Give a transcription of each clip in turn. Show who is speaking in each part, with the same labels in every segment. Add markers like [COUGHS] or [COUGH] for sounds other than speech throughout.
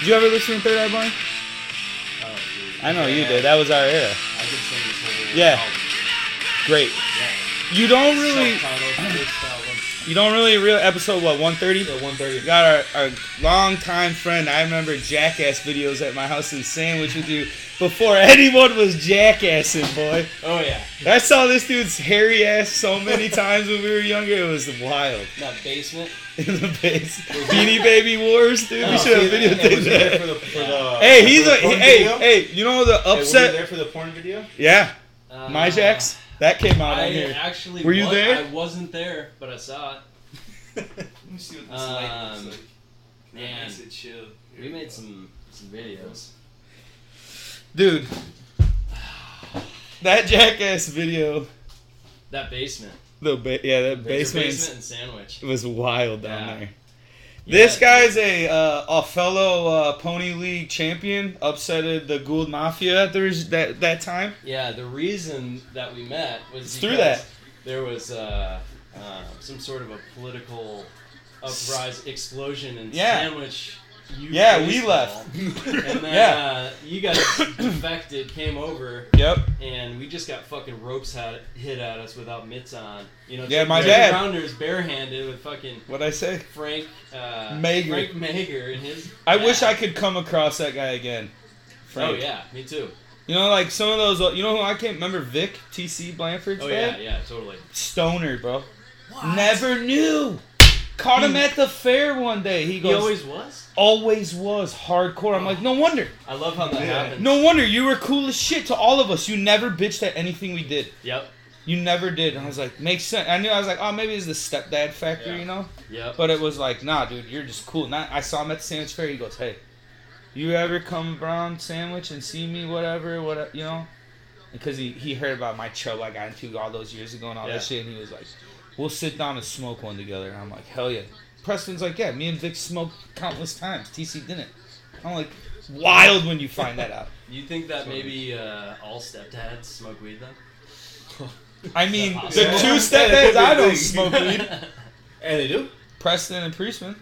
Speaker 1: Did you ever listen to Third Eye Blind?
Speaker 2: Oh, dude.
Speaker 1: I know you
Speaker 2: Yeah,
Speaker 1: did. That was our era.
Speaker 2: I could sing this whole
Speaker 1: Yeah.
Speaker 2: album.
Speaker 1: Great.
Speaker 2: Yeah.
Speaker 1: You don't really,
Speaker 2: Self-titled, first album.
Speaker 1: you don't really real episode what 130.
Speaker 2: Yeah, 130.
Speaker 1: We got our, our longtime friend. I remember jackass videos at my house and sandwich with you before anyone was jackassing, boy.
Speaker 2: Oh yeah.
Speaker 1: I saw this dude's hairy ass so
Speaker 2: [LAUGHS]
Speaker 1: many times when we were younger. It was wild. [LAUGHS]
Speaker 2: That basement.
Speaker 1: In the face. Beanie Baby Wars, dude. We
Speaker 2: Oh,
Speaker 1: should have
Speaker 2: see,
Speaker 1: videotaped
Speaker 2: yeah, was you
Speaker 1: that.
Speaker 2: there for the- for the-
Speaker 1: Hey, he's
Speaker 2: for
Speaker 1: a
Speaker 2: the porn
Speaker 1: hey
Speaker 2: video?
Speaker 1: hey. You know the
Speaker 2: Hey, were you
Speaker 1: upset?
Speaker 2: there for the porn video?
Speaker 1: Yeah,
Speaker 3: Uh,
Speaker 1: my jacks. That came out
Speaker 3: I
Speaker 1: on here.
Speaker 3: actually
Speaker 1: Were you
Speaker 3: wa-
Speaker 1: there?
Speaker 3: I wasn't there, but I saw it.
Speaker 2: Let me see what
Speaker 3: this light looks Um, like.
Speaker 2: like.
Speaker 3: man. makes it
Speaker 2: chill.
Speaker 3: We made some some videos.
Speaker 1: Dude, that jackass video.
Speaker 3: That basement.
Speaker 1: The ba- yeah, that
Speaker 3: Your
Speaker 1: basement
Speaker 3: basement and sandwich.
Speaker 1: was wild down
Speaker 3: Yeah.
Speaker 1: there. This
Speaker 3: Yeah.
Speaker 1: guy's a uh, Othello uh, Pony League champion. Upsetted the Gould Mafia at the res- that that time.
Speaker 3: Yeah, the reason that we met was
Speaker 1: It's through
Speaker 3: because
Speaker 1: that.
Speaker 3: there was uh, uh, some sort of a political uprising explosion in
Speaker 1: Yeah.
Speaker 3: Sandwich. you
Speaker 1: Yeah, we
Speaker 3: baseball.
Speaker 1: left.
Speaker 3: [LAUGHS]
Speaker 1: [LAUGHS] [COUGHS]
Speaker 3: And then
Speaker 1: Yeah.
Speaker 3: uh, you guys [COUGHS] infected came over,
Speaker 1: Yep.
Speaker 3: and we just got fucking ropes had, hit at us without mitts on. You know,
Speaker 1: Yeah, my
Speaker 3: Jimmy
Speaker 1: dad.
Speaker 3: Rounders barehanded with fucking
Speaker 1: What I say?
Speaker 3: Frank uh,
Speaker 1: Mager.
Speaker 3: Frank Mager and his.
Speaker 1: I wish
Speaker 3: Yeah.
Speaker 1: I could come across that guy again.
Speaker 3: Oh
Speaker 1: Frank.
Speaker 3: yeah, me too.
Speaker 1: You know, like some of those. You know who I can't remember? Vic T.C. Blanford's
Speaker 3: Oh
Speaker 1: dad.
Speaker 3: yeah, yeah, totally.
Speaker 1: Stoner, bro. Never knew. Caught him at the fair one day. He
Speaker 3: He,
Speaker 1: goes, always,
Speaker 3: always was.
Speaker 1: was hardcore. I'm like, no wonder.
Speaker 3: I love how that
Speaker 2: Yeah.
Speaker 3: happened.
Speaker 1: No wonder. You were cool as shit to all of us. You never bitched at anything we did.
Speaker 3: Yep.
Speaker 1: You never did. And I was like, makes sense. I knew I was like, oh, maybe it's the stepdad factor,
Speaker 3: Yeah.
Speaker 1: you know?
Speaker 3: Yep.
Speaker 1: But it was like, nah, dude, you're just cool. Not, I saw him at the sandwich fair. He goes, hey, you ever come Brown Sandwich and see me, whatever, what you know? Because he, he heard about my trouble I got into all those years ago and all
Speaker 3: Yeah.
Speaker 1: that shit, and he was like, we'll sit down and smoke one together. And I'm like, hell yeah. Preston's like, yeah, me and Vic smoked countless times. TC didn't. I'm like, wild when you find that out.
Speaker 3: You think that maybe uh, all stepdads smoke weed though? [LAUGHS]
Speaker 1: I mean,
Speaker 3: That's
Speaker 1: the
Speaker 3: awesome.
Speaker 1: two stepdads I
Speaker 3: [LAUGHS]
Speaker 1: don't smoke weed.
Speaker 3: Preston?
Speaker 2: And they do.
Speaker 1: Preston and Priestman.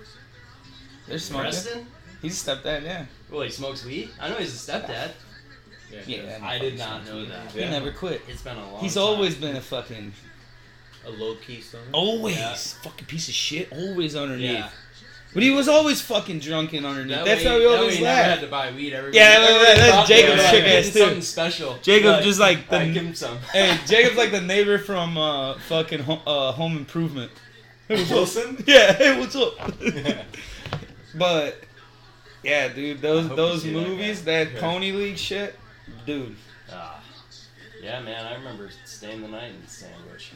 Speaker 1: They're smoking. He's a stepdad, yeah.
Speaker 3: Well, he smokes weed. I know he's a stepdad.
Speaker 1: Yeah.
Speaker 3: I did not know that.
Speaker 1: He
Speaker 2: Yeah.
Speaker 1: never quit.
Speaker 3: It's been a long.
Speaker 1: He's
Speaker 3: time.
Speaker 1: always been a fucking
Speaker 2: A low key song.
Speaker 1: always
Speaker 3: Yeah.
Speaker 1: fucking piece of shit. Always underneath.
Speaker 3: Yeah.
Speaker 1: But he was always fucking drunk and underneath.
Speaker 3: That
Speaker 1: That's
Speaker 3: way,
Speaker 1: how we
Speaker 3: that way
Speaker 1: always
Speaker 3: he never had
Speaker 1: laughed.
Speaker 3: to buy weed. Everybody,
Speaker 1: Yeah, look at that.
Speaker 3: everybody
Speaker 1: That's
Speaker 3: thought-
Speaker 1: Jacob's
Speaker 3: yeah,
Speaker 1: chick
Speaker 3: yeah,
Speaker 1: ass,
Speaker 3: it's
Speaker 1: too.
Speaker 3: Something special.
Speaker 1: Jacob
Speaker 3: Like,
Speaker 1: just like the
Speaker 3: "All right, give him some.
Speaker 1: [LAUGHS] hey Jacob's like the neighbor from uh, fucking home, uh, Home Improvement.
Speaker 2: Wilson.
Speaker 1: [LAUGHS] Yeah, hey, what's up? but yeah, dude,
Speaker 3: I
Speaker 1: those
Speaker 3: hope you
Speaker 1: those
Speaker 3: see that
Speaker 1: movies,
Speaker 3: guy.
Speaker 1: that
Speaker 3: Yeah.
Speaker 1: Pony League shit, dude.
Speaker 3: Ah. yeah, man, I remember staying the night in Sandwich.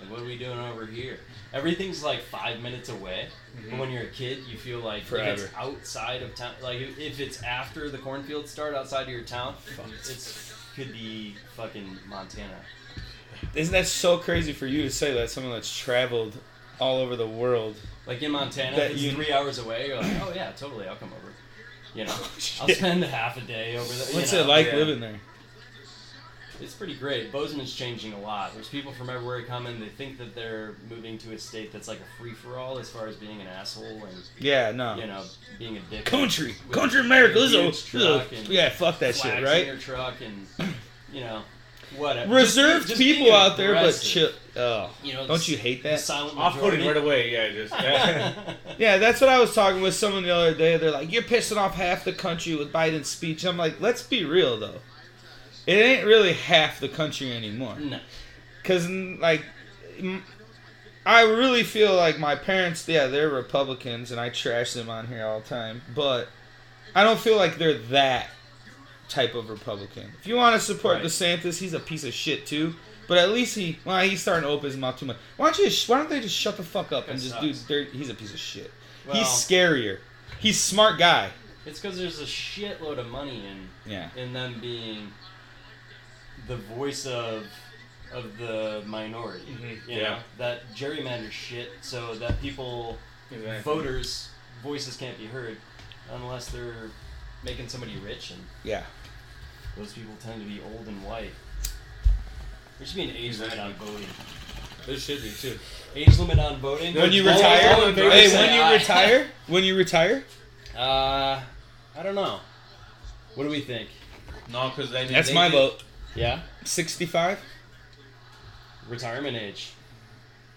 Speaker 3: Like, what are we doing over here? Everything's like five minutes away. But when you're a kid, you feel like if
Speaker 1: Mm-hmm. Forever.
Speaker 3: it's outside of town, like if- if it's after the cornfields start outside of your town, it's could be fucking Montana.
Speaker 1: Isn't that so crazy for you to say that someone that's traveled all over the
Speaker 3: [LAUGHS]
Speaker 1: world?
Speaker 3: Like in Montana,
Speaker 1: That
Speaker 3: if it's
Speaker 1: you-
Speaker 3: three hours away. You're like, oh yeah, totally, I'll come over. You know, I'll
Speaker 1: shit.
Speaker 3: spend half a day over there. you
Speaker 1: What's
Speaker 3: know.
Speaker 1: it like
Speaker 2: yeah.
Speaker 1: living there?
Speaker 3: It's pretty great. Bozeman's changing a lot. There's people from everywhere who come in. They think that they're moving to a state that's like a free for all as far as being an asshole and
Speaker 1: Yeah, no.
Speaker 3: you know being a dick.
Speaker 1: Oh. country,
Speaker 3: With
Speaker 1: country
Speaker 3: a
Speaker 1: America. This is a,
Speaker 3: huge
Speaker 1: this is
Speaker 3: truck
Speaker 1: a-
Speaker 3: and
Speaker 1: yeah, fuck that
Speaker 3: flags
Speaker 1: shit,
Speaker 3: in
Speaker 1: right?
Speaker 3: your truck and you know whatever.
Speaker 1: Reserved
Speaker 3: Just be- just
Speaker 1: people
Speaker 3: being
Speaker 1: out there, but
Speaker 3: aggressive.
Speaker 1: chill. Oh,
Speaker 3: You know,
Speaker 1: don't
Speaker 3: the
Speaker 1: you hate
Speaker 3: s-
Speaker 1: that?
Speaker 3: Silent
Speaker 2: Off putting right
Speaker 3: majority.
Speaker 2: away. Yeah, just. [LAUGHS]
Speaker 1: Yeah, that's what I was talking with someone the other day. They're like, "You're pissing off half the country with Biden's speech." I'm like, "Let's be real though, it ain't really half the country anymore."
Speaker 3: [LAUGHS] no.
Speaker 1: Cause n- like, m- I really feel like my parents. Yeah, they're Republicans, and I trash them on here all the time. But I don't feel like they're that type of Republican. If you want to support
Speaker 3: Right.
Speaker 1: DeSantis, he's a piece of shit too. But at least he, well, he's starting to open his mouth too much. Why don't you? just- Why don't they just shut the fuck up and
Speaker 3: That
Speaker 1: just
Speaker 3: sucks.
Speaker 1: do? Dirt? He's a piece of shit.
Speaker 3: Well-
Speaker 1: he's scarier. He's smart guy.
Speaker 3: It's because there's a shitload of money in
Speaker 1: Yeah.
Speaker 3: in them being the voice of of the minority.
Speaker 2: Mhm.
Speaker 3: You
Speaker 2: Yeah.
Speaker 3: know that gerrymander shit, so that people,
Speaker 2: Exactly.
Speaker 3: voters' voices can't be heard unless they're making somebody rich, and
Speaker 1: Yeah.
Speaker 3: those people tend to be old and white. There should be an age limit on voting.
Speaker 2: There should be too.
Speaker 3: Age limit on voting.
Speaker 1: When you
Speaker 3: All-
Speaker 1: retire,
Speaker 3: [LAUGHS] all in favor
Speaker 1: hey,
Speaker 3: say
Speaker 1: when you
Speaker 3: [LAUGHS] aye.
Speaker 1: retire, when you retire,
Speaker 3: Uh, I don't know. What do we think?
Speaker 2: No, because they.
Speaker 1: That's
Speaker 2: they
Speaker 1: my
Speaker 2: did-
Speaker 1: vote.
Speaker 3: Yeah,
Speaker 1: 65?
Speaker 3: retirement age.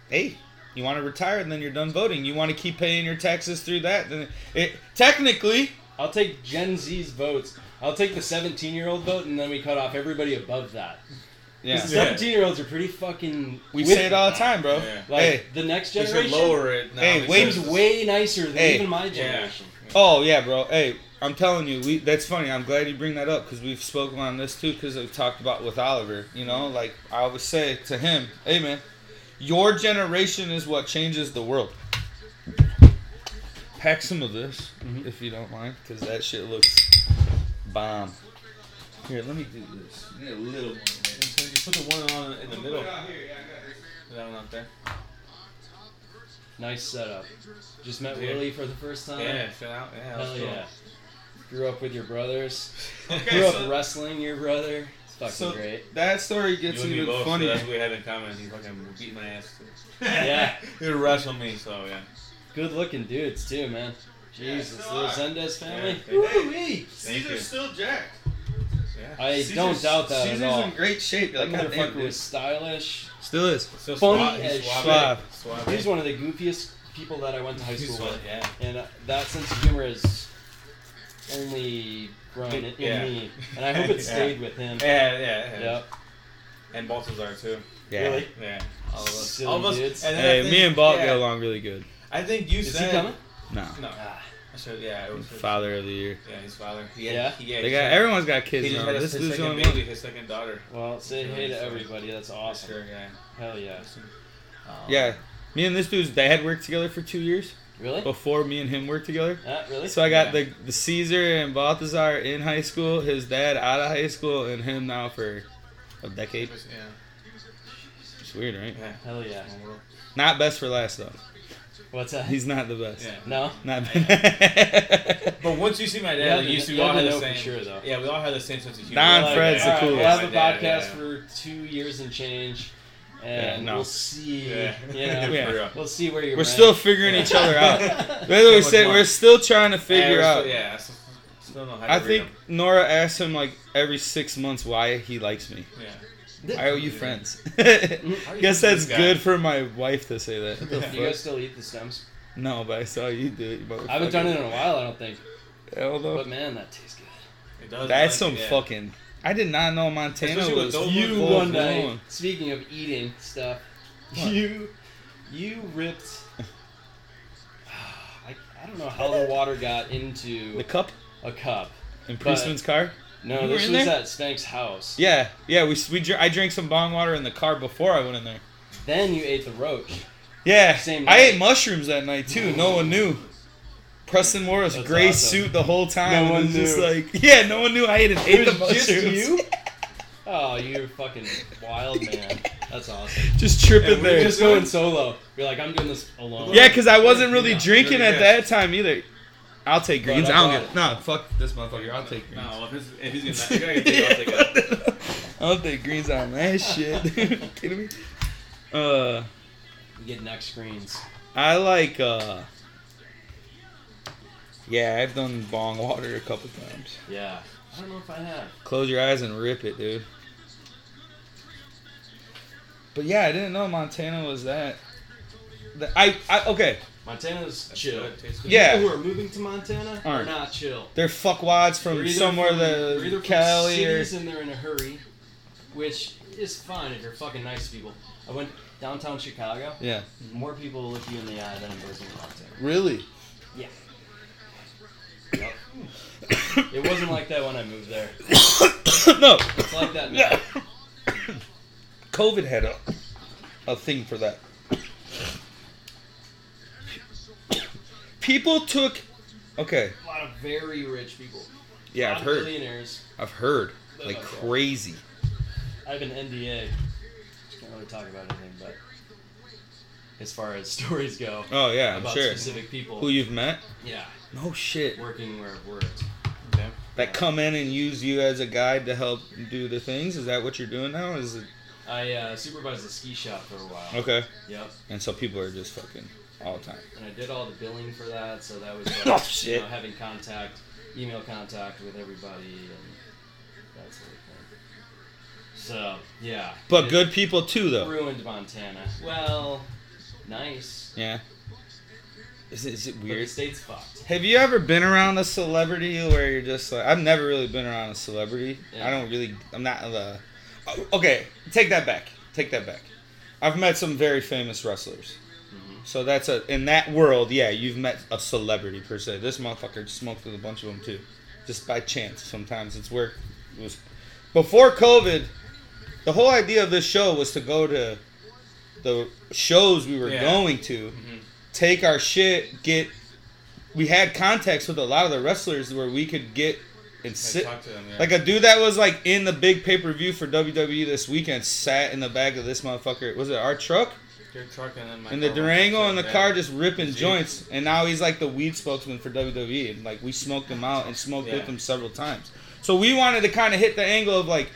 Speaker 1: Hey, you want to retire and then you're done voting. You want to keep paying your taxes through that? Then it, technically,
Speaker 3: I'll take Gen Z's votes. I'll take the 17 year old vote, and then we cut off everybody above that.
Speaker 1: yeah.
Speaker 3: 17 year olds are pretty fucking.
Speaker 1: We
Speaker 3: with
Speaker 1: say it all the time, bro.
Speaker 2: Yeah.
Speaker 3: Like
Speaker 1: hey.
Speaker 3: the next
Speaker 2: They should
Speaker 3: generation
Speaker 2: lower it. Now
Speaker 1: Hey, wait-
Speaker 3: seems
Speaker 2: because-
Speaker 3: way nicer than
Speaker 1: Hey.
Speaker 3: even my
Speaker 2: Yeah.
Speaker 3: generation.
Speaker 1: Oh yeah, bro. Hey, I'm telling you, we that's funny. I'm glad you bring that up because we've spoken on this too because we've talked about with Oliver. You know, like I always say to him, "Hey, man, your generation is what changes the world." Pack some of this
Speaker 3: Mhm.
Speaker 1: if you don't mind, because that shit looks bomb. Here, let me do this.
Speaker 2: You need a little one. You put the one on in the middle. That one up there.
Speaker 3: Nice setup. Just met
Speaker 2: Yeah.
Speaker 3: Willie for the first time.
Speaker 2: Yeah, fill out. Yeah, that was
Speaker 3: Hell
Speaker 2: cool.
Speaker 3: yeah. Grew up with your brothers.
Speaker 2: Okay, [LAUGHS]
Speaker 3: Grew up
Speaker 2: so-
Speaker 3: wrestling your brother. It's fucking
Speaker 1: So
Speaker 3: great.
Speaker 1: that story
Speaker 2: You
Speaker 1: gets
Speaker 2: and me
Speaker 1: even
Speaker 2: both, so
Speaker 1: funnier.
Speaker 2: that's what we had in common. He fucking beat my ass. [LAUGHS] too.
Speaker 3: Yeah.
Speaker 2: He wrestled me, so [LAUGHS] yeah.
Speaker 3: Good looking dudes too, man. Jesus,
Speaker 1: so
Speaker 3: little
Speaker 1: I-
Speaker 3: Zendes family.
Speaker 2: Yeah, thank-
Speaker 1: wee!
Speaker 2: Thank you.
Speaker 1: still jacked.
Speaker 2: Yeah.
Speaker 3: I don't doubt that
Speaker 1: Caesar's
Speaker 3: at all.
Speaker 1: in great shape.
Speaker 3: That
Speaker 1: Like, goddamn,
Speaker 3: motherfucker
Speaker 1: dude.
Speaker 3: was stylish.
Speaker 1: Still is.
Speaker 2: So
Speaker 3: Funny
Speaker 2: suave-
Speaker 3: as
Speaker 2: suave. Suave.
Speaker 3: He's one of the goofiest people that I went to high
Speaker 2: He's
Speaker 3: school
Speaker 2: one-
Speaker 3: with,
Speaker 2: yeah.
Speaker 3: and uh, that sense of humor is only grown in, in
Speaker 2: Yeah.
Speaker 3: me, and
Speaker 1: [LAUGHS]
Speaker 3: I hope it
Speaker 2: Yeah.
Speaker 3: stayed with him.
Speaker 2: Yeah, yeah, yeah.
Speaker 3: Yep.
Speaker 2: And Baltazar too.
Speaker 1: Yeah.
Speaker 3: Really?
Speaker 2: Yeah. All of us.
Speaker 3: Silly
Speaker 2: All of us.
Speaker 3: dudes.
Speaker 2: And then I
Speaker 1: Hey,
Speaker 2: think-
Speaker 1: me and Balt
Speaker 2: yeah,
Speaker 1: get along really good.
Speaker 2: I think you
Speaker 3: Is
Speaker 2: said.
Speaker 3: he coming?
Speaker 1: No.
Speaker 2: No.
Speaker 3: Ah,
Speaker 2: So, yeah, it was his,
Speaker 1: Father of the year.
Speaker 2: yeah, his father. He
Speaker 3: Yeah?
Speaker 2: He, yeah
Speaker 1: They
Speaker 2: he
Speaker 1: got
Speaker 2: said-
Speaker 1: everyone's got
Speaker 2: He
Speaker 1: kids
Speaker 2: just
Speaker 1: now.
Speaker 2: had his
Speaker 1: This dude's the
Speaker 2: second
Speaker 1: only
Speaker 2: baby,
Speaker 1: one.
Speaker 2: his second daughter.
Speaker 3: well, say hey to everybody. That's awesome.
Speaker 2: Sure, yeah.
Speaker 3: Hell yeah.
Speaker 2: Um,
Speaker 1: Yeah. Me and this dude's dad worked together for two years
Speaker 3: Really?
Speaker 1: before me and him worked together.
Speaker 3: Uh, really?
Speaker 1: So I got
Speaker 2: Yeah.
Speaker 1: the the Caesar and Balthazar in high school, his dad out of high school, and him now for a decade.
Speaker 2: Yeah.
Speaker 1: It's weird, right?
Speaker 2: Yeah.
Speaker 3: Hell yeah.
Speaker 2: Small world.
Speaker 1: Not best for last though.
Speaker 3: What's that?
Speaker 1: He's not the best.
Speaker 2: Yeah.
Speaker 3: no.
Speaker 1: Not.
Speaker 2: But once you see my
Speaker 3: Yeah,
Speaker 2: dad, like, you
Speaker 3: you-
Speaker 2: used to
Speaker 3: you
Speaker 2: we all
Speaker 3: had
Speaker 2: had
Speaker 3: to
Speaker 2: the
Speaker 3: know for
Speaker 2: same.
Speaker 3: sure, though.
Speaker 2: Yeah, we all had the same sense of humor.
Speaker 1: Don
Speaker 2: Like,
Speaker 1: Fred's the
Speaker 2: yeah,
Speaker 3: "Alright,
Speaker 1: coolest.
Speaker 3: We'll have
Speaker 2: my
Speaker 3: a
Speaker 2: dad,
Speaker 3: podcast
Speaker 2: yeah.
Speaker 3: for two years and change,
Speaker 1: Yeah,
Speaker 3: and
Speaker 1: no.
Speaker 3: we'll see.
Speaker 2: Yeah.
Speaker 3: You know,
Speaker 1: [LAUGHS] Yeah.
Speaker 2: For real.
Speaker 3: We'll see where
Speaker 1: [LAUGHS]
Speaker 3: you're.
Speaker 1: We're
Speaker 3: ranked.
Speaker 1: still figuring each other out.
Speaker 3: [LAUGHS]
Speaker 1: That's what we
Speaker 2: So
Speaker 1: said.
Speaker 2: much
Speaker 1: We're
Speaker 2: fun.
Speaker 1: still trying to
Speaker 2: Yeah,
Speaker 1: figure
Speaker 2: we're
Speaker 1: out.
Speaker 2: Still, yeah. I still, still don't know how to
Speaker 1: I
Speaker 2: read
Speaker 1: think Nora asked him like every six months why he likes me.
Speaker 2: them. Yeah.
Speaker 1: I owe you friends. [LAUGHS]
Speaker 3: you
Speaker 1: Guess that's
Speaker 2: this guy?
Speaker 1: good for my wife to say that. What the
Speaker 3: Do you
Speaker 1: fuck?
Speaker 3: guys still eat the stems?
Speaker 1: No, but I saw you do it. Oh. you
Speaker 3: I haven't done
Speaker 1: motherfucker.
Speaker 3: it in a while, I don't think.
Speaker 1: Hell no.
Speaker 3: But man, that tastes good.
Speaker 2: It does,
Speaker 1: That's
Speaker 2: like,
Speaker 1: some
Speaker 2: yeah.
Speaker 1: fucking. I did not know Montana
Speaker 2: Especially with
Speaker 1: was
Speaker 2: those
Speaker 1: you
Speaker 2: ones.
Speaker 1: one
Speaker 3: One day,
Speaker 1: day.
Speaker 3: speaking of eating stuff,
Speaker 1: What?
Speaker 3: you you ripped. [SIGHS] I, I don't know how the water got into
Speaker 1: The cup
Speaker 3: a cup.
Speaker 1: in
Speaker 3: But-
Speaker 1: Priestman's car.
Speaker 3: No,
Speaker 1: You were
Speaker 3: this
Speaker 1: in
Speaker 3: was
Speaker 1: there?
Speaker 3: at Spank's house.
Speaker 1: Yeah, yeah. We we dr- I drank some bong water in the car before I went in there.
Speaker 3: Then you ate the roach.
Speaker 1: Yeah,
Speaker 3: Same
Speaker 1: I
Speaker 3: night.
Speaker 1: ate mushrooms that night too. No one knew. Preston wore a
Speaker 3: That's
Speaker 1: gray
Speaker 3: awesome.
Speaker 1: suit the whole time.
Speaker 3: No
Speaker 1: and it
Speaker 3: one
Speaker 1: was Just
Speaker 3: knew.
Speaker 1: like, yeah, no one knew I ate it. Ate
Speaker 3: It
Speaker 1: the
Speaker 3: was
Speaker 1: mushrooms.
Speaker 3: just you? Oh, you're fucking wild, man.
Speaker 1: [LAUGHS]
Speaker 3: That's awesome.
Speaker 1: [LAUGHS] Just tripping
Speaker 2: we
Speaker 1: there.
Speaker 3: Just going solo. You're like, I'm doing this alone.
Speaker 1: Yeah, because I wasn't really
Speaker 2: Yeah,
Speaker 1: drinking
Speaker 2: you're
Speaker 1: at that time either. I'll take
Speaker 3: But
Speaker 1: greens.
Speaker 3: I
Speaker 1: I don't
Speaker 3: bought
Speaker 1: get no. Fuck this motherfucker. I'll take greens.
Speaker 2: No, if, it's, if he's
Speaker 1: [LAUGHS]
Speaker 2: gonna, you're gonna take it, I'll take it.
Speaker 1: I'll take greens on that shit. [LAUGHS] kidding me? Uh,
Speaker 3: You get neck screens.
Speaker 1: I like. uh Yeah, I've done bong water a couple times.
Speaker 3: Yeah. I don't know if I have.
Speaker 1: Close your eyes and rip it, dude. But yeah, I didn't know Montana was that. that- I, I okay.
Speaker 3: Montana's
Speaker 2: That's
Speaker 3: chill.
Speaker 2: good, tastes good.
Speaker 1: Yeah.
Speaker 3: People who are moving to Montana are
Speaker 1: Aren't.
Speaker 3: not chill.
Speaker 1: They're fuckwads from
Speaker 3: They're either
Speaker 1: somewhere
Speaker 3: from- they're either
Speaker 1: the
Speaker 3: from
Speaker 1: Cali or
Speaker 3: cities and they're in a hurry, which is fine if you're fucking nice to people. I went downtown Chicago.
Speaker 1: yeah.
Speaker 3: More people will look you in the eye than in Bozeman, Montana.
Speaker 1: Really?
Speaker 3: Yeah. Yep. [COUGHS] it wasn't like that when I moved there.
Speaker 1: [COUGHS] no.
Speaker 3: It's like that now.
Speaker 1: Yeah. [COUGHS] COVID had a a thing for that. People took. Okay.
Speaker 3: A lot of very rich people.
Speaker 1: Yeah, I've
Speaker 3: Not
Speaker 1: heard.
Speaker 3: Billionaires.
Speaker 1: I've heard
Speaker 3: Live
Speaker 1: like
Speaker 3: up there.
Speaker 1: crazy.
Speaker 3: I have an NDA. Can't really talk about anything, but as far as [LAUGHS] stories go
Speaker 1: Oh yeah, I'm
Speaker 3: about
Speaker 1: sure.
Speaker 3: specific people,
Speaker 1: Who you've met?
Speaker 3: yeah,
Speaker 1: No shit.
Speaker 3: working where I've worked.
Speaker 2: Yeah.
Speaker 1: That come in and use you as a guide to help do the things. Is that what you're doing now? Is it
Speaker 3: I uh, supervised a ski shop for a while.
Speaker 1: okay?
Speaker 3: Yep.
Speaker 1: And so people are just fucking all the time. [LAUGHS]
Speaker 3: And I did all the billing for that, so that was like,
Speaker 1: Oh, shit.
Speaker 3: You know, having contact email contact with everybody and that sort of thing. So yeah,
Speaker 1: But
Speaker 3: it
Speaker 1: good people too, though.
Speaker 3: ruined Montana. Well, nice.
Speaker 1: Yeah. Is it, is it
Speaker 3: But the
Speaker 1: weird?
Speaker 3: state's fucked.
Speaker 1: Have you ever been around a celebrity where you're just like, I've never really been around a celebrity.
Speaker 3: Yeah.
Speaker 1: I don't really, I'm not the. Oh, Okay, take that back. Take that back. I've met some very famous wrestlers.
Speaker 3: Mhm.
Speaker 1: So that's a in that world, yeah, you've met a celebrity per se. This motherfucker smoked with a bunch of them too, just by chance. Sometimes it's where it was before COVID. The whole idea of this show was to go to the shows we were
Speaker 2: Yeah.
Speaker 1: going to, take our shit, get. We had contacts with a lot of the wrestlers where we could get and
Speaker 2: Like,
Speaker 1: sit.
Speaker 2: talk to them. Yeah.
Speaker 1: Like a dude that was like in the big pay per view for WWE this weekend sat in the back of this motherfucker. Was it our truck?
Speaker 2: Your truck and then my
Speaker 1: And the
Speaker 2: car
Speaker 1: Durango
Speaker 2: went
Speaker 1: in the
Speaker 2: back.
Speaker 1: car just ripping
Speaker 2: Jeez.
Speaker 1: joints, and now he's like the weed spokesman for WWE. And like we smoked him out and smoked
Speaker 2: Yeah.
Speaker 1: with him several times. So we wanted to kind of hit the angle of like,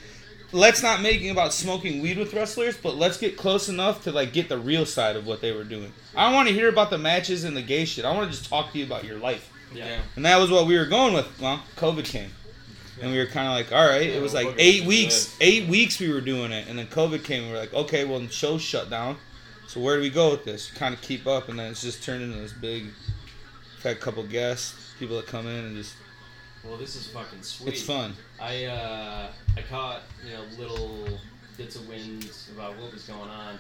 Speaker 1: let's not make it about smoking weed with wrestlers, but let's get close enough to like get the real side of what they were doing. I don't want to hear about the matches and the gay shit. I want to just talk to you about your life.
Speaker 3: Yeah.
Speaker 1: And that was what we were going with. Well, COVID came. And we were kind of like, all right,
Speaker 2: Yeah,
Speaker 1: it was
Speaker 2: we'll
Speaker 1: like
Speaker 2: book it
Speaker 1: eight
Speaker 2: for
Speaker 1: weeks. Eight weeks we were doing it, and then COVID came. And we were like, okay, well, the show's shut down. So where do we go with this? Kind of keep up, and then it's just turned into this big. We've had a couple guests, people that come in, and just
Speaker 3: Well, this is fucking sweet.
Speaker 1: it's fun.
Speaker 3: I uh, I caught you know little bits of wind about what was going on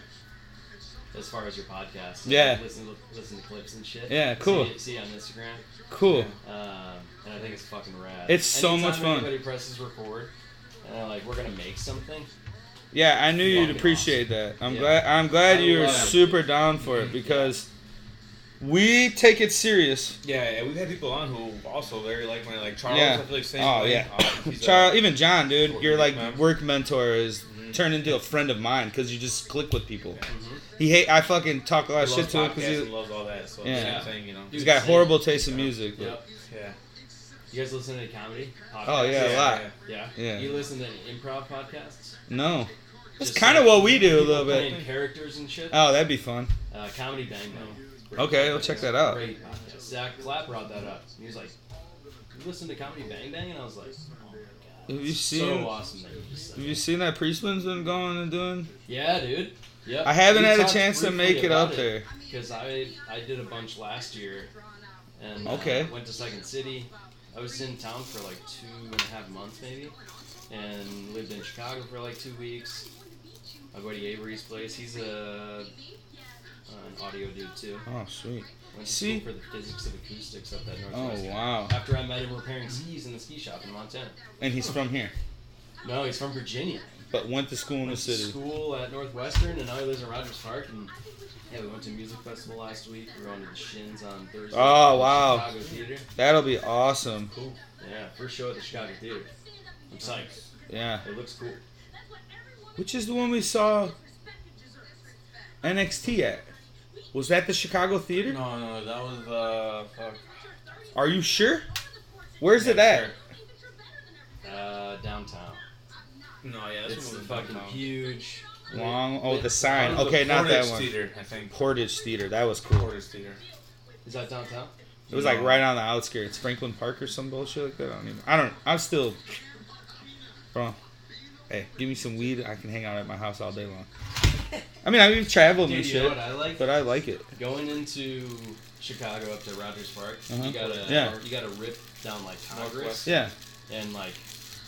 Speaker 3: as far as your podcast.
Speaker 1: Yeah.
Speaker 3: listen to listen to clips and shit.
Speaker 1: Yeah, cool.
Speaker 3: See, see on Instagram.
Speaker 1: Cool.
Speaker 2: Yeah.
Speaker 3: Um, and I think it's fucking rad.
Speaker 1: It's so
Speaker 3: Anytime
Speaker 1: much fun.
Speaker 3: Anybody presses record, and they're like, "We're gonna make something."
Speaker 1: Yeah, I knew you'd
Speaker 3: Fucking
Speaker 1: appreciate that. I'm
Speaker 3: Yeah.
Speaker 1: glad. I'm glad
Speaker 3: I
Speaker 1: you were
Speaker 3: love it.
Speaker 1: super down for it because we take it serious.
Speaker 2: Yeah, yeah, we've had people on who also very like my like Charles.
Speaker 1: Yeah.
Speaker 2: I feel like same
Speaker 1: Oh,
Speaker 2: way.
Speaker 1: yeah.
Speaker 2: Oh, he's a-
Speaker 1: [LAUGHS] Charles, even John, dude,
Speaker 2: Work
Speaker 1: your like
Speaker 2: mentor.
Speaker 1: work mentor is
Speaker 3: Mm-hmm.
Speaker 2: Mhm.
Speaker 1: turned into a friend of mine because you just click with people.
Speaker 2: Yeah.
Speaker 3: Mhm.
Speaker 1: He hate. I fucking talk a lot of
Speaker 2: He
Speaker 1: shit
Speaker 2: loves
Speaker 1: to him
Speaker 2: podcasts
Speaker 1: because
Speaker 2: and loves all that. So
Speaker 1: Yeah.
Speaker 2: yeah. same thing, you know.
Speaker 1: he's
Speaker 3: Dude,
Speaker 1: got
Speaker 3: same.
Speaker 1: horrible taste in
Speaker 2: Yeah.
Speaker 1: music. but-
Speaker 3: Yep.
Speaker 2: Yeah.
Speaker 3: You guys listen to comedy? Podcasts?
Speaker 1: Oh yeah, a
Speaker 2: Yeah,
Speaker 1: lot.
Speaker 2: yeah.
Speaker 3: Yeah.
Speaker 1: Yeah.
Speaker 3: You listen to improv podcasts?
Speaker 1: No, that's
Speaker 3: Just
Speaker 1: kind of
Speaker 3: like
Speaker 1: what we do a
Speaker 3: people
Speaker 1: little bit.
Speaker 3: Playing characters and shit.
Speaker 1: Oh, that'd be fun.
Speaker 3: Uh, comedy Bang Bang.
Speaker 1: Okay, I'll check that out.
Speaker 3: Great podcast. Zach Clapp brought that up. He was like, "You listen to Comedy Bang Bang," and I was like, "Oh my god."
Speaker 1: Have you
Speaker 3: it's
Speaker 1: seen-
Speaker 3: So awesome that you just said
Speaker 1: Have you
Speaker 3: that.
Speaker 1: seen that Priestman's been going and doing?
Speaker 3: Yeah, dude. Yep.
Speaker 1: I haven't
Speaker 3: We
Speaker 1: had a
Speaker 3: talked
Speaker 1: chance to
Speaker 3: briefly
Speaker 1: make it
Speaker 3: about
Speaker 1: up there.
Speaker 3: because I I did a bunch last year, and uh,
Speaker 1: Okay.
Speaker 3: went to Second City. I was in town for like two and a half months maybe, and lived in Chicago for like two weeks. My buddy Avery's place. He's a uh, an audio dude too.
Speaker 1: Oh sweet.
Speaker 3: Went to
Speaker 1: See?
Speaker 3: school for the physics of acoustics up at
Speaker 1: Oh
Speaker 3: Northwestern.
Speaker 1: wow.
Speaker 3: After I met him repairing skis in the ski shop in Montana.
Speaker 1: And he's from here,
Speaker 3: No, he's from Virginia.
Speaker 1: but went to school in the
Speaker 3: Went to
Speaker 1: city.
Speaker 3: school at Northwestern, and now he lives in Rogers Park. And yeah, we went to a music festival last week. We're going to the Shins on Thursday.
Speaker 1: Oh,
Speaker 3: at the
Speaker 1: wow.
Speaker 3: Chicago Theater.
Speaker 1: That'll be awesome.
Speaker 3: Cool. Yeah, first show at the Chicago Theater. I'm psyched.
Speaker 1: Yeah.
Speaker 3: It looks cool.
Speaker 1: Which is the one we saw NXT at? Was that the Chicago Theater?
Speaker 2: No, no, that was uh, fuck.
Speaker 1: Are you sure? Where's it
Speaker 2: Yeah,
Speaker 1: at?
Speaker 2: sure.
Speaker 3: Uh, downtown.
Speaker 2: No, yeah, this
Speaker 3: it's
Speaker 2: one was
Speaker 3: fucking
Speaker 2: downtown.
Speaker 3: huge.
Speaker 1: Long. Oh,
Speaker 3: Wait,
Speaker 1: the sign.
Speaker 2: That was the
Speaker 1: Okay, not that
Speaker 2: Portage
Speaker 1: one.
Speaker 2: Theater, I think.
Speaker 1: Portage Theater. That was cool.
Speaker 2: Portage Theater.
Speaker 3: Is that downtown?
Speaker 1: It was like right on the outskirts, Franklin Park or some bullshit like that. I don't even. I don't. I'm still. Bro, hey, give me some weed. I can hang out at my house all day long. I mean, I've traveled and
Speaker 3: Dude, you know
Speaker 1: shit,
Speaker 3: what I like?
Speaker 1: but I like it.
Speaker 3: Going into Chicago up to Rogers Park,
Speaker 1: Uh-huh.
Speaker 3: you gotta
Speaker 1: Yeah.
Speaker 3: you gotta rip down like Congress
Speaker 2: Northwest.
Speaker 1: Yeah,
Speaker 3: and like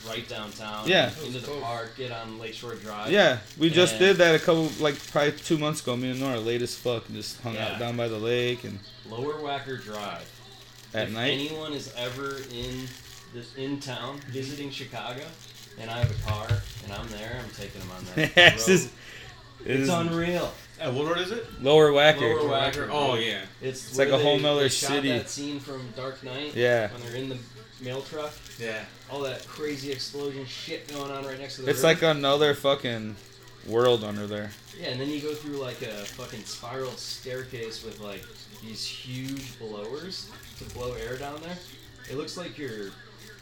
Speaker 3: right downtown.
Speaker 1: Yeah.
Speaker 3: Into the
Speaker 2: Cool.
Speaker 3: park, get on Lakeshore Drive.
Speaker 1: yeah. We just
Speaker 3: Yeah.
Speaker 1: did that a couple, like probably two months ago. Me and Nora late as fuck and just hung
Speaker 3: Yeah.
Speaker 1: out down by the lake and
Speaker 3: Lower Wacker Drive.
Speaker 1: at [LAUGHS]
Speaker 3: if
Speaker 1: night.
Speaker 3: anyone is ever in this in town visiting Chicago, and I have a car and I'm there, I'm taking
Speaker 1: [LAUGHS]
Speaker 3: them on that.
Speaker 1: This
Speaker 3: road.
Speaker 1: is- this
Speaker 3: it's
Speaker 1: is
Speaker 3: unreal.
Speaker 2: Yeah, what road is it?
Speaker 1: lower whacker.
Speaker 3: Lower Wacker.
Speaker 2: Oh yeah.
Speaker 3: It's,
Speaker 1: It's like
Speaker 3: where
Speaker 1: a whole
Speaker 3: they-
Speaker 1: nother
Speaker 3: they shot
Speaker 1: city.
Speaker 3: That scene from Dark Knight.
Speaker 1: Yeah.
Speaker 3: When they're in the mail truck,
Speaker 2: Yeah.
Speaker 3: all that crazy explosion shit going on right next to the.
Speaker 1: It's
Speaker 3: road.
Speaker 1: like another fucking world under there.
Speaker 3: Yeah, and then you go through like a fucking spiral staircase with like these huge blowers to blow air down there. It looks like you're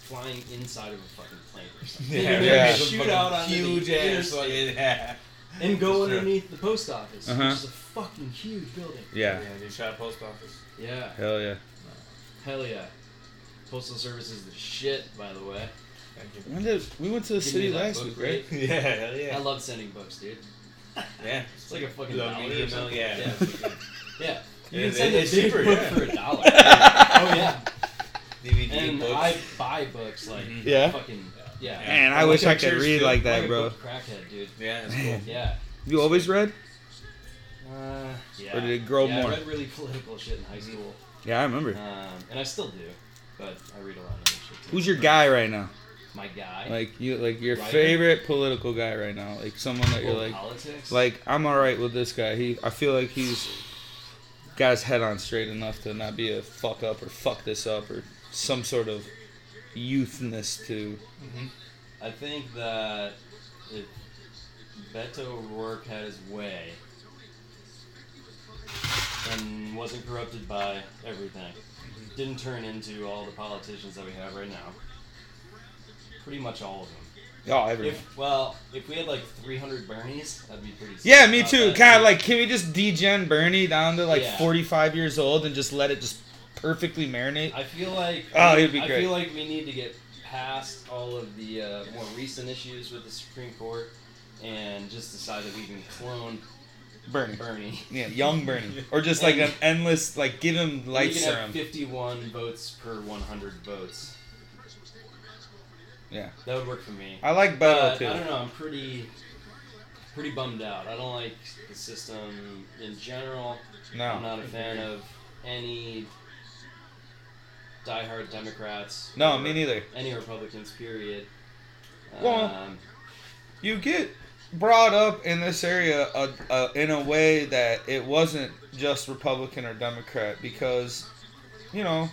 Speaker 3: flying inside of a fucking plane or something. [LAUGHS]
Speaker 1: Yeah.
Speaker 2: there's
Speaker 3: Shoot
Speaker 2: a fucking
Speaker 3: out onto
Speaker 2: huge
Speaker 3: the
Speaker 2: ass.
Speaker 3: interstate.
Speaker 2: fucking- Yeah.
Speaker 3: And go
Speaker 2: Sure.
Speaker 3: underneath the post office,
Speaker 1: Uh-huh.
Speaker 3: which is a fucking huge building.
Speaker 1: Yeah.
Speaker 2: Yeah, they shot a post office.
Speaker 3: Yeah,
Speaker 1: Hell yeah.
Speaker 3: hell yeah. Postal Service is the shit, by the way.
Speaker 1: When did we went to the
Speaker 3: Give me
Speaker 1: city
Speaker 3: that
Speaker 1: last
Speaker 3: book,
Speaker 1: week,
Speaker 3: right?
Speaker 1: right?
Speaker 2: [LAUGHS] yeah, hell yeah.
Speaker 3: I love sending books, dude.
Speaker 2: yeah.
Speaker 3: It's like a fucking
Speaker 2: The
Speaker 3: dollar.
Speaker 2: medium,
Speaker 3: or something.
Speaker 2: yeah. [LAUGHS]
Speaker 3: yeah. You
Speaker 2: It-
Speaker 3: can send
Speaker 2: it-
Speaker 3: a
Speaker 2: it's
Speaker 3: big
Speaker 2: cheaper,
Speaker 3: book
Speaker 2: yeah.
Speaker 3: for a
Speaker 2: [LAUGHS]
Speaker 3: dollar. oh yeah.
Speaker 2: DVD
Speaker 3: And
Speaker 2: books.
Speaker 3: I buy books like
Speaker 2: Mhm.
Speaker 1: Yeah.
Speaker 3: fucking yeah.
Speaker 1: [LAUGHS] Man, I
Speaker 2: Like
Speaker 1: wish
Speaker 2: a
Speaker 1: I could
Speaker 2: church
Speaker 1: read
Speaker 2: too.
Speaker 1: like
Speaker 3: Like
Speaker 1: that,
Speaker 3: a
Speaker 1: bro.
Speaker 3: book crackhead, dude.
Speaker 2: yeah, it's cool.
Speaker 3: Yeah.
Speaker 1: You always read?
Speaker 3: Uh, yeah.
Speaker 1: Or did it grow
Speaker 3: yeah,
Speaker 1: more?
Speaker 3: I read really political shit in high school,
Speaker 1: Yeah, I remember.
Speaker 3: um, and I still do, but I read a lot of other shit too.
Speaker 1: Who's your guy right now?
Speaker 3: My guy.
Speaker 1: Like you, like your
Speaker 3: Writer?
Speaker 1: favorite political guy right now? Like someone that you're
Speaker 3: Well,
Speaker 1: like,
Speaker 3: politics.
Speaker 1: like I'm all right with this guy. He, I feel like he's got his head on straight enough to not be a fuck up or fuck this up or some sort of youthness to.
Speaker 3: I think that if Beto O'Rourke had his way and wasn't corrupted by everything, didn't turn into all the politicians that we have right now, pretty much all of them.
Speaker 1: Oh, everyone.
Speaker 3: If well, if we had like 300 Bernies, that'd be pretty.
Speaker 1: Yeah,
Speaker 3: sick Uh,
Speaker 1: me
Speaker 3: about
Speaker 1: too.
Speaker 3: that.
Speaker 1: God, like, can we just degen Bernie down to like
Speaker 3: Yeah.
Speaker 1: 45 years old and just let it just perfectly marinate?
Speaker 3: I feel like
Speaker 1: Oh, it'd be
Speaker 3: I
Speaker 1: great.
Speaker 3: feel like we need to get past all of the uh, more recent issues with the Supreme Court and just decide that we can clone
Speaker 1: Bernie.
Speaker 3: Bernie.
Speaker 1: Yeah, young
Speaker 3: [LAUGHS]
Speaker 1: Bernie, or just like an endless, like give him life
Speaker 3: we can have
Speaker 1: serum.
Speaker 3: 51 votes per 100 votes.
Speaker 1: Yeah,
Speaker 3: That would work for me.
Speaker 1: I like
Speaker 3: But
Speaker 1: Beto
Speaker 3: Uh, I don't
Speaker 1: too.
Speaker 3: know. I'm pretty, pretty bummed out. I don't like the system in general. I'm
Speaker 1: No,
Speaker 3: not a fan of any diehard Democrats.
Speaker 1: no,
Speaker 3: or
Speaker 1: me neither.
Speaker 3: Any Republicans, period.
Speaker 1: Well-
Speaker 3: um,
Speaker 1: You get brought up in this area uh, uh, in a way that it wasn't just Republican or Democrat because, you know,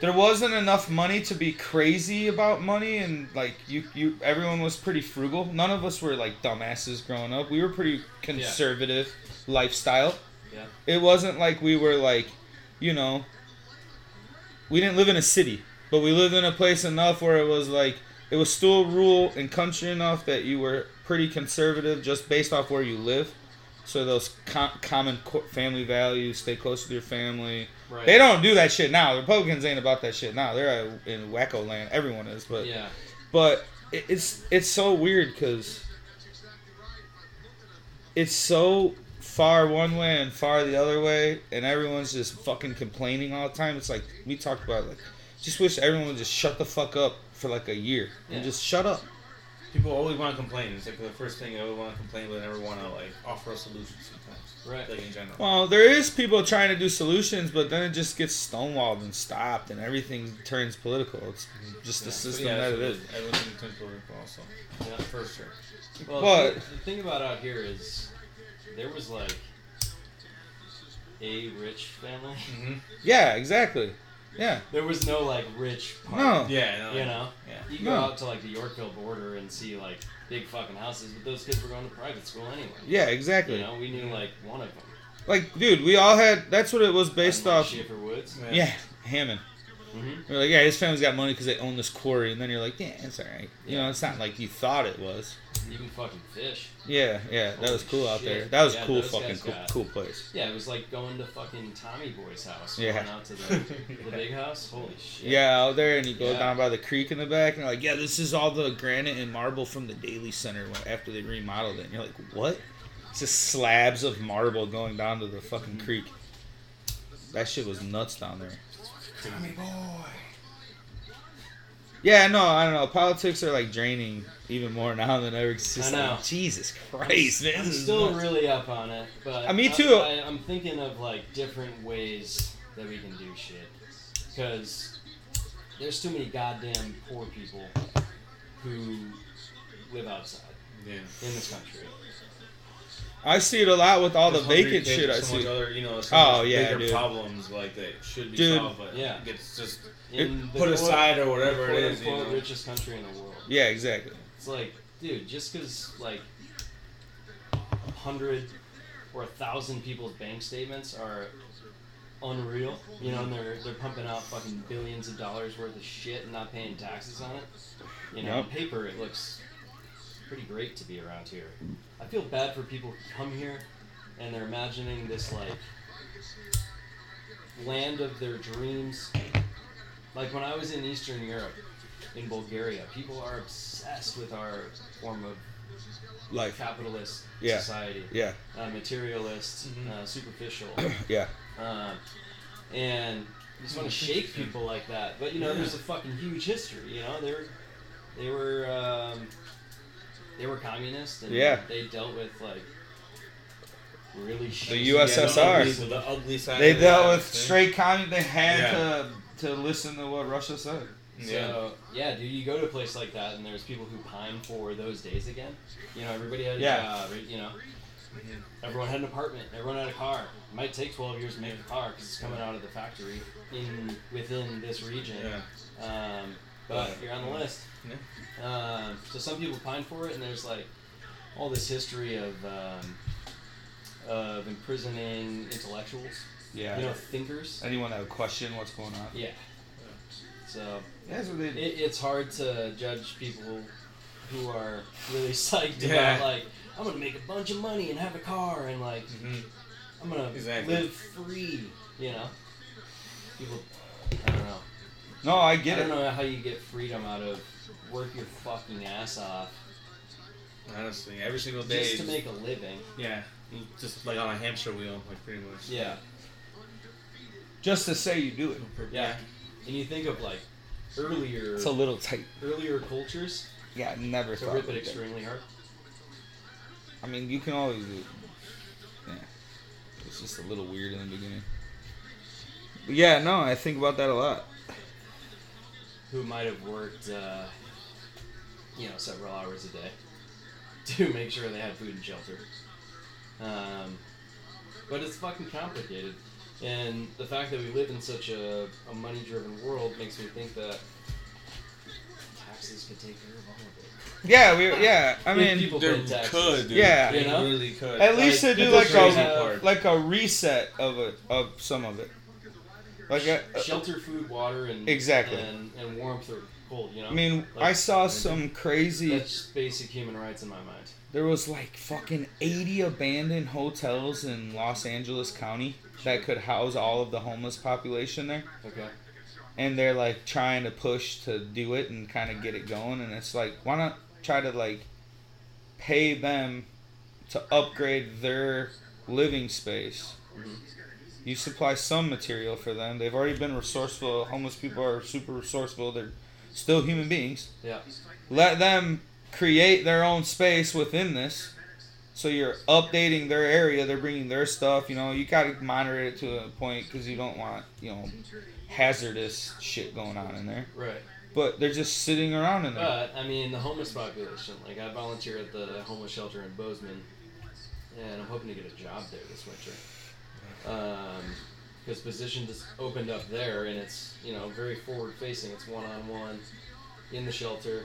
Speaker 1: there wasn't enough money to be crazy about money and like you you everyone was pretty frugal. None of us were like dumbasses growing up. We were pretty conservative lifestyle.
Speaker 3: Yeah.
Speaker 1: It wasn't like we were like, you know, we didn't live in a city, but we lived in a place enough where it was like it was still rural and country enough that you were pretty conservative just based off where you live. So those com- common co- family values, stay close to your family.
Speaker 3: right.
Speaker 1: They don't do that shit now. The Republicans ain't about that shit now. They're uh, in wacko land. Everyone is, but
Speaker 3: Yeah.
Speaker 1: but it- it's it's so weird because it's so far one way and far the other way, and everyone's just fucking complaining all the time. It's like we talked about, like just wish everyone would just shut the fuck up for like a year
Speaker 3: Yeah.
Speaker 1: and just shut up.
Speaker 2: People always want to complain. It's like the first thing they always want to complain, but they never want to like offer a solution sometimes.
Speaker 3: Right.
Speaker 2: Like in general.
Speaker 1: Well, there is people trying to do solutions, but then it just gets stonewalled and stopped, and everything turns political. It's just the
Speaker 2: Yeah.
Speaker 1: system
Speaker 2: Yeah,
Speaker 1: that
Speaker 2: that's
Speaker 1: it
Speaker 2: what
Speaker 1: is.
Speaker 2: Everyone's in terms of also.
Speaker 3: Yeah.
Speaker 2: For sure.
Speaker 3: Well,
Speaker 1: But-
Speaker 3: the, the thing about out here is there was like a rich family.
Speaker 2: Mm-hmm.
Speaker 1: Yeah, exactly. Yeah,
Speaker 3: There was no like rich
Speaker 1: no,
Speaker 3: part.
Speaker 2: Yeah. No,
Speaker 3: You know,
Speaker 2: Yeah.
Speaker 3: you go
Speaker 1: No.
Speaker 3: out to like the Yorkville border and see like big fucking houses, but those kids were going to private school anyway.
Speaker 1: yeah, exactly.
Speaker 3: You know, we knew like one of them.
Speaker 1: Like, dude, we all had. That's what it was based
Speaker 3: And, like,
Speaker 1: off.
Speaker 3: Schaefer Woods.
Speaker 1: Yeah, Hammond.
Speaker 3: Mm-hmm.
Speaker 1: We're like, yeah, his family's got money because they own this quarry, and then you're like, yeah, it's all right. You know, it's not like you thought it was.
Speaker 3: Even fucking fish.
Speaker 1: Yeah, yeah, that was
Speaker 3: Holy
Speaker 1: cool out there.
Speaker 3: shit.
Speaker 1: That was
Speaker 3: Yeah,
Speaker 1: cool,
Speaker 3: those
Speaker 1: fucking
Speaker 3: guys
Speaker 1: cool,
Speaker 3: got-
Speaker 1: cool place.
Speaker 3: Yeah, it was like going to fucking Tommy Boy's house.
Speaker 1: Yeah.
Speaker 3: Going out to the, the big house.
Speaker 2: [LAUGHS]
Speaker 3: Holy shit.
Speaker 1: Yeah, out there, and you go
Speaker 3: Yeah.
Speaker 1: down by the creek in the back, and you're like, yeah, this is all the granite and marble from the Daily Center when, after they remodeled it. And you're like, what? It's just slabs of marble going down to the fucking creek. That shit was nuts down there.
Speaker 2: Tommy boy.
Speaker 1: Yeah, no, I don't know. Politics are like draining even more now than ever. It's just
Speaker 3: I know.
Speaker 1: like, Jesus Christ, man.
Speaker 3: I'm
Speaker 1: this is
Speaker 3: still
Speaker 1: nuts.
Speaker 3: really up on it, but
Speaker 1: Uh, me
Speaker 3: I-
Speaker 1: too.
Speaker 3: I, I'm thinking of like different ways that we can do shit because there's too many goddamn poor people who live outside
Speaker 2: Yeah.
Speaker 3: in this country.
Speaker 1: [LAUGHS] I see it a lot with all the
Speaker 2: There's hungry
Speaker 1: vacant
Speaker 2: kids,
Speaker 1: shit I
Speaker 2: there's so much
Speaker 1: see.
Speaker 2: Other, you know, so
Speaker 1: Oh,
Speaker 2: much
Speaker 1: yeah,
Speaker 2: bigger
Speaker 1: dude.
Speaker 2: problems like that should be
Speaker 1: Dude.
Speaker 2: solved, but
Speaker 3: Yeah.
Speaker 2: gets just
Speaker 3: In
Speaker 2: put aside or
Speaker 3: quote,
Speaker 2: whatever it is. You
Speaker 3: unquote,
Speaker 2: know?
Speaker 3: richest country in the world.
Speaker 1: Yeah, exactly.
Speaker 3: It's like, dude, just because like a hundred or a thousand people's bank statements are unreal, you know, and they're they're pumping out fucking billions of dollars worth of shit and not paying taxes on it. You know, on
Speaker 1: Yep.
Speaker 3: paper it looks pretty great to be around here. I feel bad for people who come here and they're imagining this like land of their dreams Like when I was in Eastern Europe, in Bulgaria, people are obsessed with our form of
Speaker 1: Life.
Speaker 3: capitalist
Speaker 1: Yeah.
Speaker 3: society,
Speaker 1: Yeah.
Speaker 3: uh, materialist,
Speaker 2: Mhm.
Speaker 3: uh, superficial, [COUGHS]
Speaker 1: Yeah.
Speaker 3: uh, and you just want to shake people like that. But you know, there's a fucking huge history. You know, they were they were um, they were communist, and
Speaker 1: Yeah.
Speaker 3: they dealt with like really shit.
Speaker 1: The USSR.
Speaker 2: Yeah, the, ugly, the ugly side.
Speaker 1: They
Speaker 2: of
Speaker 1: dealt
Speaker 2: that,
Speaker 1: with
Speaker 2: see?
Speaker 1: straight commun. They had
Speaker 2: Yeah.
Speaker 1: to to listen to what Russia said.
Speaker 2: Yeah.
Speaker 3: So yeah, dude, you go to a place like that, and there's people who pine for those days again. You know, everybody had a
Speaker 1: Yeah.
Speaker 3: job. You know, everyone had an apartment. Everyone had a car. It might take 12 years to make a car because it's coming out of the factory in within this region.
Speaker 2: Yeah.
Speaker 3: Um, but you're on the list.
Speaker 2: Yeah.
Speaker 3: Um, so some people pine for it, and there's like all this history of um, of imprisoning intellectuals,
Speaker 1: Yeah.
Speaker 3: you know, thinkers.
Speaker 1: Anyone that would question what's going on?
Speaker 3: Yeah. So
Speaker 1: That's what they
Speaker 3: it, it's hard to judge people who are really [LAUGHS] psyched
Speaker 2: Yeah.
Speaker 3: about like I'm gonna make a bunch of money and have a car and like
Speaker 2: Mhm.
Speaker 3: I'm gonna
Speaker 2: Exactly.
Speaker 3: live free. You know, people. I don't know.
Speaker 1: No, I
Speaker 3: I
Speaker 1: get
Speaker 3: don't
Speaker 1: it.
Speaker 3: know how you get freedom out of work your fucking ass off
Speaker 2: Honestly, every single day.
Speaker 3: just to make a living.
Speaker 2: yeah. Just like on a hamster wheel, like pretty much.
Speaker 3: Yeah.
Speaker 1: Just to say you do it.
Speaker 3: Yeah. And you think of like earlier
Speaker 1: It's a little tight.
Speaker 3: earlier cultures
Speaker 1: Yeah, I never
Speaker 3: to
Speaker 1: thought.
Speaker 3: rip
Speaker 1: of
Speaker 3: it
Speaker 1: that.
Speaker 3: extremely hard.
Speaker 1: I mean, you can always do. Yeah, it's just a little weird in the beginning. But yeah, no, I think about that a lot.
Speaker 3: Who might have worked uh, you know, several hours a day [LAUGHS] to make sure they had food and shelter. Um, but it's fucking complicated. And the fact that we live in such a, a money driven world makes me think that taxes could take care of all of it.
Speaker 1: Yeah, we. Yeah, I
Speaker 3: If
Speaker 1: mean,
Speaker 3: people
Speaker 2: They
Speaker 3: pay taxes.
Speaker 2: could, dude.
Speaker 1: Yeah.
Speaker 2: They
Speaker 3: You know?
Speaker 2: really could.
Speaker 1: at least they
Speaker 3: like,
Speaker 1: do
Speaker 3: people
Speaker 1: like
Speaker 3: should
Speaker 1: a
Speaker 3: have-
Speaker 1: like a reset of it of some of it. Like uh, a,
Speaker 3: shelter, food, water, and
Speaker 1: Exactly.
Speaker 3: and, and warmth or cold. You know,
Speaker 1: I mean, I saw some crazy.
Speaker 3: that's just basic human rights in my mind.
Speaker 1: There was like fucking eighty abandoned hotels in Los Angeles County that could house all of the homeless population there.
Speaker 3: Okay,
Speaker 1: and they're like trying to push to do it and kind of get it going and it's like why not try to like pay them to upgrade their living space
Speaker 3: Mhm.
Speaker 1: you supply some material for them they've already been resourceful homeless people are super resourceful they're still human beings
Speaker 3: yeah,
Speaker 1: let them create their own space within this so you're updating their area they're bringing their stuff you know you got to moderate it to a point because you don't want you know hazardous shit going on in there
Speaker 3: right.
Speaker 1: but they're just sitting around in there
Speaker 3: But I mean, the homeless population. Like, I volunteer at the homeless shelter in Bozeman, and I'm hoping to get a job there this winter. Um, because position just opened up there, and it's you know very forward facing. It's one on one, in the shelter,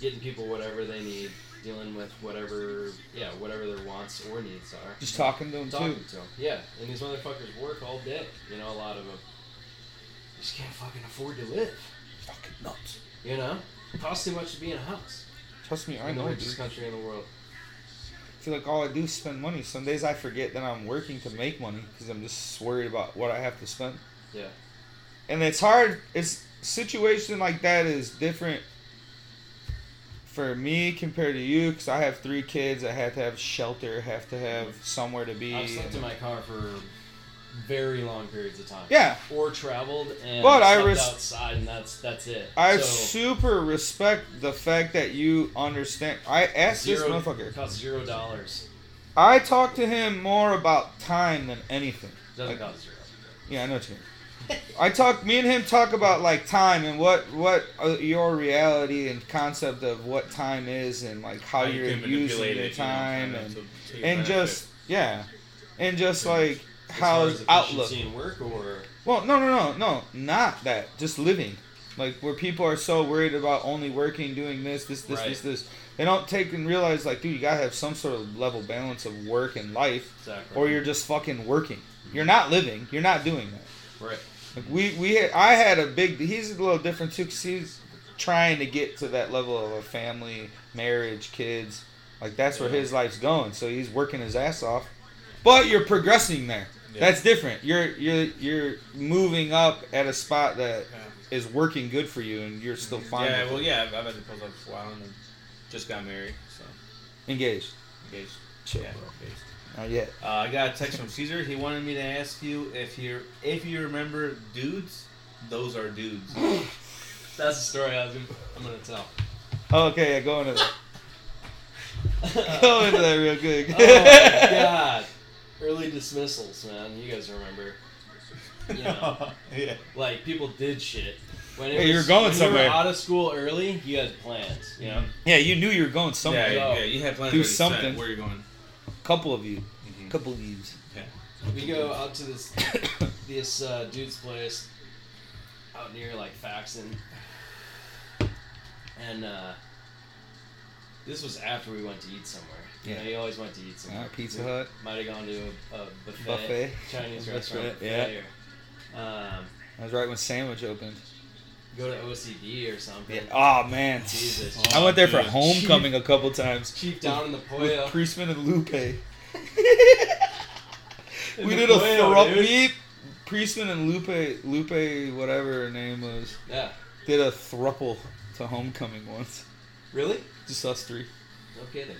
Speaker 3: getting people whatever they need, dealing with whatever yeah whatever their wants or needs are.
Speaker 1: just talking to them
Speaker 3: talking
Speaker 1: too
Speaker 3: to them. Yeah, and these motherfuckers work all day. You know, a lot of them just can't fucking afford to live.
Speaker 1: fucking nuts
Speaker 3: You know, it costs too much to be in a house.
Speaker 1: trust me i
Speaker 3: In the
Speaker 1: know dude.
Speaker 3: richest country in the world.
Speaker 1: i feel like all i do is spend money some days i forget that i'm working to make money because i'm just worried about what i have to spend
Speaker 3: Yeah,
Speaker 1: and it's hard it's situation like that is different for me compared to you because i have three kids i have to have shelter have to have somewhere to be
Speaker 3: I've slept in my car for very long periods of time.
Speaker 1: yeah
Speaker 3: Or traveled and
Speaker 1: But I
Speaker 3: slept
Speaker 1: res-
Speaker 3: outside, and that's that's it.
Speaker 1: i
Speaker 3: so,
Speaker 1: super respect the fact that you understand i asked this
Speaker 3: zero,
Speaker 1: motherfucker
Speaker 3: costs zero dollars.
Speaker 1: i talked to him more about time than anything Like-
Speaker 3: Doesn't cost zero.
Speaker 1: Yeah, I know what you mean. I talk. Me and him talk about like time and what what uh, your reality and concept of what time is and like how,
Speaker 2: you
Speaker 1: you're
Speaker 2: can
Speaker 1: using
Speaker 2: manipulate
Speaker 1: your
Speaker 2: it, you know,
Speaker 1: time
Speaker 2: kinda
Speaker 1: and
Speaker 2: to- to your
Speaker 1: and
Speaker 2: benefit.
Speaker 1: just yeah, and just like
Speaker 3: As far
Speaker 1: how
Speaker 3: as
Speaker 1: outlook.
Speaker 3: efficiency and work, or
Speaker 1: Well, no, no, no, no, not that. Just living, like where people are so worried about only working, doing this, this, this,
Speaker 3: Right.
Speaker 1: this, this. They don't take and realize like, dude, you gotta have some sort of level balance of work and life,
Speaker 3: exactly.
Speaker 1: or you're just fucking working. You're not living. You're not doing that.
Speaker 3: right.
Speaker 1: Like we we had, I had a big. He's a little different too. 'cause he's trying to get to that level of a family, marriage, kids. Like that's where
Speaker 3: Yeah.
Speaker 1: his life's going. So he's working his ass off, but you're progressing there.
Speaker 2: Yeah.
Speaker 1: That's different. You're you're you're moving up at a spot that
Speaker 2: Yeah.
Speaker 1: is working good for you, and you're still fine.
Speaker 2: Yeah,
Speaker 1: with
Speaker 2: well,
Speaker 1: it.
Speaker 2: yeah, I've I've been to the post office for a while and then just got married, so
Speaker 1: Engaged.
Speaker 2: engaged.
Speaker 1: Chill,
Speaker 2: yeah,
Speaker 1: bro.
Speaker 2: engaged.
Speaker 1: Not yet.
Speaker 2: Uh, I got a text from Caesar. He wanted me to ask you if you if you remember dudes. Those are dudes.
Speaker 3: That's the story I was gonna, I'm gonna tell.
Speaker 1: Oh, okay, yeah, go into that. [LAUGHS] Go
Speaker 3: [LAUGHS] oh
Speaker 1: into that real good.
Speaker 3: my god! Early dismissals, man. You guys remember?
Speaker 1: [LAUGHS]
Speaker 3: Yeah.
Speaker 2: yeah.
Speaker 3: Like people did shit. When it
Speaker 1: Hey, you were
Speaker 3: was-
Speaker 1: going
Speaker 3: when you
Speaker 1: somewhere.
Speaker 3: out of school early. You had plans. You know.
Speaker 1: [LAUGHS] Yeah, you knew you were going somewhere.
Speaker 3: go.
Speaker 2: Yeah, yeah, you had plans
Speaker 1: Do
Speaker 2: already set.
Speaker 1: something. Mm-hmm.
Speaker 2: Where are you going?
Speaker 1: Couple of you.
Speaker 2: Mhm.
Speaker 1: Couple of [COUGHS] yous. Mm-hmm.
Speaker 3: We go out to this this uh, dude's place out near like Faxon, and uh, this was after we went to eat somewhere. You
Speaker 1: Yeah.
Speaker 3: know, you always went to eat somewhere.
Speaker 1: Uh, Pizza Hut.
Speaker 3: Might have gone to a, a buffet,
Speaker 1: Buffet.
Speaker 3: Chinese
Speaker 1: A
Speaker 3: restaurant.
Speaker 1: restaurant, yeah.
Speaker 3: buffet Or, um,
Speaker 1: That was right when Sandwich opened.
Speaker 3: go to OCD or something.
Speaker 1: Yeah. Oh, man.
Speaker 3: Jesus.
Speaker 1: I went there for
Speaker 2: Dude.
Speaker 1: homecoming a couple times. [LAUGHS]
Speaker 3: Cheap down in the
Speaker 1: with [LAUGHS]
Speaker 3: Pollo.
Speaker 1: Priestman and Lupe.
Speaker 3: the
Speaker 1: we did a
Speaker 3: Pollo,
Speaker 1: throw
Speaker 3: dude.
Speaker 1: me, Priestman and Lupe, Lupe, whatever her name was,
Speaker 3: yeah.
Speaker 1: did a thruple to homecoming once.
Speaker 3: Really?
Speaker 1: Just us three.
Speaker 3: No kidding.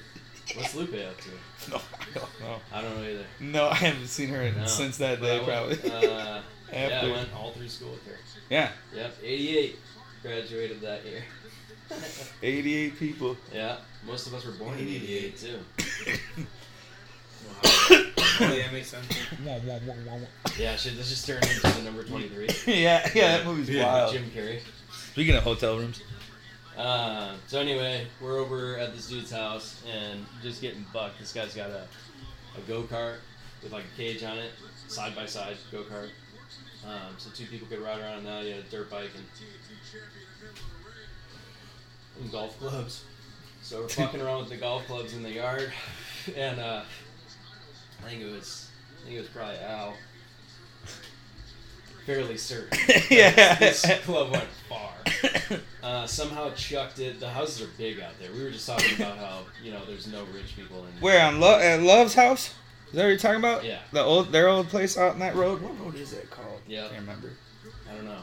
Speaker 3: What's Lupe up to?
Speaker 1: [LAUGHS] No, I don't know.
Speaker 3: I don't
Speaker 1: [LAUGHS]
Speaker 3: know either.
Speaker 1: No, I haven't seen her in,
Speaker 3: No.
Speaker 1: since that
Speaker 3: But
Speaker 1: day,
Speaker 3: I went,
Speaker 1: probably. [LAUGHS]
Speaker 3: uh, yeah, I
Speaker 1: After.
Speaker 3: went all through school with her.
Speaker 1: Yeah,
Speaker 3: Yep, 88. Graduated that year.
Speaker 1: 88 people. [LAUGHS]
Speaker 3: yeah, most of us were born in 88 too.
Speaker 2: Oh, [LAUGHS] yeah, makes sense.
Speaker 3: Yeah, shit, this just turned into the number 23.
Speaker 1: yeah, yeah, that movie's
Speaker 2: Yeah.
Speaker 1: wild.
Speaker 3: Jim Carrey.
Speaker 1: Speaking of hotel rooms,
Speaker 3: Uh, so anyway, we're over at this dude's house and just getting bucked. This guy's got a, a go kart with like a cage on it, side by side go kart. Um, so two people could ride around on that. He had a dirt bike and, and golf clubs. So we're fucking around with the golf clubs in the yard, [LAUGHS] and uh, I think it was I think it was probably Al. Fairly certain. that
Speaker 1: [LAUGHS] [LAUGHS] Yeah.
Speaker 3: This club went far uh, somehow chucked it. The houses are big out there. We were just talking about how you know there's no rich people
Speaker 1: [COUGHS]
Speaker 3: in.
Speaker 1: where on Lo- at Love's house? Is that what you're talking about?
Speaker 3: Yeah.
Speaker 1: The old, their old place out on that road. What road is that called?
Speaker 3: Yeah.
Speaker 1: Can't remember.
Speaker 3: I don't know.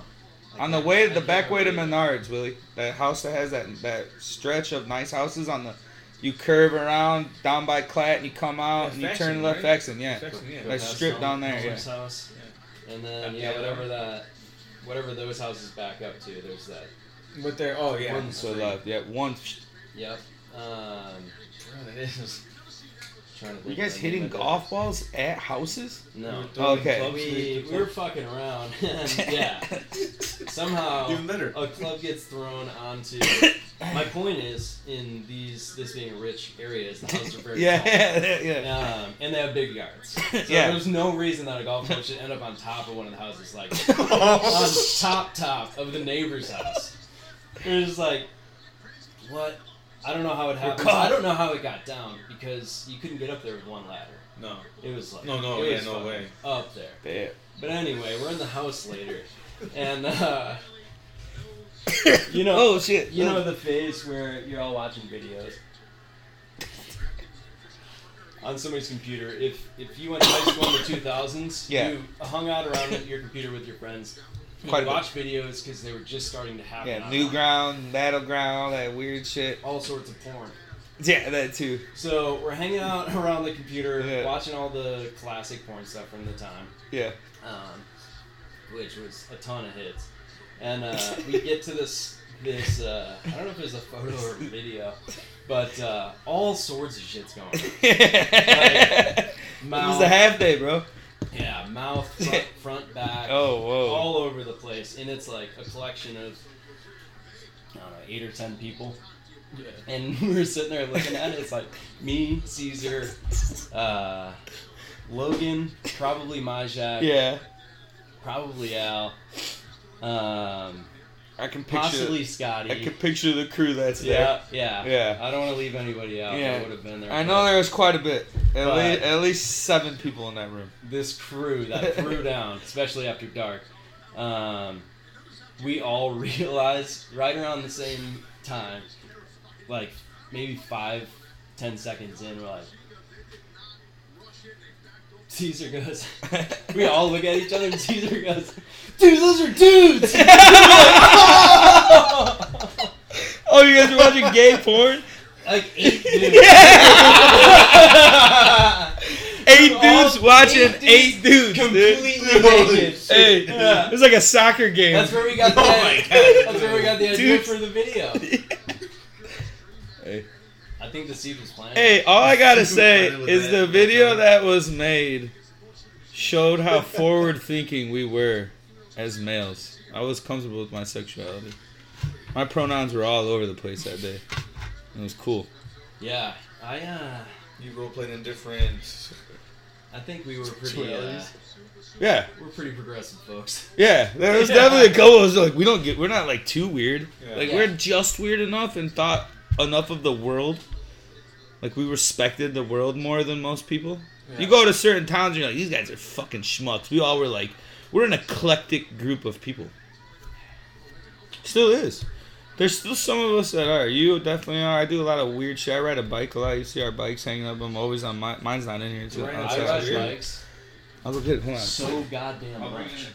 Speaker 3: I
Speaker 1: On the
Speaker 3: can't-
Speaker 1: way,
Speaker 3: I
Speaker 1: the
Speaker 3: can't
Speaker 1: back way to
Speaker 3: remember.
Speaker 1: Menards, Willie. That house that has that that stretch of nice houses on the, you curve around down by Clat and you come out
Speaker 2: Yeah,
Speaker 1: and you
Speaker 2: Faxon,
Speaker 1: turn left,
Speaker 2: right?
Speaker 1: Faxon, yeah.
Speaker 2: Faxon, yeah.
Speaker 1: Like
Speaker 3: House
Speaker 1: strip
Speaker 3: on-
Speaker 1: down there,
Speaker 3: Homer's
Speaker 1: yeah.
Speaker 3: house. And then
Speaker 2: Up
Speaker 3: yeah,
Speaker 2: the other
Speaker 3: whatever that, whatever those houses back up to. There's that.
Speaker 2: But they're oh yeah.
Speaker 3: One
Speaker 1: So left, yeah. One.
Speaker 3: Yep. Um,
Speaker 2: Oh, that is.
Speaker 3: trying to think
Speaker 1: You
Speaker 3: of
Speaker 1: guys
Speaker 3: the name
Speaker 1: hitting
Speaker 3: of it.
Speaker 1: golf balls at houses?
Speaker 3: No.
Speaker 2: Throwing
Speaker 1: Okay.
Speaker 2: clubs,
Speaker 3: We, we were fucking around.
Speaker 1: [LAUGHS]
Speaker 3: [LAUGHS] and, yeah. Somehow.
Speaker 2: Even better.
Speaker 3: a club gets thrown
Speaker 1: [LAUGHS]
Speaker 3: onto. My point is, in these this being a rich area, is the houses are very
Speaker 1: yeah,
Speaker 3: tall.
Speaker 1: yeah, yeah. [LAUGHS]
Speaker 3: Um, and they have big
Speaker 2: [LAUGHS]
Speaker 3: yards. So
Speaker 1: Yeah.
Speaker 3: there's no reason that a golf club should end up on top of one of the houses, like on top top of the neighbor's house. It was like, what? I don't know how it happened.
Speaker 1: caught.
Speaker 3: I don't know how it got down because you couldn't get up there with one ladder.
Speaker 2: No.
Speaker 3: It was like
Speaker 2: No, no,
Speaker 3: it
Speaker 2: yeah,
Speaker 3: was
Speaker 2: no
Speaker 3: fucking
Speaker 2: way.
Speaker 3: up there.
Speaker 1: Yeah.
Speaker 3: But anyway, we're in the house later,
Speaker 1: [LAUGHS]
Speaker 3: and uh, you know,
Speaker 1: oh shit!
Speaker 3: you know the phase where you're all watching videos on somebody's computer. If if you went to high school in the 2000s,
Speaker 1: Yeah.
Speaker 3: you hung out around your computer with your friends. You
Speaker 1: Quite a
Speaker 3: Quite
Speaker 1: bit.
Speaker 3: watch videos because they were just starting to happen.
Speaker 1: yeah,
Speaker 3: online.
Speaker 1: new ground, battleground, that weird shit.
Speaker 3: all sorts of porn.
Speaker 1: Yeah, that too.
Speaker 3: So we're hanging out [LAUGHS] around the computer,
Speaker 1: Yeah.
Speaker 3: watching all the classic porn stuff from the time.
Speaker 1: Yeah.
Speaker 3: um, which was a ton of hits. And uh, we get to this this uh, I don't know if it was a photo or a video, but uh, all sorts of shit's going. on.
Speaker 1: it was
Speaker 3: Mouth,
Speaker 1: a half day, bro.
Speaker 3: yeah, mouth, front,
Speaker 1: [LAUGHS]
Speaker 3: front back,
Speaker 1: Oh, whoa.
Speaker 3: all over the place, and it's like a collection of. I don't know, eight or ten people,
Speaker 2: Yeah.
Speaker 3: and [LAUGHS] we were sitting there looking at it. It's like me, Caesar, uh, Logan, probably Majak,
Speaker 1: yeah.
Speaker 3: probably Al, um,
Speaker 1: I can picture.
Speaker 3: possibly Scotty.
Speaker 1: I can picture the crew that's
Speaker 3: yeah, yeah,
Speaker 1: Yeah.
Speaker 3: I don't want to leave anybody out.
Speaker 1: Yeah.
Speaker 3: That would have been there.
Speaker 1: there. I know there was quite a bit. At,
Speaker 3: But-
Speaker 1: least, at least seven people in that room.
Speaker 3: this
Speaker 1: [LAUGHS]
Speaker 3: crew that threw down, especially after dark. Um, we all [LAUGHS] realized right around the same time, like maybe five, ten seconds in, we're like, Caesar goes. [LAUGHS]
Speaker 1: [LAUGHS]
Speaker 3: We all look at each other, and Caesar goes, "Dude, those are
Speaker 1: [LAUGHS]
Speaker 3: dudes." [LAUGHS] We're like, "Oh!"
Speaker 1: Oh, you guys are watching gay porn?
Speaker 3: like eight dudes. [LAUGHS]
Speaker 1: Yeah. Eight
Speaker 3: All
Speaker 1: dudes
Speaker 3: eight
Speaker 1: watching
Speaker 3: dudes
Speaker 1: eight dudes. dude.
Speaker 3: completely naked.
Speaker 1: Hey,
Speaker 3: Yeah.
Speaker 1: it was like a soccer game.
Speaker 3: That's where we got the.
Speaker 2: Oh my God.
Speaker 3: That's where we got the idea
Speaker 1: Dudes.
Speaker 3: for the video.
Speaker 1: [LAUGHS] hey.
Speaker 3: I think the seed was planned.
Speaker 1: hey, all I
Speaker 2: [LAUGHS]
Speaker 1: gotta say
Speaker 2: Right with
Speaker 1: is
Speaker 2: that.
Speaker 1: the video that was made showed
Speaker 2: [LAUGHS]
Speaker 1: how forward thinking we were as males. I was comfortable with my sexuality. My pronouns were all over the place that day. It was cool.
Speaker 3: Yeah, I uh,
Speaker 2: You role played in different.
Speaker 3: I think we were pretty. Uh,
Speaker 2: Sexualities.
Speaker 1: Yeah,
Speaker 3: we're pretty progressive folks.
Speaker 1: yeah. There was
Speaker 3: Yeah.
Speaker 1: definitely a couple of us like we don't get we're not like too weird.
Speaker 2: Yeah.
Speaker 1: Like
Speaker 3: Yeah.
Speaker 1: we're just weird enough and thought enough of the world. Like we respected the world more than most people. You go to certain towns and you're like, these guys are fucking schmucks. We all were like, we're an eclectic group of people. Still is. There's still some of us that are. You definitely are. I do a lot of weird shit. I ride a bike a lot. You see our bikes hanging up. I'm always on my. Mine's not in here. It's
Speaker 3: Right,
Speaker 1: outside.
Speaker 3: I ride
Speaker 1: Weird.
Speaker 3: bikes
Speaker 1: I'll go get it. Hold on.
Speaker 3: so goddamn much.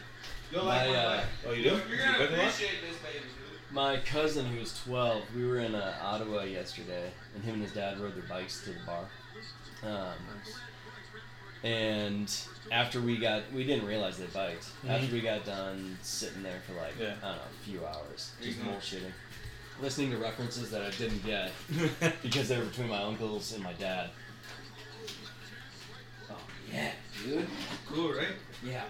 Speaker 3: My, uh,
Speaker 2: Oh, you do? You bike a lot?
Speaker 3: my cousin who was 12, we were in uh, Ottawa yesterday, and him and his dad rode their bikes to the bar. Um, and after we got, we didn't realize they biked. After we got done sitting there for like,
Speaker 2: Yeah.
Speaker 3: I don't know, a few hours, just
Speaker 1: Mm-hmm.
Speaker 2: Mhm.
Speaker 3: bullshitting. Listening to references that I didn't get [LAUGHS] because they were between my uncles and my dad. Oh, yeah, dude.
Speaker 2: cool, right?
Speaker 3: Yeah.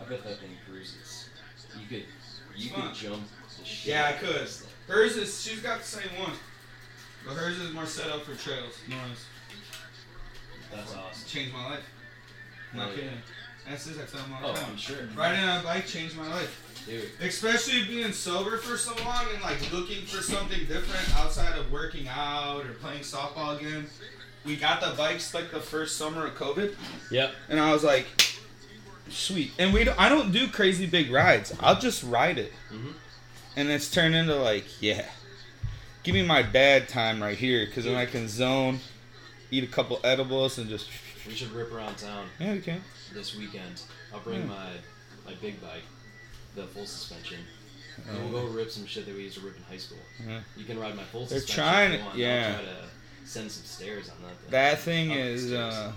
Speaker 3: I bet that thing cruises. You could you
Speaker 1: It's fun.
Speaker 3: could jump the shit.
Speaker 1: Yeah, I
Speaker 3: out of
Speaker 1: could.
Speaker 3: this thing.
Speaker 1: Hers is. She's got the same one, but hers is more set up for trails. Noise.
Speaker 3: That's awesome.
Speaker 1: Changed my life.
Speaker 3: I'm not kidding.
Speaker 1: That's this. I tell them
Speaker 3: Oh, I'm sure.
Speaker 1: Riding on a bike changed my life.
Speaker 3: Dude.
Speaker 1: Especially being sober for so long and like looking for something different outside of working out or playing softball again. We got the bikes like the first summer of COVID,
Speaker 3: Yep.
Speaker 1: and I was like, sweet. And we, don't, I don't do crazy big rides. I'll just ride it,
Speaker 3: Mhm.
Speaker 1: and it's turned into like, yeah, give me my dad time right here, because then I can zone, eat a couple edibles, and just
Speaker 3: We should rip around town
Speaker 1: yeah, we can.
Speaker 3: this weekend. I'll bring
Speaker 1: Yeah.
Speaker 3: my my big bike, the full suspension. And we'll go rip some shit that we used to rip in high school.
Speaker 1: Yeah.
Speaker 3: You can ride my full
Speaker 1: Hmm. They're
Speaker 3: suspension.
Speaker 1: trying
Speaker 3: if
Speaker 1: to-
Speaker 3: you want.
Speaker 1: yeah.
Speaker 3: I'll try to send some stairs on that thing.
Speaker 1: That thing
Speaker 3: Up the
Speaker 1: is,
Speaker 3: stairs.
Speaker 1: uh,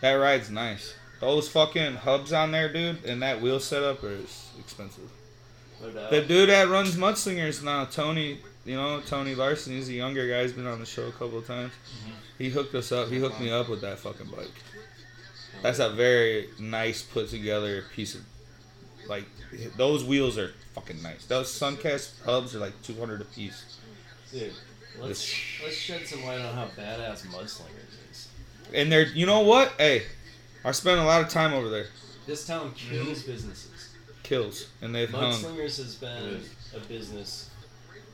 Speaker 1: that ride's nice. Those fucking hubs on there, dude, and that wheel setup is expensive.
Speaker 3: No doubt.
Speaker 1: The dude that runs Mudslingers now, Tony, you know, Tony Larson, he's a younger guy, he's been on the show a couple of times. He hooked us up, he hooked me up with that fucking bike. That's a very nice put together piece of, like, those wheels are fucking nice. Those Suncast hubs are like 200 a piece.
Speaker 3: Dude, let's let's shed some light on how badass mudslingers is.
Speaker 1: And they're, you know what? Hey, I spent a lot of time over there.
Speaker 3: This town kills
Speaker 1: Hmm.
Speaker 3: businesses.
Speaker 1: Kills, and they've hung.
Speaker 3: Mudslingers has been
Speaker 2: Yes.
Speaker 3: a business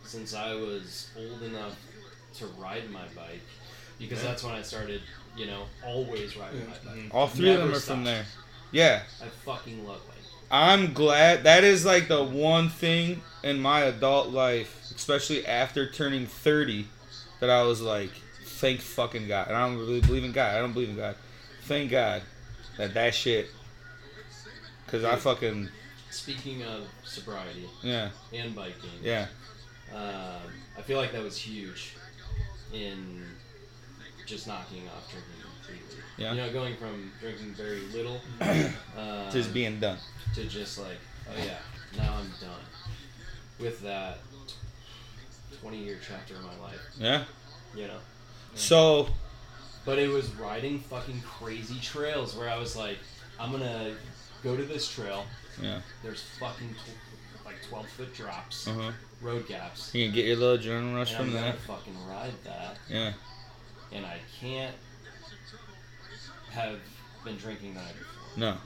Speaker 3: since I was old enough to ride my bike because
Speaker 2: Yeah.
Speaker 3: that's when I started, you know, always riding my bike.
Speaker 1: Mm-hmm. All three of
Speaker 3: Never
Speaker 1: them are
Speaker 3: stopped.
Speaker 1: from there. Yeah.
Speaker 3: I fucking love bike.
Speaker 1: I'm glad that is like the one thing in my adult life, especially after turning 30, that I was like, thank fucking God. And I don't really believe in God. I don't believe in God. Thank God that that shit. Because I fucking.
Speaker 3: Speaking of sobriety
Speaker 1: Yeah.
Speaker 3: and biking,
Speaker 1: Yeah.
Speaker 3: um, I feel like that was huge in just knocking off drinking completely.
Speaker 1: Yeah.
Speaker 3: You know, going from drinking very little
Speaker 1: [COUGHS]
Speaker 3: um,
Speaker 1: Just being done.
Speaker 3: to just like, oh yeah, now I'm done with that 20 year chapter of my life,
Speaker 1: Yeah.
Speaker 3: you know.
Speaker 1: So.
Speaker 3: But it was riding fucking crazy trails where I was like, I'm gonna go to this trail.
Speaker 1: Yeah.
Speaker 3: There's fucking tw- like 12 foot drops,
Speaker 1: Uh huh.
Speaker 3: road gaps.
Speaker 1: You can get your little adrenaline rush
Speaker 3: And I'm
Speaker 1: from
Speaker 3: gonna
Speaker 1: that.
Speaker 3: fucking ride that,
Speaker 1: Yeah.
Speaker 3: and I can't have been drinking the night before.
Speaker 1: No.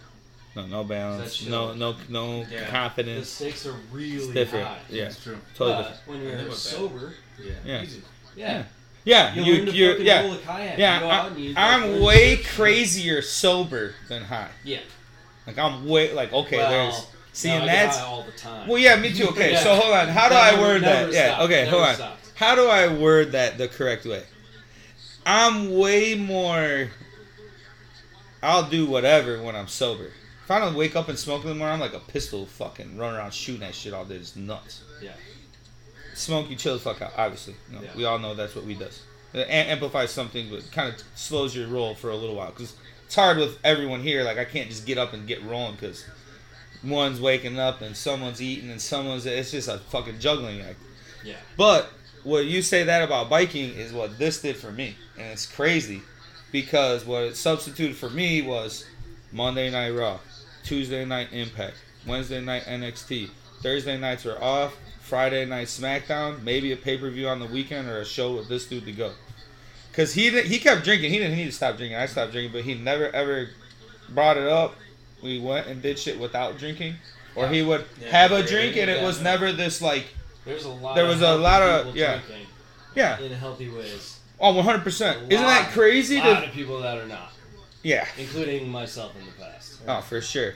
Speaker 1: No. No balance.
Speaker 3: shit-
Speaker 1: No. No. No
Speaker 2: Yeah.
Speaker 3: The
Speaker 1: confidence.
Speaker 3: stakes are really
Speaker 1: different.
Speaker 3: high.
Speaker 1: Yeah.
Speaker 2: That's true.
Speaker 1: Totally
Speaker 3: But
Speaker 1: different.
Speaker 3: when
Speaker 2: I knew
Speaker 3: you're
Speaker 2: about that.
Speaker 3: sober,
Speaker 2: Yeah.
Speaker 1: Yeah.
Speaker 2: Easy.
Speaker 3: yeah,
Speaker 1: Yeah.
Speaker 3: You,
Speaker 1: You.
Speaker 3: learn to
Speaker 1: You.
Speaker 3: fucking
Speaker 1: Yeah.
Speaker 3: roll a kayak.
Speaker 1: Yeah,
Speaker 3: you go out and you
Speaker 1: I, I'm
Speaker 3: learn
Speaker 1: way
Speaker 3: to-
Speaker 1: crazier sober than high.
Speaker 3: Yeah.
Speaker 1: Like I'm way like okay,
Speaker 3: Well,
Speaker 1: there's see,
Speaker 3: no, I
Speaker 1: and
Speaker 3: get
Speaker 1: that's
Speaker 3: high all the time.
Speaker 1: well, yeah, me too. Okay,
Speaker 3: [LAUGHS] Yeah.
Speaker 1: so hold on, how do I
Speaker 3: Never-
Speaker 1: word
Speaker 3: never
Speaker 1: that? Yeah,
Speaker 3: stopped,
Speaker 1: okay,
Speaker 3: never
Speaker 1: hold on.
Speaker 3: stopped.
Speaker 1: How do I word that the correct way? I'm way more I'll do whatever when I'm sober. If I don't wake up and smoke in the morning, I'm like a pistol fucking running around shooting that shit all day. It's nuts.
Speaker 3: Yeah.
Speaker 1: Smoke, you chill the fuck out, obviously. You know,
Speaker 3: Yeah.
Speaker 1: We all know that's what weed does. It am- amplifies something, but kind of slows your roll for a little while. Because it's hard with everyone here. Like, I can't just get up and get rolling because one's waking up and someone's eating and someone's. It's just a fucking juggling act.
Speaker 3: Yeah.
Speaker 1: But what you say that about biking is what this did for me, and it's crazy because what it substituted for me was Monday Night Raw, Tuesday Night Impact, Wednesday Night NXT, Thursday nights were off, Friday Night SmackDown, maybe a pay per view on the weekend or a show with this dude to go. Cause he did, he kept drinking. He didn't need to stop drinking. I stopped drinking, but he never ever brought it up. We went and did shit without drinking, or he would
Speaker 2: Yeah,
Speaker 1: have a
Speaker 2: there
Speaker 1: drink,
Speaker 2: is
Speaker 1: and it
Speaker 2: that,
Speaker 1: was
Speaker 2: man.
Speaker 1: never this like
Speaker 3: There's a lot.
Speaker 1: There was a lot of-
Speaker 3: healthy people
Speaker 1: yeah.
Speaker 3: drinking
Speaker 1: yeah.
Speaker 3: in healthy ways.
Speaker 1: Oh, 100%. Isn't that
Speaker 3: Lot-
Speaker 1: crazy?
Speaker 3: lot
Speaker 1: To,
Speaker 3: of people that are not,
Speaker 1: yeah.
Speaker 3: including myself in the past.
Speaker 1: Oh, for sure.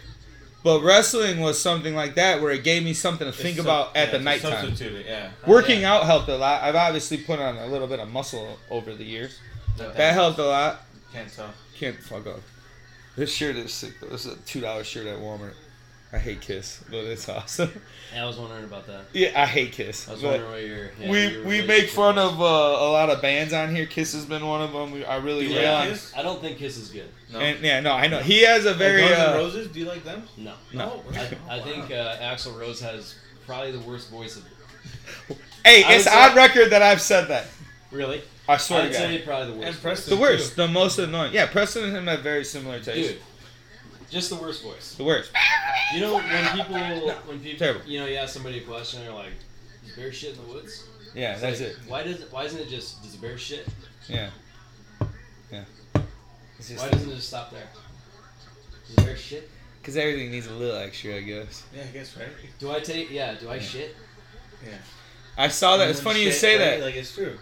Speaker 1: But wrestling was something like that where it gave me something to think
Speaker 2: It's
Speaker 1: about
Speaker 2: sub-
Speaker 1: at
Speaker 2: yeah,
Speaker 1: the
Speaker 2: it's a
Speaker 1: nighttime.
Speaker 2: Substitute it, yeah.
Speaker 1: Working out helped a lot. I've obviously put on a little bit of muscle over the years. That helped a lot.
Speaker 2: Can't tell.
Speaker 1: Can't fuck up. This shirt is sick though. This is a two dollar shirt at Walmart. I hate Kiss, but it's awesome. [LAUGHS]
Speaker 3: Yeah, I was wondering about that.
Speaker 1: yeah, I hate Kiss.
Speaker 3: I was
Speaker 1: but-
Speaker 3: wondering what your yeah,
Speaker 1: we
Speaker 3: your
Speaker 1: we make
Speaker 3: relationship
Speaker 1: fun
Speaker 3: was.
Speaker 1: of uh, a lot of bands on here. Kiss has been one of them. We, I really
Speaker 2: Do you
Speaker 1: yeah.
Speaker 2: like
Speaker 1: on.
Speaker 2: Kiss?
Speaker 3: I don't think Kiss is good.
Speaker 2: No.
Speaker 1: And yeah, no, I know he has a very.
Speaker 2: Guns N'
Speaker 1: uh,
Speaker 2: Roses. Do you like them?
Speaker 3: No.
Speaker 1: No.
Speaker 2: really?
Speaker 3: I,
Speaker 2: Oh,
Speaker 3: I
Speaker 2: wow.
Speaker 3: think uh, Axl Rose has probably the worst voice of.
Speaker 1: Hey,
Speaker 3: I
Speaker 1: it's
Speaker 3: would
Speaker 1: on
Speaker 3: say-
Speaker 1: record that I've said that.
Speaker 3: Really?
Speaker 1: I swear
Speaker 3: I'd
Speaker 1: to God.
Speaker 3: say probably the worst.
Speaker 2: And
Speaker 3: voice.
Speaker 2: Preston.
Speaker 1: The worst, the most annoying. Yeah, Preston and him have very similar tastes.
Speaker 3: Dude, just the worst voice.
Speaker 1: The worst.
Speaker 3: You know when people when people
Speaker 1: terrible.
Speaker 3: you know you ask somebody a question they're like, "Is bear shit in the woods?"
Speaker 1: Yeah,
Speaker 3: It's
Speaker 1: that's
Speaker 3: like,
Speaker 1: it.
Speaker 3: Why does it, why isn't it just does a bear shit?
Speaker 1: Yeah. Yeah. It's just
Speaker 3: Why doesn't it just stop there? Does a bear shit?
Speaker 1: because everything needs a little extra, I guess.
Speaker 2: Yeah, I guess right.
Speaker 3: Do I take yeah? Do I
Speaker 1: Yeah.
Speaker 3: shit?
Speaker 1: I saw Oh, that. It's
Speaker 2: Everyone's
Speaker 1: funny you
Speaker 2: shit,
Speaker 1: say
Speaker 2: right?
Speaker 1: that.
Speaker 2: Like it's true.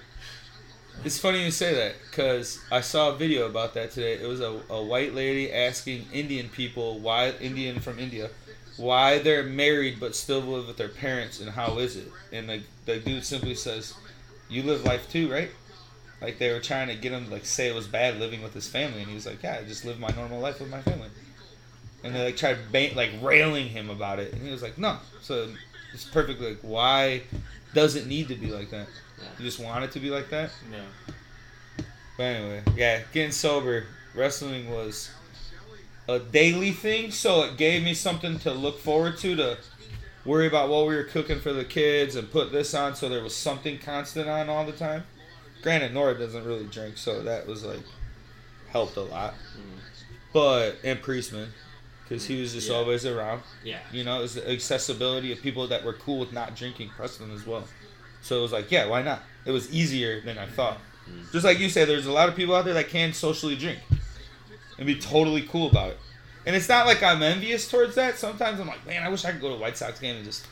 Speaker 1: It's funny you say that because I saw a video about that today. It was a, a white lady asking Indian people why Indian from India why they're married but still live with their parents and how is it? And the the dude simply says, "You live life too, right?" Like they were trying to get him to like say it was bad living with his family, and he was like, "Yeah, I just live my normal life with my family." And they like tried ba- like railing him about it, and he was like, "No." So it's perfect. Like why does it need to be like that?
Speaker 3: Yeah.
Speaker 1: You just want it to be like that.
Speaker 2: No.
Speaker 1: But anyway, yeah, getting sober, wrestling was a daily thing, so it gave me something to look forward to to worry about what we were cooking for the kids and put this on so there was something constant on all the time. Granted, Nora doesn't really drink, so that was like helped a lot.
Speaker 3: Mhm.
Speaker 1: But and Priestman, because he was just
Speaker 3: Yeah.
Speaker 1: always around.
Speaker 3: Yeah.
Speaker 1: You know, it's the accessibility of people that were cool with not drinking Preston as well. So it was like, yeah, why not? It was easier than I thought.
Speaker 3: Mhm.
Speaker 1: Just like you say, there's a lot of people out there that can socially drink and be totally cool about it. And it's not like I'm envious towards that. Sometimes I'm like, man, I wish I could go to a White Sox game and just.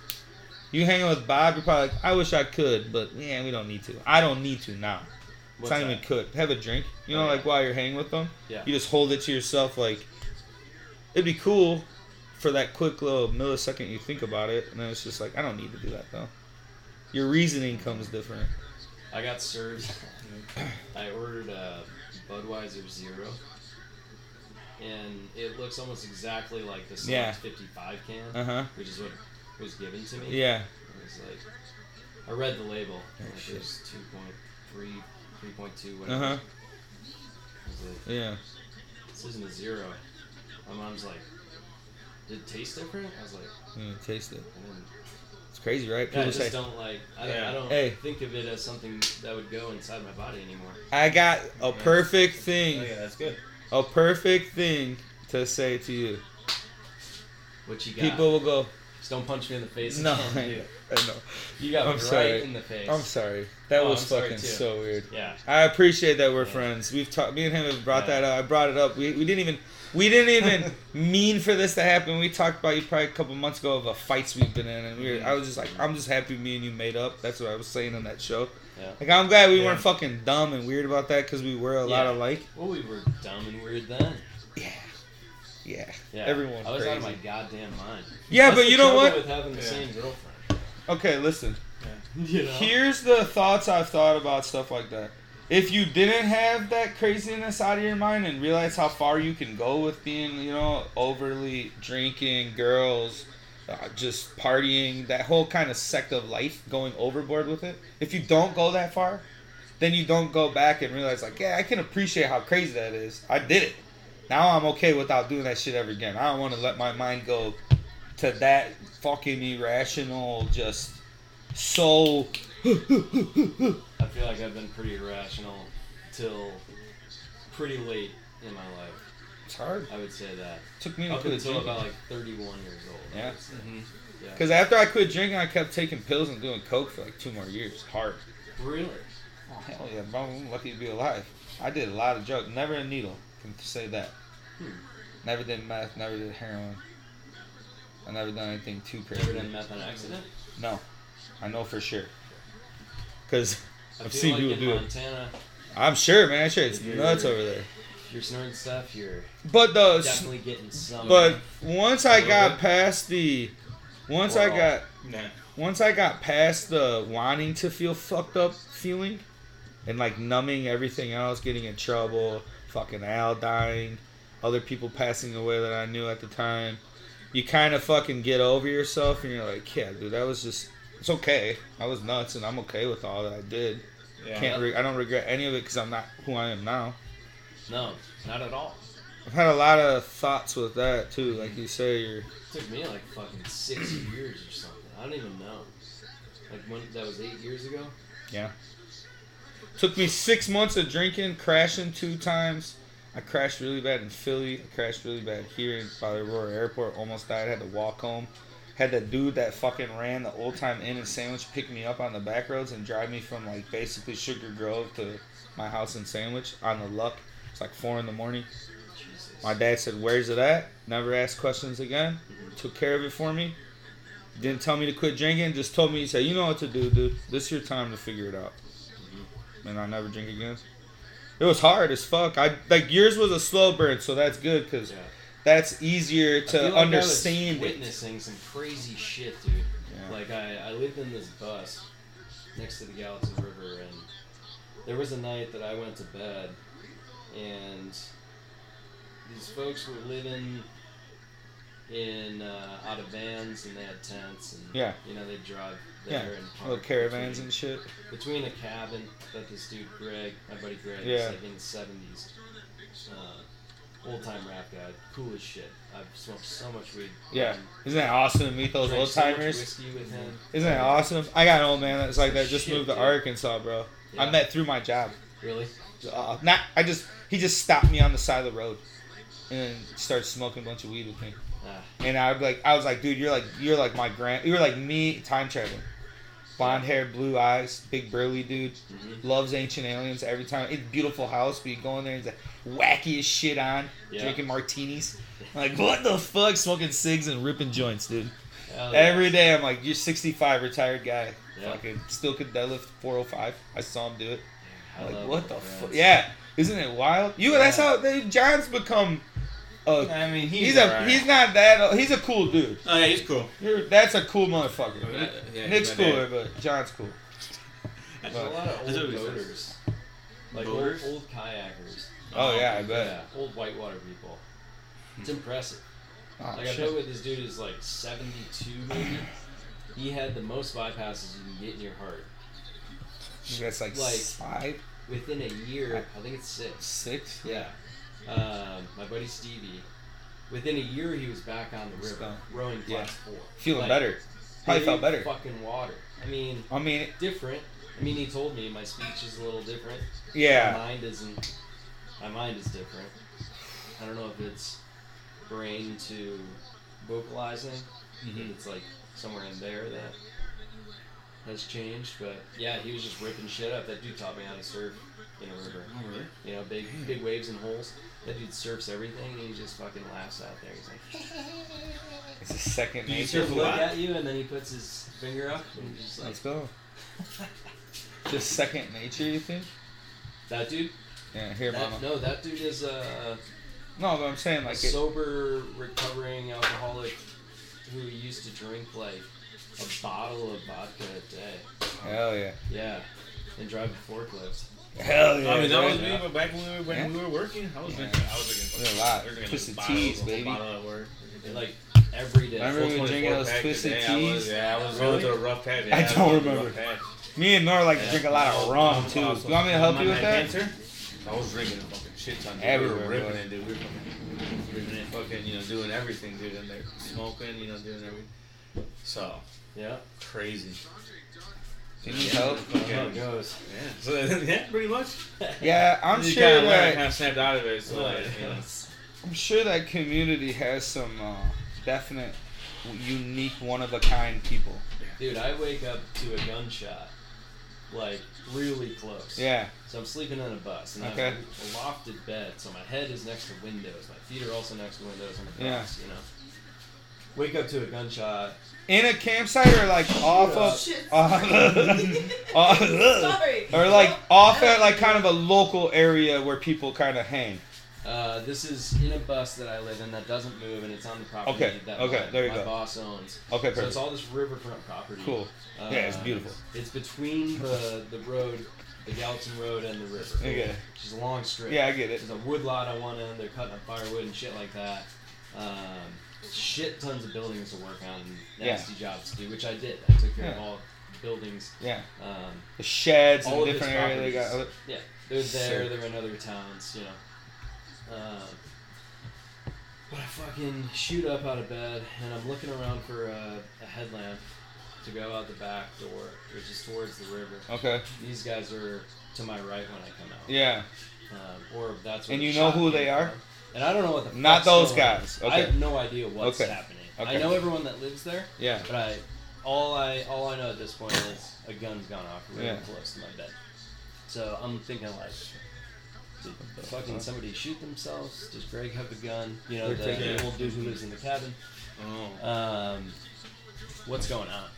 Speaker 1: You hanging with Bob, you're probably like, I wish I could, but yeah, we don't need to. I don't need to now.
Speaker 3: What's
Speaker 1: it's not
Speaker 3: that?
Speaker 1: even could. Have a drink. You know,
Speaker 3: Oh, yeah.
Speaker 1: like while you're hanging with them.
Speaker 3: Yeah.
Speaker 1: You just hold it to yourself. Like, it'd be cool for that quick little millisecond you think about it, and then it's just like, I don't need to do that though. Your reasoning comes different.
Speaker 3: I got served. [LAUGHS] I ordered a Budweiser Zero, and it looks almost exactly like the Sonic
Speaker 1: Yeah.
Speaker 3: 55 can,
Speaker 1: Uh huh.
Speaker 3: which is what was given to me.
Speaker 1: Yeah.
Speaker 3: I was like, I read the label.
Speaker 1: Oh,
Speaker 3: like,
Speaker 1: shit.
Speaker 3: There's 2.3,
Speaker 1: Uh
Speaker 3: 3.2, whatever.
Speaker 1: huh.
Speaker 3: I was like,
Speaker 1: Yeah.
Speaker 3: this isn't a zero. My mom's like, did it taste different? I was like,
Speaker 1: Yeah, taste it.
Speaker 3: I didn't.
Speaker 1: It's crazy, right?
Speaker 3: I
Speaker 1: People
Speaker 3: just
Speaker 1: say,
Speaker 3: don't like. I,
Speaker 2: Yeah.
Speaker 3: I don't
Speaker 1: Hey.
Speaker 3: think of it as something that would go inside my body anymore.
Speaker 1: I got a
Speaker 2: Yeah.
Speaker 1: perfect
Speaker 2: Oh,
Speaker 1: thing,
Speaker 2: yeah, that's good.
Speaker 1: a perfect thing to say to you.
Speaker 3: What you got?
Speaker 1: People will go,
Speaker 3: Just don't punch me in the face.
Speaker 1: no,
Speaker 3: again,
Speaker 1: I
Speaker 3: dude.
Speaker 1: I know.
Speaker 3: You got me
Speaker 1: I'm
Speaker 3: right
Speaker 1: sorry.
Speaker 3: in the face.
Speaker 1: I'm sorry. That
Speaker 3: Oh,
Speaker 1: was
Speaker 3: I'm sorry,
Speaker 1: fucking
Speaker 3: too.
Speaker 1: so weird.
Speaker 3: Yeah.
Speaker 1: I appreciate that we're
Speaker 3: Yeah.
Speaker 1: friends. We've talked. Me and him have brought
Speaker 3: Yeah.
Speaker 1: that up. I brought it up. We, we didn't even we didn't
Speaker 3: [LAUGHS]
Speaker 1: even mean for this to happen. We talked about you probably a couple months ago of a fights we've been in, and we were,
Speaker 3: Mm-hmm.
Speaker 1: I was just like, I'm just happy me and you made up. That's what I was saying on that show.
Speaker 3: Yeah.
Speaker 1: Like I'm glad we
Speaker 2: Yeah.
Speaker 1: weren't fucking dumb and weird about that because we were a lot
Speaker 3: Yeah.
Speaker 1: alike.
Speaker 3: Well, we were dumb and weird then.
Speaker 1: Yeah, yeah,
Speaker 3: Yeah.
Speaker 1: Everyone
Speaker 3: I was out of my
Speaker 1: crazy.
Speaker 3: goddamn mind.
Speaker 1: yeah.
Speaker 3: That's
Speaker 1: But
Speaker 3: the
Speaker 1: you know
Speaker 3: trouble
Speaker 1: what?
Speaker 3: With having the
Speaker 2: Yeah.
Speaker 3: same girlfriend.
Speaker 1: okay, listen.
Speaker 3: You know.
Speaker 1: Here's the thoughts I've thought about stuff like that. if you didn't have that craziness out of your mind and realize how far you can go with being, you know, overly drinking, girls, uh, just partying, that whole kind of sect of life, going overboard with it. If you don't go that far, then you don't go back and realize, like, yeah, I can appreciate how crazy that is. I did it. Now I'm okay without doing that shit ever again. I don't want to let my mind go to that fucking irrational, just so. [GASPS]
Speaker 3: I feel like I've been pretty irrational till pretty late in my life.
Speaker 1: It's hard.
Speaker 3: I would say that
Speaker 1: Took me to
Speaker 3: up
Speaker 1: quit
Speaker 3: until
Speaker 1: drinking.
Speaker 3: about like 31 years old. I
Speaker 1: Yeah. Mm-hmm.
Speaker 3: would say. Yeah.
Speaker 1: Because after I quit drinking, I kept taking pills and doing coke for like two more years. Hard.
Speaker 3: Really?
Speaker 1: Oh, hell yeah, bro. I'm lucky to be alive. I did a lot of drugs. Never a needle. Can say that.
Speaker 3: Hmm.
Speaker 1: Never did meth. Never did heroin. I never done anything too crazy.
Speaker 3: Never done meth on accident.
Speaker 1: No, I know for sure. Cause
Speaker 3: I
Speaker 1: I've
Speaker 3: feel
Speaker 1: seen
Speaker 3: like
Speaker 1: people
Speaker 3: in
Speaker 1: do it.
Speaker 3: Montana,
Speaker 1: I'm sure, man. Sure, it's
Speaker 3: If you're-
Speaker 1: nuts over there.
Speaker 3: if you're snorting stuff, you're
Speaker 1: But the s-
Speaker 3: definitely getting some.
Speaker 1: but once I
Speaker 3: little
Speaker 1: got
Speaker 3: bit.
Speaker 1: past the, once I
Speaker 3: Well,
Speaker 1: got
Speaker 2: Nah.
Speaker 1: once I got past the wanting to feel fucked up feeling and like numbing everything else, getting in trouble, fucking Al dying, other people passing away that I knew at the time, you kind of fucking get over yourself and you're like, yeah, dude, that was just, it's okay. I was nuts and I'm okay with all that I did.
Speaker 2: Yeah.
Speaker 1: Can't re- I don't regret any of it because I'm not who I am now.
Speaker 3: no, not at all.
Speaker 1: I've had a lot of thoughts with that too. Like you say, you're
Speaker 3: took me like fucking six years or something. I don't even know. Like when that was eight years ago.
Speaker 1: Took me six months of drinking, crashing two times. I crashed really bad in Philly. I crashed really bad here in by the Aurora Airport. Almost died. Had to walk home. Had that dude that fucking ran the old time Inn and Sandwich pick me up on the back roads and drive me from like basically Sugar Grove to my house in Sandwich on the luck. It's like four in the morning.
Speaker 3: Jesus.
Speaker 1: My dad said, "Where's it at?" Never asked questions again. Took care of it for me. Didn't tell me to quit drinking. Just told me, he said, "You know what to do, dude. This is your time to figure it out." And I never drink again. It was hard as fuck. I like yours was a slow burn, so that's good because
Speaker 3: Yeah.
Speaker 1: that's easier
Speaker 3: I feel
Speaker 1: to
Speaker 3: like
Speaker 1: understand
Speaker 3: I was
Speaker 1: it.
Speaker 3: witnessing some crazy shit, dude.
Speaker 1: Yeah.
Speaker 3: Like I, I lived in this bus next to the Gallatin River, and there was a night that I went to bed, and these folks were living in uh, out of vans, and they had tents, and
Speaker 1: Yeah.
Speaker 3: you know they drive
Speaker 1: Yeah,
Speaker 3: there and
Speaker 1: Little
Speaker 3: park
Speaker 1: caravans
Speaker 3: between-
Speaker 1: and shit.
Speaker 3: between a cabin that this dude Greg, my buddy Greg, was
Speaker 1: Yeah.
Speaker 3: like in the seventies, uh, old time rap guy, cool as shit. I've smoked so much weed. with
Speaker 1: Yeah.
Speaker 3: him,
Speaker 1: Isn't that awesome to meet those Mm-hmm.
Speaker 3: drank
Speaker 1: old
Speaker 3: so much
Speaker 1: timers?
Speaker 3: whiskey with him.
Speaker 1: Isn't that awesome? I got an old man that's like that. Just
Speaker 3: Shit,
Speaker 1: moved to
Speaker 3: dude.
Speaker 1: Arkansas, bro. I
Speaker 3: Yeah.
Speaker 1: met through my job.
Speaker 3: Really?
Speaker 1: Uh, not, I just he just stopped me on the side of the road, and started smoking a bunch of weed with me.
Speaker 3: Ah,
Speaker 1: And I was like, I was like, dude, you're like, you're like my grand, you're like me, time traveling, blonde hair, blue eyes, big burly dude,
Speaker 3: mhm.
Speaker 1: loves ancient aliens. Every time, it's a beautiful house, but you go in there and it's like wacky as shit on,
Speaker 3: Yeah.
Speaker 1: drinking martinis. I'm like what the fuck, smoking cigs and ripping joints, dude.
Speaker 3: Hell Oh, yeah.
Speaker 1: Every day I'm like, you're 65, retired guy,
Speaker 3: Yeah.
Speaker 1: fucking still could deadlift 405. I saw him do it.
Speaker 3: I
Speaker 1: Like
Speaker 3: love
Speaker 1: what
Speaker 3: old
Speaker 1: the
Speaker 3: friends.
Speaker 1: fuck? Yeah, isn't it wild? You that's
Speaker 2: Yeah.
Speaker 1: how they, John's become. A,
Speaker 2: I mean, he's
Speaker 1: he's a
Speaker 2: alright.
Speaker 1: he's not that. He's a cool dude.
Speaker 2: Oh yeah, he's cool.
Speaker 1: You're, that's a cool motherfucker.
Speaker 2: Yeah, yeah,
Speaker 1: Nick's
Speaker 2: he's my
Speaker 1: cooler,
Speaker 2: dad.
Speaker 1: but John's cool.
Speaker 3: There's
Speaker 2: That's
Speaker 3: a lot of
Speaker 2: That's what
Speaker 3: old
Speaker 2: he says.
Speaker 3: boaters, like old,
Speaker 2: Boaters?
Speaker 3: old kayakers.
Speaker 1: Oh yeah, I bet.
Speaker 3: Yeah, old whitewater people. It's impressive.
Speaker 1: Oh,
Speaker 3: Like I bet
Speaker 1: shit.
Speaker 3: what this dude is like 72 maybe. He had the most bypasses you can get in your heart.
Speaker 1: That's like,
Speaker 3: like-
Speaker 1: five,
Speaker 3: Within a year, I think it's six.
Speaker 1: six.
Speaker 3: Yeah. Um, my buddy Stevie. Within a year, he was back on the river,
Speaker 1: Stone.
Speaker 3: rowing
Speaker 1: Yeah.
Speaker 3: class four.
Speaker 1: Feeling
Speaker 3: Like,
Speaker 1: better. Probably
Speaker 3: big
Speaker 1: felt better.
Speaker 3: Fucking water. I mean,
Speaker 1: I mean,
Speaker 3: different. I mean, he told me my speech is a little different. My
Speaker 1: yeah.
Speaker 3: mind isn't. My mind is different. I don't know if it's brain to vocalizing.
Speaker 1: Mhm.
Speaker 3: It's like somewhere in there that has changed. But yeah, he was just ripping shit up. That dude taught me how to surf in a river.
Speaker 2: Oh really?
Speaker 3: You know, big
Speaker 1: Hmm.
Speaker 3: big waves and holes. That dude surfs everything and he just fucking laughs out there. He's like,
Speaker 1: It's a second
Speaker 2: Do you
Speaker 1: nature.
Speaker 2: surf
Speaker 3: he'll
Speaker 2: a
Speaker 3: look
Speaker 2: lot?
Speaker 3: at you and then he puts his finger up and he's just like,
Speaker 1: Let's go. Just second nature, you think?
Speaker 3: that dude.
Speaker 1: Yeah, here,
Speaker 3: That,
Speaker 1: mama.
Speaker 3: no, that dude is uh,
Speaker 1: No, but I'm saying
Speaker 3: a
Speaker 1: like it,
Speaker 3: sober, recovering alcoholic who used to drink like a bottle of vodka a day.
Speaker 1: hell yeah.
Speaker 3: Yeah, and drive a forklift.
Speaker 1: Hell yeah.
Speaker 2: I mean, that
Speaker 1: right
Speaker 2: was me,
Speaker 1: now.
Speaker 2: but back when we were, when
Speaker 1: Yeah.
Speaker 2: we were working, I was
Speaker 1: Yeah.
Speaker 2: drinking. I was drinking
Speaker 1: There's a
Speaker 2: fucking-
Speaker 1: lot.
Speaker 2: I was drinking
Speaker 1: Twisted
Speaker 2: bottles,
Speaker 1: teas,
Speaker 2: a whole
Speaker 1: baby.
Speaker 2: Bottle at work.
Speaker 3: And, like every day.
Speaker 1: I remember we were drinking those
Speaker 2: 24 pack a
Speaker 1: Twisted
Speaker 2: day. I was-
Speaker 1: Teas.
Speaker 2: Yeah, I was
Speaker 3: Really?
Speaker 2: going through a rough patch.
Speaker 1: I
Speaker 2: Yeah,
Speaker 1: don't
Speaker 2: going through a rough
Speaker 1: remember.
Speaker 2: patch.
Speaker 1: Me and Nora like to
Speaker 2: Yeah.
Speaker 1: drink a lot of rum too. You want me to help you with that?
Speaker 2: Cancer? I was drinking a fucking shit ton. Dude. we
Speaker 1: Everywhere,
Speaker 2: were ripping
Speaker 1: bro.
Speaker 2: it, dude. We were fucking ripping it, fucking, you know, doing everything, dude. And they're smoking, you know, doing everything. So
Speaker 3: Yeah.
Speaker 2: crazy.
Speaker 1: You need help?
Speaker 3: That's how it [LAUGHS]
Speaker 2: Okay.
Speaker 3: goes.
Speaker 2: Yeah. So [LAUGHS] yeah, pretty much.
Speaker 1: Yeah, I'm
Speaker 2: you
Speaker 1: sure
Speaker 2: kind of
Speaker 1: that
Speaker 2: kind of snapped out of it. So like, you know.
Speaker 1: I'm sure that community has some uh, definite, unique, one of a kind people.
Speaker 3: Dude, I wake up to a gunshot, like really close.
Speaker 1: Yeah,
Speaker 3: So I'm sleeping on a bus, and
Speaker 1: Okay.
Speaker 3: I have a lofted bed, so my head is next to windows. My feet are also next to windows on the
Speaker 1: Yeah.
Speaker 3: bus. You know. Wake up to a gunshot.
Speaker 1: in a campsite or like off of, [LAUGHS]
Speaker 4: Shit.
Speaker 1: off- off-
Speaker 4: Sorry.
Speaker 1: or like off at like kind of a local area where people kind of hang.
Speaker 3: Uh, this is in a bus that I live in that doesn't move, and it's on the property
Speaker 1: Okay,
Speaker 3: that
Speaker 1: okay,
Speaker 3: my,
Speaker 1: there you
Speaker 3: my
Speaker 1: go.
Speaker 3: boss owns.
Speaker 1: Okay,
Speaker 3: So it's
Speaker 1: perfect.
Speaker 3: all this riverfront property.
Speaker 1: Cool.
Speaker 3: Uh,
Speaker 1: Yeah, it's beautiful.
Speaker 3: It's between the the road, the Gallatin Road, and the river.
Speaker 1: Okay.
Speaker 3: Which is a long strip.
Speaker 1: Yeah, I get it.
Speaker 3: There's a wood lot on one end. They're cutting up firewood and shit like that. Um, shit tons of buildings to work on. and
Speaker 1: Yeah.
Speaker 3: Nasty jobs to do, which I did. I took care of
Speaker 1: Yeah.
Speaker 3: all buildings.
Speaker 1: Yeah,
Speaker 3: Um,
Speaker 1: the sheds and
Speaker 3: all of
Speaker 1: different
Speaker 3: his
Speaker 1: area they
Speaker 3: properties.
Speaker 1: got.
Speaker 3: Yeah, they're there.
Speaker 1: Sick.
Speaker 3: They're in other towns, you know. Um, but I fucking shoot up out of bed, and I'm looking around for a, a headlamp to go out the back door, which is towards the river.
Speaker 1: Okay.
Speaker 3: These guys are to my right when I come out.
Speaker 1: Yeah.
Speaker 3: Um, or that's. where
Speaker 1: And
Speaker 3: the
Speaker 1: you know
Speaker 3: shot
Speaker 1: who
Speaker 3: came
Speaker 1: they are?
Speaker 3: from. And I don't know what the.
Speaker 1: Not
Speaker 3: fuck's
Speaker 1: those
Speaker 3: going on.
Speaker 1: guys.
Speaker 3: I
Speaker 1: Okay.
Speaker 3: have no idea what's
Speaker 1: Okay.
Speaker 3: happening.
Speaker 1: Okay.
Speaker 3: I know everyone that lives there,
Speaker 1: Yeah.
Speaker 3: but I, all I, all I know at this point is a gun's gone off really
Speaker 1: Yeah.
Speaker 3: close to my bed. So I'm thinking like, did fucking somebody shoot themselves? Does Greg have a gun? You know,
Speaker 1: They're
Speaker 3: the
Speaker 2: taking-
Speaker 3: old dude who lives in the cabin.
Speaker 2: Oh.
Speaker 3: Um, what's going on?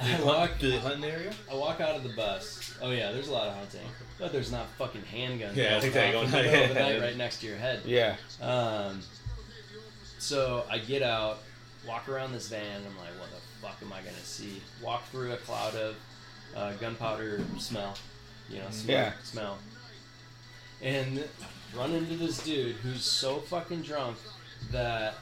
Speaker 3: I
Speaker 2: Did
Speaker 3: walk,
Speaker 2: hunt- did they hunt in the area?
Speaker 3: I walk out of the bus. Oh yeah, there's a lot of hunting, but there's not fucking handguns.
Speaker 2: Yeah, I think they
Speaker 3: going off
Speaker 2: go-
Speaker 3: in the middle of the night
Speaker 2: yeah.
Speaker 3: right next to your head.
Speaker 1: Yeah.
Speaker 3: Um, so I get out, walk around this van. I'm like, what the fuck am I gonna see? Walk through a cloud of uh, gunpowder smell, you know, smoke,
Speaker 1: Yeah.
Speaker 3: smell, and run into this dude who's so fucking drunk that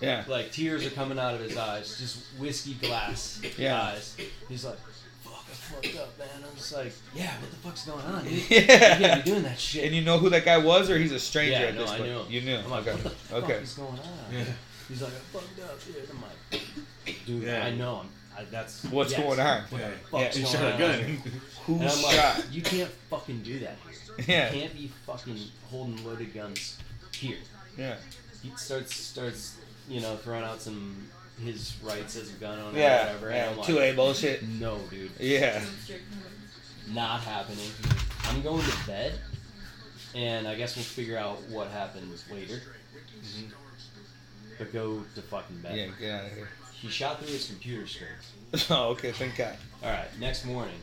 Speaker 1: Yeah.
Speaker 3: like tears are coming out of his eyes, just whiskey glass
Speaker 1: Yeah.
Speaker 3: eyes. He's like, "Fuck, I fucked up, man." I'm just like, "Yeah, what the fuck's going [LAUGHS]
Speaker 1: [LAUGHS]
Speaker 3: on, dude? You
Speaker 1: Yeah.
Speaker 3: can't be doing that shit."
Speaker 1: And you know who that guy was, or he's a stranger
Speaker 3: yeah,
Speaker 1: at
Speaker 3: no,
Speaker 1: this
Speaker 3: I
Speaker 1: point.
Speaker 3: knew. him.
Speaker 1: You knew.
Speaker 3: I'm like,
Speaker 1: okay.
Speaker 3: What the fuck
Speaker 1: okay.
Speaker 3: is going on?
Speaker 2: Yeah.
Speaker 3: He's like, I fucked up, dude. I'm like,
Speaker 1: [COUGHS]
Speaker 3: dude,
Speaker 2: Yeah.
Speaker 3: I know. I'm, I, that's
Speaker 1: What's
Speaker 3: yes,
Speaker 1: going on?
Speaker 3: What
Speaker 2: Yeah.
Speaker 3: the fuck's
Speaker 1: Yeah,
Speaker 3: going
Speaker 1: he
Speaker 2: Shot a
Speaker 3: on?
Speaker 2: gun.
Speaker 3: And
Speaker 1: Who's
Speaker 3: I'm like, [LAUGHS]
Speaker 1: shot?
Speaker 3: you can't fucking do that here.
Speaker 1: Yeah.
Speaker 3: You can't be fucking holding loaded guns here.
Speaker 1: Yeah.
Speaker 3: He starts starts, you know, throwing out some his rights as a gun owner or
Speaker 1: Yeah.
Speaker 3: whatever.
Speaker 1: yeah.
Speaker 3: And I'm
Speaker 1: Two
Speaker 3: like,
Speaker 1: A
Speaker 3: [LAUGHS]
Speaker 1: bullshit.
Speaker 3: no, dude,
Speaker 1: Yeah.
Speaker 3: not happening. I'm going to bed, and I guess we'll figure out what happened later. But go to fucking bed.
Speaker 1: Yeah. Get out of here. [LAUGHS]
Speaker 3: He shot through his computer screen.
Speaker 1: Oh, okay. Thank God.
Speaker 3: All right, next morning.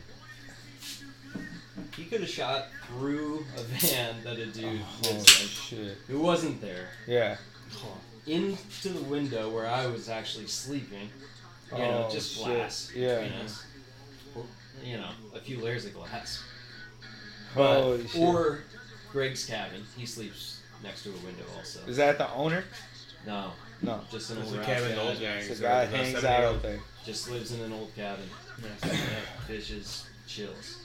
Speaker 3: He could have shot through a van that a dude
Speaker 1: Oh
Speaker 3: lives in,
Speaker 1: shit.
Speaker 3: who wasn't there
Speaker 1: Yeah.
Speaker 3: into the window where I was actually sleeping. You know,
Speaker 1: Oh,
Speaker 3: just
Speaker 1: shit.
Speaker 3: glass.
Speaker 1: Yeah.
Speaker 3: between us. Or, You know, a few layers of glass. But-
Speaker 1: Holy shit.
Speaker 3: Or Greg's cabin. He sleeps next to a window also.
Speaker 1: Is that the owner?
Speaker 3: No,
Speaker 1: No.
Speaker 3: just an
Speaker 2: There's
Speaker 3: old
Speaker 2: a
Speaker 3: rouse
Speaker 2: cabin
Speaker 3: guy.
Speaker 2: the old guy.
Speaker 1: It's a guy hangs out up there.
Speaker 3: Just lives in an old cabin.
Speaker 2: [LAUGHS]
Speaker 3: Fishes, chills.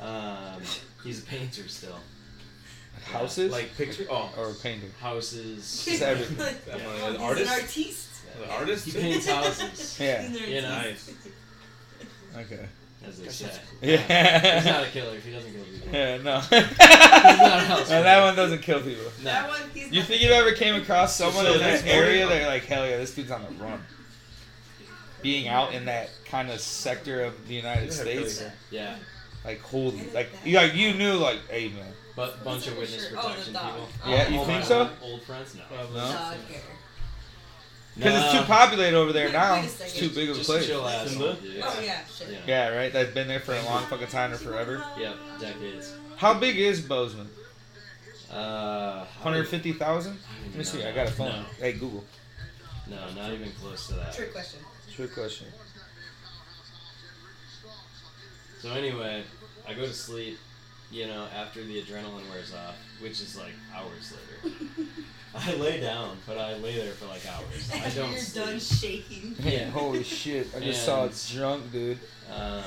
Speaker 3: Um, he's a painter still.
Speaker 1: Houses?
Speaker 2: Like picture. Oh,
Speaker 1: or a painting.
Speaker 3: Houses.
Speaker 1: It's
Speaker 4: [LAUGHS]
Speaker 1: everything.
Speaker 2: Yeah.
Speaker 4: He's
Speaker 2: An
Speaker 4: an
Speaker 2: artist?
Speaker 4: artiste.
Speaker 2: the artist.
Speaker 3: He
Speaker 2: too?
Speaker 3: paints houses,
Speaker 1: Yeah.
Speaker 4: [LAUGHS] He's an
Speaker 3: You know.
Speaker 4: artiste.
Speaker 1: Okay.
Speaker 3: as they say.
Speaker 1: [LAUGHS]
Speaker 3: He's
Speaker 1: Yeah.
Speaker 3: not a killer. He doesn't kill people.
Speaker 1: [LAUGHS] yeah.
Speaker 3: [LAUGHS]
Speaker 1: No. [LAUGHS]
Speaker 3: house
Speaker 1: no, that one doesn't kill people.
Speaker 4: That
Speaker 3: No.
Speaker 4: one, he's
Speaker 1: You
Speaker 4: not-
Speaker 1: think you've ever came across someone
Speaker 2: So
Speaker 1: in
Speaker 2: that's
Speaker 1: that
Speaker 2: more-
Speaker 1: area that you're like, hell yeah, this dude's on the run. Being out in that kind of sector of the United
Speaker 2: Yeah,
Speaker 1: States,
Speaker 2: really.
Speaker 3: Yeah.
Speaker 1: like holy, like you, like you knew, like, hey man,
Speaker 3: But bunch of
Speaker 4: What's the
Speaker 3: witness
Speaker 4: picture? Oh, the
Speaker 3: protection
Speaker 4: dog. Oh,
Speaker 3: people.
Speaker 1: Yeah, you
Speaker 3: All
Speaker 1: think
Speaker 3: my
Speaker 1: so?
Speaker 3: old- Old friends? No.
Speaker 2: Probably.
Speaker 1: No?
Speaker 4: Dog hair.
Speaker 1: because it's
Speaker 3: Nah.
Speaker 1: too populated over there
Speaker 4: Wait,
Speaker 1: now.
Speaker 4: wait a
Speaker 1: It's
Speaker 4: second.
Speaker 1: too big of a
Speaker 3: Just a
Speaker 1: place.
Speaker 3: chill asshole, dude.
Speaker 4: Oh yeah, shit.
Speaker 3: Yeah.
Speaker 1: Yeah, right. That's been there for a long fucking time or forever.
Speaker 3: Yep, decades.
Speaker 1: How big is Bozeman?
Speaker 3: Uh, I don't-
Speaker 1: 150,000?
Speaker 3: I don't
Speaker 1: Let
Speaker 3: even
Speaker 1: me see.
Speaker 3: know.
Speaker 1: I got a phone.
Speaker 3: No.
Speaker 1: Hey Google.
Speaker 3: No, not even close to that.
Speaker 4: Trick question.
Speaker 1: Trick question.
Speaker 3: So anyway, I go to sleep, you know, after the adrenaline wears off, which is like hours
Speaker 4: [LAUGHS]
Speaker 3: later. I lay down, but I lay there for like hours. I don't
Speaker 4: [LAUGHS] You're
Speaker 3: sleep.
Speaker 4: done shaking.
Speaker 1: [LAUGHS]
Speaker 3: Yeah.
Speaker 1: Holy shit! I just saw a
Speaker 3: And-
Speaker 1: drunk dude,
Speaker 3: Um,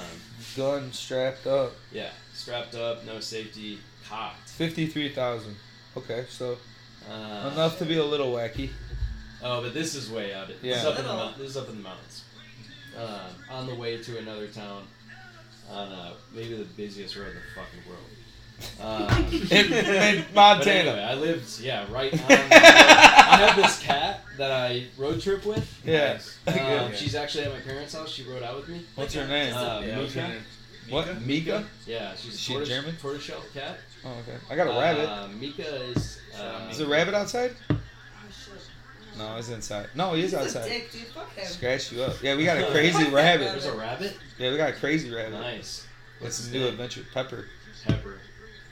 Speaker 1: gun strapped up,
Speaker 3: yeah, strapped up, no safety, cocked.
Speaker 1: fifty-three thousand. Okay, so
Speaker 3: Uh,
Speaker 1: enough to be a little [LAUGHS] wacky.
Speaker 3: Oh, but this is way out. This
Speaker 1: Yeah.
Speaker 3: is up in the,
Speaker 4: Little.
Speaker 3: mou- this is up in the mountains. Um, on the way to another town, on uh, maybe the busiest road in
Speaker 4: [LAUGHS]
Speaker 3: the fucking world. Um,
Speaker 1: In, in
Speaker 3: But anyway,
Speaker 1: Montana.
Speaker 3: I lived, yeah,
Speaker 1: [LAUGHS]
Speaker 3: right on. the road. I have this cat that I road
Speaker 1: [LAUGHS]
Speaker 3: trip with.
Speaker 1: Yeah.
Speaker 3: Um,
Speaker 2: Okay.
Speaker 3: She's actually at my parents' house. She rode out with me.
Speaker 1: What's her name?
Speaker 3: Uh,
Speaker 2: Yeah, what's her
Speaker 3: Mika?
Speaker 2: name?
Speaker 1: what? Mika?
Speaker 3: Yeah, she's a
Speaker 1: She
Speaker 3: tortoise,
Speaker 1: German?
Speaker 3: tortoiseshell cat.
Speaker 1: Oh, okay. I got a rabbit.
Speaker 3: Uh, Mika is. Uh,
Speaker 1: Is the rabbit outside?
Speaker 4: Oh, shit.
Speaker 1: No, it's inside. No, he is
Speaker 4: He's a
Speaker 1: Oh, outside.
Speaker 4: dick, dude. Fuck him.
Speaker 1: Scratch you up. Yeah, we got a
Speaker 4: [LAUGHS]
Speaker 1: crazy
Speaker 3: There's
Speaker 1: rabbit.
Speaker 3: a rabbit.
Speaker 1: Yeah, we got a crazy rabbit.
Speaker 3: Nice.
Speaker 1: What's his
Speaker 3: his
Speaker 1: new
Speaker 3: name?
Speaker 1: adventure? Pepper.
Speaker 3: Pepper.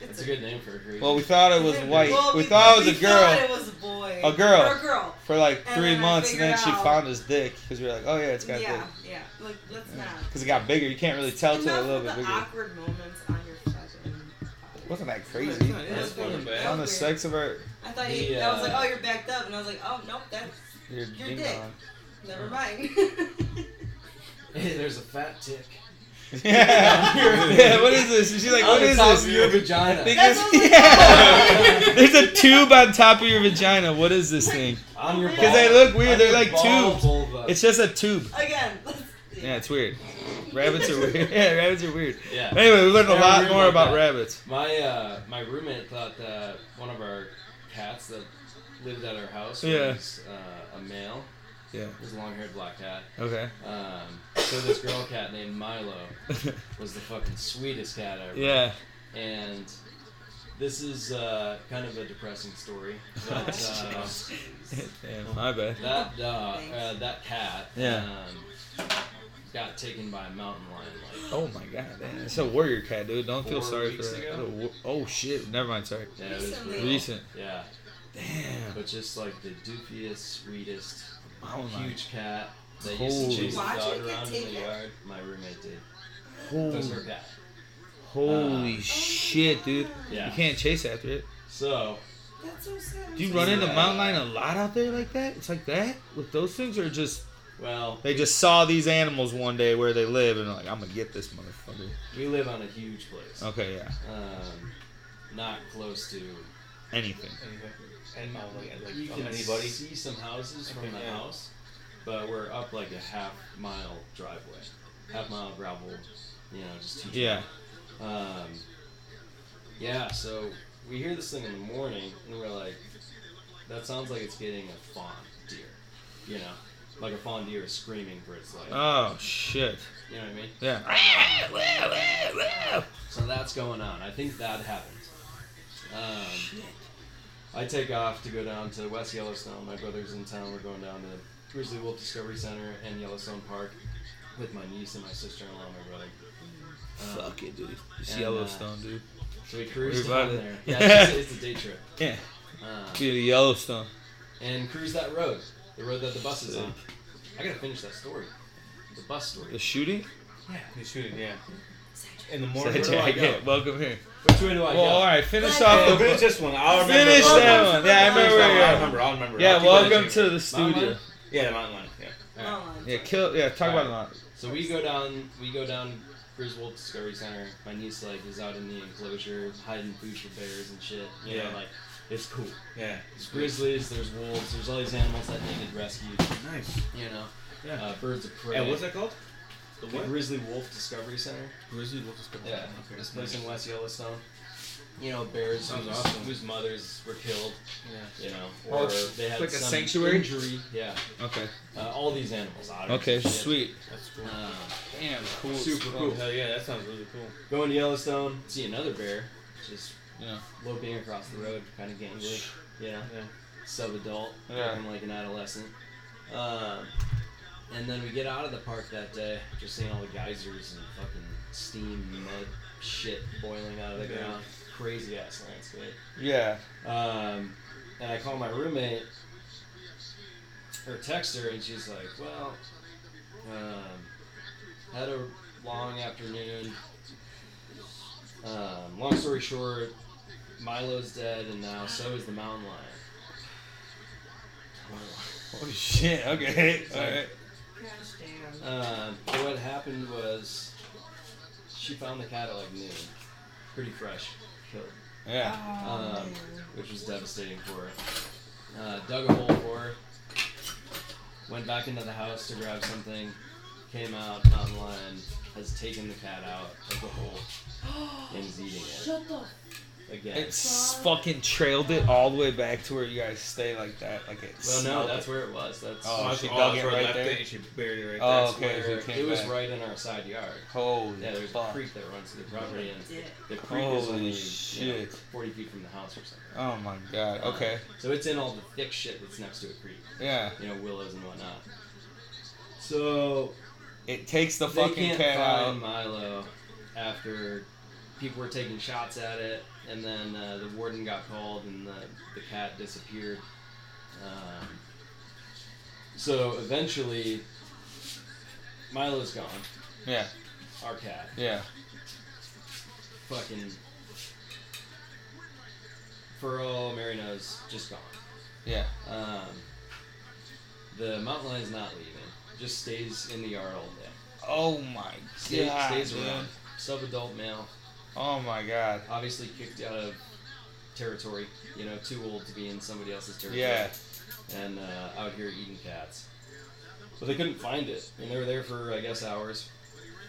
Speaker 3: That's a good name for a creature.
Speaker 1: Well, we
Speaker 3: [LAUGHS]
Speaker 1: thought it
Speaker 4: [LAUGHS]
Speaker 1: was white.
Speaker 4: Well,
Speaker 1: we thought it was a
Speaker 4: we
Speaker 1: girl.
Speaker 4: thought it was a boy.
Speaker 1: A girl.
Speaker 4: Or a girl.
Speaker 1: for like
Speaker 4: And
Speaker 1: three
Speaker 4: then I
Speaker 1: months, and then she
Speaker 4: figured out-
Speaker 1: found his dick because we were like, oh yeah, it's got
Speaker 4: yeah,
Speaker 1: dick.
Speaker 4: yeah. Like, let's not.
Speaker 1: Because it got bigger, you can't really tell till a
Speaker 4: Enough
Speaker 1: little
Speaker 4: of
Speaker 1: bit
Speaker 4: the
Speaker 1: bigger.
Speaker 4: awkward moments on your fucking.
Speaker 1: Wasn't that
Speaker 2: It's
Speaker 1: crazy?
Speaker 2: not-
Speaker 4: That's
Speaker 2: it's not
Speaker 4: fucking
Speaker 2: bad.
Speaker 1: On the
Speaker 4: Weird.
Speaker 1: sex of our
Speaker 4: I thought he,
Speaker 3: Yeah.
Speaker 4: I was like, oh, you're backed up, and I was like, oh, nope, that's
Speaker 1: your
Speaker 4: Your
Speaker 1: ding
Speaker 4: dick.
Speaker 1: dong.
Speaker 4: never mind. [LAUGHS]
Speaker 3: There's a fat tick.
Speaker 1: Yeah. yeah. What is this? And she's like,
Speaker 3: on
Speaker 1: what
Speaker 3: the
Speaker 1: is
Speaker 3: top
Speaker 1: this?
Speaker 3: of your
Speaker 1: You-
Speaker 3: vagina.
Speaker 1: think [LAUGHS]
Speaker 4: That's
Speaker 1: this-
Speaker 4: what I was
Speaker 1: yeah. There's a tube on top of your vagina. What is this thing?
Speaker 3: On your
Speaker 1: Because they
Speaker 3: ball-
Speaker 1: look weird.
Speaker 3: on
Speaker 1: They're
Speaker 3: your
Speaker 1: like
Speaker 3: ball
Speaker 1: tubes.
Speaker 3: vulva.
Speaker 1: It's just a tube.
Speaker 4: Again, let's.
Speaker 1: Yeah, it's weird. Rabbits are weird. [LAUGHS] Yeah, rabbits are weird.
Speaker 3: yeah.
Speaker 1: Anyway, we learned a
Speaker 3: They're
Speaker 1: lot
Speaker 3: weird
Speaker 1: more
Speaker 3: like
Speaker 1: about
Speaker 3: that.
Speaker 1: rabbits.
Speaker 3: My uh, my roommate thought that one of our cats that lived at our house
Speaker 1: Yeah.
Speaker 3: was uh, a male.
Speaker 1: Yeah.
Speaker 3: It was a long-haired black cat.
Speaker 1: Okay. [LAUGHS]
Speaker 3: Um, so this girl cat named Milo was the fucking sweetest cat ever.
Speaker 1: yeah.
Speaker 3: And this is uh, kind of a depressing story,
Speaker 4: [LAUGHS] Oh,
Speaker 1: [LAUGHS]
Speaker 3: but uh,
Speaker 1: Damn, my bad.
Speaker 3: that dog, uh,
Speaker 4: Thanks.
Speaker 3: that cat,
Speaker 1: Yeah.
Speaker 3: um, got taken by a mountain lion. Like,
Speaker 1: Oh my god, man. It's a warrior cat, dude. Don't feel
Speaker 3: Four
Speaker 1: sorry for
Speaker 3: weeks
Speaker 1: that.
Speaker 3: ago?
Speaker 1: What a wa- Oh shit. Never mind. Sorry.
Speaker 3: yeah, it was
Speaker 4: Recently.
Speaker 3: brutal.
Speaker 1: Recent.
Speaker 3: Yeah.
Speaker 1: Damn.
Speaker 3: But just like the doofiest, sweetest,
Speaker 1: Oh my.
Speaker 3: huge cat that
Speaker 1: Holy.
Speaker 3: used to chase the
Speaker 4: Why'd
Speaker 3: dog
Speaker 4: you get
Speaker 3: around in the
Speaker 4: taken?
Speaker 3: yard. My roommate did. It was her
Speaker 1: Holy,
Speaker 3: cat.
Speaker 1: holy
Speaker 3: Uh,
Speaker 1: shit, dude.
Speaker 3: Yeah.
Speaker 1: You can't chase after it.
Speaker 3: So
Speaker 4: That's so sad.
Speaker 1: Do you run into
Speaker 3: Yeah.
Speaker 1: mountain lion a lot out there like that? It's like that with those things, or just
Speaker 3: well,
Speaker 1: they just saw these animals one day where they live and they're like, I'm gonna get this motherfucker.
Speaker 3: we live on a huge place.
Speaker 1: Okay, yeah.
Speaker 3: Um, not close to.
Speaker 1: Anything.
Speaker 2: And I'll look at, like,
Speaker 3: you can
Speaker 2: anybody.
Speaker 3: see some houses from the
Speaker 2: Yeah.
Speaker 3: house, but we're up like a half mile driveway, half mile gravel. You know, just two
Speaker 1: Yeah.
Speaker 3: Um, yeah, so we hear this thing in the morning, and we're like, that sounds like it's getting a fawn deer. You know, like a fawn deer is screaming for its life.
Speaker 1: Oh shit.
Speaker 3: you know what I mean?
Speaker 1: Yeah.
Speaker 3: So that's going on. I think that happened. Um, I take off to go down to West Yellowstone. My brother's in town. We're going down to Grizzly Wolf Discovery Center and Yellowstone Park with my niece and my sister-in-law and my brother. Um,
Speaker 1: [LAUGHS] Mm. Fuck it, dude. It's
Speaker 3: And, uh,
Speaker 1: Yellowstone, dude.
Speaker 3: So we cruised
Speaker 1: We're about
Speaker 3: down
Speaker 1: it.
Speaker 3: there. Yeah, it's, just- it's a day trip.
Speaker 1: [LAUGHS] Yeah.
Speaker 3: Um,
Speaker 1: Dude, Yellowstone.
Speaker 3: and cruise that road, the road that the bus is
Speaker 1: Sick.
Speaker 3: on. I gotta finish that story, the bus story.
Speaker 1: The shooting?
Speaker 2: You shoot it, yeah.
Speaker 4: Sidetrack.
Speaker 2: In the morning.
Speaker 1: Said
Speaker 3: do I
Speaker 1: Jack,
Speaker 3: go?
Speaker 1: yeah, Welcome here.
Speaker 3: Which way do
Speaker 1: Well,
Speaker 3: I go?
Speaker 1: all right. Finish
Speaker 4: Like-
Speaker 1: off
Speaker 2: Yeah,
Speaker 1: the.
Speaker 2: finish this one. I'll remember.
Speaker 1: Finish
Speaker 2: the-
Speaker 1: that one. Yeah, I remember where
Speaker 2: I'll
Speaker 1: you're at.
Speaker 2: remember. I'll remember. I'll
Speaker 1: Yeah,
Speaker 2: keep it at
Speaker 1: welcome
Speaker 2: you.
Speaker 1: to the studio.
Speaker 3: Mama?
Speaker 2: Yeah, the mountain lion. Yeah.
Speaker 4: Oh, my
Speaker 1: Yeah, kill. Yeah, talk about it. Lot.
Speaker 3: So we go down. We go down Griswold Discovery Center. My niece like is out in the enclosure hiding food for bears and shit. You
Speaker 2: Yeah.
Speaker 3: know, like it's cool.
Speaker 2: Yeah.
Speaker 3: There's grizzlies. There's wolves. There's all these animals that needed rescued.
Speaker 2: Nice.
Speaker 3: You know,
Speaker 2: Yeah.
Speaker 3: uh, birds of prey.
Speaker 2: Yeah, what's that called?
Speaker 3: The Grizzly Wolf Discovery Center.
Speaker 2: Grizzly Wolf is
Speaker 3: Yeah, this place in West Yellowstone. You know, bears
Speaker 2: Sounds
Speaker 3: whose,
Speaker 2: awesome.
Speaker 3: whose mothers were killed.
Speaker 2: Yeah.
Speaker 3: You know,
Speaker 1: Oh,
Speaker 3: or
Speaker 1: it's
Speaker 3: they had
Speaker 1: like a
Speaker 3: some
Speaker 1: sanctuary?
Speaker 3: injury. Yeah,
Speaker 1: Okay.
Speaker 3: uh, all these animals. otters,
Speaker 1: Okay.
Speaker 3: shit.
Speaker 1: Sweet.
Speaker 2: That's cool. Oh,
Speaker 3: Uh,
Speaker 1: Damn. Cool.
Speaker 3: Super cool. Oh,
Speaker 2: Hell yeah, that sounds really cool.
Speaker 3: going to Yellowstone, see another bear, just
Speaker 1: Yeah.
Speaker 3: loping across the road, kind of gangly, you know,
Speaker 2: Yeah.
Speaker 3: sub-adult,
Speaker 1: Yeah.
Speaker 3: looking like an adolescent. Um, and then we get out of the park that day, just seeing all the geysers and fucking steam, mud, shit boiling out of the
Speaker 2: Yeah.
Speaker 3: ground. Crazy ass landscape.
Speaker 1: Yeah.
Speaker 3: Um, and I call my roommate or text her, and she's like, "Well, um, had a long afternoon. Um, long story short, Milo's dead, and now so is the mountain lion.
Speaker 1: Oh shit. Okay. [LAUGHS] All right.
Speaker 4: Gosh damn.
Speaker 3: Um, but what happened was she found the cat at like noon, pretty fresh, killed,
Speaker 1: Yeah.
Speaker 4: Oh,
Speaker 3: Um,
Speaker 4: man.
Speaker 3: which was devastating for her. Uh, dug a hole for her, went back into the house to grab something, came out, mountain lion has taken the cat out of the hole and is eating it
Speaker 4: [GASPS] Shut the
Speaker 3: again.
Speaker 1: It's fucking trailed it all the way back to where you guys stay like that. Like it.
Speaker 3: well, no,
Speaker 1: snuck
Speaker 3: that's
Speaker 1: it.
Speaker 3: where it was. That's
Speaker 1: Oh,
Speaker 2: that's
Speaker 1: she
Speaker 2: all
Speaker 1: dug
Speaker 2: that's
Speaker 1: it
Speaker 2: where I
Speaker 1: right
Speaker 2: left
Speaker 1: there?
Speaker 2: It, and she buried it right
Speaker 1: Oh,
Speaker 2: there.
Speaker 1: okay.
Speaker 3: where
Speaker 1: so it
Speaker 3: it,
Speaker 1: came
Speaker 3: was
Speaker 1: back.
Speaker 3: right in our side yard.
Speaker 1: Holy
Speaker 3: Yeah, there's
Speaker 1: fuck.
Speaker 3: a creek that runs through the property, and
Speaker 4: dick.
Speaker 3: the creek is
Speaker 1: Holy
Speaker 3: only You know,
Speaker 1: shit.
Speaker 3: 40 feet from the house or something.
Speaker 1: Oh my god. Okay.
Speaker 3: So it's in all the thick shit that's next to a creek,
Speaker 1: Yeah.
Speaker 3: you know, willows and whatnot. So
Speaker 1: It takes the
Speaker 3: they
Speaker 1: fucking
Speaker 3: can't
Speaker 1: cat
Speaker 3: find
Speaker 1: out.
Speaker 3: Milo after people were taking shots at it, and then uh, the warden got called, and the, the cat disappeared. Um, so eventually, Milo's gone.
Speaker 1: Yeah.
Speaker 3: Our cat.
Speaker 1: Yeah.
Speaker 3: fucking for all Mary knows, just gone.
Speaker 1: Yeah.
Speaker 3: Um, the mountain lion is not leaving; just stays in the yard all day.
Speaker 1: Oh my
Speaker 3: Stay,
Speaker 1: god.
Speaker 3: stays
Speaker 1: dude.
Speaker 3: around. Sub-adult male,
Speaker 1: Oh my god.
Speaker 3: obviously kicked out of territory. You know, too old to be in somebody else's territory.
Speaker 1: Yeah.
Speaker 3: And uh, out here eating cats. But they couldn't find it, and they were there for I guess hours.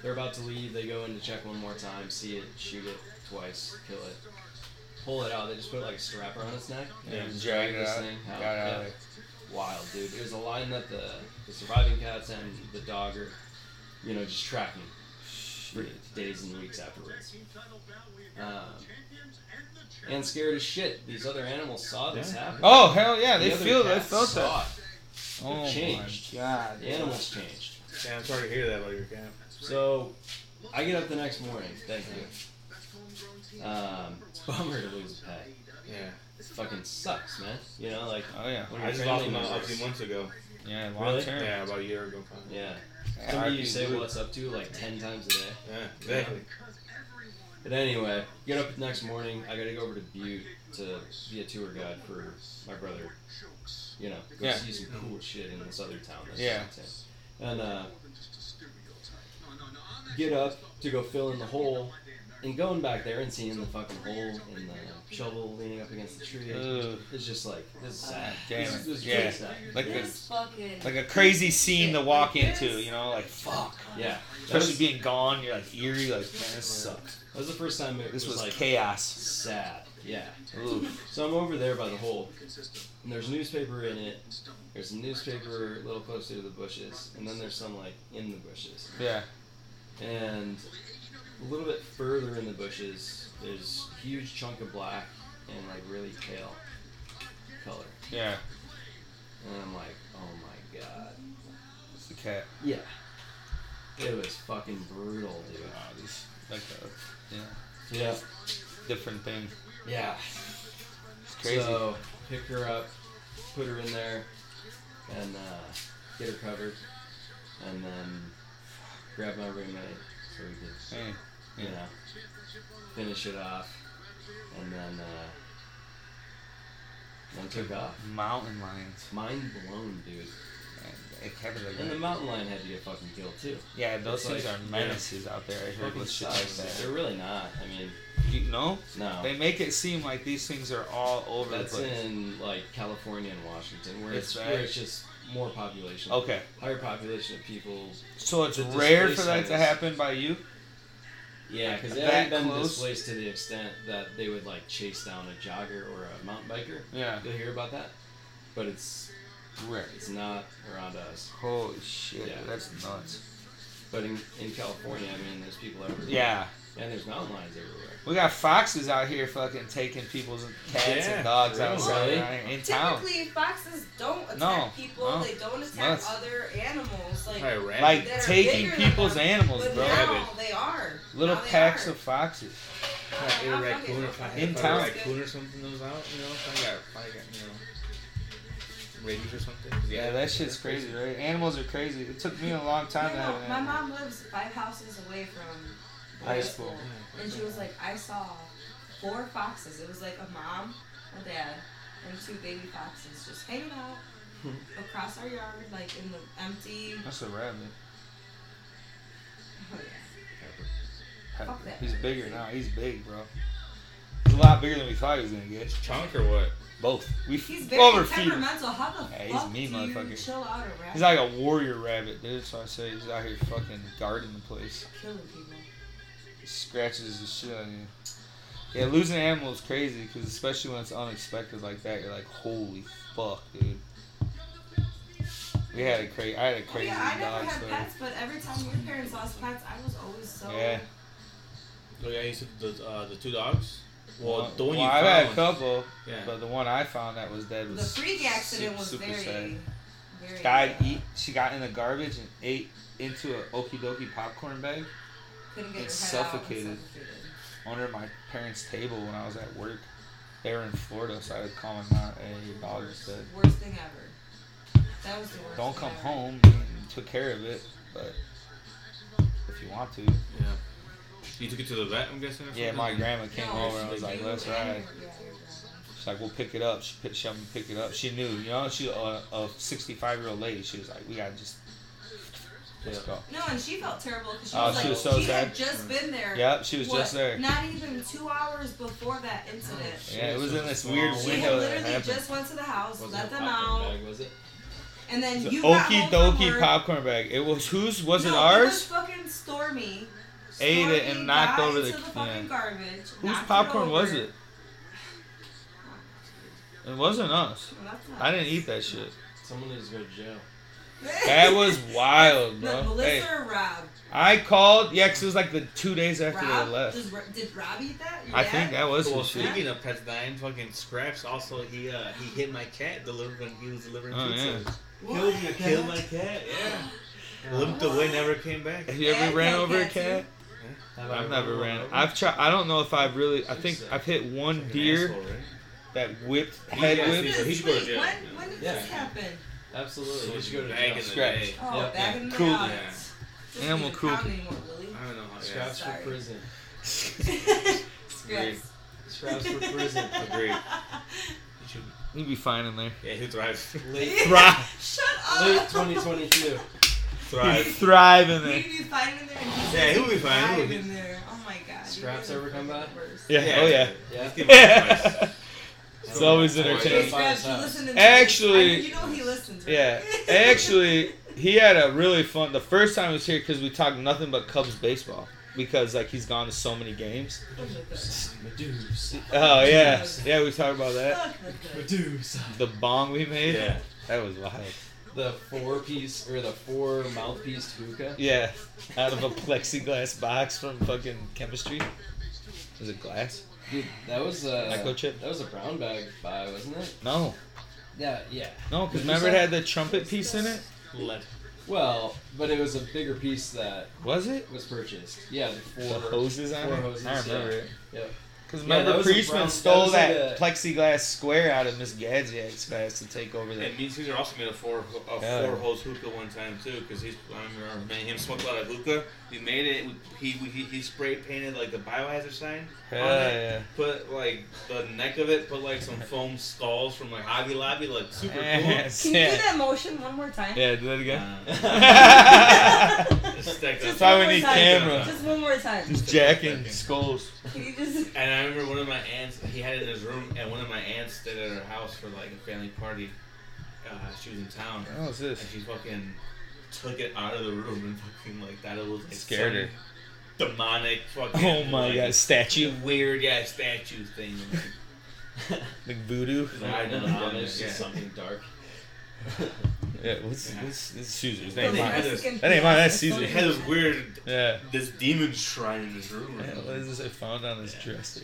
Speaker 3: They're about to leave. They go in to check one more time, see it, shoot it twice, kill it, pull it out. They just put like a strap around its neck. and
Speaker 1: Yeah.
Speaker 3: just
Speaker 1: Drag
Speaker 3: drag
Speaker 1: it
Speaker 3: this
Speaker 1: out.
Speaker 3: thing
Speaker 1: Got
Speaker 3: out.
Speaker 1: it out.
Speaker 3: Yeah.
Speaker 1: of there.
Speaker 3: Wild, dude. It was a line that the, the surviving cats and the dog are, you know, just tracking for days and weeks afterwards. Um, and scared as shit. These other animals saw this
Speaker 2: Yeah.
Speaker 3: happen.
Speaker 1: Oh hell yeah.
Speaker 3: The
Speaker 1: They
Speaker 3: other
Speaker 1: feel. They
Speaker 3: cats
Speaker 1: felt
Speaker 3: saw
Speaker 1: that.
Speaker 3: it.
Speaker 1: Oh
Speaker 3: changed.
Speaker 1: my god.
Speaker 3: The animals changed.
Speaker 2: Yeah, I'm sorry to hear that about your cat.
Speaker 3: So, I get up the next morning. Thank you. Um, it's a [LAUGHS] bummer to lose a pet.
Speaker 2: Yeah.
Speaker 3: It fucking sucks, man. You know, like
Speaker 1: Oh yeah.
Speaker 3: when
Speaker 2: I
Speaker 3: your
Speaker 2: just lost
Speaker 3: family
Speaker 2: him a
Speaker 3: members-
Speaker 2: few months ago.
Speaker 1: Yeah. Long
Speaker 3: Really?
Speaker 1: term.
Speaker 2: Yeah, about a year ago.
Speaker 3: Yeah.
Speaker 1: Yeah,
Speaker 3: Somebody
Speaker 1: I
Speaker 3: you
Speaker 1: can
Speaker 3: say
Speaker 1: do it.
Speaker 3: what's up to like ten times a day.
Speaker 2: Yeah, exactly.
Speaker 3: But anyway, get up the next morning. I gotta go over to Butte to be a tour guide for my brother. You know, go
Speaker 1: Yeah.
Speaker 3: see some cool shit in this other town. That's
Speaker 1: Yeah.
Speaker 3: insane. And uh, get up to go fill in the hole, and going back there and seeing the fucking hole and the shovel leaning up against the tree.
Speaker 1: Ugh.
Speaker 3: It's just like this is sad.
Speaker 1: Damn
Speaker 3: this,
Speaker 1: it.
Speaker 3: This is
Speaker 1: Yeah.
Speaker 3: really sad.
Speaker 1: Like a,
Speaker 4: This fucking.
Speaker 1: like a crazy scene to walk into. You know, like fuck.
Speaker 3: Yeah. That
Speaker 1: Especially
Speaker 3: was, that
Speaker 1: being gone, you're like eerie, like man, this sucks.
Speaker 3: was the first time it
Speaker 1: This
Speaker 3: was,
Speaker 1: was
Speaker 3: like
Speaker 1: chaos.
Speaker 3: sad. Yeah.
Speaker 1: Oof.
Speaker 3: So I'm over there by the hole, and there's newspaper in it. There's a newspaper a little closer to the bushes, and then there's some like in the bushes.
Speaker 1: Yeah.
Speaker 3: And a little bit further in the bushes, there's a huge chunk of black and like really pale color.
Speaker 1: Yeah.
Speaker 3: And I'm like, oh my god.
Speaker 1: It's the cat.
Speaker 3: Yeah. It was fucking brutal, dude.
Speaker 1: Oh, this like a you know,
Speaker 3: Yeah.
Speaker 1: different thing.
Speaker 3: Yeah.
Speaker 1: It's crazy.
Speaker 3: So pick her up, put her in there, and uh, get her covered, and then grab my roommate so we could,
Speaker 1: Hey,
Speaker 3: you
Speaker 1: yeah.
Speaker 3: know, finish it off, and then uh, then took off.
Speaker 1: Mountain lions.
Speaker 3: Mind blown, dude.
Speaker 1: Man, It happened like
Speaker 3: And the
Speaker 1: that.
Speaker 3: mountain lion had to get fucking killed too.
Speaker 1: Yeah, those
Speaker 3: it's
Speaker 1: things
Speaker 3: like-
Speaker 1: are menaces out there. I heard
Speaker 3: Fucking
Speaker 1: with shit like
Speaker 3: sucks. They're
Speaker 1: that.
Speaker 3: really not. I mean,
Speaker 1: You know,
Speaker 3: no.
Speaker 1: they make it seem like these things are all over
Speaker 3: That's
Speaker 1: the place.
Speaker 3: in like California and Washington, where
Speaker 1: That's
Speaker 3: it's where
Speaker 1: right.
Speaker 3: it's just more population,
Speaker 1: Okay,
Speaker 3: higher population of people.
Speaker 1: so it's
Speaker 3: The
Speaker 1: rare for that
Speaker 3: displacement
Speaker 1: to
Speaker 3: is-
Speaker 1: happen by you.
Speaker 3: Yeah, because they
Speaker 1: That
Speaker 3: haven't been
Speaker 1: close?
Speaker 3: displaced to the extent that they would like chase down a jogger or a mountain biker.
Speaker 1: Yeah,
Speaker 3: You'll hear about that, but it's
Speaker 1: rare.
Speaker 3: it's not around us.
Speaker 1: Holy shit,
Speaker 3: Yeah.
Speaker 1: that's nuts.
Speaker 3: But in, in California, I mean, there's people everywhere.
Speaker 1: Yeah,
Speaker 3: and there's mountain lions everywhere.
Speaker 1: we got foxes out here fucking taking people's cats
Speaker 2: Yeah,
Speaker 1: and dogs
Speaker 3: really?
Speaker 1: outside right? in town.
Speaker 4: Typically, foxes don't attack
Speaker 1: No,
Speaker 4: people.
Speaker 1: no.
Speaker 4: They don't attack
Speaker 1: Nuts.
Speaker 4: other animals. Like,
Speaker 2: Probably rat.
Speaker 1: Like
Speaker 4: that are
Speaker 1: taking
Speaker 4: bigger than
Speaker 1: people's
Speaker 4: them.
Speaker 1: animals,
Speaker 4: but
Speaker 1: bro.
Speaker 4: now they are.
Speaker 1: Little
Speaker 4: Now they
Speaker 1: packs
Speaker 4: are.
Speaker 1: of foxes.
Speaker 2: Probably a raccoon if I had
Speaker 1: In
Speaker 2: if I
Speaker 1: town.
Speaker 2: had a raccoon or something that was out, you know? If I got, if I got you know, rabies or something. 'Cause
Speaker 1: Yeah, that shit's crazy, right? Animals are crazy. It took me a long time to
Speaker 4: My
Speaker 1: have
Speaker 4: mom-
Speaker 1: an
Speaker 4: my
Speaker 1: animal.
Speaker 4: mom lives five houses away from high
Speaker 3: High
Speaker 4: school.
Speaker 3: school.
Speaker 4: And she was like, I saw four foxes. It was like a mom, a dad, and two baby foxes just hanging [LAUGHS] out across our yard, like in the empty. [LAUGHS]
Speaker 1: That's a rabbit.
Speaker 4: Oh, yeah.
Speaker 1: Pepper.
Speaker 4: Fuck that.
Speaker 1: He's bigger now. He's big, bro. He's a lot bigger than we thought he was gonna get.
Speaker 2: Chunk or what?
Speaker 1: Both. We
Speaker 4: He's
Speaker 1: f-
Speaker 4: very
Speaker 1: overfeed him.
Speaker 4: temperamental. How the
Speaker 1: Yeah, he's
Speaker 4: fuck
Speaker 1: mean
Speaker 4: do you
Speaker 1: motherfucker.
Speaker 4: chill out around?
Speaker 1: He's like a warrior rabbit, dude. That's why I say he's out here fucking guarding the place.
Speaker 4: killing people.
Speaker 1: He scratches the shit on you. Yeah, losing an animal is crazy because especially when it's unexpected like that, you're like, holy fuck, dude. We had a crazy. I had a
Speaker 4: Oh,
Speaker 1: crazy
Speaker 4: yeah, I never
Speaker 1: dog
Speaker 4: had
Speaker 1: story.
Speaker 4: pets, but every time your parents lost pets, I was always so.
Speaker 1: Yeah.
Speaker 2: Oh yeah, you said the uh, the two dogs. Well,
Speaker 1: Well,
Speaker 2: the one you
Speaker 1: well, I've had a
Speaker 2: found-
Speaker 1: couple,
Speaker 2: Yeah.
Speaker 1: but the one I found that was dead
Speaker 4: The
Speaker 1: was
Speaker 4: freak accident
Speaker 1: su-
Speaker 4: was
Speaker 1: super
Speaker 4: very,
Speaker 1: sad.
Speaker 4: very.
Speaker 1: Died.
Speaker 4: uh,
Speaker 1: Eat. She got in the garbage and ate into an okie dokie popcorn bag
Speaker 4: Couldn't get her head
Speaker 1: It's
Speaker 4: Out
Speaker 1: suffocated.
Speaker 4: and suffocated.
Speaker 1: under my parents' table when I was at work. They were in Florida, so I would call my mom, "Hey, your dog is dead.
Speaker 4: Worst thing ever. That was the worst.
Speaker 1: Don't
Speaker 4: thing
Speaker 1: come
Speaker 4: ever.
Speaker 1: home. and took care of it, but if you want to."
Speaker 2: Yeah. You took it to the vet, I'm guessing. Or
Speaker 1: Yeah,
Speaker 2: something?
Speaker 1: my grandma came
Speaker 4: No,
Speaker 1: over and I was like,
Speaker 4: you
Speaker 1: "Let's
Speaker 4: and
Speaker 1: ride."
Speaker 4: your- yeah, your grandma.
Speaker 1: She's like, "We'll pick it up." She picked, she helped me pick it up. She knew, you know, she a a 65 year old lady. She was like, "We gotta just let's
Speaker 2: Yeah.
Speaker 1: go."
Speaker 4: No, and she felt terrible because she,
Speaker 1: Oh,
Speaker 4: was
Speaker 1: she
Speaker 4: like,
Speaker 1: was so
Speaker 4: she
Speaker 1: sad.
Speaker 4: had just been there.
Speaker 1: Yep, she was
Speaker 4: what,
Speaker 1: just there.
Speaker 4: Not even two hours before that incident.
Speaker 1: Yeah, it was in this weird
Speaker 2: She
Speaker 4: She
Speaker 2: had
Speaker 1: window that
Speaker 4: had literally
Speaker 1: happened.
Speaker 4: just went to the house,
Speaker 3: Wasn't
Speaker 4: let
Speaker 3: a
Speaker 4: them
Speaker 3: popcorn
Speaker 4: out,
Speaker 3: Bag, was it?
Speaker 4: and then
Speaker 1: It's
Speaker 4: you
Speaker 1: an
Speaker 4: got
Speaker 1: okie
Speaker 4: home from
Speaker 1: dokie
Speaker 4: work.
Speaker 1: popcorn bag. It was whose? Was
Speaker 4: no,
Speaker 1: it
Speaker 4: was
Speaker 1: ours?
Speaker 4: fucking Stormy.
Speaker 1: Ate it and
Speaker 4: Stormy
Speaker 1: knocked
Speaker 4: got
Speaker 1: over
Speaker 4: into
Speaker 1: the-
Speaker 4: fucking
Speaker 1: yeah.
Speaker 4: garbage.
Speaker 1: Whose
Speaker 4: knocked it
Speaker 1: popcorn was
Speaker 4: over.
Speaker 1: it? It wasn't us.
Speaker 4: Well, that's not-
Speaker 1: I didn't eat that shit.
Speaker 3: Someone needs to go to jail.
Speaker 4: [LAUGHS]
Speaker 1: That was wild,
Speaker 4: No,
Speaker 1: [LAUGHS] bro.
Speaker 4: Melissa
Speaker 1: Hey,
Speaker 4: or Rob?
Speaker 1: I called. Yeah, 'cause it was like the two days after
Speaker 4: Rob?
Speaker 1: they left.
Speaker 4: Does Ro- did Rob eat that? Your
Speaker 1: I
Speaker 4: dad?
Speaker 1: think that was
Speaker 2: Well,
Speaker 1: his shit.
Speaker 2: speaking of pets dying, fucking scraps. Also, he uh, he hit my cat delivering when he was delivering
Speaker 1: Oh,
Speaker 2: pizza.
Speaker 1: yeah.
Speaker 2: Killed,
Speaker 4: What?
Speaker 2: killed my cat. Yeah. Limped away, never came back.
Speaker 1: Have you
Speaker 4: Cat,
Speaker 1: ever ran
Speaker 4: cat,
Speaker 1: over a
Speaker 4: cat, too.
Speaker 1: cat?
Speaker 3: Have I
Speaker 1: I've
Speaker 3: ever
Speaker 1: never
Speaker 3: run
Speaker 1: ran.
Speaker 3: over?
Speaker 1: I've tried. I don't know if I've really. I think
Speaker 3: Who's that?
Speaker 1: I've hit one
Speaker 2: An
Speaker 1: deer
Speaker 2: asshole, right?
Speaker 1: that whipped head
Speaker 2: Yeah,
Speaker 1: whipped.
Speaker 2: he's- he should go to
Speaker 4: Wait,
Speaker 2: jail.
Speaker 4: When, when did
Speaker 3: Yeah.
Speaker 4: this happen?
Speaker 3: Absolutely. You should go to
Speaker 2: Back in
Speaker 3: jail.
Speaker 2: the
Speaker 1: Scratch.
Speaker 2: day.
Speaker 4: Oh,
Speaker 3: Yep.
Speaker 4: back in the
Speaker 1: Cruelty.
Speaker 4: house.
Speaker 2: Yeah.
Speaker 4: Doesn't
Speaker 1: Animal
Speaker 4: even count
Speaker 1: cruelty.
Speaker 4: anymore,
Speaker 2: I don't know how.
Speaker 3: Scraps for prison.
Speaker 4: really. [LAUGHS]
Speaker 1: Great.
Speaker 4: Scraps.
Speaker 3: Scraps for
Speaker 4: [LAUGHS]
Speaker 3: prison.
Speaker 2: Agreed. Yeah,
Speaker 1: You'd be fine in there.
Speaker 2: yeah
Speaker 1: [LAUGHS]
Speaker 2: he thrives. [LAUGHS]
Speaker 3: Late,
Speaker 1: Thrive.
Speaker 4: Shut
Speaker 3: late
Speaker 4: up.
Speaker 3: 2022.
Speaker 1: You'd
Speaker 2: thrives.
Speaker 1: thrive in
Speaker 4: [LAUGHS] He'd
Speaker 1: there.
Speaker 4: be fine in there. and he's
Speaker 2: Yeah, he'll be fine.
Speaker 4: alive
Speaker 2: He'll be-
Speaker 4: in there. Oh my god.
Speaker 3: Scraps
Speaker 4: you guys are
Speaker 3: ever come by?
Speaker 4: fucking worse.
Speaker 1: Yeah. Oh yeah.
Speaker 3: Yeah.
Speaker 1: [LAUGHS]
Speaker 2: Give him a price.
Speaker 1: Yeah. It's always
Speaker 3: Always.
Speaker 4: Hey,
Speaker 1: entertaining.
Speaker 4: Scraps, you listen to this.
Speaker 1: Actually-
Speaker 4: I mean, you know he listens. Right? [LAUGHS]
Speaker 1: Yeah, actually, he had a really fun. The first time he was here because we talked nothing but Cubs baseball because like he's gone to so many games.
Speaker 3: Medusa.
Speaker 1: Oh yeah, yeah, we talked about
Speaker 4: [LAUGHS]
Speaker 1: that.
Speaker 4: Fuck with it.
Speaker 3: Medusa.
Speaker 1: The bong we made.
Speaker 2: Yeah.
Speaker 1: that was wild.
Speaker 3: The four piece or the four mouthpiece hookah.
Speaker 1: Yeah, out of a plexiglass box from fucking chemistry. Was it glass?
Speaker 3: Dude, that was a
Speaker 1: Echo chip?
Speaker 3: That was a brown bag buy, wasn't it?
Speaker 1: No,
Speaker 3: Yeah, yeah.
Speaker 1: no, because remember it had the trumpet piece in it.
Speaker 2: Let
Speaker 3: Well, but it was a bigger piece that
Speaker 1: Was it?
Speaker 3: was purchased. Yeah, the four.
Speaker 1: The hoses on
Speaker 3: four
Speaker 1: it.
Speaker 3: hoses,
Speaker 1: I remember
Speaker 3: yeah.
Speaker 1: it.
Speaker 3: Yep.
Speaker 1: Because
Speaker 3: Yeah,
Speaker 1: remember,
Speaker 3: that was a
Speaker 1: Priestman
Speaker 3: brown- that
Speaker 1: stole
Speaker 3: was
Speaker 1: that,
Speaker 3: like
Speaker 1: plexiglass square out of Miss Gadziak's class to take over the
Speaker 2: And me and Caesar also made a four a
Speaker 1: Yeah.
Speaker 2: four hose hookah one time too, because he's I remember me and him smoked a lot of hookah. We made it. We, he, we, he he spray painted like the biohazard sign.
Speaker 1: Yeah,
Speaker 2: on it,
Speaker 1: yeah.
Speaker 2: Put like the neck of it. Put like some foam skulls from like Hobby Lobby. Like super
Speaker 1: Yeah,
Speaker 2: cool.
Speaker 4: Can you do that motion one more
Speaker 1: [LAUGHS]
Speaker 4: time?
Speaker 1: yeah, do that again.
Speaker 2: Uh,
Speaker 3: [LAUGHS]
Speaker 2: it's
Speaker 1: [LAUGHS]
Speaker 2: stacked
Speaker 4: Just
Speaker 2: up.
Speaker 1: why
Speaker 4: one
Speaker 1: we
Speaker 4: more
Speaker 1: need
Speaker 4: time.
Speaker 1: camera.
Speaker 4: Just one more time.
Speaker 1: Just jacking skulls.
Speaker 4: Can you just?
Speaker 2: And I remember one of my aunts, he had it in his room, and one of my aunts did it at her house for like a family party. Uh, she was in town,
Speaker 1: What was
Speaker 2: and
Speaker 1: this?
Speaker 2: she fucking took it out of the room and fucking like that. It was like
Speaker 1: Scared her.
Speaker 2: some Demonic fucking.
Speaker 1: Oh my
Speaker 2: like,
Speaker 1: god, statue.
Speaker 2: Weird yeah statue
Speaker 1: [LAUGHS]
Speaker 2: thing.
Speaker 1: Like voodoo.
Speaker 2: Like, I don't
Speaker 3: An
Speaker 2: know.
Speaker 3: Amish is
Speaker 2: Yeah.
Speaker 3: something dark.
Speaker 1: Yeah, what's, what's, this is Caesar's
Speaker 2: That
Speaker 1: name?
Speaker 2: ain't mine.
Speaker 1: [LAUGHS] That ain't mine, that's
Speaker 2: It
Speaker 1: Caesar.
Speaker 2: had this weird,
Speaker 1: Yeah.
Speaker 2: this demon shrine in his room.
Speaker 1: yeah. What is this I found on his dresser?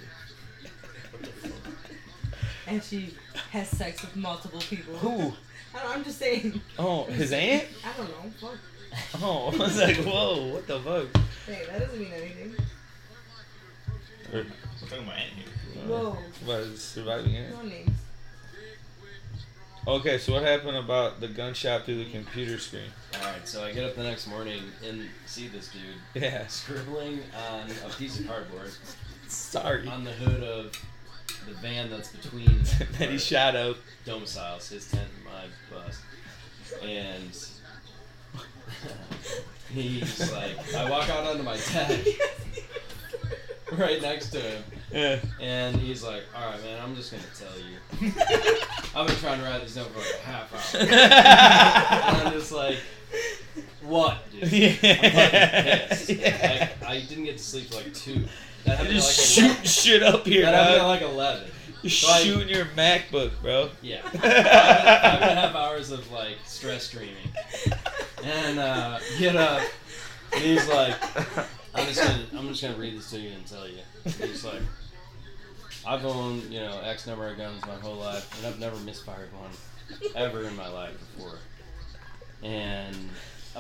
Speaker 4: And she has sex with multiple people.
Speaker 1: Who?
Speaker 4: I don't, I'm just saying.
Speaker 1: Oh, his aunt?
Speaker 4: I don't know. Fuck.
Speaker 1: Oh, [LAUGHS] I was like, whoa, what the fuck?
Speaker 4: Hey, that doesn't mean anything.
Speaker 1: Uh, Or,
Speaker 2: I'm talking about my aunt here.
Speaker 1: uh,
Speaker 4: Whoa.
Speaker 1: about his surviving aunt.
Speaker 4: No names.
Speaker 1: Okay, so what happened about the gunshot through the computer screen? [LAUGHS]
Speaker 3: Alright, so I get up the next morning and see this dude
Speaker 1: Yeah,
Speaker 3: scribbling on a piece of cardboard
Speaker 1: sorry.
Speaker 3: on the hood of the van that's between
Speaker 1: [LAUGHS] that he
Speaker 3: our
Speaker 1: shot out.
Speaker 3: domiciles, his tent and my bus. And [LAUGHS] he's like, I walk out onto my deck [LAUGHS] right next to him,
Speaker 1: Yeah. [LAUGHS]
Speaker 3: and he's like, Alright, man, I'm just gonna tell you. I've been trying to write this down for like a
Speaker 1: [LAUGHS]
Speaker 3: half hour. and I'm just like, what, dude? I'm fucking
Speaker 1: [LAUGHS]
Speaker 3: pissed.
Speaker 1: Yeah.
Speaker 3: Like, I didn't get to sleep for like two. That
Speaker 1: You
Speaker 3: happened at like
Speaker 1: just shoot
Speaker 3: 11.
Speaker 1: shit up here,
Speaker 3: That happened at
Speaker 1: dog.
Speaker 3: like eleven.
Speaker 1: You're
Speaker 3: so I-
Speaker 1: shooting your MacBook, bro. [LAUGHS]
Speaker 3: Yeah. Five five and a half hours of like stress streaming. And uh, get up and he's like, I'm just gonna I'm just gonna read this to you and tell you. And he's like I've owned, you know, X number of guns my whole life and I've never misfired one ever in my life before. And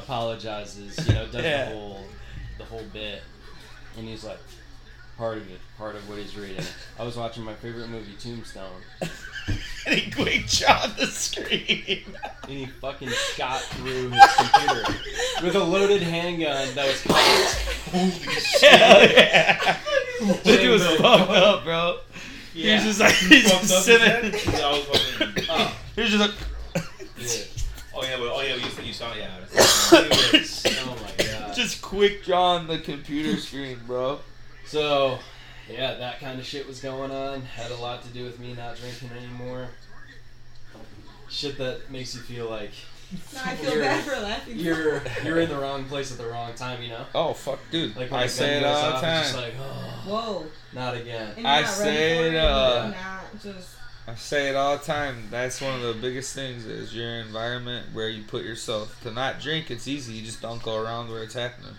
Speaker 3: apologizes, you know, does
Speaker 1: Yeah.
Speaker 3: the whole the whole bit. And he's like part of it, part of what he's reading. I was watching my favorite movie, Tombstone.
Speaker 1: and he quick shot the screen.
Speaker 3: and he fucking shot through his computer with a loaded handgun that was [LAUGHS] cocked.
Speaker 2: Holy
Speaker 1: Hell
Speaker 2: shit!
Speaker 1: yeah. That dude was fucked up, bro. He was just like, he's
Speaker 2: Fucked
Speaker 1: just
Speaker 2: up
Speaker 1: sitting.
Speaker 2: his head? Yeah, I was fucking-
Speaker 3: Oh,
Speaker 1: [LAUGHS] He was just
Speaker 3: yeah.
Speaker 1: like,
Speaker 2: Oh yeah, but oh yeah, you said you saw it. Yeah.
Speaker 3: oh my
Speaker 1: [LAUGHS]
Speaker 3: god.
Speaker 1: just quick drawing the computer screen, bro.
Speaker 3: So, yeah, that kind of shit was going on. Had a lot to do with me not drinking anymore. Shit that makes you feel like
Speaker 4: No, I feel
Speaker 3: You're-
Speaker 4: bad for laughing.
Speaker 3: you're you're in the wrong place at the wrong time, you know.
Speaker 1: Oh fuck, dude!
Speaker 3: Like when
Speaker 1: I
Speaker 3: a gun
Speaker 1: say it
Speaker 3: goes
Speaker 1: all the
Speaker 3: off, it's
Speaker 1: time.
Speaker 3: just like, oh,
Speaker 4: Whoa.
Speaker 3: not again.
Speaker 4: And you're
Speaker 1: I
Speaker 4: not ready
Speaker 1: said,
Speaker 4: for it, you're
Speaker 1: uh,
Speaker 4: not just.
Speaker 1: I say it all the time. That's one of the biggest things is your environment where you put yourself. To not drink, it's easy. You just don't go around where it's happening.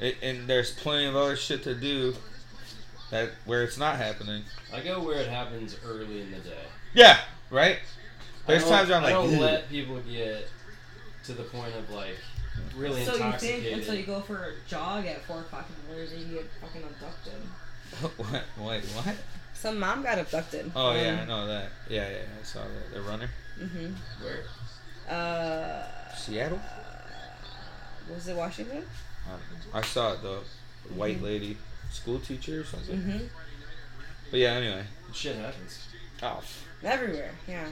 Speaker 3: Mm.
Speaker 1: It, and there's plenty of other shit to do that where it's not happening.
Speaker 3: I go where it happens early in the day.
Speaker 1: Yeah, right. There's
Speaker 3: I don't-
Speaker 1: times where I'm
Speaker 3: I
Speaker 1: like,
Speaker 3: don't
Speaker 1: "Ugh."
Speaker 3: let people get to the point of like really
Speaker 4: So you
Speaker 3: intoxicated.
Speaker 4: think until you go for a jog at four o'clock in the morning, you get fucking abducted.
Speaker 1: [LAUGHS] what? Wait, what?
Speaker 4: Some mom got abducted.
Speaker 1: Oh yeah, I know that. Yeah, yeah, I saw that. The runner,
Speaker 4: Um, Mm-hmm.
Speaker 3: Where?
Speaker 4: Uh,
Speaker 1: Seattle.
Speaker 4: was it Washington?
Speaker 1: Um, I saw it though. White lady, school teacher or something.
Speaker 4: Mm-hmm.
Speaker 1: But yeah, anyway.
Speaker 3: Shit happens.
Speaker 1: Oh.
Speaker 4: Everywhere. Yeah.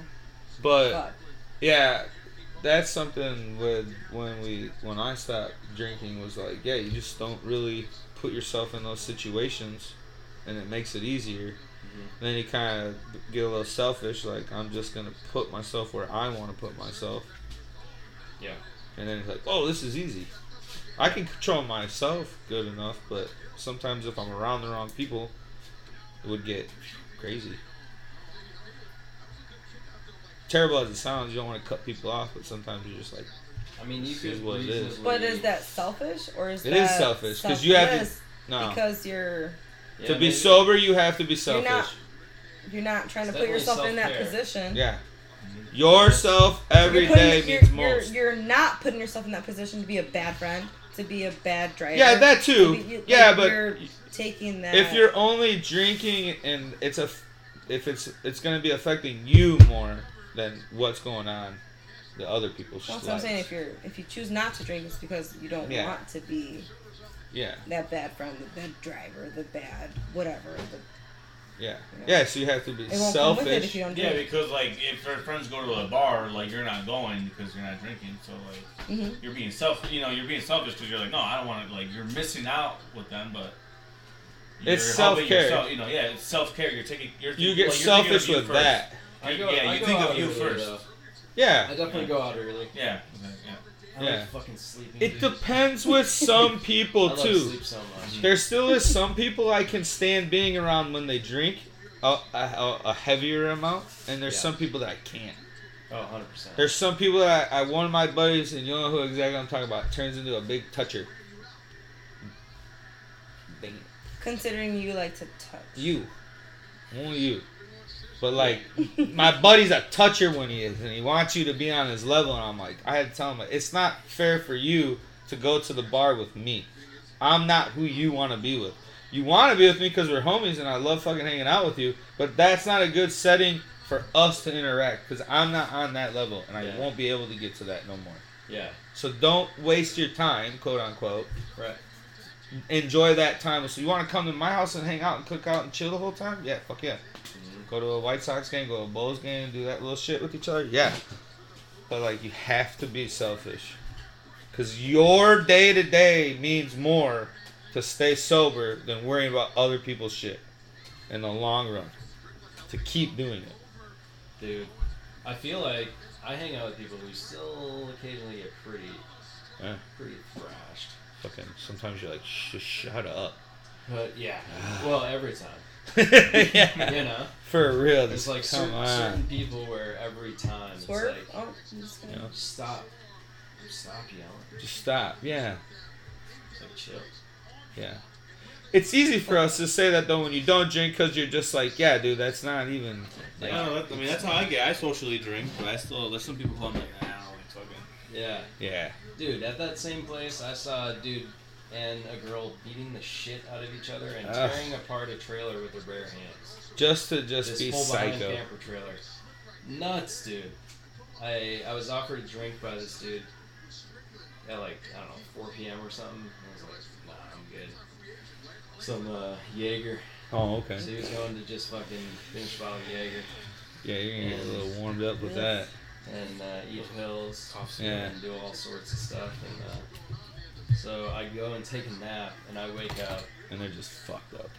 Speaker 1: But.
Speaker 4: Fuck.
Speaker 1: Yeah, that's something with when we when I stopped drinking was like, yeah, you just don't really put yourself in those situations, and it makes it easier.
Speaker 3: Mm-hmm.
Speaker 1: Then you kind of get a little selfish, like I'm just gonna put myself where I want to put myself.
Speaker 3: Yeah.
Speaker 1: And then it's like, oh, this is easy. I can control myself good enough, but sometimes if I'm around the wrong people, it would get crazy. Terrible as it sounds, you don't want to cut people off, but sometimes you're just like,
Speaker 3: I mean, you
Speaker 1: This
Speaker 3: could
Speaker 1: is what it is.
Speaker 3: reasonably.
Speaker 4: But is that selfish or is
Speaker 1: It
Speaker 4: that
Speaker 1: is selfish, 'cause you have to-
Speaker 4: selfless?
Speaker 1: no.
Speaker 4: because you're
Speaker 3: Yeah,
Speaker 1: to be
Speaker 3: maybe.
Speaker 1: sober, you have to be
Speaker 4: You're
Speaker 1: selfish.
Speaker 4: not- [LAUGHS] you're not trying
Speaker 3: It's
Speaker 4: to put
Speaker 3: definitely
Speaker 4: yourself in that
Speaker 3: self-care.
Speaker 4: position.
Speaker 1: Yeah. Yourself every
Speaker 4: You're putting-
Speaker 1: day
Speaker 4: you're,
Speaker 1: means
Speaker 4: you're-
Speaker 1: most.
Speaker 4: You're, not putting yourself in that position to be a bad friend, to be a bad driver.
Speaker 1: yeah, that
Speaker 4: to
Speaker 1: too.
Speaker 4: be- you-
Speaker 1: yeah,
Speaker 4: like,
Speaker 1: but
Speaker 4: you're taking that.
Speaker 1: if you're only drinking and it's a if it's it's going to be affecting you more than what's going on the other people's
Speaker 4: Well, that's what I'm
Speaker 1: lives.
Speaker 4: saying. If you're if you choose not to drink, it's because you don't
Speaker 1: Yeah.
Speaker 4: want to be
Speaker 1: yeah
Speaker 4: that bad friend, the bad driver, the bad whatever. The,
Speaker 1: yeah
Speaker 4: Yeah.
Speaker 1: yeah so you have to be
Speaker 4: it won't come with it if
Speaker 1: selfish
Speaker 4: you don't
Speaker 2: Yeah,
Speaker 4: drink.
Speaker 2: because like if your friends go to a bar, like you're not going because you're not drinking. So like
Speaker 4: Mhm.
Speaker 2: you're being self, you know, you're being selfish because you're like, no, I don't want to. Like you're missing out with them, but you're
Speaker 1: It's
Speaker 2: helping
Speaker 1: self-care.
Speaker 2: yourself- You know, yeah, it's self care. You're taking. You're
Speaker 1: you
Speaker 2: think-
Speaker 1: get
Speaker 2: like, you're thinking
Speaker 1: selfish
Speaker 2: of you
Speaker 1: with
Speaker 2: first.
Speaker 1: that
Speaker 3: I go,
Speaker 2: yeah, you
Speaker 3: I go
Speaker 2: think
Speaker 3: out
Speaker 2: of you
Speaker 3: early,
Speaker 2: first.
Speaker 3: though. I
Speaker 1: yeah
Speaker 3: definitely
Speaker 2: Yeah.
Speaker 3: go out early.
Speaker 2: Yeah, okay, yeah.
Speaker 3: I like
Speaker 1: Yeah.
Speaker 3: fucking sleeping.
Speaker 1: it
Speaker 3: dude.
Speaker 1: depends
Speaker 3: [LAUGHS]
Speaker 1: with some
Speaker 3: I
Speaker 1: people
Speaker 3: love
Speaker 1: too
Speaker 3: sleep so much.
Speaker 1: There still is some people I can stand being around when they drink a, a, a- a heavier amount, and there's
Speaker 3: Yeah.
Speaker 1: some people that I can't.
Speaker 3: Oh, 100 percent.
Speaker 1: There's some people that I, I one of my buddies, and you know who exactly I'm talking about, turns into a big toucher. Bang.
Speaker 4: Considering you like to touch.
Speaker 1: You, only you. But like, my buddy's a toucher when he is, and he wants you to be on his level. And I'm like, I had to tell him, it's not fair for you to go to the bar with me. I'm not who you want to be with. You want to be with me because we're homies and I love fucking hanging out with you, but that's not a good setting for us to interact because I'm not on that level and I
Speaker 3: Yeah.
Speaker 1: won't be able to get to that no more.
Speaker 3: Yeah.
Speaker 1: So don't waste your time, quote unquote.
Speaker 3: Right.
Speaker 1: Enjoy that time. So you want to come to my house and hang out and cook out and chill the whole time? Yeah, fuck yeah.
Speaker 3: Mhm.
Speaker 1: Go to a White Sox game, go to a Bulls game, do that little shit with each other. Yeah. But like you have to be selfish. Cause your day to day means more to stay sober than worrying about other people's shit in the long run. To keep doing it.
Speaker 3: Dude, I feel like I hang out with people who still occasionally get pretty,
Speaker 1: Yeah.
Speaker 3: pretty thrashed.
Speaker 1: Fucking sometimes you're like, Sh- shut up. [LAUGHS]
Speaker 3: But
Speaker 1: [SIGHS]
Speaker 3: yeah, well, every time,
Speaker 1: yeah.
Speaker 3: you know,
Speaker 1: For real.
Speaker 3: it's
Speaker 1: Just
Speaker 3: like
Speaker 1: like
Speaker 3: certain,
Speaker 1: come
Speaker 3: certain
Speaker 1: on.
Speaker 3: people where every time it's
Speaker 4: Twerp?
Speaker 3: like,
Speaker 4: Oh, I'm just gonna.
Speaker 1: Yeah.
Speaker 3: stop, stop yelling,
Speaker 1: Just stop. Yeah.
Speaker 3: it's like chill.
Speaker 1: Yeah. It's easy for us to say that though when you don't drink because you're just like, yeah, dude, that's not even.
Speaker 2: I
Speaker 1: Like,
Speaker 2: don't know, that- I mean, that's how I get. I socially drink, but I still. There's some people who I'm like, nah, I don't like fucking.
Speaker 3: Yeah,
Speaker 1: yeah.
Speaker 3: dude, at that same place, I saw a dude and a girl beating the shit out of each other and
Speaker 1: Ugh.
Speaker 3: tearing apart a trailer with their bare hands.
Speaker 1: Just to just
Speaker 3: this
Speaker 1: be
Speaker 3: full
Speaker 1: psycho.
Speaker 3: behind camper trailer, nuts, dude. I I was offered a drink by this dude at like I don't know 4 p.m. or something. I was like, nah, I'm good. Some uh, Jaeger.
Speaker 1: Oh, okay.
Speaker 3: So he was going to just fucking finish bottle of Jaeger
Speaker 1: Yeah, you're gonna get a little warmed up with that.
Speaker 3: and uh, eat pills
Speaker 2: Coughs.
Speaker 1: Yeah.
Speaker 3: and do all sorts of stuff. And uh, so I go and take a nap, and I wake up
Speaker 1: And they're just fucked up.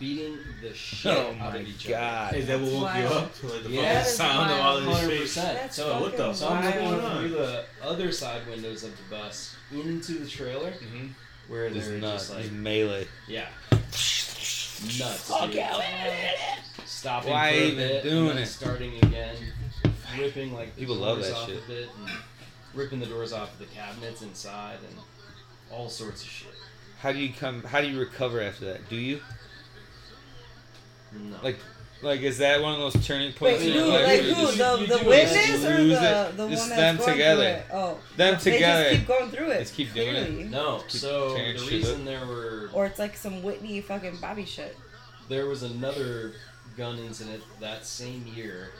Speaker 3: beating the shit
Speaker 1: Oh
Speaker 3: out
Speaker 1: my
Speaker 3: of each
Speaker 1: God.
Speaker 2: Hey, that will woke you
Speaker 4: Wow.
Speaker 2: up to like the
Speaker 3: Yeah,
Speaker 2: fucking
Speaker 3: that's
Speaker 2: sound of
Speaker 4: wild.
Speaker 2: all
Speaker 3: other.
Speaker 2: this
Speaker 3: Hundred
Speaker 2: shit.
Speaker 3: percent.
Speaker 4: That's
Speaker 3: So
Speaker 2: what the-
Speaker 3: So I'm
Speaker 4: fucking
Speaker 3: looking
Speaker 2: wild.
Speaker 3: through the other side windows of the bus into the trailer,
Speaker 2: Mm-hmm.
Speaker 3: where
Speaker 1: Just
Speaker 3: they're
Speaker 1: nuts.
Speaker 3: just like,
Speaker 1: just melee.
Speaker 3: yeah, nuts. dude. stopping
Speaker 1: Why
Speaker 3: for a
Speaker 1: even
Speaker 3: bit,
Speaker 1: doing
Speaker 3: and then
Speaker 1: it?
Speaker 3: starting again, ripping like the
Speaker 1: People love
Speaker 3: doors
Speaker 1: that
Speaker 3: off
Speaker 1: shit.
Speaker 3: of it, and ripping the doors off of the cabinets inside, and all sorts of shit.
Speaker 1: How do you come? How do you recover after that? Do you
Speaker 3: No.
Speaker 1: like? Like is that one of those turning
Speaker 4: Wait,
Speaker 1: points? in your
Speaker 4: who?
Speaker 1: life
Speaker 4: Like
Speaker 1: where you
Speaker 4: who?
Speaker 1: just-
Speaker 3: you-
Speaker 4: The
Speaker 3: you
Speaker 4: the
Speaker 3: do it,
Speaker 1: you
Speaker 4: witness or
Speaker 1: lose
Speaker 4: the
Speaker 1: it.
Speaker 4: the one
Speaker 1: It's
Speaker 4: that's
Speaker 1: them
Speaker 4: going
Speaker 1: together.
Speaker 4: through it? Oh,
Speaker 1: Them
Speaker 4: they
Speaker 1: together.
Speaker 4: just keep going through it.
Speaker 1: Let's keep doing it.
Speaker 4: clearly.
Speaker 3: no.
Speaker 1: Keep
Speaker 3: So
Speaker 1: tearing
Speaker 3: the
Speaker 1: shit
Speaker 3: reason there were
Speaker 4: Or it's like some Whitney fucking Bobby shit.
Speaker 3: there was another gun incident that same year,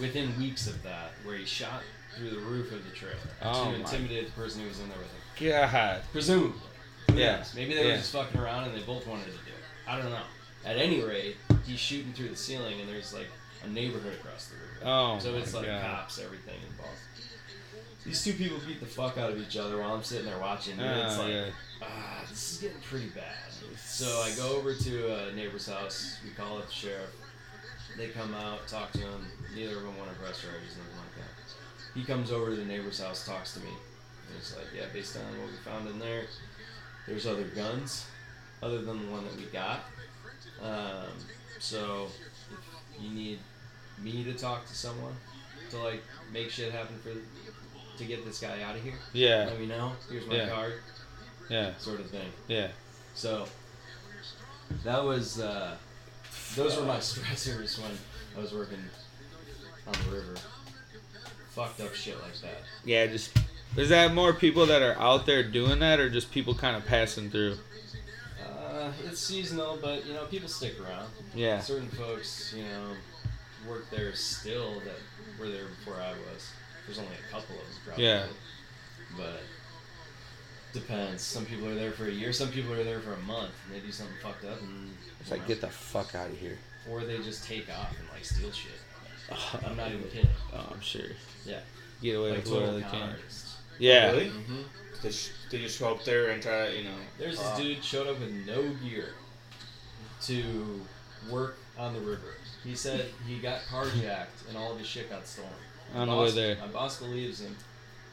Speaker 3: within weeks of that, where he shot through the roof of the trailer
Speaker 1: Oh
Speaker 3: to
Speaker 1: my-
Speaker 3: intimidate the person who was in there with him.
Speaker 1: God.
Speaker 3: Presumably. Who
Speaker 1: Yeah.
Speaker 3: knows? Maybe they
Speaker 1: Yeah.
Speaker 3: were just fucking around and they both wanted to do it. I don't know. At any rate, he's shooting through the ceiling and there's like a neighborhood across the river.
Speaker 1: Oh.
Speaker 3: so it's
Speaker 1: my
Speaker 3: like
Speaker 1: God.
Speaker 3: cops, everything involved. These two people beat the fuck out of each other while I'm sitting there watching. And it's
Speaker 1: Oh,
Speaker 3: like,
Speaker 1: yeah.
Speaker 3: ah, this is getting pretty bad. So I go over to a neighbor's house. We call up the sheriff. They come out, talk to him. Neither of them want to press charges, nothing like that. He comes over to the neighbor's house, talks to me. And it's like, yeah, based on what we found in there, there's other guns other than the one that we got. Um, so if you need me to talk to someone to like make shit happen for to get this guy out of here,
Speaker 1: Yeah.
Speaker 3: let me know. Here's my
Speaker 1: Yeah.
Speaker 3: card,
Speaker 1: Yeah.
Speaker 3: sort of thing.
Speaker 1: Yeah.
Speaker 3: So that was uh, those were my [LAUGHS] stressors when I was working on the river. Fucked up shit like that.
Speaker 1: Yeah. Just. Is that more people that are out there doing that, or just people kind of passing through?
Speaker 3: Uh, it's seasonal, but you know people stick around.
Speaker 1: Yeah.
Speaker 3: Certain folks, you know, work there still that were there before I was. There's only a couple of them, probably.
Speaker 1: Yeah.
Speaker 3: But depends. Some people are there for a year. Some people are there for a month, and they do something fucked up, and
Speaker 1: It's
Speaker 3: you
Speaker 1: like
Speaker 3: know,
Speaker 1: get the fuck out of here.
Speaker 3: or they just take off and like steal shit.
Speaker 1: [LAUGHS] Oh,
Speaker 3: I'm not even kidding.
Speaker 1: I'm sure.
Speaker 3: Yeah.
Speaker 1: Get away
Speaker 3: Like
Speaker 1: with whatever
Speaker 3: total
Speaker 1: they
Speaker 3: con
Speaker 1: can.
Speaker 3: artists.
Speaker 1: Yeah.
Speaker 2: oh Really?
Speaker 3: Mm-hmm.
Speaker 2: They, sh- they just show up there and try to, you know.
Speaker 3: There's this
Speaker 2: Uh,
Speaker 3: dude showed up with no gear to work on the river. He said he got carjacked and all of his shit got stolen.
Speaker 1: On the
Speaker 3: Boss-
Speaker 1: way there.
Speaker 3: My boss believes him,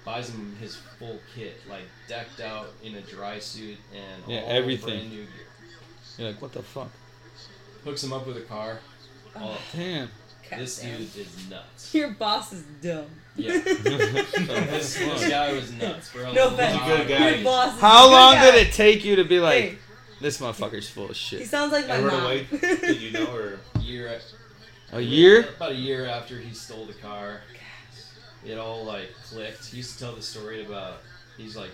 Speaker 3: buys him his full kit, like decked out in a dry suit and
Speaker 1: Yeah,
Speaker 3: all
Speaker 1: everything.
Speaker 3: brand new gear.
Speaker 1: You're like, what the fuck?
Speaker 3: Hooks him up with a car. All
Speaker 2: [LAUGHS]
Speaker 1: Damn.
Speaker 4: God
Speaker 3: this
Speaker 4: damn.
Speaker 3: dude is nuts.
Speaker 4: [LAUGHS] Your boss is dumb.
Speaker 3: Yeah. this, this
Speaker 1: How
Speaker 3: guy was nuts, bro.
Speaker 4: No
Speaker 3: Like,
Speaker 4: offense.
Speaker 2: He's a good guy.
Speaker 4: Your boss is a good
Speaker 1: long
Speaker 4: guy.
Speaker 1: did it take you to be like,
Speaker 4: Hey,
Speaker 1: this motherfucker's full of
Speaker 4: he
Speaker 1: shit?
Speaker 4: sounds like my
Speaker 2: Ever
Speaker 4: mom.
Speaker 2: awake? Did you
Speaker 4: [LAUGHS]
Speaker 2: know or?
Speaker 3: Year,
Speaker 1: A year?
Speaker 3: About a year after he stole the car, it all like clicked. He used to tell the story about he's like,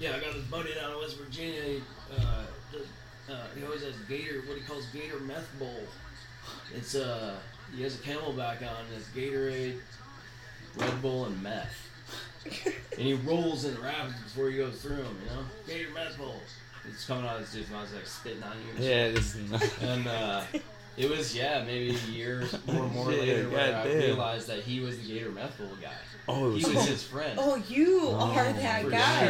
Speaker 3: yeah, I got this buddy down in West Virginia. Uh, does- uh, he always has gator, what he calls gator meth bowl. It's uh, he has a Camelback on. and It's Gatorade, Red Bull, and meth. and he rolls in the rapids before he goes through them. You know, Gator meth bowl. It's coming out of this dude's mouth, it's like spitting on you. And shit.
Speaker 1: Yeah, this is not. [LAUGHS]
Speaker 3: And uh, it was yeah, maybe a year or more
Speaker 1: Yeah,
Speaker 3: later where I
Speaker 1: goddamn.
Speaker 3: realized that he was the Gator meth bowl guy.
Speaker 1: Oh, it
Speaker 3: He
Speaker 1: was
Speaker 3: was his friend.
Speaker 4: Oh, you are
Speaker 3: for
Speaker 4: that guy.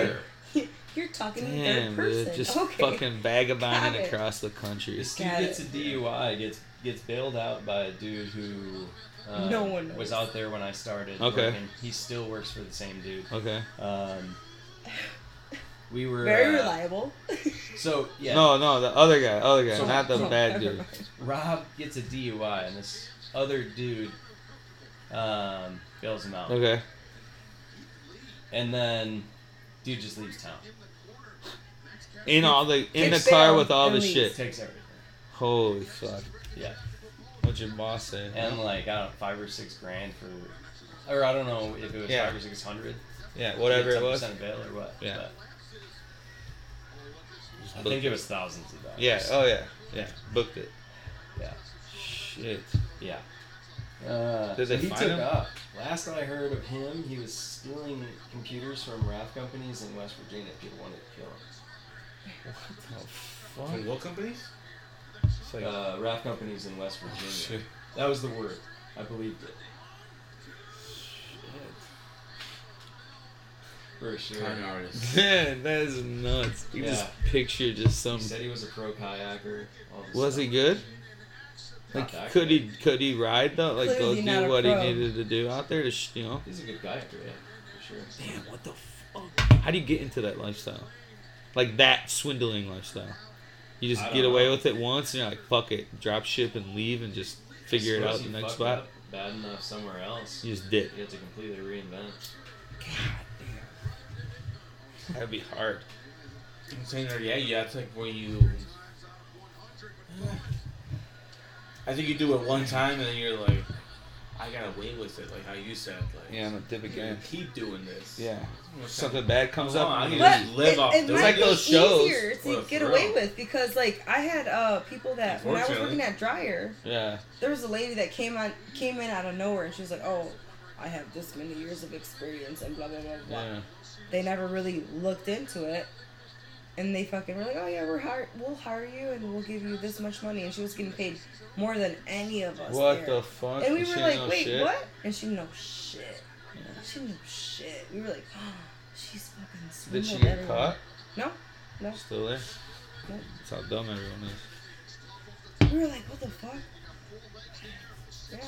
Speaker 3: sure.
Speaker 4: [LAUGHS] You're talking in
Speaker 1: Damn,
Speaker 4: third person.
Speaker 1: dude, just
Speaker 4: okay.
Speaker 1: fucking vagabonding
Speaker 4: Got it.
Speaker 1: across the country.
Speaker 3: This dude
Speaker 4: Got
Speaker 3: gets a
Speaker 4: it.
Speaker 3: DUI, gets gets bailed out by a dude who uh,
Speaker 4: No one
Speaker 3: was
Speaker 4: knows.
Speaker 3: out there when I started.
Speaker 1: Okay.
Speaker 3: working. he still works for the same dude.
Speaker 1: Okay.
Speaker 3: Um, we were
Speaker 4: Very
Speaker 3: uh,
Speaker 4: reliable. [LAUGHS]
Speaker 3: So yeah,
Speaker 1: No, no, the other guy, other guy,
Speaker 3: So-
Speaker 1: not the
Speaker 4: Oh,
Speaker 1: bad
Speaker 4: never
Speaker 1: dude.
Speaker 4: mind.
Speaker 3: Rob gets a DUI, and this other dude um, bails him out,
Speaker 1: Okay.
Speaker 3: and then dude just leaves town,
Speaker 1: In all the in the
Speaker 4: Kicks
Speaker 1: car
Speaker 4: down
Speaker 1: with all
Speaker 4: and
Speaker 1: the
Speaker 4: leaves.
Speaker 1: shit.
Speaker 3: takes everything.
Speaker 1: Holy fuck.
Speaker 3: Yeah,
Speaker 1: What'd your boss say?
Speaker 3: and like I don't know, five or six grand for, or I don't know if it was
Speaker 1: Yeah.
Speaker 3: five or six hundred.
Speaker 1: Yeah, whatever it was.
Speaker 3: 10% bail or what.
Speaker 1: Yeah.
Speaker 3: but- I think it was thousands of dollars.
Speaker 1: Yeah, oh yeah. Yeah. Booked it.
Speaker 3: Yeah.
Speaker 1: Shit.
Speaker 3: Yeah. Uh,
Speaker 1: Did they
Speaker 3: he
Speaker 1: find
Speaker 3: took
Speaker 1: him?
Speaker 3: up. Last I heard of him, he was stealing computers from RAF companies in West Virginia. People wanted to kill him.
Speaker 1: Oh,
Speaker 2: From what companies?
Speaker 1: It's like,
Speaker 3: Uh, RAF companies in West Virginia.
Speaker 1: Oh, shit.
Speaker 3: that was the word. I believed it. For sure.
Speaker 2: Con
Speaker 1: [LAUGHS]
Speaker 2: artists.
Speaker 1: Man, that is nuts. You just picture just some.
Speaker 3: He said he was a pro kayaker. all this
Speaker 1: Um, Was
Speaker 3: stuff.
Speaker 1: he good?
Speaker 3: Not
Speaker 1: Like,
Speaker 3: that
Speaker 1: could
Speaker 3: good.
Speaker 1: he could he ride though? Like, go
Speaker 4: Clearly not
Speaker 1: do
Speaker 4: a
Speaker 1: what he
Speaker 4: pro.
Speaker 1: needed to do out there to, sh- you know?
Speaker 3: He's a good kayaker, yeah, for sure.
Speaker 1: Damn, what the fuck? How do you get into that lifestyle? Like that swindling lifestyle. You
Speaker 3: I
Speaker 1: just
Speaker 3: don't
Speaker 1: get away
Speaker 3: know.
Speaker 1: with it once and you're like, fuck it, drop ship and leave and just figure it
Speaker 3: Suppose
Speaker 1: out
Speaker 3: he
Speaker 1: the next
Speaker 3: fucked
Speaker 1: spot.
Speaker 3: up Bad enough somewhere else.
Speaker 1: You just dip.
Speaker 3: You have to completely reinvent.
Speaker 1: That'd be hard.
Speaker 2: I'm saying that, yeah, yeah, it's like when you. I think you do it one time and then you're like, I got away with it, like how you said. Like,
Speaker 1: Yeah, I'm gonna dip
Speaker 2: I'm gonna
Speaker 1: again.
Speaker 2: keep doing this.
Speaker 1: Yeah.
Speaker 2: Okay.
Speaker 1: Something bad comes
Speaker 2: Come
Speaker 1: up.
Speaker 2: on,
Speaker 1: I'm
Speaker 2: you
Speaker 1: gonna-
Speaker 2: just live
Speaker 4: it,
Speaker 2: off
Speaker 4: it
Speaker 2: those.
Speaker 4: might
Speaker 1: It's like
Speaker 4: be
Speaker 1: those shows.
Speaker 4: easier
Speaker 2: What
Speaker 4: to
Speaker 2: a
Speaker 4: get
Speaker 2: thrill.
Speaker 4: away with because, like, I had uh, people that when I was
Speaker 2: Unfortunately.
Speaker 4: working at Dryer,
Speaker 1: yeah.
Speaker 4: there was a lady that came on came in out of nowhere, and she was like, "Oh, I have this many years of experience," and blah blah blah blah.
Speaker 1: Yeah.
Speaker 4: They never really looked into it, and they fucking were like, "Oh yeah, we're hire- we'll hire you, and we'll give you this much money," and she was getting paid more than any of us.
Speaker 1: What
Speaker 4: there.
Speaker 1: the fuck?
Speaker 4: And we
Speaker 1: She
Speaker 4: were
Speaker 1: ain't
Speaker 4: like,
Speaker 1: no
Speaker 4: wait,
Speaker 1: shit.
Speaker 4: what? And she knew shit. She knew shit. We were like, [GASPS] oh, she's fucking
Speaker 1: Did she
Speaker 4: swindled
Speaker 1: get
Speaker 4: everyone."
Speaker 1: caught?
Speaker 4: No, no.
Speaker 1: Still there?
Speaker 4: Nope.
Speaker 1: That's how dumb everyone is.
Speaker 4: We were like, what the fuck? Yeah.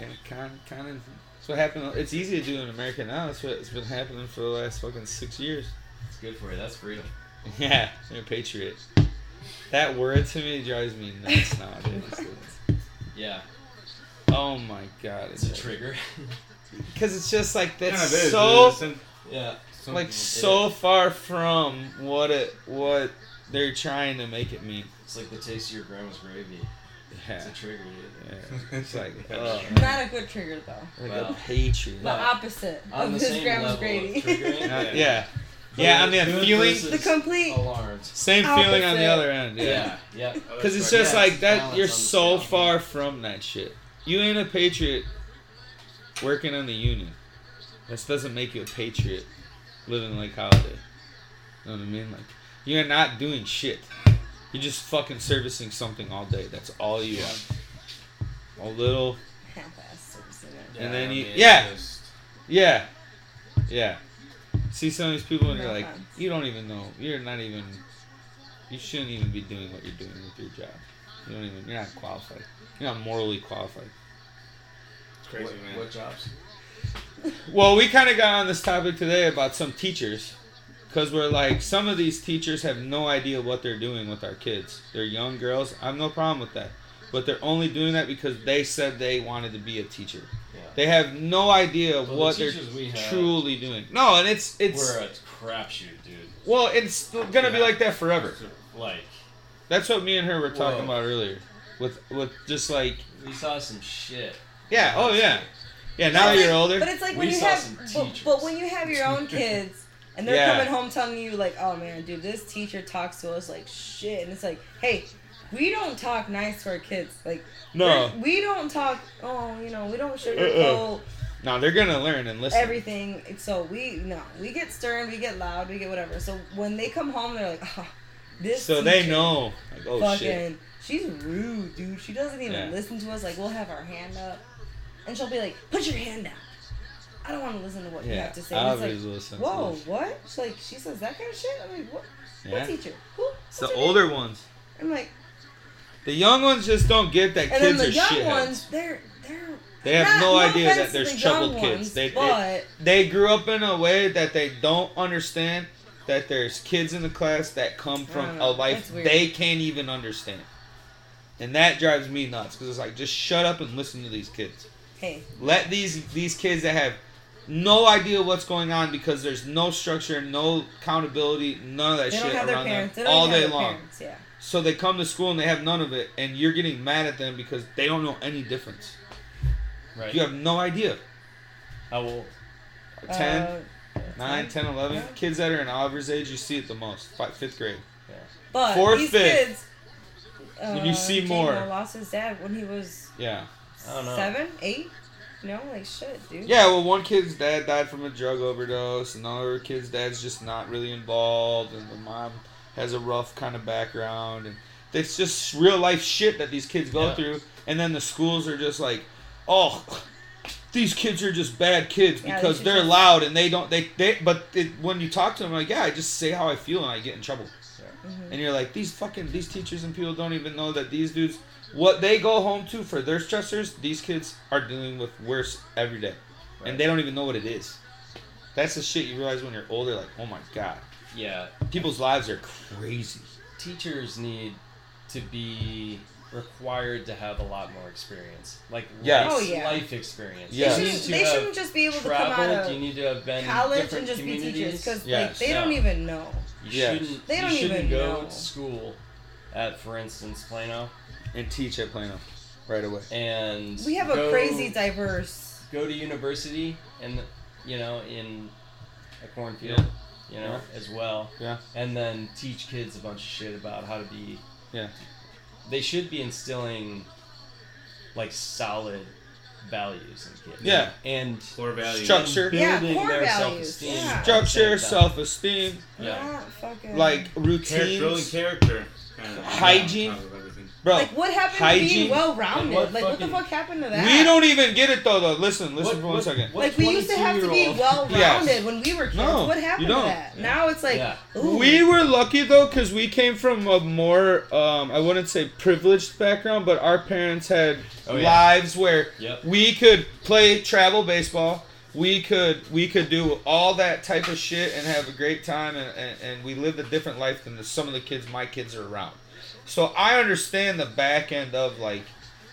Speaker 1: Yeah, kind, kind of. That's what happened. It's easy to do in America now. That's what's been happening for the last fucking six years. [LAUGHS]
Speaker 3: It's good for you. That's freedom.
Speaker 1: Yeah, you're a patriot. That word to me drives me nuts nowadays.
Speaker 3: Yeah,
Speaker 1: oh my god,
Speaker 3: it's a trigger. [LAUGHS]
Speaker 1: Because it's just like
Speaker 2: Kind
Speaker 1: that's
Speaker 2: of is,
Speaker 1: so
Speaker 2: dude. Some-
Speaker 3: yeah,
Speaker 2: some
Speaker 1: like
Speaker 2: people-
Speaker 1: so far from what it what they're trying to make it mean.
Speaker 3: it's like the taste of your grandma's gravy.
Speaker 1: Yeah,
Speaker 3: It's a trigger. Dude.
Speaker 1: yeah. it's like ugh.
Speaker 4: Not a good trigger, though.
Speaker 1: like
Speaker 3: Wow.
Speaker 1: a patriot.
Speaker 4: The
Speaker 3: No.
Speaker 4: opposite
Speaker 3: On
Speaker 4: of
Speaker 3: the
Speaker 4: his
Speaker 3: same
Speaker 4: grandma's
Speaker 3: level
Speaker 4: gravy.
Speaker 3: of triggering.
Speaker 1: Uh,
Speaker 2: Yeah.
Speaker 1: yeah, yeah. I
Speaker 3: but
Speaker 1: mean, a
Speaker 3: good
Speaker 1: feeling,
Speaker 3: versus
Speaker 4: the complete.
Speaker 3: alarmed.
Speaker 1: same feeling on
Speaker 4: Opposite.
Speaker 1: the other end. Yeah.
Speaker 3: Yeah, yeah.
Speaker 1: Because it's just
Speaker 3: Oh, Yeah,
Speaker 1: like
Speaker 3: it's
Speaker 1: that.
Speaker 3: balance
Speaker 1: You're
Speaker 3: on the
Speaker 1: so
Speaker 3: scale.
Speaker 1: far from that shit. You ain't a patriot working on the union. This doesn't make you a patriot living like Holiday. You know what I mean? Like you're not doing shit. You're just fucking servicing something all day. That's all you are. A little,
Speaker 4: [LAUGHS] Half-ass
Speaker 3: [LAUGHS]
Speaker 4: service in it.
Speaker 1: and then
Speaker 2: I
Speaker 1: you-
Speaker 2: mean, it's
Speaker 1: yeah.
Speaker 2: just-
Speaker 1: yeah, yeah. See some of these people and you're
Speaker 4: No
Speaker 1: like,
Speaker 4: offense.
Speaker 1: you don't even know. You're not even. You shouldn't even be doing what you're doing with your job. You don't even. You're not qualified. You're not morally qualified.
Speaker 2: It's crazy,
Speaker 3: what,
Speaker 2: man.
Speaker 3: what jobs?
Speaker 1: Well, we kind of got on this topic today about some teachers. Because we're like, some of these teachers have no idea what they're doing with our kids. They're young girls. I have no problem with that. But they're only doing that because they said they wanted to be a teacher.
Speaker 3: Yeah.
Speaker 1: They have no idea
Speaker 3: Well, the
Speaker 1: what they're
Speaker 3: teachers we have-
Speaker 1: truly doing. No, and it's it's
Speaker 3: We're a crapshoot, dude.
Speaker 1: well, it's gonna be
Speaker 3: Yeah.
Speaker 1: like that forever.
Speaker 3: Like,
Speaker 1: That's what me and her were talking
Speaker 3: Whoa.
Speaker 1: about earlier. With with just like
Speaker 3: we saw some shit.
Speaker 1: yeah, oh yeah, yeah. Now
Speaker 4: But it's
Speaker 1: you're
Speaker 4: like-
Speaker 1: older.
Speaker 4: But it's like
Speaker 3: We
Speaker 4: when you
Speaker 3: saw
Speaker 4: have,
Speaker 3: some
Speaker 4: but,
Speaker 3: teachers.
Speaker 4: but when you have
Speaker 3: [LAUGHS]
Speaker 4: your own kids, and they're
Speaker 1: Yeah.
Speaker 4: coming home telling you like, "Oh man, dude, this teacher talks to us like shit," and it's like, "Hey, We don't talk nice to our kids. Like
Speaker 1: No.
Speaker 4: we're- we don't talk. Oh, you know, we don't
Speaker 3: Uh-uh.
Speaker 4: sugarcoat
Speaker 1: No, they're gonna learn and listen.
Speaker 4: everything. So we no, we get stern, we get loud, we get whatever. So when they come home, they're like, oh, this.
Speaker 1: so they
Speaker 4: teacher
Speaker 1: know. Like, oh
Speaker 4: fucking,
Speaker 1: shit.
Speaker 4: she's rude, dude. She doesn't even
Speaker 1: Yeah.
Speaker 4: listen to us. Like we'll have our hand up, and she'll be like, put your hand down. I don't want to listen to what you
Speaker 1: Yeah,
Speaker 4: have to say.
Speaker 1: I
Speaker 4: And it's
Speaker 1: always
Speaker 4: like,
Speaker 1: listen to
Speaker 4: Whoa,
Speaker 1: this.
Speaker 4: what? She's like, she says that kind of shit. I'm like, what?
Speaker 1: Yeah.
Speaker 4: What teacher? Who?
Speaker 1: It's
Speaker 4: What's
Speaker 1: the
Speaker 4: her name?"
Speaker 1: older ones.
Speaker 4: I'm like,
Speaker 1: The young ones just don't get that
Speaker 4: and
Speaker 1: kids
Speaker 4: then
Speaker 1: are
Speaker 4: the young
Speaker 1: shitheads.
Speaker 4: ones, they're they're.
Speaker 1: They have
Speaker 4: not-
Speaker 1: no idea
Speaker 4: offense
Speaker 1: that
Speaker 4: to
Speaker 1: there's
Speaker 4: the
Speaker 1: troubled
Speaker 4: young
Speaker 1: kids.
Speaker 4: ones,
Speaker 1: They- they-
Speaker 4: but
Speaker 1: They grew up in a way that they don't understand that there's kids in the class that come from a
Speaker 4: know.
Speaker 1: life
Speaker 4: Uh, That's weird.
Speaker 1: they can't even understand. And that drives me nuts because it's like just shut up and listen to these kids.
Speaker 4: hey,
Speaker 1: Let these these kids that have no idea what's going on because there's no structure, no accountability, none of that
Speaker 4: they
Speaker 1: shit
Speaker 4: don't have their
Speaker 1: around
Speaker 4: parents. They
Speaker 1: them
Speaker 4: don't
Speaker 1: all
Speaker 4: even have
Speaker 1: day
Speaker 4: their
Speaker 1: long.
Speaker 4: Parents, yeah.
Speaker 1: So they come to school and they have none of it, and you're getting mad at them because they don't know any difference.
Speaker 3: Right.
Speaker 1: You have no idea.
Speaker 3: How old?
Speaker 1: 10,
Speaker 4: Uh,
Speaker 1: 9, 10, 11.
Speaker 4: Yeah.
Speaker 1: Kids that are in Oliver's age, you see it the most. Fi fifth grade.
Speaker 4: But
Speaker 1: Fourth,
Speaker 4: these
Speaker 1: fifth.
Speaker 4: kids.
Speaker 1: When you
Speaker 4: uh,
Speaker 1: see
Speaker 4: Jake
Speaker 1: more.
Speaker 4: Moore lost his dad when he was
Speaker 1: Yeah.
Speaker 3: I don't know.
Speaker 4: seven, eight. You know, like shit, dude.
Speaker 1: Yeah, well, one kid's dad died from a drug overdose. Another kid's dad's just not really involved. And the mom has a rough kind of background. And it's just real life shit that these kids go
Speaker 3: Yeah.
Speaker 1: through. And then the schools are just like, oh. These kids are just bad kids
Speaker 4: Yeah, they
Speaker 1: because
Speaker 4: should
Speaker 1: they're
Speaker 4: just-
Speaker 1: loud and they don't they, they but it, when you talk to them like yeah I just say how I feel and I get in trouble
Speaker 4: Mhm.
Speaker 1: and you're like these fucking these teachers and people don't even know that these dudes what they go home to for their stressors these kids are dealing with worse every day and they don't even know what it is that's the shit you realize when you're older like oh my god
Speaker 3: Yeah.
Speaker 1: people's lives are crazy
Speaker 3: Teachers need to be required to have a lot more experience, like
Speaker 1: Yes.
Speaker 3: life,
Speaker 4: Oh, yeah.
Speaker 3: life experience.
Speaker 1: Yeah.
Speaker 4: They,
Speaker 1: Yes.
Speaker 3: You need
Speaker 4: shouldn't,
Speaker 3: to
Speaker 4: they
Speaker 3: have
Speaker 4: shouldn't just be able to come out
Speaker 3: traveled, You
Speaker 4: of
Speaker 3: need to have been in
Speaker 4: college
Speaker 3: different
Speaker 4: and just be teachers
Speaker 3: communities.
Speaker 4: because
Speaker 1: Yes.
Speaker 4: like they don't
Speaker 3: Yeah.
Speaker 4: even know.
Speaker 1: Yes.
Speaker 3: You shouldn't,
Speaker 4: They
Speaker 3: you
Speaker 4: don't
Speaker 3: shouldn't
Speaker 4: even
Speaker 3: go
Speaker 4: know.
Speaker 3: to school at, for instance, Plano,
Speaker 1: and teach at plano right away
Speaker 3: and
Speaker 4: We have
Speaker 3: go-
Speaker 4: a crazy diverse.
Speaker 3: go to university and you know in a cornfield, you know as well,
Speaker 1: Yeah.
Speaker 3: and then teach kids a bunch of shit about how to be.
Speaker 1: Yeah.
Speaker 3: They should be instilling like solid values in kids.
Speaker 1: Yeah.
Speaker 3: and
Speaker 2: Core values.
Speaker 1: Structure.
Speaker 4: Yeah,
Speaker 3: building
Speaker 4: core
Speaker 3: their
Speaker 4: values,
Speaker 3: self-esteem.
Speaker 4: yeah.
Speaker 3: at the
Speaker 1: structure
Speaker 3: same time.
Speaker 1: self-esteem
Speaker 3: Yeah.
Speaker 4: Not fucking.
Speaker 1: like
Speaker 2: Char- building
Speaker 1: routines
Speaker 2: character. Kind of,
Speaker 1: Hygiene.
Speaker 2: On top of everything.
Speaker 1: bro
Speaker 4: Like what happened to
Speaker 1: hygiene.
Speaker 4: being well rounded?
Speaker 3: And what
Speaker 4: Like what the
Speaker 3: fucking-
Speaker 4: fuck happened to that?
Speaker 1: we don't even get it though though listen listen
Speaker 3: What-
Speaker 1: for one
Speaker 3: what-
Speaker 1: second.
Speaker 3: what
Speaker 4: like we used to have to be
Speaker 3: 22-year-old
Speaker 4: well rounded
Speaker 1: Yes.
Speaker 4: when we were kids.
Speaker 1: No,
Speaker 4: what
Speaker 1: you
Speaker 4: happened to
Speaker 1: don't.
Speaker 4: that? Now it's like
Speaker 3: Yeah.
Speaker 4: ooh,
Speaker 1: We were lucky though, because we came from a more, um, I wouldn't say privileged background, but our parents had
Speaker 3: Oh, yeah.
Speaker 1: lives where
Speaker 3: Yep.
Speaker 1: we could play travel baseball. We could we could do all that type of shit and have a great time, and, and, and we lived a different life than the, some of the kids my kids are around. So I understand the back end of like,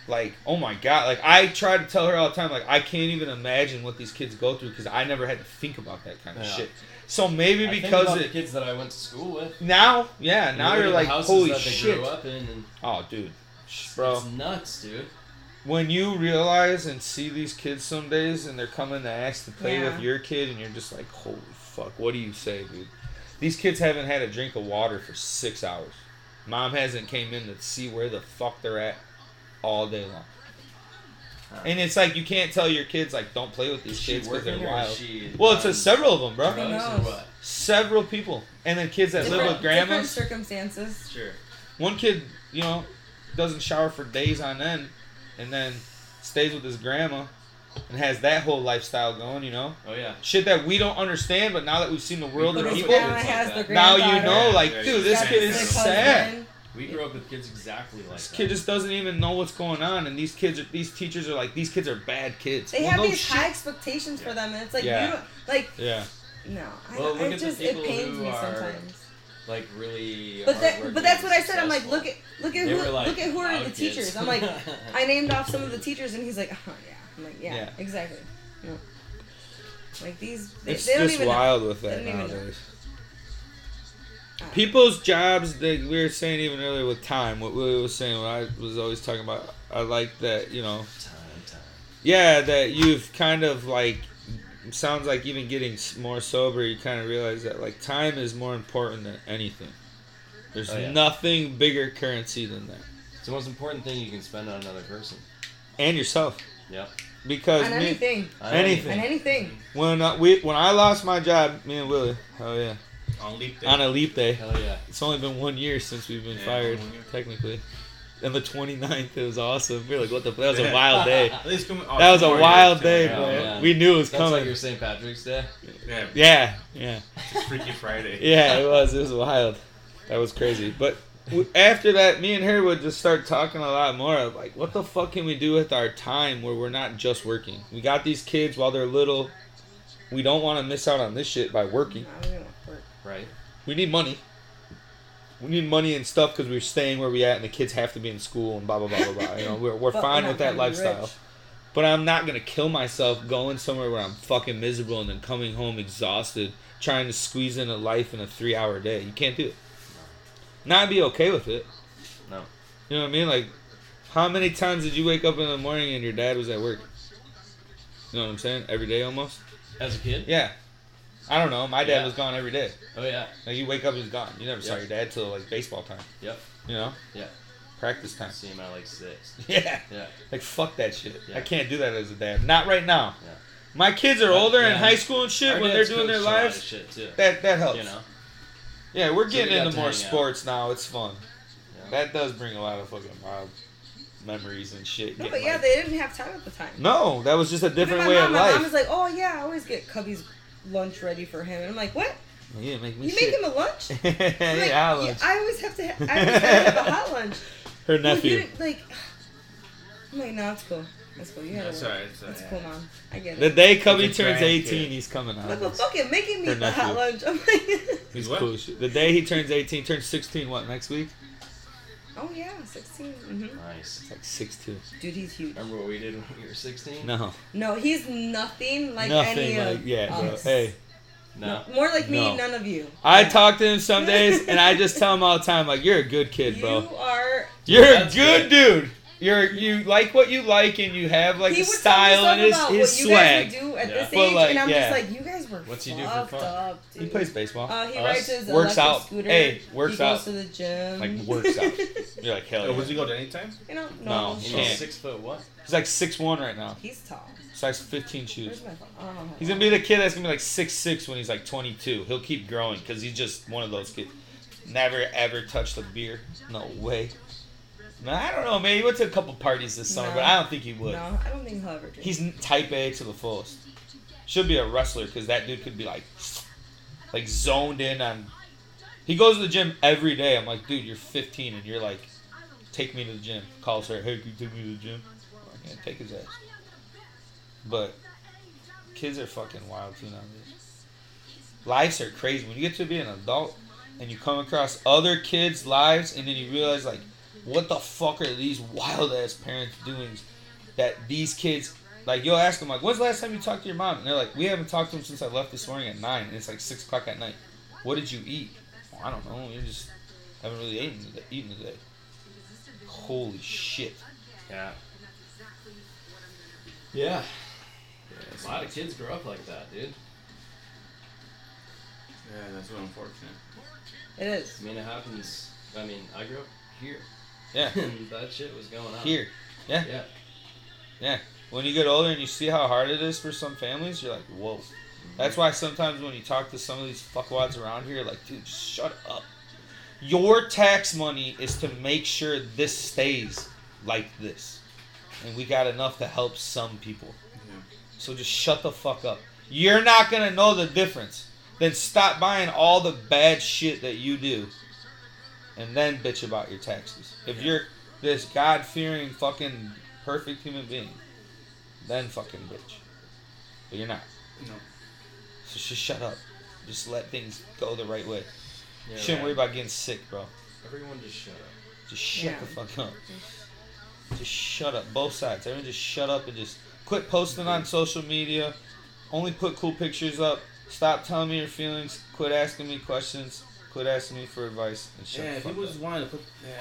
Speaker 1: like oh my god, like I try to tell her all the time, like I can't even imagine what these kids go through because I never had to think about that kind of
Speaker 3: Yeah.
Speaker 1: shit. So maybe
Speaker 3: [LAUGHS] I think
Speaker 1: because
Speaker 3: about
Speaker 1: it
Speaker 3: the kids that I went to school with.
Speaker 1: now, yeah, now
Speaker 3: look
Speaker 1: you're
Speaker 3: at the
Speaker 1: like,
Speaker 3: houses
Speaker 1: holy
Speaker 3: that they
Speaker 1: shit.
Speaker 3: Grew up in, and
Speaker 1: Oh, dude. Bro,
Speaker 3: it's nuts, dude.
Speaker 1: when you realize and see these kids some days and they're coming to ask to play
Speaker 4: Yeah.
Speaker 1: with your kid, and you're just like, holy fuck, what do you say, dude? These kids haven't had a drink of water for six hours. Mom hasn't came in to see where the fuck they're at all day long.
Speaker 3: Huh.
Speaker 1: And it's like you can't tell your kids like don't play with these kids because they're
Speaker 3: working or is
Speaker 1: wild.
Speaker 3: she
Speaker 1: Well, it's a
Speaker 3: on
Speaker 1: several of them,
Speaker 3: drugs
Speaker 1: bro.
Speaker 4: Who
Speaker 3: or
Speaker 4: knows?
Speaker 3: what?
Speaker 1: Several people, and then kids that live
Speaker 4: different,
Speaker 1: with grandmas.
Speaker 4: different circumstances.
Speaker 3: Sure.
Speaker 1: One kid, you know, doesn't shower for days on end, and then stays with his grandma, and has that whole lifestyle going. You know,
Speaker 3: Oh yeah.
Speaker 1: shit that we don't understand, but now that we've seen the world
Speaker 4: But
Speaker 1: and
Speaker 3: But it's
Speaker 4: his
Speaker 1: people,
Speaker 4: grandma
Speaker 3: like
Speaker 4: has the
Speaker 3: that.
Speaker 1: now you
Speaker 4: granddaughter.
Speaker 1: know, like,
Speaker 2: Yeah,
Speaker 1: dude,
Speaker 2: he's
Speaker 1: this
Speaker 2: got
Speaker 1: kid
Speaker 2: the
Speaker 1: is
Speaker 2: sick
Speaker 1: sad.
Speaker 4: husband.
Speaker 3: We grew up with kids exactly like
Speaker 1: This
Speaker 3: that.
Speaker 1: kid just doesn't even know what's going on, and these kids, are, these teachers are like, these kids are bad kids.
Speaker 4: They
Speaker 1: Well,
Speaker 4: have
Speaker 1: no
Speaker 4: these
Speaker 1: shit.
Speaker 4: high expectations for them, and it's like
Speaker 1: Yeah.
Speaker 4: you don't like.
Speaker 1: Yeah,
Speaker 4: No, I,
Speaker 3: Well, look
Speaker 4: I
Speaker 3: at the
Speaker 4: just it
Speaker 3: people
Speaker 4: pains
Speaker 3: who
Speaker 4: me
Speaker 3: are
Speaker 4: sometimes.
Speaker 3: like really.
Speaker 4: But that,
Speaker 3: hardworking
Speaker 4: but that's
Speaker 3: and
Speaker 4: what I said. I'm like,
Speaker 3: successful.
Speaker 4: look at, look at
Speaker 3: They were
Speaker 4: who,
Speaker 3: like
Speaker 4: look at who are
Speaker 3: loud
Speaker 4: the
Speaker 3: kids.
Speaker 4: teachers.
Speaker 3: [LAUGHS]
Speaker 4: I'm like, I named off some of the teachers, and he's like, oh yeah. I'm like, yeah,
Speaker 1: Yeah.
Speaker 4: exactly. No. Like these, they,
Speaker 1: it's
Speaker 4: they don't
Speaker 1: just
Speaker 4: even.
Speaker 1: wild with
Speaker 4: They
Speaker 1: that
Speaker 4: don't even know.
Speaker 1: nowadays.
Speaker 4: Uh,
Speaker 1: people's jobs that we were saying even earlier with time what we was saying what i was always talking about i like that you know
Speaker 3: time, time.
Speaker 1: yeah that you've kind of like sounds like even getting s- more sober you kind of realize that like time is more important than anything there's
Speaker 3: Oh, yeah.
Speaker 1: nothing bigger currency than that
Speaker 3: It's the most important thing you can spend on another person.
Speaker 1: and yourself
Speaker 3: Yep.
Speaker 1: because
Speaker 4: On
Speaker 1: me-
Speaker 4: anything.
Speaker 3: On
Speaker 1: Anything.
Speaker 4: On anything.
Speaker 1: when uh, we when I lost my job, me and Willie, oh yeah,
Speaker 2: On leap day.
Speaker 1: on a leap day.
Speaker 3: Hell yeah.
Speaker 1: It's only been one year since we've been
Speaker 2: Yeah,
Speaker 1: fired,
Speaker 2: one year.
Speaker 1: technically. And the 29th, it was awesome. We were like, what the? That was a
Speaker 2: Yeah.
Speaker 1: wild
Speaker 2: [LAUGHS]
Speaker 1: day.
Speaker 2: At least come- oh,
Speaker 1: That was a
Speaker 2: tomorrow,
Speaker 1: wild
Speaker 2: tomorrow,
Speaker 1: day,
Speaker 2: yeah.
Speaker 1: bro.
Speaker 3: man.
Speaker 1: We knew it was
Speaker 3: That's
Speaker 1: coming.
Speaker 3: like your St. Patrick's Day.
Speaker 2: Yeah,
Speaker 1: yeah, yeah,
Speaker 2: it's Freaky Friday.
Speaker 1: yeah. It was. It was wild. That was crazy. But w- after that, me and her would just start talking a lot more of like, what the fuck can we do with our time where we're not just working? We got these kids while they're little. We don't want to miss out on this shit by working.
Speaker 4: I don't know. Or-
Speaker 3: Right.
Speaker 1: we need money. We need money and stuff because we're staying where we at, and the kids have to be in school and blah blah blah blah blah. You know, we're, we're
Speaker 4: But
Speaker 1: fine
Speaker 4: we're
Speaker 1: with
Speaker 4: not
Speaker 1: that
Speaker 4: gonna be
Speaker 1: lifestyle.
Speaker 4: rich.
Speaker 1: But I'm not gonna kill myself going somewhere where I'm fucking miserable and then coming home exhausted, trying to squeeze in a life in a three hour day. You can't do it. Not be okay with it.
Speaker 3: No.
Speaker 1: You know what I mean? Like, how many times did you wake up in the morning and your dad was at work? You know what I'm saying? Every day almost.
Speaker 3: As a kid?
Speaker 1: Yeah. I don't know. My dad
Speaker 3: Yeah.
Speaker 1: was gone every day.
Speaker 3: Oh yeah.
Speaker 1: Like you wake up, he's gone. You never saw
Speaker 3: Yeah.
Speaker 1: your dad till like baseball time.
Speaker 3: Yep.
Speaker 1: You know,
Speaker 3: Yeah.
Speaker 1: practice
Speaker 3: [LAUGHS]
Speaker 1: time.
Speaker 3: See him at like six.
Speaker 1: Yeah.
Speaker 3: Yeah.
Speaker 1: Like fuck that shit.
Speaker 3: Yeah.
Speaker 1: I can't do that as a dad. Not right now.
Speaker 3: Yeah.
Speaker 1: My kids are
Speaker 3: But,
Speaker 1: older in
Speaker 3: yeah,
Speaker 1: high school and shit
Speaker 3: Our
Speaker 1: when they're
Speaker 3: dad's
Speaker 1: doing their
Speaker 3: coached a lot of
Speaker 1: lives.
Speaker 3: Shit too.
Speaker 1: That that helps.
Speaker 3: You know.
Speaker 1: Yeah, we're
Speaker 3: So
Speaker 1: getting
Speaker 3: we got
Speaker 1: into
Speaker 3: to
Speaker 1: more
Speaker 3: hang out.
Speaker 1: sports now. It's fun.
Speaker 3: Yeah.
Speaker 1: That does bring a lot of fucking wild memories and shit.
Speaker 4: No,
Speaker 1: Getting,
Speaker 4: but yeah,
Speaker 1: like-
Speaker 4: they didn't have time at the time.
Speaker 1: no, that was just a
Speaker 4: Even
Speaker 1: different
Speaker 4: my
Speaker 1: way
Speaker 4: mom,
Speaker 1: of
Speaker 4: my mom
Speaker 1: life.
Speaker 4: was like, "Oh yeah, I always get Cubby's lunch ready for him," and I'm like, "What?
Speaker 1: yeah, make me
Speaker 4: You
Speaker 1: shit. [LAUGHS]
Speaker 4: make him a lunch?" I'm
Speaker 1: yeah,
Speaker 4: like,
Speaker 1: I
Speaker 4: "Yeah,
Speaker 1: was-
Speaker 4: I always have to. Ha- I always have to have
Speaker 1: [LAUGHS]
Speaker 4: a hot lunch.
Speaker 1: Her
Speaker 4: Well, you
Speaker 1: nephew.
Speaker 4: didn't like. I'm like, no, it's cool. It's cool. You had
Speaker 2: That's
Speaker 4: to work.
Speaker 2: alright. It's
Speaker 4: It's
Speaker 2: alright.
Speaker 4: cool, mom. I get
Speaker 1: The
Speaker 4: it.
Speaker 1: day Cubby
Speaker 2: He's a
Speaker 1: turns
Speaker 2: grandkid.
Speaker 1: 18, he's coming out.
Speaker 4: Look, but fucking making me
Speaker 1: Her
Speaker 4: the hot lunch. I'm like, [LAUGHS]
Speaker 1: He's
Speaker 2: What?
Speaker 1: cool as shit. The day he turns 18, turns 16, what, next week?
Speaker 4: oh yeah, 16. hmm
Speaker 3: Nice.
Speaker 1: It's like 16.
Speaker 4: Dude, he's huge.
Speaker 3: Remember what we did when we were 16?
Speaker 1: No.
Speaker 4: No, he's nothing like
Speaker 1: nothing
Speaker 4: any
Speaker 1: like,
Speaker 4: of
Speaker 1: yeah, bro.
Speaker 4: us.
Speaker 1: Hey.
Speaker 3: No.
Speaker 4: More like me,
Speaker 1: No.
Speaker 4: none of you.
Speaker 1: I
Speaker 4: Yeah.
Speaker 1: talk to him some days and I just tell him all the time, like, you're a good kid, bro.
Speaker 4: You are.
Speaker 1: You're a
Speaker 2: That's
Speaker 1: good dude. You're you like what you like and you have like
Speaker 4: he
Speaker 1: a
Speaker 4: would style
Speaker 1: style
Speaker 4: tell
Speaker 1: and
Speaker 4: me
Speaker 1: his,
Speaker 4: stuff about
Speaker 1: his
Speaker 4: what you
Speaker 1: swag.
Speaker 4: guys would do at
Speaker 3: Yeah.
Speaker 4: this
Speaker 3: But,
Speaker 4: age,
Speaker 1: like,
Speaker 4: and I'm
Speaker 1: yeah.
Speaker 4: just like, you guys were
Speaker 3: What's he do for
Speaker 4: fucked
Speaker 3: fun?
Speaker 4: up. Dude.
Speaker 1: He plays baseball.
Speaker 4: Uh, he
Speaker 3: Us?
Speaker 4: rides his
Speaker 1: Works
Speaker 4: electric
Speaker 1: out.
Speaker 4: scooter.
Speaker 1: Hey, works
Speaker 4: he
Speaker 1: out.
Speaker 4: Goes to the gym.
Speaker 1: Like, works
Speaker 4: [LAUGHS]
Speaker 1: out. you're like, hell
Speaker 2: Oh,
Speaker 1: yeah.
Speaker 2: was he going to any time?
Speaker 4: you know,
Speaker 1: No,
Speaker 4: no,
Speaker 1: he
Speaker 3: He
Speaker 4: he's,
Speaker 1: can't.
Speaker 3: was six foot what?
Speaker 1: He's like six one right now.
Speaker 4: he's tall.
Speaker 1: Size 15 shoes.
Speaker 4: Where's my phone? Oh,
Speaker 1: He's gonna be the kid that's gonna be like six six when he's like 22. He'll keep growing because he's just one of those kids. Never ever touched a beer. No way. Man, I don't know, man. He went to a couple parties this summer,
Speaker 4: No.
Speaker 1: but I don't think he would.
Speaker 4: No, I don't think he'll ever do.
Speaker 1: He's n- type A to the fullest. Should be a wrestler because that dude could be like, like zoned in on. He goes to the gym every day. I'm like, dude, you're 15 and you're like, take me to the gym. Calls her, hey, can you take me to the gym? I'm like, yeah, take his ass. But kids are fucking wild too nowadays. Lives are crazy. When you get to be an adult and you come across other kids' lives and then you realize like, what the fuck are these wild ass parents doing? That these kids like you'll ask them like, when's the last time you talked to your mom? And they're like, we haven't talked to them since I left this morning at nine, and it's like six o'clock at night. What did you eat? "Well, I don't know. We just haven't really eaten today. Eaten today. Holy shit!
Speaker 3: Yeah. Yeah. A lot of kids grow up like that, dude.
Speaker 2: Yeah, that's so unfortunate.
Speaker 4: It is.
Speaker 3: I mean, it happens. I mean, I grew up
Speaker 1: [LAUGHS]
Speaker 3: here,
Speaker 1: Yeah,
Speaker 3: and [LAUGHS] that shit was going on
Speaker 1: here.
Speaker 3: Yeah.
Speaker 1: When you get older and you see how hard it is for some families, you're like, whoa. That's why sometimes when you talk to some of these fuckwads around here, like, dude, just shut up. Your tax money is to make sure this stays like this. And we got enough to help some people. So just shut the fuck up. You're not going to know the difference. Then stop buying all the bad shit that you do. And then bitch about your taxes. If you're this God fearing fucking perfect human being, then fucking bitch. But you're not.
Speaker 2: No.
Speaker 1: So just shut up. Just let things go the right way.
Speaker 3: Yeah,
Speaker 1: Shouldn't
Speaker 3: right.
Speaker 1: worry about getting sick, bro.
Speaker 3: Everyone just shut up.
Speaker 1: Just shut
Speaker 4: Yeah.
Speaker 1: the fuck up. Just shut up. Both sides. Everyone just shut up and just quit posting on social media. Only put cool pictures up. Stop telling me your feelings. Quit asking me questions. Quit asking me for advice. And shut
Speaker 2: Yeah,
Speaker 1: the
Speaker 2: if
Speaker 1: fuck
Speaker 2: he
Speaker 1: up.
Speaker 2: was wanting to put. Yeah.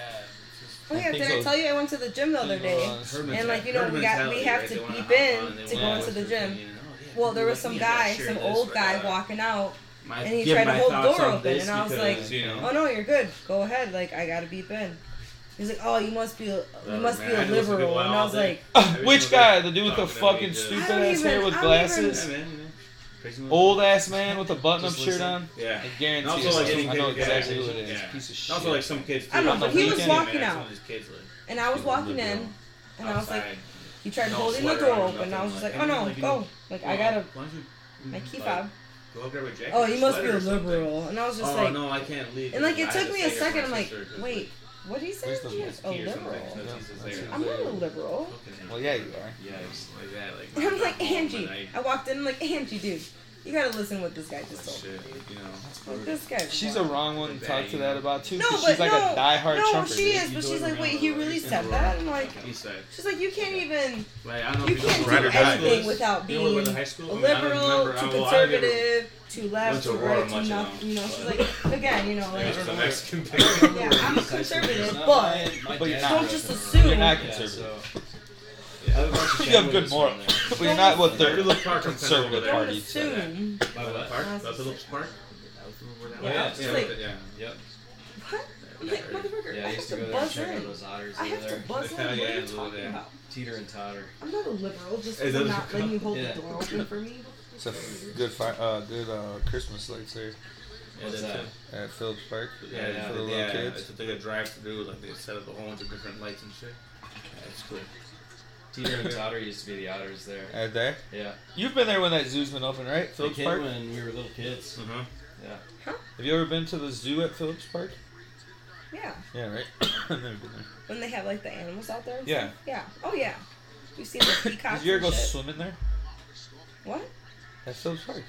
Speaker 4: Oh yeah,
Speaker 1: I think
Speaker 4: did I
Speaker 1: so.
Speaker 4: tell you I went to the gym the other day?
Speaker 1: Uh,
Speaker 2: Her
Speaker 4: And, like, you know,
Speaker 2: menta- her
Speaker 4: we got- we
Speaker 2: mentality,
Speaker 4: have
Speaker 2: right?
Speaker 4: to
Speaker 2: They wanna
Speaker 4: peep
Speaker 2: hop on
Speaker 4: in
Speaker 2: and they
Speaker 4: to
Speaker 2: wanna
Speaker 1: go
Speaker 2: watch
Speaker 4: into the
Speaker 2: their
Speaker 4: gym.
Speaker 2: opinion. Oh, yeah,
Speaker 4: Well,
Speaker 2: you
Speaker 4: there
Speaker 2: look
Speaker 4: was some
Speaker 2: neat, that
Speaker 4: guy,
Speaker 2: shirt
Speaker 4: some
Speaker 2: is
Speaker 4: old guy
Speaker 2: right.
Speaker 4: walking out,
Speaker 2: My-
Speaker 4: and he
Speaker 2: give
Speaker 4: tried to
Speaker 2: my
Speaker 4: hold the
Speaker 2: thoughts
Speaker 4: door
Speaker 2: on
Speaker 4: open,
Speaker 1: [LAUGHS]
Speaker 2: this
Speaker 4: and I was
Speaker 2: because,
Speaker 4: like,
Speaker 2: you know,
Speaker 4: "Oh no, you're good. Go ahead. Like I gotta beep in." He's like, "Oh, you must be a, you
Speaker 3: Oh,
Speaker 4: must
Speaker 3: man,
Speaker 4: be
Speaker 3: I
Speaker 4: a
Speaker 3: had to listen to
Speaker 4: liberal,"
Speaker 3: Glenn
Speaker 4: and I
Speaker 3: all
Speaker 4: was
Speaker 3: day.
Speaker 4: like,
Speaker 1: Uh,
Speaker 3: Every
Speaker 1: Which
Speaker 3: single
Speaker 1: guy?
Speaker 3: day,
Speaker 1: The dude with the
Speaker 3: talking about
Speaker 1: fucking
Speaker 3: he just-
Speaker 1: stupid
Speaker 4: I don't
Speaker 1: ass hair
Speaker 4: even-
Speaker 1: with
Speaker 4: I don't
Speaker 1: glasses?
Speaker 2: Yeah, man. You know. Crazy one.
Speaker 1: Old ass man with a button up
Speaker 3: Just
Speaker 1: shirt
Speaker 3: listen.
Speaker 1: on?
Speaker 2: Yeah.
Speaker 1: I guarantee
Speaker 2: And
Speaker 1: you.
Speaker 2: also, like,
Speaker 1: I know
Speaker 2: any kid-
Speaker 1: exactly
Speaker 2: yeah,
Speaker 1: who it is.
Speaker 2: yeah.
Speaker 1: Piece of shit.
Speaker 2: Also, like some kids. Too.
Speaker 4: I don't know,
Speaker 1: but
Speaker 2: On the
Speaker 1: he was
Speaker 2: weekend, man,
Speaker 4: walking
Speaker 2: that's
Speaker 4: out.
Speaker 2: one of these kids, like,
Speaker 4: and I was
Speaker 2: He's
Speaker 4: walking
Speaker 2: liberal.
Speaker 4: in, and I was like,
Speaker 2: outside,
Speaker 4: he tried
Speaker 2: no
Speaker 4: holding the
Speaker 2: sweater
Speaker 4: door
Speaker 2: on,
Speaker 4: open, and I was just like,
Speaker 2: nothing,
Speaker 4: "Oh
Speaker 2: like,
Speaker 4: no,
Speaker 2: anything you
Speaker 4: go!" Like I gotta
Speaker 2: Why don't you,
Speaker 4: my key
Speaker 2: like,
Speaker 4: fob.
Speaker 2: Go grab a jacket.
Speaker 4: Oh,
Speaker 2: and
Speaker 4: you must be
Speaker 2: sweater
Speaker 4: a
Speaker 2: or something.
Speaker 4: liberal, and I was just
Speaker 2: oh
Speaker 4: like,
Speaker 2: no, I can't leave.
Speaker 4: and like
Speaker 2: because
Speaker 4: it
Speaker 2: I had
Speaker 4: took
Speaker 2: to
Speaker 4: me a
Speaker 2: stay here for
Speaker 4: second.
Speaker 2: my
Speaker 4: I'm like,
Speaker 2: sister 'cause
Speaker 4: wait, what did he say?
Speaker 1: Where's the
Speaker 4: He was a
Speaker 2: key or something,
Speaker 4: liberal.
Speaker 2: so it's just there.
Speaker 4: I'm not a liberal.
Speaker 2: Fucking-
Speaker 1: Well, yeah, you are.
Speaker 2: Yikes, like that, like.
Speaker 4: And [LAUGHS] I'm like,
Speaker 2: home,
Speaker 4: Angie.
Speaker 2: and I-
Speaker 4: I walked in, I'm like, Angie, dude, you gotta listen what this guy just told. me.
Speaker 2: Oh, Shit, you know.
Speaker 4: Like, this guy.
Speaker 1: She's a wrong one to talk to that about too.
Speaker 4: No,
Speaker 1: 'cause
Speaker 4: but
Speaker 1: she's like
Speaker 4: no,
Speaker 1: a diehard
Speaker 4: no,
Speaker 1: Trumper.
Speaker 4: she
Speaker 1: dude.
Speaker 4: is,
Speaker 1: You
Speaker 4: but
Speaker 1: go
Speaker 4: she's
Speaker 1: to
Speaker 4: like,
Speaker 1: them
Speaker 4: wait,
Speaker 1: out
Speaker 4: he
Speaker 1: of the
Speaker 4: really
Speaker 1: way.
Speaker 4: said that? I'm like,
Speaker 2: He said.
Speaker 4: she's like, you can't even,
Speaker 2: Like, I don't know
Speaker 4: you
Speaker 2: if
Speaker 4: can't do
Speaker 2: know what high school
Speaker 4: anything
Speaker 2: is.
Speaker 4: without
Speaker 2: You
Speaker 4: being
Speaker 2: know what
Speaker 4: a
Speaker 2: high school? I mean, I don't
Speaker 4: liberal,
Speaker 2: remember.
Speaker 4: too
Speaker 2: I- well, I never-
Speaker 4: conservative, too
Speaker 2: went
Speaker 4: left,
Speaker 2: to
Speaker 4: too
Speaker 2: Aurora
Speaker 4: right, too
Speaker 2: much, you
Speaker 4: nothing. You know, she's
Speaker 2: know.
Speaker 4: like, again, you know, like,
Speaker 2: There's the Mexican pig.
Speaker 4: yeah, I'm a conservative,
Speaker 3: Not
Speaker 4: but
Speaker 3: my- my
Speaker 1: but you're
Speaker 3: dad's
Speaker 1: not.
Speaker 3: from
Speaker 4: don't just
Speaker 3: Aurora.
Speaker 1: You're
Speaker 4: assume.
Speaker 1: not
Speaker 3: Yeah,
Speaker 1: conservative.
Speaker 3: so- I have a bunch of
Speaker 1: You have
Speaker 3: family
Speaker 1: good
Speaker 3: that's
Speaker 1: moral,
Speaker 3: from
Speaker 1: but you're not what
Speaker 2: There's a
Speaker 1: third
Speaker 2: little park in
Speaker 1: conservative
Speaker 2: Pennsylvania.
Speaker 4: Don't
Speaker 1: party said.
Speaker 4: assume.
Speaker 1: [LAUGHS]
Speaker 3: there. My what?
Speaker 2: Park? That's a little park?
Speaker 3: Oh, yeah.
Speaker 2: Yeah,
Speaker 4: Like-
Speaker 2: but- yeah.
Speaker 3: Yep.
Speaker 4: What? I'm like, motherfucker,
Speaker 3: Yeah,
Speaker 4: I
Speaker 3: I
Speaker 4: have
Speaker 3: used to
Speaker 4: to
Speaker 3: go there and
Speaker 4: buzz
Speaker 3: check out
Speaker 4: in.
Speaker 3: those otters
Speaker 4: I
Speaker 3: over
Speaker 4: have to
Speaker 3: there.
Speaker 4: buzz in.
Speaker 2: Yeah,
Speaker 4: What
Speaker 2: yeah,
Speaker 4: are you
Speaker 2: little
Speaker 4: talking
Speaker 2: bit.
Speaker 4: about?
Speaker 3: Teeter and totter.
Speaker 4: I'm not a liberal, just
Speaker 2: Is
Speaker 4: for
Speaker 2: that
Speaker 4: not
Speaker 2: a-
Speaker 4: letting you hold
Speaker 3: Yeah.
Speaker 4: the door open for me.
Speaker 1: It's a good, fi- uh, good uh, Christmas lights there
Speaker 3: What's
Speaker 2: Yeah,
Speaker 3: that?
Speaker 2: that's
Speaker 1: at Phillips Park
Speaker 2: it. Yeah, yeah,
Speaker 1: for the
Speaker 2: yeah.
Speaker 1: little
Speaker 2: It's
Speaker 1: kids.
Speaker 2: just like a drive-through. Like they set up a whole bunch of different lights and shit. Yeah, it's cool.
Speaker 1: [LAUGHS]
Speaker 3: Teeter and totter used to be the otters there.
Speaker 1: At there,
Speaker 3: Yeah.
Speaker 1: you've been there when that zoo's been open, right?
Speaker 3: They
Speaker 1: Phillips
Speaker 3: came
Speaker 1: Park.
Speaker 3: when we were little kids.
Speaker 2: Uh-huh.
Speaker 3: Yeah.
Speaker 1: Have you ever been to the zoo at Phillips Park?
Speaker 4: Yeah.
Speaker 1: Yeah, right. [COUGHS] I've never been there.
Speaker 4: When they have like the animals out there. and
Speaker 1: Yeah.
Speaker 4: stuff? Yeah. Oh yeah. We've seen the peacocks.
Speaker 1: Did you ever go
Speaker 4: and shit.
Speaker 1: swimming there
Speaker 4: What?
Speaker 1: at Phillips Park?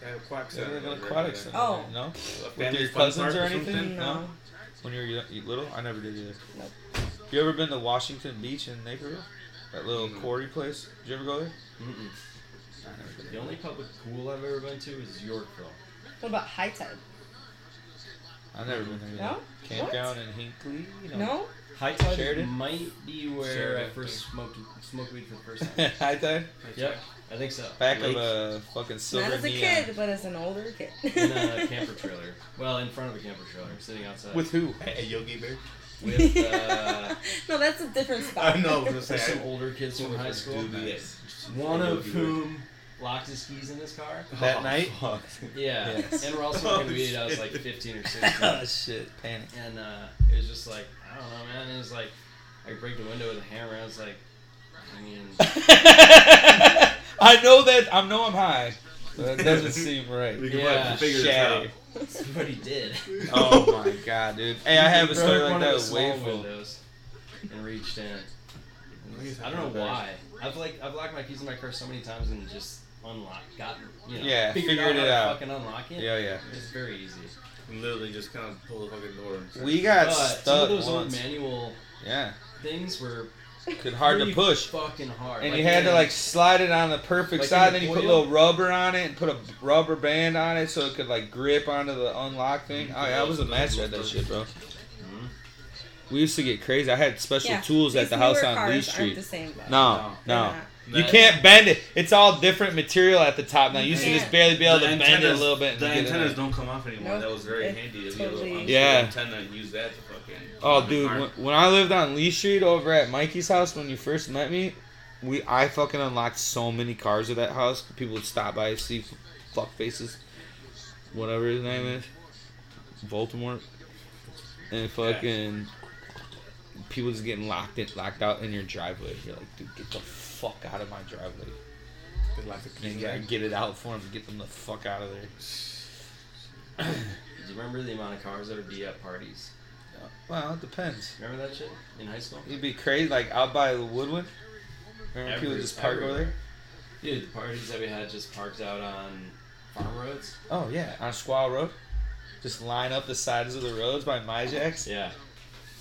Speaker 2: They have aquatics.
Speaker 1: Is there [LAUGHS]
Speaker 2: down
Speaker 1: like
Speaker 2: there,
Speaker 1: an
Speaker 2: right?
Speaker 1: aquatic
Speaker 2: Yeah.
Speaker 1: center?
Speaker 4: Oh.
Speaker 1: No.
Speaker 2: A
Speaker 1: With
Speaker 2: family
Speaker 1: your
Speaker 2: fun
Speaker 1: cousins
Speaker 2: park
Speaker 1: or anything?
Speaker 2: something?
Speaker 1: No. When you were yo- you little, I never did either.
Speaker 4: Nope.
Speaker 1: You ever been to Washington Beach in Naperville? That little
Speaker 2: Mm.
Speaker 1: quarry place. Did you ever go there?
Speaker 3: Mm-mm.
Speaker 1: I never did.
Speaker 3: The only public pool I've ever been to is Yorkville.
Speaker 4: What about high tide?
Speaker 1: I've never been there. either.
Speaker 4: No?
Speaker 1: Campground in Hinkley. You know.
Speaker 4: No.
Speaker 3: High Tide
Speaker 1: Sheridan?
Speaker 3: might be where I
Speaker 1: Sheridan.
Speaker 3: first smoked smoked weed for
Speaker 1: [LAUGHS]
Speaker 3: the first time.
Speaker 1: High tide.
Speaker 3: yep, I think so.
Speaker 1: Back
Speaker 3: Lake,
Speaker 1: of a fucking silver
Speaker 4: Not as a
Speaker 1: neon.
Speaker 4: kid, but as an older kid.
Speaker 3: in
Speaker 4: [LAUGHS]
Speaker 3: a uh, camper trailer. Well, in front of a camper trailer, sitting outside
Speaker 1: With who?
Speaker 2: A Yogi Bear.
Speaker 3: with, uh,
Speaker 4: [LAUGHS] no, that's a different
Speaker 2: [LAUGHS]
Speaker 4: spot.
Speaker 2: I know. I was gonna
Speaker 3: with some
Speaker 2: say.
Speaker 3: older kids from high school.
Speaker 2: Yes.
Speaker 3: One of
Speaker 2: [LAUGHS]
Speaker 3: whom locked his keys in his car.
Speaker 1: That night?
Speaker 3: Yeah,
Speaker 1: Yes.
Speaker 3: and we're
Speaker 1: [LAUGHS]
Speaker 3: all
Speaker 2: Oh,
Speaker 3: smoking weed. I was
Speaker 2: shit.
Speaker 3: like 15 or 16.
Speaker 1: oh shit!
Speaker 3: [LAUGHS]
Speaker 1: Panic.
Speaker 3: And uh, it was just like, I don't know, man. It was like, I could break the window with a hammer. I was like, I mean,
Speaker 1: I know that. I know I'm high. But that doesn't seem right.
Speaker 2: We can yeah.
Speaker 3: Yeah.
Speaker 2: figure this out.
Speaker 1: Shatty.
Speaker 3: that's [LAUGHS] what he did.
Speaker 1: [LAUGHS] Oh my god, dude. Hey, I have
Speaker 3: He
Speaker 1: a story
Speaker 3: broke
Speaker 1: like
Speaker 3: one of
Speaker 1: that
Speaker 3: the
Speaker 1: with
Speaker 3: small
Speaker 1: Wayful.
Speaker 3: windows and reached in. I don't know why. I've like I've locked my keys in my car so many times and just unlocked, gotten, you know,
Speaker 1: Yeah,
Speaker 3: figured,
Speaker 1: figured
Speaker 3: out
Speaker 1: it
Speaker 3: how
Speaker 1: out.
Speaker 3: To fucking unlock it.
Speaker 1: Yeah, yeah.
Speaker 3: It's very easy.
Speaker 2: [LAUGHS] Literally just kind of pull the fucking door. And
Speaker 1: We got
Speaker 3: But some
Speaker 1: stuck
Speaker 3: of those old
Speaker 1: once.
Speaker 3: manual
Speaker 1: Yeah,
Speaker 3: things were
Speaker 1: could hard to
Speaker 3: pretty
Speaker 1: push.
Speaker 3: Fucking hard.
Speaker 1: And
Speaker 3: Like,
Speaker 1: you had to
Speaker 3: yeah,
Speaker 1: like slide it on the perfect
Speaker 3: Like in
Speaker 1: side,
Speaker 3: the
Speaker 1: then you put a
Speaker 3: foil?
Speaker 1: little rubber on it and put a rubber band on it so it could like grip onto the unlock thing. Oh yeah, I was a master at that shit, bro. We used to get crazy. I had special
Speaker 4: [LAUGHS] Yeah,
Speaker 1: tools at
Speaker 4: these
Speaker 1: the house
Speaker 4: newer
Speaker 1: on
Speaker 4: cars
Speaker 1: Lee
Speaker 4: aren't
Speaker 1: Street.
Speaker 4: The same, though.
Speaker 1: No,
Speaker 4: They're
Speaker 1: no.
Speaker 4: not.
Speaker 1: You can't bend it. It's all different material at the top now. You used to
Speaker 4: can't.
Speaker 1: just barely be able to bend it a
Speaker 2: antennas-
Speaker 1: little bit. And
Speaker 2: The
Speaker 1: get in
Speaker 2: antennas
Speaker 1: there.
Speaker 2: don't come off anymore.
Speaker 4: Nope.
Speaker 2: That was very
Speaker 4: It
Speaker 2: handy. To
Speaker 4: totally-
Speaker 2: be able to
Speaker 1: Yeah.
Speaker 2: unscrew an antenna and use that to fucking.
Speaker 1: Oh, dude, when, when I lived on Lee Street over at Mikey's house when you first met me, we I fucking unlocked so many cars at that house. People would stop by, see f- fuck faces, whatever his name is, Baltimore, and fucking people just getting locked in, locked out in your driveway. You're like, dude, get the fuck out of my driveway. And you gotta get it out for them, get them the fuck out of there.
Speaker 3: Do you remember the amount of cars that would be at parties?
Speaker 1: Well, it depends.
Speaker 3: Remember that shit in high school?
Speaker 1: It'd be crazy, like out by the Woodland. Remember people
Speaker 3: Every-
Speaker 1: just park over there?
Speaker 3: everywhere. Dude, the parties that we had just parked out on farm roads.
Speaker 1: Oh yeah, on Squaw Road. Just line up the sides of the roads by Myjack's.
Speaker 3: Yeah.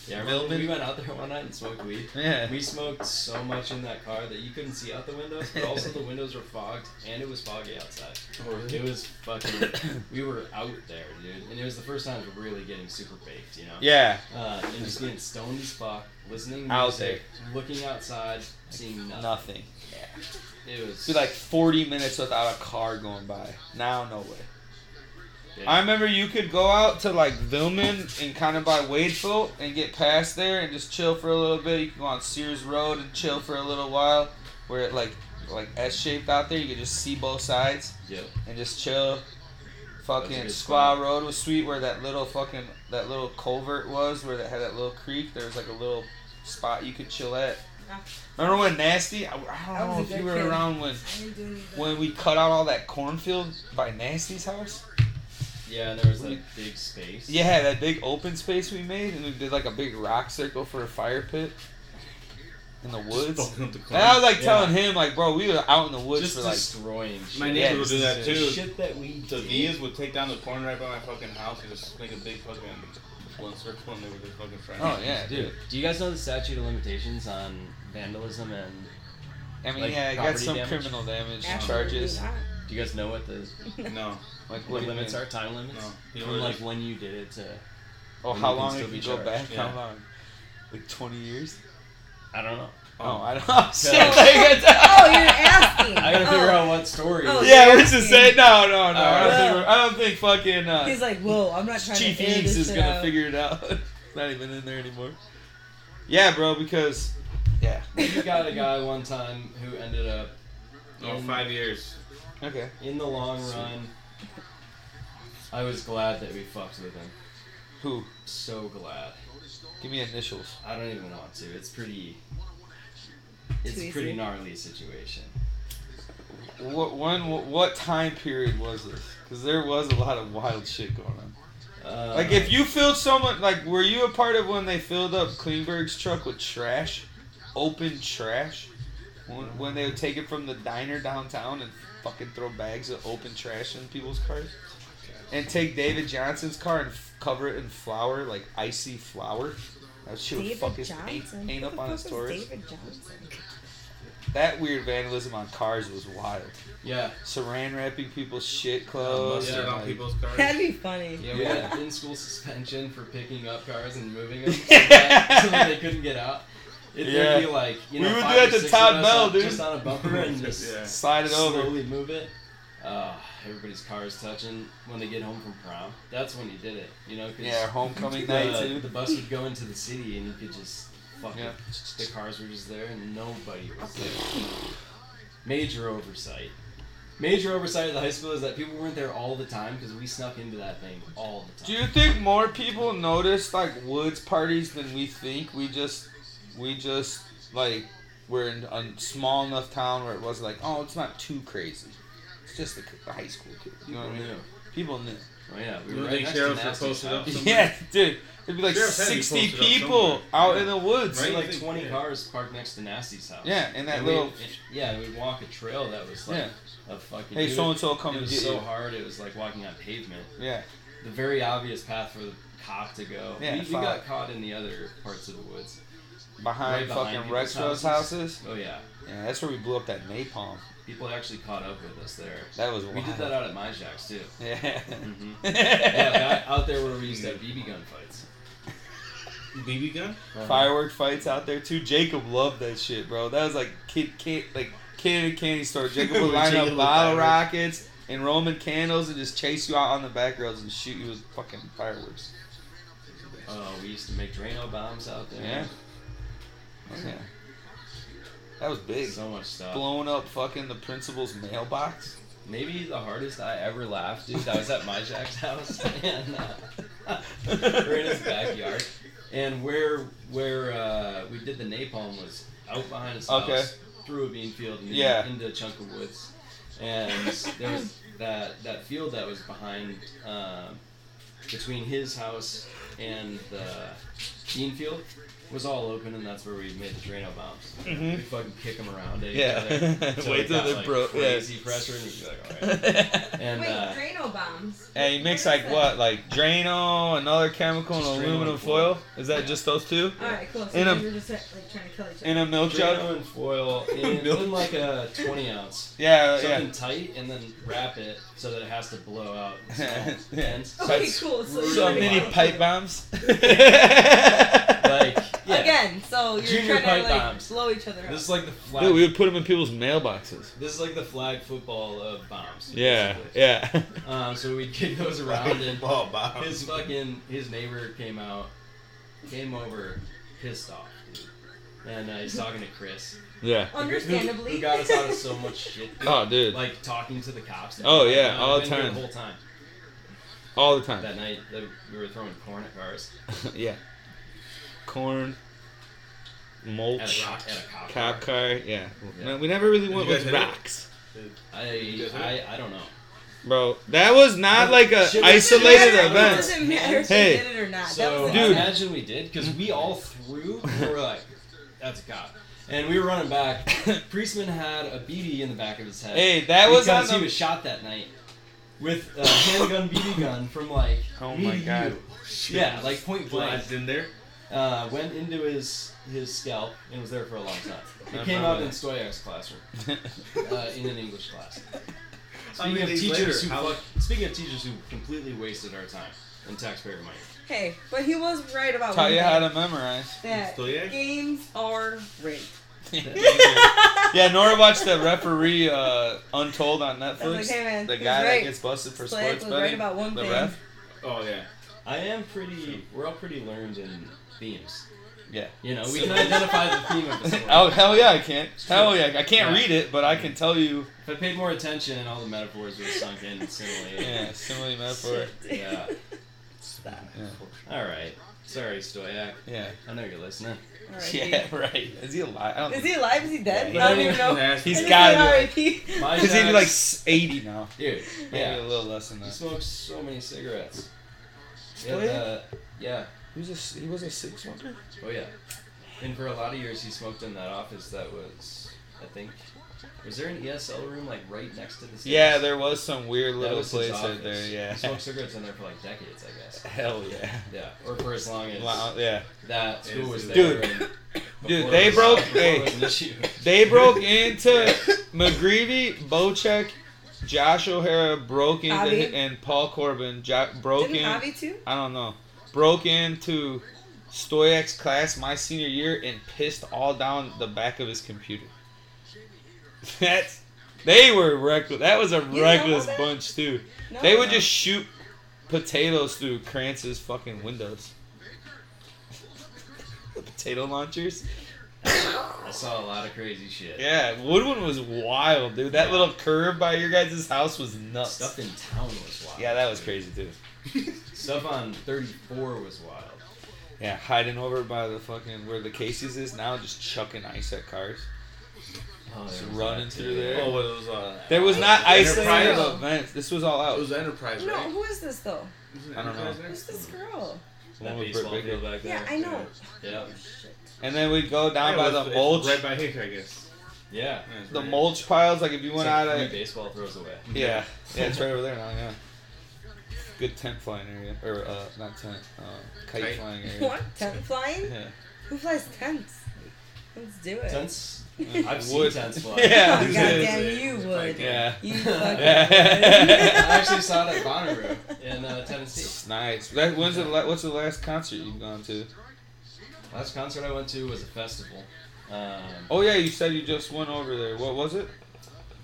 Speaker 3: Yeah, I remember
Speaker 1: Milman.
Speaker 3: we went out there one night and smoked weed.
Speaker 1: Yeah.
Speaker 3: We smoked so much in that car that you couldn't see out the windows, but also the windows were fogged, and it was foggy outside.
Speaker 2: Oh,
Speaker 3: It was
Speaker 2: [COUGHS]
Speaker 3: fucking. we were out there, dude, and it was the first time really getting super baked, you know.
Speaker 1: Yeah.
Speaker 3: Uh, and just getting stoned as fuck, listening to
Speaker 1: Out
Speaker 3: music, looking outside, seeing nothing.
Speaker 1: Nothing.
Speaker 3: It was
Speaker 1: It'd be like 40 minutes without a car going by. Now, no way.
Speaker 3: Yeah.
Speaker 1: I remember you could go out to like Vilman and kind of by Wadeville and get past there and just chill for a little bit. You can go on Sears Road and chill for a little while, where it like like S shaped out there. You could just see both sides
Speaker 3: Yep.
Speaker 1: and just chill. Fucking
Speaker 3: good
Speaker 1: Squaw Road was sweet, where that little fucking that little culvert was, where that had that little creek. There was like a little spot you could chill at.
Speaker 5: Yeah.
Speaker 1: Remember when Nasty? I, I
Speaker 4: I
Speaker 1: don't know
Speaker 4: was a
Speaker 1: if you
Speaker 4: good
Speaker 1: were
Speaker 4: kid.
Speaker 1: around when
Speaker 4: I didn't do any of that.
Speaker 1: when we cut out all that cornfield by Nasty's house.
Speaker 3: Yeah, and there was that big space.
Speaker 1: Yeah, that big open space we made, and we did like a big rock circle for a fire pit in the woods.
Speaker 2: Fucking up the
Speaker 1: And I was
Speaker 2: corn.
Speaker 1: like telling him, like, bro, we were out in the woods
Speaker 3: Just
Speaker 1: for like.
Speaker 3: destroying shit.
Speaker 2: My
Speaker 1: Yeah,
Speaker 2: neighbor would do that
Speaker 3: just
Speaker 2: too.
Speaker 3: the Shit that we
Speaker 2: The
Speaker 3: did.
Speaker 2: Vias would take down the corn right by my fucking house and just make a big fucking one circle and they were just fucking friends.
Speaker 1: Oh yeah, dude.
Speaker 3: Dude, do you guys know the statute of limitations on vandalism and
Speaker 1: I mean,
Speaker 3: Like,
Speaker 1: yeah, I got
Speaker 3: property
Speaker 1: some
Speaker 3: damage?
Speaker 1: criminal damage
Speaker 4: Absolutely
Speaker 1: charges. [LAUGHS]
Speaker 4: not.
Speaker 3: do you guys know what the
Speaker 2: No,
Speaker 1: Like,
Speaker 3: what
Speaker 1: what do you
Speaker 3: limits
Speaker 1: mean?
Speaker 3: are time limits?
Speaker 2: no. You
Speaker 3: From
Speaker 2: know,
Speaker 3: like
Speaker 2: like,
Speaker 3: when you did it to
Speaker 1: Oh,
Speaker 3: when
Speaker 1: how
Speaker 3: you can
Speaker 1: long
Speaker 3: still
Speaker 1: if
Speaker 3: be
Speaker 1: you go
Speaker 3: charged,
Speaker 1: back?
Speaker 2: yeah.
Speaker 1: How long? Like twenty years?
Speaker 3: I don't know.
Speaker 1: Oh,
Speaker 2: oh,
Speaker 1: I don't. [LAUGHS]
Speaker 3: [LAUGHS]
Speaker 1: know. Shit,
Speaker 3: Yeah.
Speaker 1: like,
Speaker 4: Oh, you're asking.
Speaker 3: I gotta figure
Speaker 4: Oh.
Speaker 3: out what story.
Speaker 1: [LAUGHS]
Speaker 4: Oh,
Speaker 1: yeah, we're just saying no, no, no. I, don't
Speaker 3: Uh,
Speaker 4: Alright.
Speaker 1: think we're- I don't think fucking
Speaker 4: Oh. He's
Speaker 1: uh,
Speaker 4: like, whoa, I'm not trying
Speaker 1: Chief
Speaker 4: to air
Speaker 1: Eaves
Speaker 4: this
Speaker 1: is
Speaker 4: shit
Speaker 1: gonna
Speaker 4: out.
Speaker 1: figure it out. [LAUGHS] It's Not even in there anymore. Yeah, bro, because yeah.
Speaker 3: We got a guy one time who ended up
Speaker 2: oh, five years.
Speaker 1: Okay.
Speaker 3: in the long run. I was glad that we fucked with him.
Speaker 1: Who?
Speaker 3: So glad.
Speaker 1: Give me initials.
Speaker 3: I don't even want to. It's pretty.
Speaker 4: Too
Speaker 3: It's a
Speaker 4: easy.
Speaker 3: pretty gnarly situation.
Speaker 1: What when? What, what time period was this? Because there was a lot of wild shit going on.
Speaker 3: Uh,
Speaker 1: Like if you filled someone, like were you a part of when they filled up Klingberg's truck with trash, open trash, when, when they would take it from the diner downtown and fucking throw bags of open trash in people's cars, and take David Johnson's car and f- cover it in flour, like icy flour. That shit would
Speaker 4: David
Speaker 1: fuck his paint,
Speaker 4: Johnson.
Speaker 1: paint
Speaker 4: Who
Speaker 1: up
Speaker 4: the
Speaker 1: on his
Speaker 4: fuck is
Speaker 1: doors.
Speaker 4: David Johnson.
Speaker 1: That weird vandalism on cars was wild.
Speaker 3: yeah,
Speaker 1: saran wrapping people's shit clothes.
Speaker 2: Mustard
Speaker 3: yeah.
Speaker 2: on people's cars. [LAUGHS]
Speaker 4: That'd be funny.
Speaker 3: yeah, we
Speaker 1: Yeah.
Speaker 3: had in-school suspension for picking up cars and moving
Speaker 1: [LAUGHS]
Speaker 3: them, so
Speaker 1: Yeah.
Speaker 3: that, so that they couldn't get out. It,
Speaker 1: Yeah.
Speaker 3: would be like you
Speaker 1: We
Speaker 3: know,
Speaker 1: would
Speaker 3: five
Speaker 1: do that
Speaker 3: or
Speaker 1: to
Speaker 3: six
Speaker 1: Todd
Speaker 3: of us
Speaker 1: Bell,
Speaker 3: on-
Speaker 1: dude.
Speaker 3: Just on a bumper
Speaker 1: [LAUGHS]
Speaker 3: and just
Speaker 2: Yeah.
Speaker 1: Slide it over.
Speaker 3: slowly move it. Uh, everybody's cars touching when they get home from prom. That's when you did it, you know? 'cause
Speaker 1: Yeah, homecoming night
Speaker 3: the,
Speaker 1: too.
Speaker 3: the bus would go into the city and you could just fuck
Speaker 1: Yeah.
Speaker 3: it. The cars were just there and nobody was there. Major oversight. Major oversight of the high school is that people weren't there all the time because we snuck into that thing all the
Speaker 1: Do
Speaker 3: time.
Speaker 1: you think more people notice like woods parties than we think? We just, we just like we're in a small enough town where it was like, oh, it's not too crazy. It's just the, k- the high school kids. You know what I mean? People knew.
Speaker 3: Oh, yeah, we were
Speaker 2: You don't
Speaker 3: right
Speaker 2: think
Speaker 3: next to
Speaker 2: sheriffs were
Speaker 3: Nasty's
Speaker 2: posted up?
Speaker 3: house.
Speaker 2: Somewhere.
Speaker 1: Yeah, [LAUGHS] dude. It'd be like
Speaker 2: Sheriff had to be
Speaker 1: sixty
Speaker 2: posted up
Speaker 1: people
Speaker 2: somewhere.
Speaker 1: out
Speaker 2: Yeah.
Speaker 1: in the woods.
Speaker 3: So
Speaker 2: Right?
Speaker 3: like
Speaker 2: Think-
Speaker 3: 20
Speaker 2: yeah.
Speaker 3: cars parked next to Nasty's house.
Speaker 1: Yeah, in that
Speaker 3: And
Speaker 1: little.
Speaker 3: We, yeah, we'd walk a trail that was like a fucking.
Speaker 1: Hey,
Speaker 3: dude,
Speaker 1: so and so come
Speaker 3: It
Speaker 1: and
Speaker 3: was
Speaker 1: get
Speaker 3: so
Speaker 1: you.
Speaker 3: hard. It was like walking on pavement.
Speaker 1: Yeah.
Speaker 3: The very obvious path for the cop to go.
Speaker 1: Yeah,
Speaker 3: we, we
Speaker 1: fuck.
Speaker 3: got caught in the other parts of the woods.
Speaker 1: Behind
Speaker 3: Right behind
Speaker 1: fucking
Speaker 3: people's
Speaker 1: Rexro's
Speaker 3: houses.
Speaker 1: houses.
Speaker 3: Oh yeah,
Speaker 1: Yeah, that's where we blew up that napalm.
Speaker 3: people actually caught up with us there.
Speaker 1: That was wild.
Speaker 3: We did that out at my jacks too.
Speaker 1: [LAUGHS] Yeah. Mm-hmm.
Speaker 3: Mhm.
Speaker 1: [LAUGHS]
Speaker 3: yeah,
Speaker 1: yeah
Speaker 3: back out there where we used to have BB gun fights.
Speaker 2: BB gun?
Speaker 3: Uh-huh.
Speaker 1: Firework fights out there too. Jacob loved that shit, bro. That was like kid, kid like kid at a candy store. Jacob
Speaker 3: [LAUGHS]
Speaker 1: would
Speaker 2: With
Speaker 1: line
Speaker 2: Jacob
Speaker 1: up
Speaker 2: with
Speaker 1: bottle
Speaker 2: fireworks.
Speaker 1: rockets and Roman candles and just chase you out on the back roads and shoot you with fucking fireworks.
Speaker 3: Uh, we used to make Drano bombs out there.
Speaker 1: Yeah. Oh, yeah. That was big.
Speaker 3: So uh, much stuff.
Speaker 1: Blowing up fucking the principal's mailbox.
Speaker 3: Maybe the hardest I ever laughed, dude. I was at my Jack's house [LAUGHS] and uh, [LAUGHS] we're in his backyard, and where where uh, we did the napalm was out behind his house,
Speaker 1: Okay.
Speaker 3: through a bean field, and
Speaker 1: Yeah.
Speaker 3: into a chunk of woods, and there was that that field that was behind um between his house and the bean field was all open, and that's where we made the Drano bombs.
Speaker 1: [LAUGHS]
Speaker 3: We fucking kick them around at each
Speaker 1: Mm-hmm. Yeah.
Speaker 3: other.
Speaker 1: [LAUGHS]
Speaker 3: until
Speaker 1: Wait
Speaker 3: it
Speaker 1: till
Speaker 3: got,
Speaker 1: they
Speaker 3: like,
Speaker 1: broke- yeah.
Speaker 3: Crazy pressure, and you'd be like,
Speaker 1: [LAUGHS]
Speaker 3: all right.
Speaker 1: and
Speaker 3: And
Speaker 5: Wait,
Speaker 3: uh,
Speaker 5: Drano bombs.
Speaker 1: he makes like what, like Drano, another chemical, and
Speaker 3: Just Drano
Speaker 1: aluminum
Speaker 3: and
Speaker 1: foil.
Speaker 3: foil.
Speaker 1: Is that just those two?
Speaker 5: Alright, cool. So
Speaker 1: In a-
Speaker 5: you were just like trying to kill each other.
Speaker 1: In a milk jug?
Speaker 3: Drano
Speaker 1: [LAUGHS]
Speaker 3: and foil in,
Speaker 1: Milk.
Speaker 3: in like a 20 ounce.
Speaker 1: Yeah, Uh, yeah.
Speaker 3: Something tight and then wrap it so that it has to blow out. in small
Speaker 1: [LAUGHS] Yeah.
Speaker 3: pans.
Speaker 5: [LAUGHS] okay,
Speaker 1: that's
Speaker 5: cool. So,
Speaker 3: really
Speaker 5: you're
Speaker 3: [LAUGHS]
Speaker 1: So
Speaker 5: gonna
Speaker 1: many
Speaker 5: kill each
Speaker 1: pipe
Speaker 5: other.
Speaker 1: bombs.
Speaker 3: Like, yeah.
Speaker 4: men, so you're
Speaker 3: Junior
Speaker 4: trying
Speaker 3: pipe
Speaker 4: to like
Speaker 3: bombs.
Speaker 4: blow each other
Speaker 3: This is
Speaker 4: up.
Speaker 3: like the flag.
Speaker 1: Dude, we would put them in people's mailboxes.
Speaker 3: this is like the flag football of bombs.
Speaker 1: Yeah,
Speaker 3: basically.
Speaker 1: yeah. [LAUGHS]
Speaker 3: Um, so we'd kick those around, and
Speaker 1: Oh,
Speaker 2: Ball, Bob.
Speaker 3: his fucking his neighbor came out, came over, pissed off, dude. And uh, he's talking to Chris.
Speaker 1: yeah.
Speaker 3: who- who-
Speaker 4: Understandably.
Speaker 3: who got us out of so much shit. dude.
Speaker 1: Oh, dude.
Speaker 3: Like talking to the cops. and
Speaker 1: Oh,
Speaker 3: everything.
Speaker 1: yeah,
Speaker 3: I've
Speaker 1: all the
Speaker 3: been here
Speaker 1: time.
Speaker 3: The whole time.
Speaker 1: All the time.
Speaker 3: That night, that we were throwing corn at cars
Speaker 1: [LAUGHS] yeah. Corn,
Speaker 3: at
Speaker 1: mulch,
Speaker 3: a rock at a cop.
Speaker 1: cop
Speaker 3: car.
Speaker 1: car. Yeah.
Speaker 3: Yeah.
Speaker 1: No, we never really went
Speaker 2: you guys
Speaker 1: with
Speaker 2: hit it?
Speaker 1: rocks.
Speaker 3: I, I I don't know.
Speaker 1: Bro, that was not like a [LAUGHS]
Speaker 3: Shit,
Speaker 1: isolated
Speaker 4: Doesn't matter-
Speaker 1: event.
Speaker 4: Doesn't matter if
Speaker 1: Hey.
Speaker 4: they did it or not. Ah, that
Speaker 3: So
Speaker 4: was
Speaker 1: Dude.
Speaker 3: imagine we did because we all threw. We were like, "That's a cop," and we were
Speaker 1: [LAUGHS]
Speaker 3: running back. Priestman had a BD in the back of his head.
Speaker 1: Hey, that was on
Speaker 3: because he
Speaker 1: the.
Speaker 3: was shot that night with a handgun BB gun from like
Speaker 1: Oh
Speaker 3: me
Speaker 1: my
Speaker 3: to
Speaker 1: God.
Speaker 3: you. yeah like point blank
Speaker 2: Slides in there.
Speaker 3: uh, went into his his scalp and was there for a long
Speaker 1: [LAUGHS]
Speaker 3: time it
Speaker 1: Not
Speaker 3: came
Speaker 1: my
Speaker 3: up in
Speaker 1: bad.
Speaker 3: Stoyak's
Speaker 1: [LAUGHS]
Speaker 3: classroom uh, in an English class
Speaker 2: How many
Speaker 3: speaking of
Speaker 2: days
Speaker 3: teachers
Speaker 2: later?
Speaker 3: who
Speaker 2: How-
Speaker 3: fuck- speaking of teachers who completely wasted our time and taxpayer money
Speaker 4: Hey, but he was right about
Speaker 1: Taught
Speaker 4: one
Speaker 1: you how
Speaker 4: thing,
Speaker 1: to memorize.
Speaker 4: that
Speaker 2: Still yeah?
Speaker 4: games are rigged.
Speaker 1: [LAUGHS] Yeah, Nora watched the referee uh, Untold on
Speaker 4: I was like,
Speaker 1: Netflix.
Speaker 4: hey man,
Speaker 1: The
Speaker 4: he was
Speaker 1: guy that
Speaker 4: right.
Speaker 1: gets busted for
Speaker 4: Slant
Speaker 1: sports
Speaker 4: was right
Speaker 1: betting.
Speaker 4: about one
Speaker 1: The
Speaker 4: thing.
Speaker 1: ref. [LAUGHS]
Speaker 2: Oh yeah.
Speaker 3: I am pretty we're all pretty learned in themes
Speaker 1: Yeah.
Speaker 3: you know we can identify the
Speaker 1: [LAUGHS]
Speaker 3: theme of a story
Speaker 1: Oh hell yeah, I can't. Hell
Speaker 3: true.
Speaker 1: yeah, I can't
Speaker 3: Yeah.
Speaker 1: read it, but I can tell [LAUGHS] you.
Speaker 3: if I paid more attention all the metaphors would have sunk in similarly
Speaker 1: Yeah, simile metaphor.
Speaker 4: [LAUGHS]
Speaker 3: yeah
Speaker 4: Stop.
Speaker 1: Yeah.
Speaker 3: All right. Sorry, Stoyak.
Speaker 1: Yeah.
Speaker 3: I know you're listening.
Speaker 4: All
Speaker 1: [LAUGHS]
Speaker 4: right,
Speaker 1: Yeah, right. Is he alive? I don't
Speaker 4: dude.
Speaker 1: [LAUGHS]
Speaker 4: Is
Speaker 1: think-
Speaker 4: he alive? Is he dead?
Speaker 3: Yeah,
Speaker 4: I don't even know.
Speaker 1: He's
Speaker 4: I just
Speaker 1: gotta
Speaker 4: said
Speaker 1: be.
Speaker 4: RIP.
Speaker 3: My
Speaker 1: Because he's
Speaker 3: dad-
Speaker 1: like s- 80 [LAUGHS] now.
Speaker 3: dude.
Speaker 1: Yeah. Maybe a
Speaker 3: Yeah.
Speaker 1: little less than
Speaker 3: He
Speaker 1: that.
Speaker 3: smokes so many cigarettes. Yeah.
Speaker 1: Stoyak?
Speaker 3: Uh, yeah.
Speaker 1: He was a, he was a six wonder?
Speaker 3: Oh yeah. And for a lot of years, he smoked in that office that was, I think, was there an ESL room like right next to the stairs?
Speaker 1: Yeah, there was some weird
Speaker 3: That
Speaker 1: little
Speaker 3: was his
Speaker 1: place right
Speaker 3: office.
Speaker 1: there.
Speaker 3: He
Speaker 1: Yeah.
Speaker 3: smoked cigarettes in there for like decades, I
Speaker 1: [LAUGHS]
Speaker 3: guess.
Speaker 1: Hell yeah.
Speaker 3: Yeah. Or for as long as
Speaker 1: Wow, yeah.
Speaker 3: that school was
Speaker 1: [LAUGHS]
Speaker 3: there.
Speaker 1: Dude.
Speaker 3: and
Speaker 1: Dude,
Speaker 3: before
Speaker 1: they
Speaker 3: it was-
Speaker 1: broke-
Speaker 3: before
Speaker 1: hey. [LAUGHS]
Speaker 3: it was an issue.
Speaker 1: They broke into McGreevy, Bocek, Josh O'Hara broke into
Speaker 4: Javi.
Speaker 1: and Paul Corbin jo- broke
Speaker 4: Didn't
Speaker 1: in.
Speaker 4: Javi too?
Speaker 1: I don't know. Broke into Stoyak's class my senior year and pissed all down the back of his computer. That's they were reckless. That was a
Speaker 4: know
Speaker 1: reckless
Speaker 4: that?
Speaker 1: bunch too.
Speaker 4: No.
Speaker 1: They would just shoot potatoes through Krantz's fucking windows. [LAUGHS] the potato launchers.
Speaker 3: I saw a lot of crazy shit.
Speaker 1: Yeah, Woodwind was wild, dude. That little curve by your guys' house was nuts.
Speaker 3: Stuff in town was wild.
Speaker 1: Yeah, that was crazy too.
Speaker 3: Stuff on 34 was wild.
Speaker 1: Yeah, hiding over by the fucking where the Casey's is now, just chucking ice at cars.
Speaker 3: Oh,
Speaker 1: Just running through there.
Speaker 2: Oh, well, it was uh.
Speaker 1: There was not isolated
Speaker 4: Enterprise.
Speaker 1: events. This was all out.
Speaker 2: It was Enterprise,
Speaker 4: No,
Speaker 2: right?
Speaker 4: who is this though?
Speaker 1: I don't know.
Speaker 4: Who's this girl?
Speaker 1: The one
Speaker 3: That
Speaker 1: with
Speaker 3: baseball
Speaker 1: Britt Baker.
Speaker 3: field back there.
Speaker 4: Yeah, I know. Oh,
Speaker 3: Yeah.
Speaker 1: And then we'd go down by the mulch,
Speaker 2: Right by Hick, I guess.
Speaker 3: Yeah.
Speaker 2: Yeah, it's
Speaker 1: the
Speaker 2: right.
Speaker 1: mulch piles. Like if you
Speaker 3: It's
Speaker 1: went
Speaker 3: like
Speaker 1: out
Speaker 3: three
Speaker 1: of
Speaker 3: baseball throws away.
Speaker 1: yeah, yeah, it's right over there now. Yeah, good tent flying area or uh, not tent, uh, kite,
Speaker 2: Kite.
Speaker 4: [LAUGHS]
Speaker 1: flying area.
Speaker 4: What? Tent flying?
Speaker 1: Yeah,
Speaker 4: Who flies tents? Let's do it.
Speaker 3: Tents. I've seen
Speaker 1: Wood.
Speaker 3: tents
Speaker 1: [LAUGHS]
Speaker 3: fly.
Speaker 1: Yeah.
Speaker 3: [LAUGHS]
Speaker 4: Oh,
Speaker 1: Who's
Speaker 4: goddamn, you would.
Speaker 1: yeah.
Speaker 4: You
Speaker 1: Yeah.
Speaker 4: fucking
Speaker 3: I actually saw it at Bonnaroo in uh, Tennessee.
Speaker 1: It's nice. That, when's the la- what's the last concert you've gone to?
Speaker 3: Last concert I went to was a festival. Um,
Speaker 1: Oh yeah, you said you just went over there. What was it?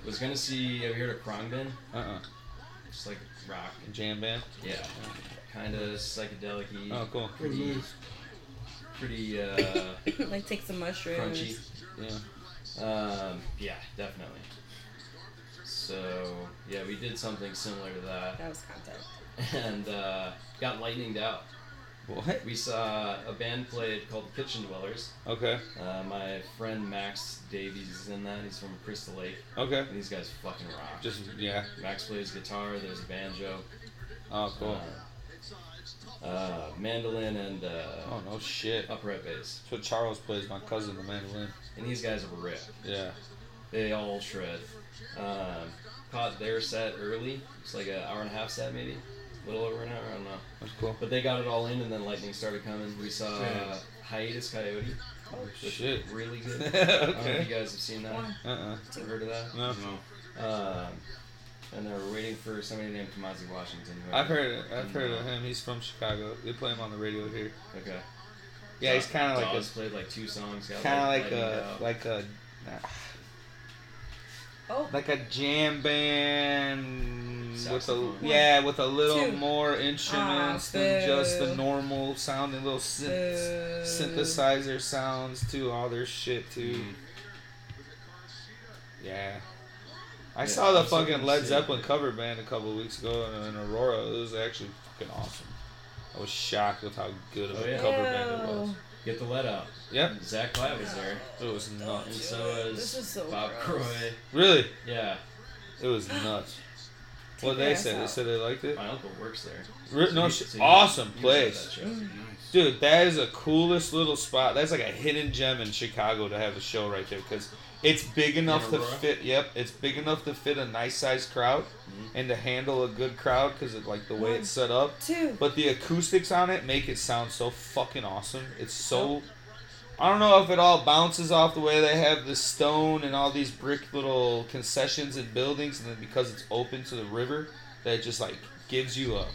Speaker 3: was gonna see. Have you heard of Krongbin?
Speaker 1: Uh uh
Speaker 3: Just like rock. and-
Speaker 1: Jam band.
Speaker 3: Yeah. Kind of psychedelic.
Speaker 1: Oh cool.
Speaker 3: Pretty. Pretty. Uh,
Speaker 4: would. like take some mushrooms.
Speaker 3: crunchy.
Speaker 1: Yeah.
Speaker 3: Um, yeah, definitely. So yeah, we did something similar to that, [LAUGHS]
Speaker 4: That was contact.
Speaker 3: and uh, got lightninged out.
Speaker 1: What?
Speaker 3: We saw a band played called the Kitchen Dwellers.
Speaker 1: Okay.
Speaker 3: Uh, my friend Max Davies is in that. He's from Crystal Lake.
Speaker 1: Okay.
Speaker 3: And these guys fucking rock.
Speaker 1: Just yeah.
Speaker 3: Max plays guitar. There's a banjo,
Speaker 1: Oh cool.
Speaker 3: uh, uh, mandolin, and uh,
Speaker 1: Oh no shit.
Speaker 3: upright bass.
Speaker 1: That's what Charles plays. My cousin, the mandolin.
Speaker 3: And these guys rip.
Speaker 1: Yeah.
Speaker 3: They all shred. Um, caught their set early. It's like an hour and a half set, maybe. A little over an hour, I don't know.
Speaker 1: That's cool. [LAUGHS]
Speaker 3: But they got it all in, and then lightning started coming. We saw uh, Hiatus Coyote.
Speaker 1: Oh
Speaker 3: which
Speaker 1: shit.
Speaker 3: was
Speaker 1: [LAUGHS]
Speaker 3: Really good. I don't know if
Speaker 1: okay.
Speaker 3: you guys have seen that.
Speaker 4: One.
Speaker 1: Uh uh
Speaker 3: Or heard of that.
Speaker 1: Oh, No.
Speaker 2: No.
Speaker 3: Um, and they were waiting for somebody named Kamazi Washington. who-
Speaker 1: I've heard it. I've heard of him. He's from Chicago. They play him on the radio here.
Speaker 3: Okay.
Speaker 1: Yeah, he's kind of like
Speaker 3: Dawes
Speaker 1: a
Speaker 3: played like two songs. got,
Speaker 1: kind of like
Speaker 3: lighted
Speaker 1: a
Speaker 3: out.
Speaker 1: like a
Speaker 6: Oh,
Speaker 1: like a jam band with a
Speaker 3: Saxophone.
Speaker 1: yeah with a little
Speaker 6: Two. Ah,
Speaker 1: more instruments than
Speaker 6: boo.
Speaker 1: just the normal sounding little synth-
Speaker 6: boo.
Speaker 1: synthesizer sounds to all their shit too.
Speaker 3: Mhm.
Speaker 1: Yeah. I
Speaker 3: Yeah,
Speaker 1: saw the
Speaker 3: I'm so
Speaker 1: fucking
Speaker 3: gonna
Speaker 1: Led
Speaker 3: see it.
Speaker 1: Zeppelin cover band a couple weeks ago in, in Aurora. It was actually fucking awesome. I was shocked with how good of
Speaker 3: Oh,
Speaker 1: a
Speaker 3: yeah.
Speaker 1: cover band it was.
Speaker 3: Get the lead out.
Speaker 1: Yep,
Speaker 3: Zach Platt was there,
Speaker 1: it was
Speaker 3: and
Speaker 1: nuts.
Speaker 3: so was
Speaker 6: This is so
Speaker 3: Bob
Speaker 6: gross.
Speaker 3: Croy.
Speaker 1: Really,
Speaker 3: Yeah,
Speaker 1: it was nuts. What
Speaker 6: Take
Speaker 1: they
Speaker 6: your ass
Speaker 1: said? They
Speaker 6: out.
Speaker 1: said they liked it.
Speaker 3: my uncle works there.
Speaker 1: Re- no,
Speaker 3: You-
Speaker 1: shit,
Speaker 3: so you-
Speaker 1: awesome
Speaker 3: you saw
Speaker 1: place,
Speaker 3: that show.
Speaker 4: Mm.
Speaker 2: Nice.
Speaker 1: dude. That is a coolest little spot. That's like a hidden gem in Chicago to have a show right there because it's big enough to
Speaker 3: Aurora?
Speaker 1: fit. Yep, it's big enough to fit a nice sized crowd
Speaker 3: Mhm.
Speaker 1: and to handle a good crowd because it like the way it's set up.
Speaker 6: Two.
Speaker 1: But the acoustics on it make it sound so fucking awesome. It's so. I don't know if it all bounces off the way they have the stone and all these brick little concessions and buildings, and then because it's open to the river, that just like gives you a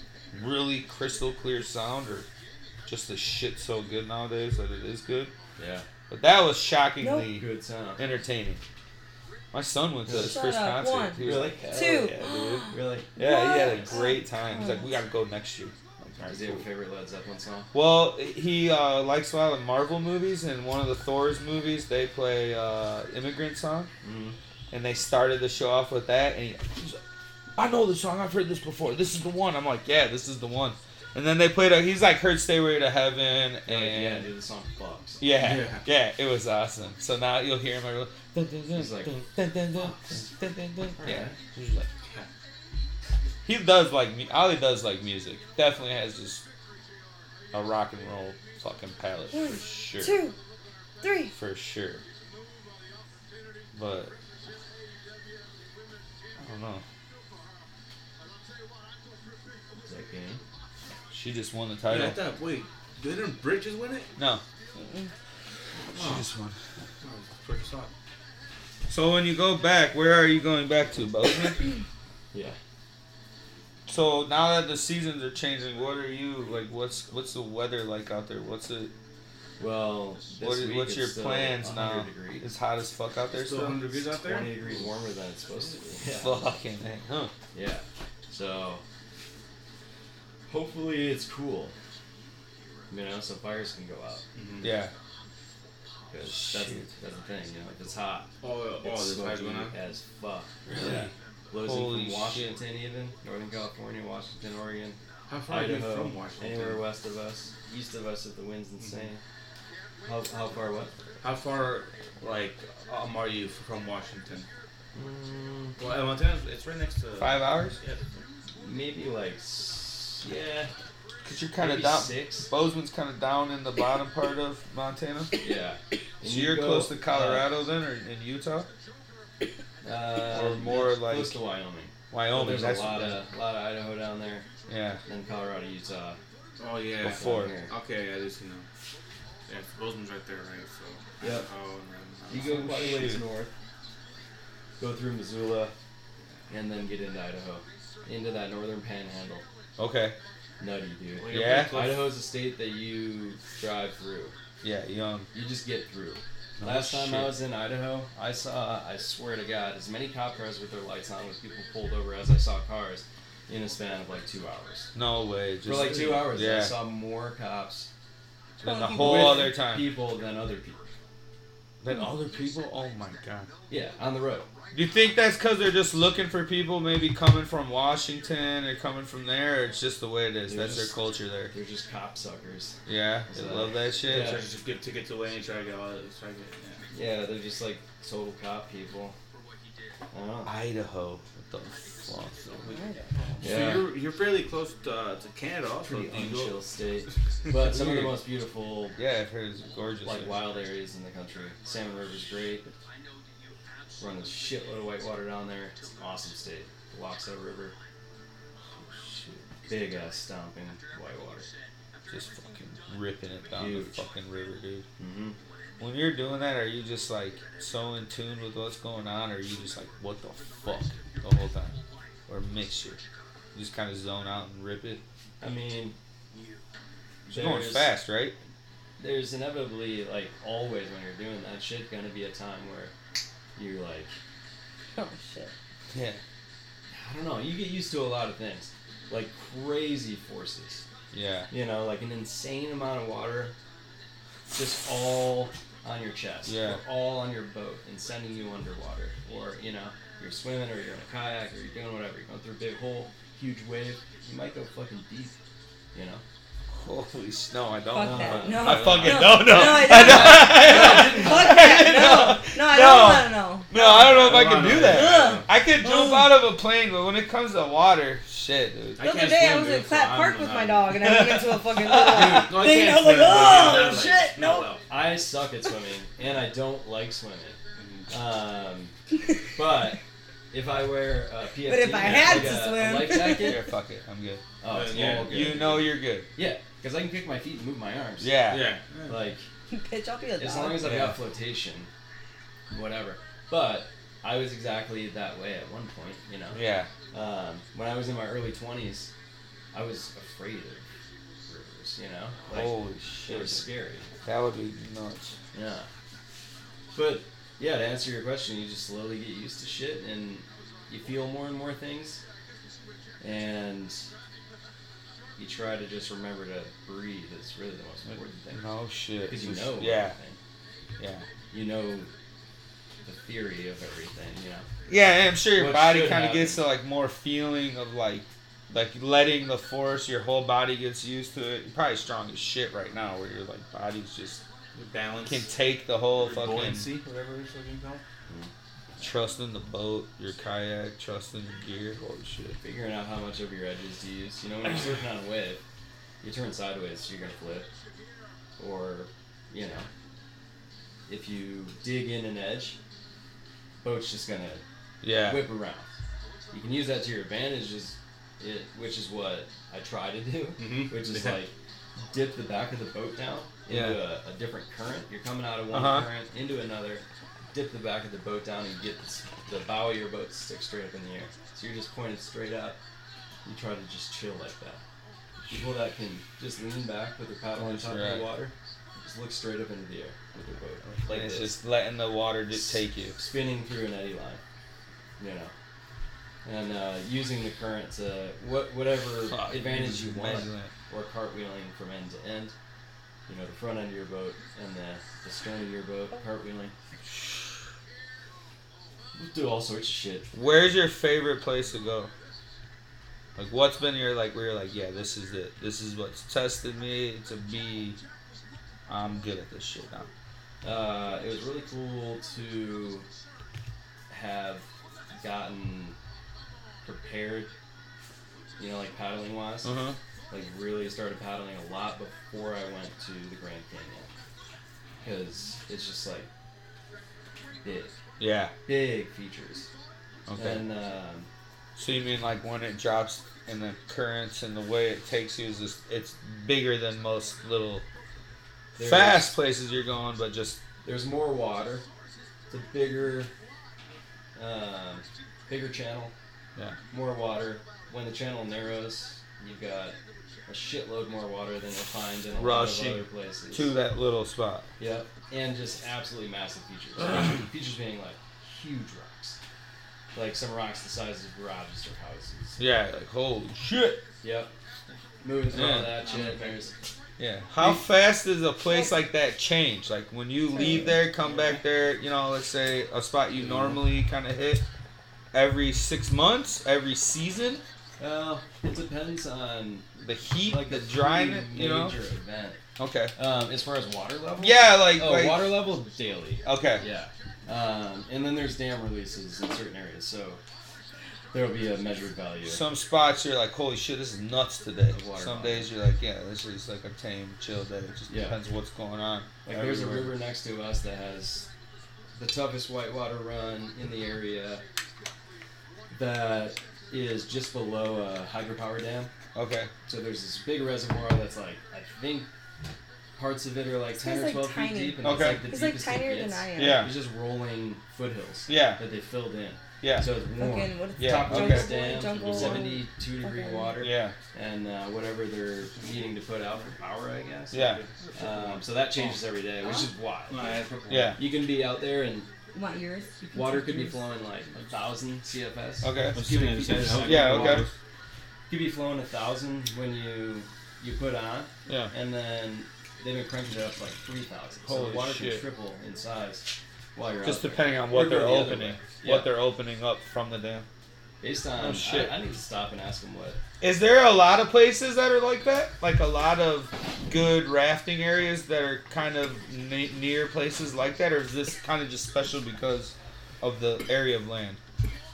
Speaker 1: really crystal clear sound, or just the shit so good nowadays that it is good.
Speaker 3: Yeah,
Speaker 1: But that was shockingly
Speaker 3: good sound.
Speaker 1: entertaining. My son went to his
Speaker 6: Shut
Speaker 1: first
Speaker 6: up,
Speaker 1: concert.
Speaker 6: one.
Speaker 1: He was
Speaker 3: Really?
Speaker 1: like, "Hell
Speaker 6: Two.
Speaker 1: yeah, [GASPS] dude."
Speaker 3: Really?
Speaker 1: Yeah, he had a
Speaker 6: What?
Speaker 1: great time. He's like,
Speaker 6: God.
Speaker 1: we gotta go next year. I'm like, "All right,
Speaker 3: Is he your
Speaker 1: cool."
Speaker 3: favorite Led Zeppelin song?
Speaker 1: Well, he uh, likes a lot of Marvel movies, and one of the Thor's movies, they play uh, "Immigrant Song,"
Speaker 3: Mm.
Speaker 1: and they started the show off with that. And he, he's like, "I know this song. I've heard this before. This is the one." I'm like, "Yeah, this is the one." And then they played. A, he's like heard "Stay Way to Heaven,"
Speaker 3: You're like, yeah,
Speaker 1: and
Speaker 3: dude, the song fucks.
Speaker 1: yeah, yeah,
Speaker 2: Yeah.
Speaker 1: it was awesome. So now you'll hear him. every- dun, dun, dun,
Speaker 3: He's like,
Speaker 1: dun, dun, dun, dun, dun, dun, dun. yeah,
Speaker 3: Alright.
Speaker 1: he's like, he does like me. Ollie does like music. Definitely has just a rock and roll fucking palate
Speaker 6: One,
Speaker 1: for sure.
Speaker 6: Two. Three.
Speaker 1: For sure. But I don't know.
Speaker 3: Is that game?
Speaker 1: She just won the
Speaker 2: Dude,
Speaker 1: title.
Speaker 2: I thought, wait, didn't Bridges win it?
Speaker 1: No, she
Speaker 2: Oh,
Speaker 1: just won.
Speaker 2: oh, first thought.
Speaker 1: So when you go back, where are you going back to, Bozeman?
Speaker 3: Yeah.
Speaker 1: so now that the seasons are changing, what are you like? What's what's the weather like out there? What's it?
Speaker 3: Well, this
Speaker 1: What is,
Speaker 3: week
Speaker 1: what's
Speaker 3: it's
Speaker 1: your
Speaker 3: still
Speaker 1: plans
Speaker 3: 100
Speaker 1: now?
Speaker 3: Degrees.
Speaker 1: It's hot as fuck out there
Speaker 2: There's still
Speaker 1: still.
Speaker 2: 100 degrees out there?
Speaker 3: 20 degrees warmer than it's supposed to be. Yeah.
Speaker 1: [LAUGHS] Fucking man, huh?
Speaker 3: [LAUGHS] yeah. So, hopefully it's cool. You know, so fires can go out.
Speaker 2: Mhm.
Speaker 1: Yeah.
Speaker 3: 'Cause that's,
Speaker 1: Shoot.
Speaker 3: that's the thing, you know, if it's hot,
Speaker 2: Oh, oh,
Speaker 3: it's
Speaker 2: this guy's
Speaker 3: smoky
Speaker 2: going on.
Speaker 3: as fuck.
Speaker 1: Really?
Speaker 3: Yeah. Blows
Speaker 1: Holy
Speaker 3: in
Speaker 1: shit.
Speaker 3: from Washington even, Northern California, Washington, Oregon,
Speaker 2: How far are you
Speaker 3: Idaho,
Speaker 2: from Washington? Mm-hmm.
Speaker 3: anywhere west of us, east of us if the wind's insane. How, how far what?
Speaker 2: How far, like, um, are you from Washington?
Speaker 3: Mm,
Speaker 2: Well, in Montana, it's right next to.
Speaker 1: Five hours?
Speaker 2: Yeah.
Speaker 3: maybe like, s- yeah,
Speaker 1: Cause you're kind of
Speaker 3: maybe
Speaker 1: down. [COUGHS]
Speaker 3: six.
Speaker 1: Bozeman's kind of down in the bottom part of Montana.
Speaker 3: Yeah. And
Speaker 1: So
Speaker 3: you
Speaker 1: you're
Speaker 3: go Uh,
Speaker 1: close to
Speaker 3: up,
Speaker 1: Colorado then, or in Utah,
Speaker 3: uh,
Speaker 1: or more like-
Speaker 3: close to Wyoming.
Speaker 1: Wyoming.
Speaker 3: There's
Speaker 1: That's
Speaker 3: a lot of lot of Idaho down there,
Speaker 1: yeah.
Speaker 3: then Colorado, Utah.
Speaker 2: Oh, yeah.
Speaker 1: Well, Four.
Speaker 3: down here.
Speaker 2: Okay, yeah, this, you know. Yeah, Bozeman's right there, right? So.
Speaker 3: Yeah.
Speaker 2: Oh, and then,
Speaker 3: You go
Speaker 1: Oh,
Speaker 3: quite a ways
Speaker 1: shoot.
Speaker 3: north, go through Missoula, and then get into Idaho, into that northern panhandle.
Speaker 1: Okay.
Speaker 3: Nutty dude.
Speaker 2: Well, you're
Speaker 1: Yeah.
Speaker 2: pretty close.
Speaker 3: Idaho's a state that you drive through.
Speaker 1: Yeah. Young.
Speaker 3: You just get through.
Speaker 1: Oh,
Speaker 3: Last time I
Speaker 1: shit.
Speaker 3: was in Idaho, I saw, I swear to God, as many cop cars with their lights on with people pulled over as I saw cars in a span of like two hours.
Speaker 1: No way. Just
Speaker 3: For like two hours, I
Speaker 1: Yeah.
Speaker 3: saw more cops
Speaker 1: Than the
Speaker 6: With
Speaker 1: whole
Speaker 3: with
Speaker 1: other time.
Speaker 3: people than other people.
Speaker 1: Than other people. Oh my god.
Speaker 3: Yeah, on the road.
Speaker 1: Do you think that's because they're just looking for people maybe coming from Washington or coming from there? Or it's just the way it is.
Speaker 3: They're
Speaker 1: that's their
Speaker 3: just-
Speaker 1: culture there.
Speaker 3: They're just cop suckers.
Speaker 1: Yeah.
Speaker 3: It's
Speaker 1: They
Speaker 3: like-
Speaker 1: love that shit.
Speaker 3: Yeah.
Speaker 2: Try to just get tickets away and try to get all that. Try to get, yeah.
Speaker 3: Yeah, they're just like total cop people. I don't know.
Speaker 1: Idaho. What the fuck?
Speaker 2: So
Speaker 3: Yeah,
Speaker 2: you're, you're fairly close to, uh, to Canada also.
Speaker 3: pretty
Speaker 2: Do you go-
Speaker 3: unchill state, but some of the
Speaker 1: Weird.
Speaker 3: most beautiful
Speaker 1: Yeah, I've heard it's gorgeous.
Speaker 3: like
Speaker 1: there.
Speaker 3: wild areas in the country. Salmon River's great. Run a shitload of whitewater down there. It's an awesome state. The Waukesha River. Big ass stomping whitewater.
Speaker 1: Just fucking ripping it down
Speaker 3: Huge.
Speaker 1: the fucking river, dude.
Speaker 3: Mm-hmm.
Speaker 1: When you're doing that, are you just like so in tune with what's going on, or are you just like what the fuck the whole time, or mixture? You just kind of zone out and rip it.
Speaker 3: I mean,
Speaker 1: You're going
Speaker 3: there's-
Speaker 1: fast, right?
Speaker 3: there's inevitably like always when you're doing that shit gonna be a time where you're like
Speaker 4: Oh shit.
Speaker 1: Yeah.
Speaker 3: I don't know you get used to a lot of things like crazy forces
Speaker 1: Yeah.
Speaker 3: you know like an insane amount of water just all on your chest
Speaker 1: Yeah.
Speaker 3: or all on your boat and sending you underwater or you know you're swimming or you're in a kayak or you're doing whatever you're going through a big hole huge wave you might go fucking deep you know
Speaker 1: Holy snow! I don't.
Speaker 4: Fuck
Speaker 1: know.
Speaker 4: that. No.
Speaker 1: I fucking
Speaker 4: No.
Speaker 1: don't know.
Speaker 4: No, I
Speaker 1: [LAUGHS] I
Speaker 4: [LAUGHS] don't.
Speaker 1: don't. [LAUGHS]
Speaker 4: Fuck that. No. No, I
Speaker 1: No.
Speaker 4: don't want to know.
Speaker 1: No, I don't know if I
Speaker 7: don't
Speaker 1: can
Speaker 7: wanna-
Speaker 1: do that.
Speaker 4: Ugh.
Speaker 1: I could jump
Speaker 4: Ugh.
Speaker 1: out of a plane, but when it comes to water, shit, dude.
Speaker 4: The other day I was in Clap Park with my dog and I went into a fucking little
Speaker 7: no, I
Speaker 4: thing.
Speaker 7: can't
Speaker 4: I was like,
Speaker 7: swim, but I'm
Speaker 4: oh
Speaker 7: not, like,
Speaker 4: shit,
Speaker 7: not
Speaker 4: no.
Speaker 7: well.
Speaker 3: I suck at swimming, and I don't like swimming.
Speaker 1: Mm.
Speaker 3: Um, but if I wear a PFD,
Speaker 4: But if I
Speaker 3: like
Speaker 4: had
Speaker 3: a,
Speaker 4: to
Speaker 3: a
Speaker 4: swim.
Speaker 3: life
Speaker 1: Yeah,
Speaker 3: jacket,
Speaker 1: fuck it. I'm good. [LAUGHS]
Speaker 3: oh, it's
Speaker 7: Yeah,
Speaker 3: all good.
Speaker 1: You know you're good.
Speaker 3: yeah, because I can kick my feet and move my arms.
Speaker 1: Yeah.
Speaker 7: Yeah.
Speaker 3: like
Speaker 4: [LAUGHS] Bitch, I'll be a
Speaker 3: as long
Speaker 4: dog.
Speaker 3: as I've
Speaker 1: Yeah.
Speaker 3: got flotation, whatever. But I was exactly that way at one point, you know.
Speaker 1: Yeah.
Speaker 3: Um, when I was in my early twenties, I was afraid of rivers, you know. Like,
Speaker 1: Holy
Speaker 3: they were
Speaker 1: shit.
Speaker 3: scary.
Speaker 1: That would be nuts.
Speaker 3: Yeah. But yeah, to answer your question, you just slowly get used to shit and you feel more and more things. And you try to just remember to breathe. It's really the most important thing.
Speaker 1: No shit.
Speaker 3: Because you know
Speaker 1: Yeah.
Speaker 3: everything.
Speaker 1: Yeah.
Speaker 3: You know the theory of everything, you know.
Speaker 1: Yeah, and I'm sure your
Speaker 3: What
Speaker 1: body
Speaker 3: should
Speaker 1: kind of
Speaker 3: happen.
Speaker 1: gets to like more feeling of like, like letting the force. Your whole body gets used to it. You're probably strong as shit right now, where your like body's just
Speaker 7: Balance.
Speaker 1: can take the whole
Speaker 7: Or
Speaker 1: fucking
Speaker 7: buoyancy, whatever it's fucking called.
Speaker 1: trust in the boat, your kayak, trust in your gear. Holy shit.
Speaker 3: Figuring out how much of your edges to use. You know, when you're surfing on a wave, you turn sideways, so you're gonna flip. Or, you know, if you dig in an edge, boat's just gonna
Speaker 1: Yeah.
Speaker 3: whip around. You can use that to your advantage, is it, which is what I try to do,
Speaker 7: Mhm.
Speaker 1: Mm-hmm.
Speaker 3: which is
Speaker 7: Yeah.
Speaker 3: like dip the back of the boat down into a, a different current. You're coming out of one
Speaker 1: Uh-huh.
Speaker 3: current into another, dip the back of the boat down and get the, s- the bow of your boat to stick straight up in the air. So you're just pointed straight up. You try to just chill like that. People that can just lean back with their paddle on
Speaker 1: That's
Speaker 3: top of
Speaker 1: right.
Speaker 3: the water, just look straight up into the air with their boat. Like
Speaker 1: And it's
Speaker 3: this
Speaker 1: just letting the water just take you.
Speaker 3: spinning through an eddy line, you know, and uh, using the current to what whatever
Speaker 1: Fuck,
Speaker 3: advantage
Speaker 1: just
Speaker 3: you want,
Speaker 1: imagine that.
Speaker 3: or cartwheeling from end to end. You know, the front end of your boat and the, the stern of your boat, cartwheeling. We do all sorts of shit.
Speaker 1: Where's your favorite place to go? Like, what's been your like? Where you're like, yeah, this is it. This is what's tested me to be. I'm good at this shit now.
Speaker 3: Uh, it was really cool to have gotten prepared, you know, like paddling wise.
Speaker 1: Uh-huh.
Speaker 3: like really started paddling a lot before I went to the Grand Canyon because it's just like big,
Speaker 1: Yeah.
Speaker 3: big features.
Speaker 1: Okay.
Speaker 3: And um,
Speaker 1: so you mean like when it drops and the currents and the way it takes you is just it's bigger than most little
Speaker 3: there's,
Speaker 1: fast places you're going, but just
Speaker 3: There's more water. It's a bigger, um, bigger channel.
Speaker 1: Yeah.
Speaker 3: More water. When the channel narrows, you've got a shitload more water than you'll find in a
Speaker 1: Rushing
Speaker 3: lot of other places.
Speaker 1: to that little spot.
Speaker 3: Yep. And just absolutely massive features. features being like huge rocks. Like some rocks the size of garages or houses.
Speaker 1: Yeah. Like holy shit.
Speaker 3: Yep. Moving through all
Speaker 1: Yeah.
Speaker 3: that shit. There's
Speaker 1: Yeah. How fast does a place like that change? Like when you leave there, come back there, you know, let's say a spot you normally kind of hit every six months, every season,
Speaker 3: well, it depends on
Speaker 1: the heat,
Speaker 3: like
Speaker 1: the
Speaker 3: pretty
Speaker 1: dryness, you
Speaker 3: major
Speaker 1: know?
Speaker 3: event.
Speaker 1: Okay.
Speaker 3: Um, as far as water level.
Speaker 1: Yeah, like,
Speaker 3: Oh,
Speaker 1: like
Speaker 3: water level daily.
Speaker 1: okay.
Speaker 3: Yeah. Um, and then there's dam releases in certain areas, so there will be a measured value.
Speaker 1: Some spots you're like, holy shit, this is nuts today.
Speaker 3: The water
Speaker 1: Some
Speaker 3: bottle.
Speaker 1: days you're like, yeah, this is like a tame, chill day. It just
Speaker 3: Yeah.
Speaker 1: depends what's going on.
Speaker 3: Like there's a
Speaker 1: everywhere.
Speaker 3: river next to us that has the toughest whitewater run in the area that is just below a hydropower dam.
Speaker 1: Okay.
Speaker 3: So there's this big reservoir that's like I think parts of it are like
Speaker 4: This
Speaker 3: ten or
Speaker 4: guy's, like,
Speaker 3: twelve feet
Speaker 4: tiny.
Speaker 3: deep and
Speaker 1: Okay.
Speaker 3: it's like the
Speaker 4: He's like
Speaker 3: deepest it
Speaker 4: tinier than
Speaker 3: gets.
Speaker 4: I am.
Speaker 1: Yeah.
Speaker 3: It's just rolling foothills
Speaker 1: Yeah.
Speaker 3: that they filled in.
Speaker 1: Yeah.
Speaker 3: So it's warm.
Speaker 6: Fucking what is
Speaker 1: Yeah,
Speaker 3: Top
Speaker 1: okay.
Speaker 3: okay. down,
Speaker 6: Jungle.
Speaker 3: 72 degree
Speaker 6: Fucking-
Speaker 3: water,
Speaker 1: Yeah.
Speaker 3: and uh, whatever they're needing to put out for power, I guess.
Speaker 1: Yeah.
Speaker 3: Um, so that changes every day, which is wild.
Speaker 1: Yeah.
Speaker 3: You can be out there and
Speaker 6: What yours? You can
Speaker 3: water
Speaker 6: take
Speaker 3: could be
Speaker 6: yours.
Speaker 3: flowing like a thousand CFS.
Speaker 1: Okay.
Speaker 2: I'm assuming it says-
Speaker 1: Yeah, okay.
Speaker 3: Could be flowing a thousand when you you put on,
Speaker 1: Yeah.
Speaker 3: and then they've been cranking it up to like three thousand. So
Speaker 1: Holy
Speaker 3: the water
Speaker 1: shit.
Speaker 3: can triple in size while you're
Speaker 1: Just
Speaker 3: out there.
Speaker 1: depending on
Speaker 3: Or
Speaker 1: what
Speaker 3: go
Speaker 1: they're
Speaker 3: the other
Speaker 1: opening,
Speaker 3: way. Yeah.
Speaker 1: what they're opening up from the dam.
Speaker 3: Based on,
Speaker 1: Oh, shit.
Speaker 3: I, I need to stop and ask them what.
Speaker 1: Is there a lot of places that are like that? Like a lot of good rafting areas that are kind of ne near places like that, or is this kind of just special because of the area of land?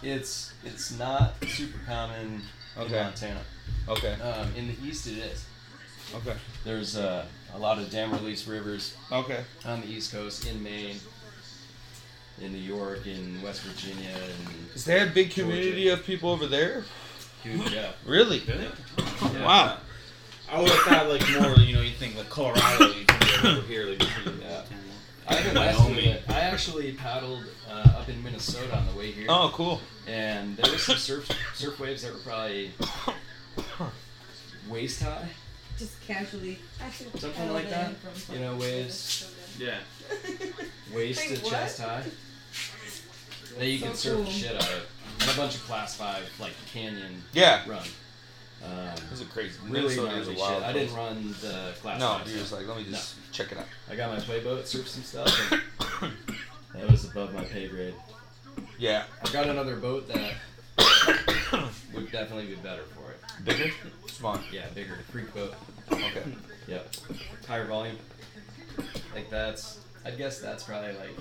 Speaker 3: It's it's not super common in
Speaker 1: Okay.
Speaker 3: Montana.
Speaker 1: Okay.
Speaker 3: Um, in the east, it is.
Speaker 1: Okay.
Speaker 3: There's uh, a lot of dam release rivers
Speaker 1: Okay.
Speaker 3: on the east coast, in Maine, in New York, in West Virginia, and
Speaker 1: Is there a big community of people over there? [LAUGHS]
Speaker 3: huge. Yeah.
Speaker 1: Really?
Speaker 3: yeah.
Speaker 1: Wow.
Speaker 2: I would have thought like more, you know, you think like Colorado, you think over here, like
Speaker 3: Yeah.
Speaker 2: yeah.
Speaker 1: [LAUGHS]
Speaker 3: I, haven't
Speaker 2: Wyoming.
Speaker 3: estimated- I actually paddled uh, up in Minnesota on the way here,
Speaker 1: Oh, cool.
Speaker 3: and there were some surf surf waves that were probably waist high,
Speaker 6: Just casually.
Speaker 3: something like that. You know, waves
Speaker 2: Yeah.
Speaker 3: [LAUGHS] waist
Speaker 6: Wait,
Speaker 3: to
Speaker 6: what?
Speaker 3: chest high. That you can
Speaker 6: So
Speaker 3: surf the
Speaker 6: cool.
Speaker 3: shit out of, and a bunch of class five like canyon
Speaker 1: Yeah.
Speaker 3: run. Um,
Speaker 1: This is crazy.
Speaker 3: really
Speaker 1: Minnesota is
Speaker 3: gnarly
Speaker 1: a
Speaker 3: shit.
Speaker 1: wild
Speaker 3: I
Speaker 1: place.
Speaker 3: didn't run the class
Speaker 1: No,
Speaker 3: five.
Speaker 1: you're
Speaker 3: stuff.
Speaker 1: just like, let me just check it out.
Speaker 3: I got my playboat, surfed some stuff. and
Speaker 1: [COUGHS]
Speaker 3: that was above my pay grade.
Speaker 1: Yeah.
Speaker 3: I got another boat that [COUGHS] would definitely be better for it.
Speaker 1: Bigger? Smart.
Speaker 3: Yeah, bigger, freak boat.
Speaker 1: Okay.
Speaker 3: Yep, higher volume. Like that's, I'd guess that's probably like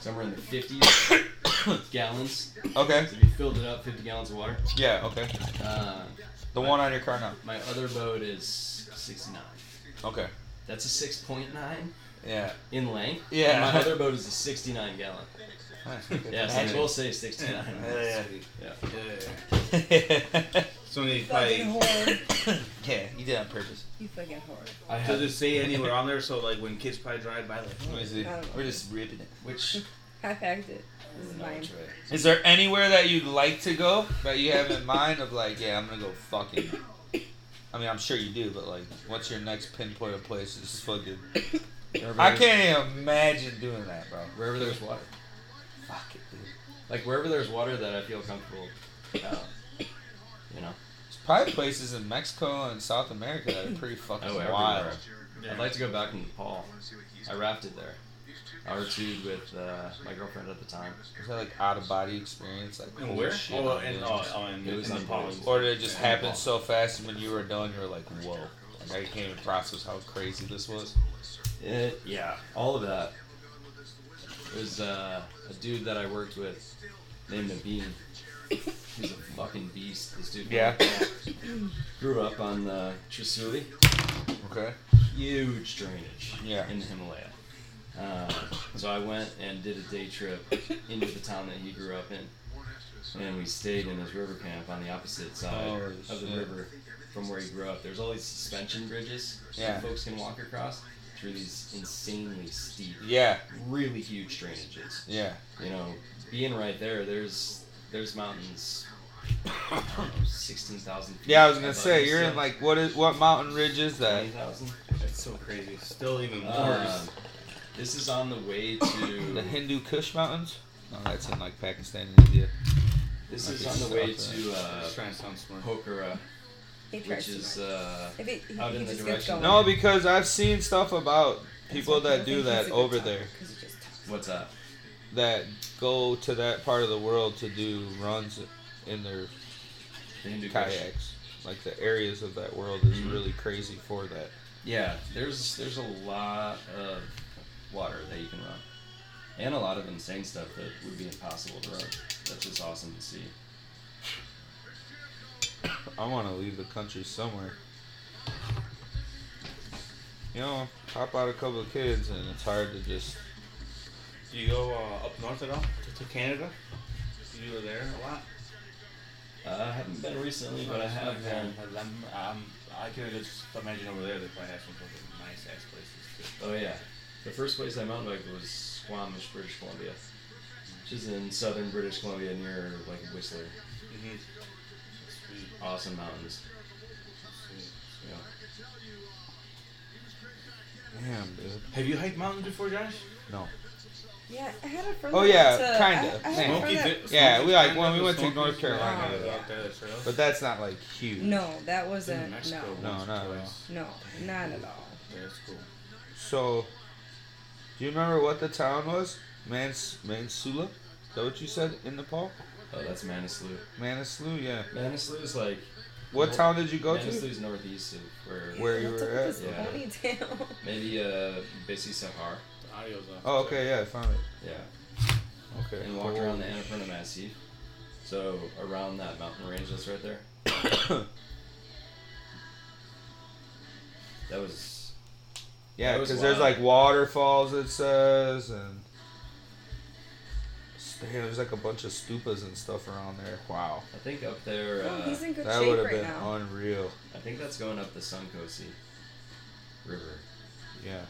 Speaker 3: somewhere in the 50s [COUGHS] gallons.
Speaker 1: Okay.
Speaker 3: So if you filled it up, 50 gallons of water.
Speaker 1: Yeah, okay.
Speaker 3: Uh,
Speaker 1: The one on your car now.
Speaker 3: my other boat is 69.
Speaker 1: Okay.
Speaker 3: That's a 6.9
Speaker 1: Yeah.
Speaker 3: in length. and
Speaker 1: Yeah.
Speaker 3: my other boat is a 69 gallon. Yeah, so we'll say 69.
Speaker 1: [LAUGHS] Yeah.
Speaker 3: Yeah.
Speaker 2: So many
Speaker 6: Fucking
Speaker 2: probably.
Speaker 6: whore.
Speaker 1: yeah, you did on purpose.
Speaker 6: You fucking whore.
Speaker 3: I
Speaker 2: Does
Speaker 3: had,
Speaker 2: it say anywhere on there? So like when kids probably drive by, like
Speaker 1: Let me see.
Speaker 6: I don't know.
Speaker 1: We're just ripping it.
Speaker 3: which
Speaker 6: I packed it. This is mine.
Speaker 1: Is there anywhere that you'd like to go that you have in mind of like, yeah, I'm gonna go fucking. I mean, I'm sure you do, but like, what's your next pinpoint of place? It's just fucking. I can't even imagine doing that, bro.
Speaker 3: Wherever there's water.
Speaker 1: Fuck it, dude.
Speaker 3: Like wherever there's water that I feel comfortable. about, you know.
Speaker 1: There's probably places in Mexico and South America that are pretty fucking
Speaker 3: Oh, everywhere.
Speaker 1: wild.
Speaker 3: I'd like to go back to Nepal. I rafted there. I rafted with uh, my girlfriend at the time.
Speaker 1: Is that like out of body experience? Like,
Speaker 2: And
Speaker 1: holy
Speaker 2: where?
Speaker 1: shit,
Speaker 2: Oh,
Speaker 1: I'm
Speaker 2: and
Speaker 1: doing
Speaker 2: oh,
Speaker 1: this.
Speaker 2: oh, and
Speaker 3: It was
Speaker 2: and the
Speaker 3: unbelievable.
Speaker 2: pollen.
Speaker 1: Or did it just
Speaker 3: Yeah.
Speaker 1: happen so fast and when you were done, you were like, whoa. Like, I can't even process how crazy this was.
Speaker 3: It, yeah, all of that. It was uh, a dude that I worked with named Naveen. He's a fucking beast. This dude. from
Speaker 1: Yeah.
Speaker 3: Nepal. Grew up on the Trisuli.
Speaker 1: Okay.
Speaker 3: huge drainage
Speaker 1: Yeah.
Speaker 3: in the Himalaya. Uh, so I went and did a day trip into the town that he grew up in, and we stayed in his river camp on the opposite side
Speaker 1: Oh,
Speaker 3: of the
Speaker 1: shit.
Speaker 3: river from where he grew up. There's all these suspension bridges
Speaker 1: Yeah.
Speaker 3: that folks can walk across through these insanely steep,
Speaker 1: Yeah,
Speaker 3: really huge drainages.
Speaker 1: yeah.
Speaker 3: You know, being right there, there's there's mountains. I don't know, Sixteen thousand.
Speaker 1: Yeah, I was gonna say you're in like what is what mountain ridge is that?
Speaker 3: twenty thousand.
Speaker 2: That's so crazy. Still even worse.
Speaker 3: Uh, this is on the way
Speaker 1: The [LAUGHS]
Speaker 3: to.
Speaker 1: Hindu Kush Mountains? No, that's in like Pakistan and India.
Speaker 3: This is on the way to uh,
Speaker 2: just trying to sound smart.
Speaker 3: Pokhara,
Speaker 6: He
Speaker 3: which
Speaker 6: tries too
Speaker 3: is
Speaker 6: much.
Speaker 3: uh,
Speaker 6: If it, he,
Speaker 3: out
Speaker 6: he
Speaker 3: in the
Speaker 6: just gets
Speaker 3: direction-
Speaker 6: going.
Speaker 1: No, because I've seen stuff about
Speaker 6: That's
Speaker 1: people
Speaker 6: why
Speaker 1: that
Speaker 6: people
Speaker 1: do
Speaker 6: think he's a
Speaker 1: that
Speaker 6: good
Speaker 1: over
Speaker 6: talker,
Speaker 1: there
Speaker 6: 'cause he just talks.
Speaker 3: what's that?
Speaker 1: that go to that part of the world to do runs in their
Speaker 3: The Hindu Kush.
Speaker 1: kayaks. Like the areas of that world is
Speaker 2: Mm-hmm.
Speaker 1: really crazy for that.
Speaker 3: Yeah, there's there's a lot of water that you can run, and a lot of insane stuff that would be impossible to run. That's just awesome to see.
Speaker 1: I want to leave the country somewhere. You know, pop out a couple of kids and it's hard to just
Speaker 2: Do you go uh, up north at all? To, to Canada? You were there a lot.
Speaker 3: Uh, I haven't been recently, but I have um, been.
Speaker 2: I'm, I'm, I could just imagine over there they probably have some fucking nice ass places too.
Speaker 3: Oh yeah, the first place I mountain biked was Squamish, British Columbia. She's in southern British Columbia near like Whistler.
Speaker 7: Mm-hmm. Sweet.
Speaker 3: Awesome mountains.
Speaker 7: Sweet.
Speaker 3: Yeah.
Speaker 1: Damn, dude.
Speaker 7: Have you hiked mountains before, Josh?
Speaker 1: No.
Speaker 4: Yeah, I had a friend.
Speaker 1: Oh,
Speaker 4: that
Speaker 1: yeah,
Speaker 4: went to-
Speaker 1: kinda.
Speaker 4: I, I had a
Speaker 1: Smoky
Speaker 4: friend that-
Speaker 1: Yeah, we, like, when
Speaker 7: one.
Speaker 1: we went to North Carolina, But that's not like huge.
Speaker 4: No, that
Speaker 7: in
Speaker 4: wasn't.
Speaker 7: Mexico
Speaker 4: No,
Speaker 7: once
Speaker 1: No,
Speaker 7: or
Speaker 1: not at
Speaker 7: twice.
Speaker 1: all.
Speaker 4: no, not at all.
Speaker 7: Yeah, it's cool.
Speaker 1: So, do you remember what the town was? Mans Mansula? Is that what you said in Nepal?
Speaker 3: Oh, that's Manaslu.
Speaker 1: Manaslu, yeah.
Speaker 3: Manaslu is like
Speaker 1: What
Speaker 3: Well,
Speaker 1: town did you go
Speaker 3: Manaslu
Speaker 1: to?
Speaker 3: is northeast of where
Speaker 1: Where you
Speaker 4: What's
Speaker 1: were
Speaker 4: up with
Speaker 1: at?
Speaker 4: this
Speaker 3: Yeah.
Speaker 4: ponytail? [LAUGHS]
Speaker 3: maybe uh basically Sahar.
Speaker 7: The audio's off.
Speaker 1: Oh, okay, yeah, I found it.
Speaker 3: Yeah.
Speaker 1: Okay.
Speaker 3: And walked around the Annapurna Massif. So around that mountain range that's right there. that was
Speaker 1: Yeah,
Speaker 3: That was
Speaker 1: because there's
Speaker 3: wild.
Speaker 1: like waterfalls, it says, and Damn, there's like a bunch of stupas and stuff around there. Wow.
Speaker 3: I think up there
Speaker 4: Oh,
Speaker 3: uh,
Speaker 4: he's in good
Speaker 1: That would
Speaker 4: shape
Speaker 1: have
Speaker 4: right
Speaker 1: been
Speaker 4: now.
Speaker 1: unreal.
Speaker 3: I think that's going up the Suncosi River.
Speaker 1: Yeah.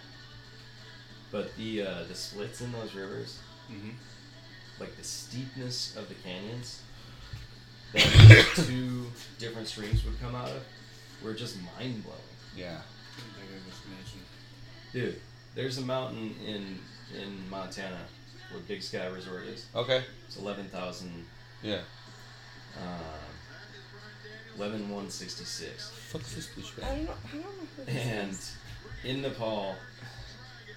Speaker 3: But the uh, the splits in those rivers,
Speaker 7: Mm-hmm.
Speaker 3: like the steepness of the canyons that [COUGHS] these two different streams would come out of, were just mind blowing.
Speaker 1: Yeah.
Speaker 3: Dude, there's a mountain in in Montana where Big Sky Resort is.
Speaker 1: Okay.
Speaker 3: It's eleven thousand.
Speaker 1: Yeah.
Speaker 3: Um, eleven one sixty six.
Speaker 1: Fuck's this douchebag?
Speaker 4: I don't know. I don't know who this
Speaker 3: And
Speaker 4: is.
Speaker 3: in Nepal,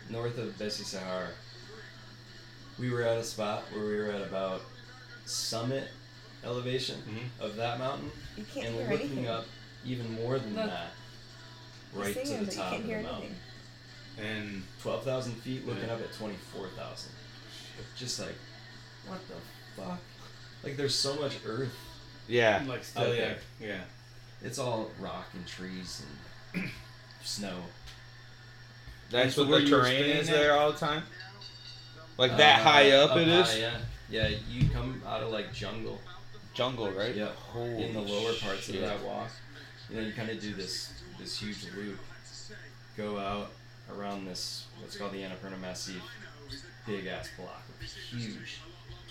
Speaker 3: north of Bessie Sahar, we were at a spot where we were at about summit elevation
Speaker 7: Mhm.
Speaker 3: of that mountain,
Speaker 4: You can't
Speaker 3: and
Speaker 4: hear
Speaker 3: we're looking
Speaker 4: anything.
Speaker 3: up even more than
Speaker 4: Look.
Speaker 3: that,
Speaker 4: He's
Speaker 3: right to
Speaker 4: singing,
Speaker 3: the
Speaker 4: but you
Speaker 3: top
Speaker 4: can't
Speaker 3: of the
Speaker 4: hear
Speaker 3: mountain.
Speaker 4: anything.
Speaker 7: And
Speaker 3: Twelve thousand feet, looking
Speaker 7: Yeah.
Speaker 3: up at twenty-four thousand. Just like,
Speaker 4: What the
Speaker 3: fuck. Like there's so much earth.
Speaker 1: Yeah.
Speaker 3: out
Speaker 7: like
Speaker 2: oh,
Speaker 7: still, yeah,
Speaker 3: there.
Speaker 7: yeah.
Speaker 3: It's all rock and trees and [CLEARS THROAT] snow.
Speaker 1: That's
Speaker 7: So
Speaker 1: what
Speaker 7: where
Speaker 1: the
Speaker 7: you were
Speaker 1: terrain
Speaker 7: staying
Speaker 1: is
Speaker 7: at?
Speaker 1: there all the time. Like that high
Speaker 3: Uh,
Speaker 1: up, it is
Speaker 3: high, yeah, yeah. You come out of like jungle.
Speaker 1: jungle, right?
Speaker 3: Yeah,
Speaker 1: Holy
Speaker 3: in the lower parts
Speaker 1: shit.
Speaker 3: of that walk, you know, you kind of do this this huge loop, go out around this what's called the Annapurna Massif, big ass block of huge,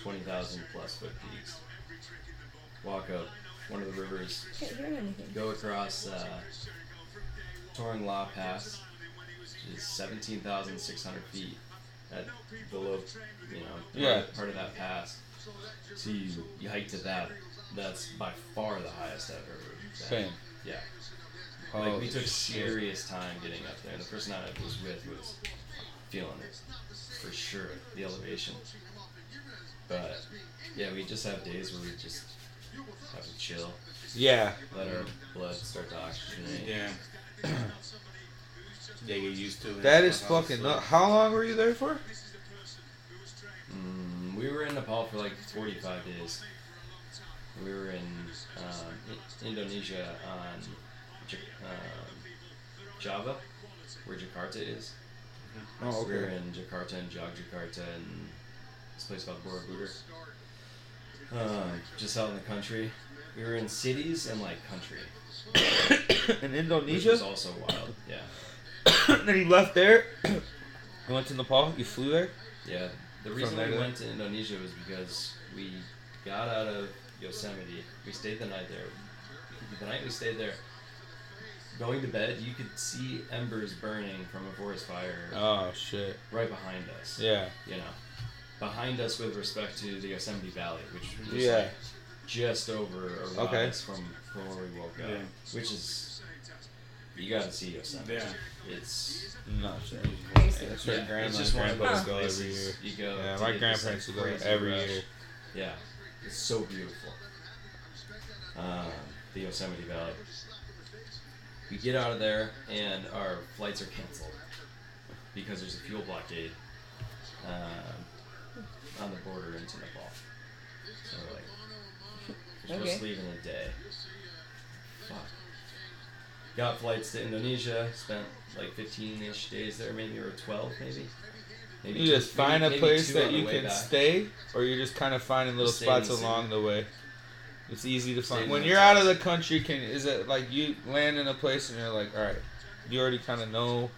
Speaker 3: twenty thousand plus foot peaks. Walk up one of the rivers,
Speaker 4: I can't hear anything.
Speaker 3: go across uh, Torang La Pass, which is seventeen thousand six hundred feet. At the low, you know, part,
Speaker 1: Yeah.
Speaker 3: part of that pass. So you, you hike to that. That's by far the highest I've ever been.
Speaker 1: Same. Oh,
Speaker 3: Yeah.
Speaker 1: Holy
Speaker 3: like we took
Speaker 1: shit.
Speaker 3: serious time getting up there. The person I was with was feeling it for sure, the elevation. But yeah, we just have days where we just have to chill,
Speaker 1: Yeah.
Speaker 3: let our blood start to oxygenate.
Speaker 7: Yeah. yeah, get used to it.
Speaker 1: That is
Speaker 7: Somehow it's
Speaker 1: fucking.
Speaker 7: like-
Speaker 1: nut How long were you there for?
Speaker 3: Mm, we were in Nepal for like 45 days. We were in um, I- Indonesia on Ja- um, Java, where Jakarta is.
Speaker 1: Oh,
Speaker 3: We were
Speaker 1: okay.
Speaker 3: in Jakarta and Jogjakarta and this place called Borobudur. Um, just out in the country. We were in cities and like country.
Speaker 1: In
Speaker 3: Which was
Speaker 1: Indonesia.
Speaker 3: also wild. Yeah.
Speaker 1: [COUGHS] then he left there. you went to Nepal. You flew there.
Speaker 3: Yeah. The reason
Speaker 1: there
Speaker 3: we
Speaker 1: to-
Speaker 3: went to Indonesia was because we got out of Yosemite. We stayed the night there. The night we stayed there, going to bed, you could see embers burning from a forest fire
Speaker 1: Oh shit.
Speaker 3: right behind us.
Speaker 1: Yeah.
Speaker 3: You know, behind us with respect to the Yosemite Valley, which was
Speaker 1: Yeah.
Speaker 3: like just over a rise
Speaker 1: Okay.
Speaker 3: from, from where we woke up,
Speaker 7: Yeah.
Speaker 3: which is you gotta see Yosemite.
Speaker 7: Yeah.
Speaker 3: It's
Speaker 1: No shit.
Speaker 4: Basically.
Speaker 1: That's where
Speaker 3: yeah,
Speaker 1: grandma
Speaker 3: it's
Speaker 1: and
Speaker 3: just one of
Speaker 1: grandpa
Speaker 3: those
Speaker 1: go every year.
Speaker 3: places you go.
Speaker 1: Yeah,
Speaker 3: to
Speaker 1: my
Speaker 3: get this,
Speaker 1: grandparents
Speaker 3: like,
Speaker 1: would go
Speaker 3: crazy
Speaker 1: every
Speaker 3: rush.
Speaker 1: year.
Speaker 3: Yeah, it's so beautiful. Um, the Yosemite Valley. We get out of there and our flights are canceled because there's a fuel blockade um, on the border into Nepal. So we're like, we're supposed to
Speaker 4: Okay.
Speaker 3: leave in a day. Fuck. Got flights to Indonesia. Spent like 15-ish days there, maybe or 12, maybe. Maybe
Speaker 1: You
Speaker 3: two-
Speaker 1: just find
Speaker 3: maybe-
Speaker 1: a
Speaker 3: maybe
Speaker 1: place
Speaker 3: two
Speaker 1: that
Speaker 3: on the
Speaker 1: you
Speaker 3: way
Speaker 1: can
Speaker 3: back.
Speaker 1: stay, or you're just kind of finding little
Speaker 3: Just stay in
Speaker 1: spots
Speaker 3: the city.
Speaker 1: along the way. It's easy to
Speaker 3: Stay in
Speaker 1: find.
Speaker 3: the
Speaker 1: When you're out
Speaker 3: hotels.
Speaker 1: of the country, can is it like you land in a place and you're like, all right, you already kind of know.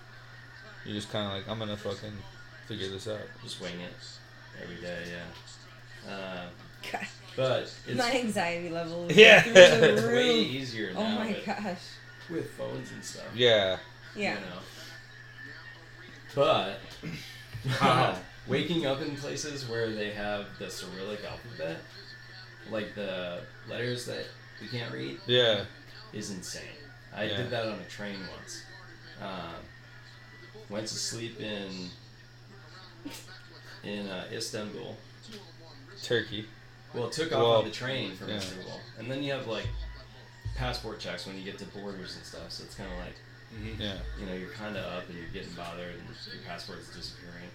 Speaker 1: You're just kind of like, I'm gonna fucking figure this out.
Speaker 3: Just wing it every day, yeah. Uh,
Speaker 6: God,
Speaker 3: but it's
Speaker 6: my anxiety level is
Speaker 1: Yeah.
Speaker 6: through
Speaker 3: [LAUGHS]
Speaker 6: the
Speaker 3: way
Speaker 6: roof.
Speaker 3: easier now
Speaker 6: Oh my
Speaker 3: with,
Speaker 6: gosh.
Speaker 3: with phones and stuff.
Speaker 1: Yeah.
Speaker 6: Yeah.
Speaker 3: You know. But [LAUGHS]
Speaker 1: Wow.
Speaker 3: waking up in places where they have the Cyrillic alphabet, like the letters that we can't read,
Speaker 1: Yeah.
Speaker 3: is insane. I
Speaker 1: Yeah.
Speaker 3: did that on a train once. Um, went to sleep in in uh, Istanbul.
Speaker 1: Turkey.
Speaker 3: Well, took off
Speaker 1: Well,
Speaker 3: on the train from
Speaker 1: yeah.
Speaker 3: Istanbul, and then you have like passport checks when you get to borders and stuff. So it's kind of like
Speaker 1: Yeah.
Speaker 3: you know, you're kind of up and you're getting bothered and your passport's disappearing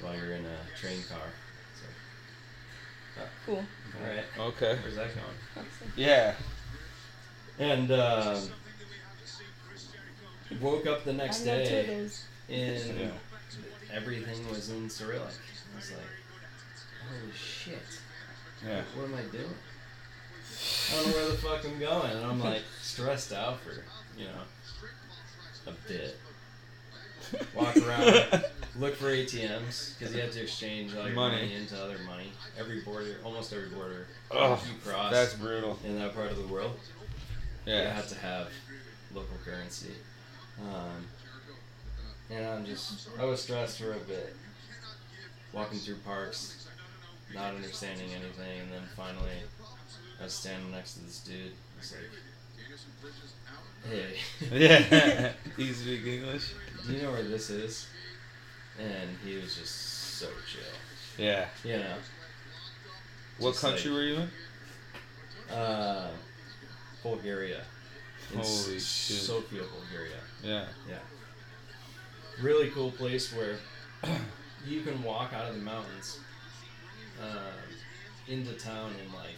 Speaker 3: while you're in a train car. So,
Speaker 6: Cool.
Speaker 3: all right,
Speaker 1: Okay.
Speaker 3: where's that going?
Speaker 6: Awesome.
Speaker 3: [LAUGHS]
Speaker 1: Yeah.
Speaker 3: And uh, woke up the next
Speaker 6: I know two of
Speaker 3: day
Speaker 6: those.
Speaker 3: and
Speaker 1: Yeah.
Speaker 3: everything was in Cyrillic. I was like, holy shit,
Speaker 1: Yeah.
Speaker 3: what am I doing? I don't know where the fuck I'm going. And I'm like stressed out for, you know, a bit. Walk around. Look for ATMs because you have to exchange all your money.
Speaker 1: Money.
Speaker 3: into other money. Every border, almost every border
Speaker 1: Ugh,
Speaker 3: you cross
Speaker 1: That's brutal.
Speaker 3: in that part of the world, you
Speaker 1: Yeah.
Speaker 3: have to have local currency. Um, and I'm just, I was stressed for a bit. Walking through parks, not understanding anything, and then finally, I was standing next to this dude. I was like, hey. [LAUGHS]
Speaker 1: [LAUGHS] Yeah. you speak English?
Speaker 3: do you know where this is? And he was just so chill.
Speaker 1: Yeah.
Speaker 3: You know,
Speaker 1: What
Speaker 3: Just
Speaker 1: country
Speaker 3: like-
Speaker 1: were you in?
Speaker 3: uh, Bulgaria. In S-
Speaker 1: Holy shit.
Speaker 3: Sofia, Bulgaria.
Speaker 1: Yeah.
Speaker 3: Really cool place where [CLEARS THROAT] you can walk out of the mountains um, into town in like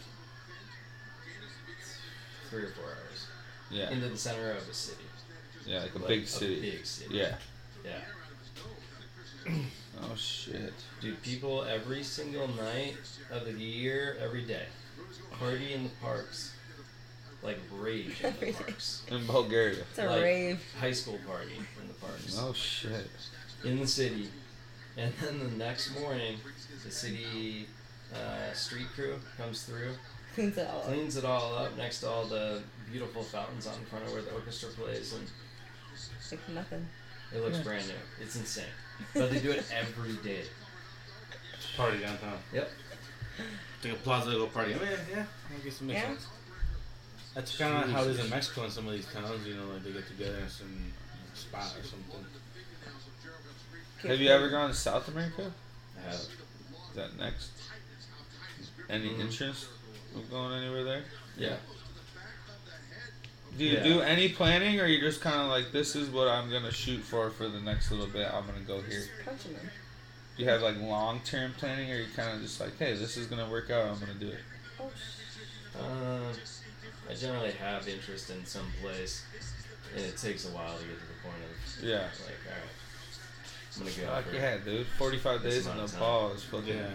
Speaker 3: three or four hours.
Speaker 1: Yeah.
Speaker 3: Into the center of a city.
Speaker 1: Yeah, like a
Speaker 3: Like,
Speaker 1: big city.
Speaker 3: big city.
Speaker 1: Yeah.
Speaker 3: Yeah.
Speaker 1: Oh shit.
Speaker 3: Dude, people every single night of the year, every day, party in the parks, like rage in the
Speaker 6: Every day.
Speaker 3: parks,
Speaker 1: In Bulgaria.
Speaker 6: It's a
Speaker 3: Like-
Speaker 6: rave.
Speaker 3: high school party in the parks,
Speaker 1: Oh shit.
Speaker 3: in the city, and then the next morning, the city uh, street crew comes through,
Speaker 6: Cleans it all up.
Speaker 3: cleans it all up next to all the beautiful fountains out in front of where the orchestra plays, and
Speaker 6: It's like nothing.
Speaker 3: it looks brand new. It's insane, but they do
Speaker 1: [LAUGHS]
Speaker 3: it every day.
Speaker 2: Party downtown.
Speaker 3: Yep.
Speaker 2: Like a plaza to go party. Oh, yeah, yeah. I guess it makes
Speaker 6: Yeah.
Speaker 2: sense. That's kind of how it is in Mexico in some of these towns. You know, like they get together in some spot or something.
Speaker 1: Have you ever gone to South America?
Speaker 3: I have-
Speaker 1: Is that next? Any
Speaker 3: Mhm.
Speaker 1: interest of going anywhere there?
Speaker 3: yeah.
Speaker 1: Do you
Speaker 3: Yeah.
Speaker 1: do any planning, or you just kind of like, this is what I'm gonna shoot for for the next little bit. I'm gonna go here.
Speaker 6: Just punching them.
Speaker 1: Do you have like long term planning, or you kind of just like, hey, this is gonna work out. I'm gonna do it.
Speaker 6: Oh, sh-
Speaker 3: Uh, I generally have interest in some place, and it takes a while to get to the point of
Speaker 1: Yeah.
Speaker 3: like, all right, I'm gonna go.
Speaker 1: Fuck
Speaker 3: for
Speaker 1: yeah, dude. 45
Speaker 3: This
Speaker 1: days in
Speaker 3: amount of time.
Speaker 1: Nepal is fucking
Speaker 2: Yeah.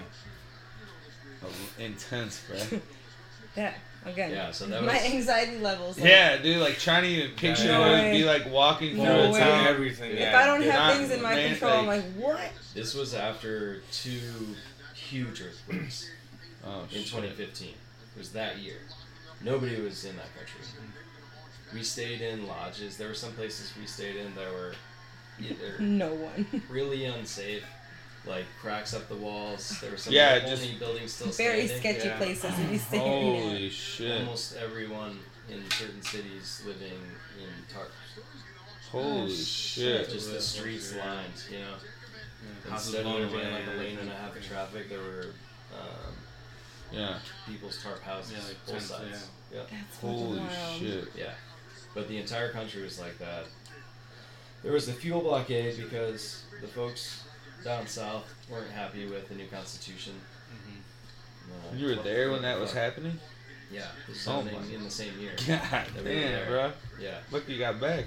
Speaker 1: intense, bro. [LAUGHS]
Speaker 6: that again.
Speaker 3: Yeah, so
Speaker 6: [LAUGHS]
Speaker 3: that
Speaker 6: my
Speaker 3: was-
Speaker 6: anxiety levels. Like,
Speaker 1: yeah, dude. Like trying to even picture
Speaker 2: No
Speaker 1: what it'd
Speaker 6: way.
Speaker 1: be like walking
Speaker 6: No
Speaker 1: through a
Speaker 6: way.
Speaker 1: town.
Speaker 2: everything.
Speaker 6: If I don't
Speaker 1: you're
Speaker 6: have
Speaker 1: not-
Speaker 6: things in my
Speaker 1: man,
Speaker 6: control, I'm
Speaker 1: like-
Speaker 6: like, what?
Speaker 3: This was after two huge earthquakes
Speaker 1: Oh
Speaker 3: in
Speaker 1: shit.
Speaker 3: 2015. It was that year. Nobody was in that country. We stayed in lodges. There were some places we stayed in that were
Speaker 6: [LAUGHS]
Speaker 3: either
Speaker 6: No one.
Speaker 3: really unsafe, like cracks up the walls. There were some
Speaker 1: Yeah,
Speaker 3: of the
Speaker 1: just-
Speaker 3: only buildings still
Speaker 6: [LAUGHS] Very
Speaker 3: standing.
Speaker 6: sketchy
Speaker 2: yeah.
Speaker 6: places
Speaker 3: [LAUGHS]
Speaker 6: to be staying
Speaker 1: Holy
Speaker 6: in.
Speaker 1: shit.
Speaker 3: almost everyone in certain cities living in tarps.
Speaker 1: Holy
Speaker 6: Oh,
Speaker 1: shit.
Speaker 3: Just the streets lined, you know. Instead
Speaker 2: Houses
Speaker 3: of
Speaker 2: blown
Speaker 3: there
Speaker 2: away.
Speaker 3: being like a lane and a
Speaker 2: a
Speaker 3: half of traffic, there were um,
Speaker 1: Yeah.
Speaker 3: people's tarp houses,
Speaker 2: Yeah, like
Speaker 3: both
Speaker 2: tents,
Speaker 3: sides. Yeah.
Speaker 6: That's fucking
Speaker 1: Holy
Speaker 6: wild.
Speaker 1: shit.
Speaker 3: yeah. But the entire country was like that. There was the fuel blockade because the folks down south weren't happy with the new constitution.
Speaker 2: Mm-hmm.
Speaker 3: Uh,
Speaker 1: You were there when that was
Speaker 3: fuck.
Speaker 1: happening?
Speaker 3: [LAUGHS] Yeah, it was
Speaker 1: Oh
Speaker 3: happening
Speaker 1: my-
Speaker 3: in the same year.
Speaker 1: God
Speaker 3: They were
Speaker 1: damn,
Speaker 3: there.
Speaker 1: bro.
Speaker 3: Yeah.
Speaker 1: Look, you got back.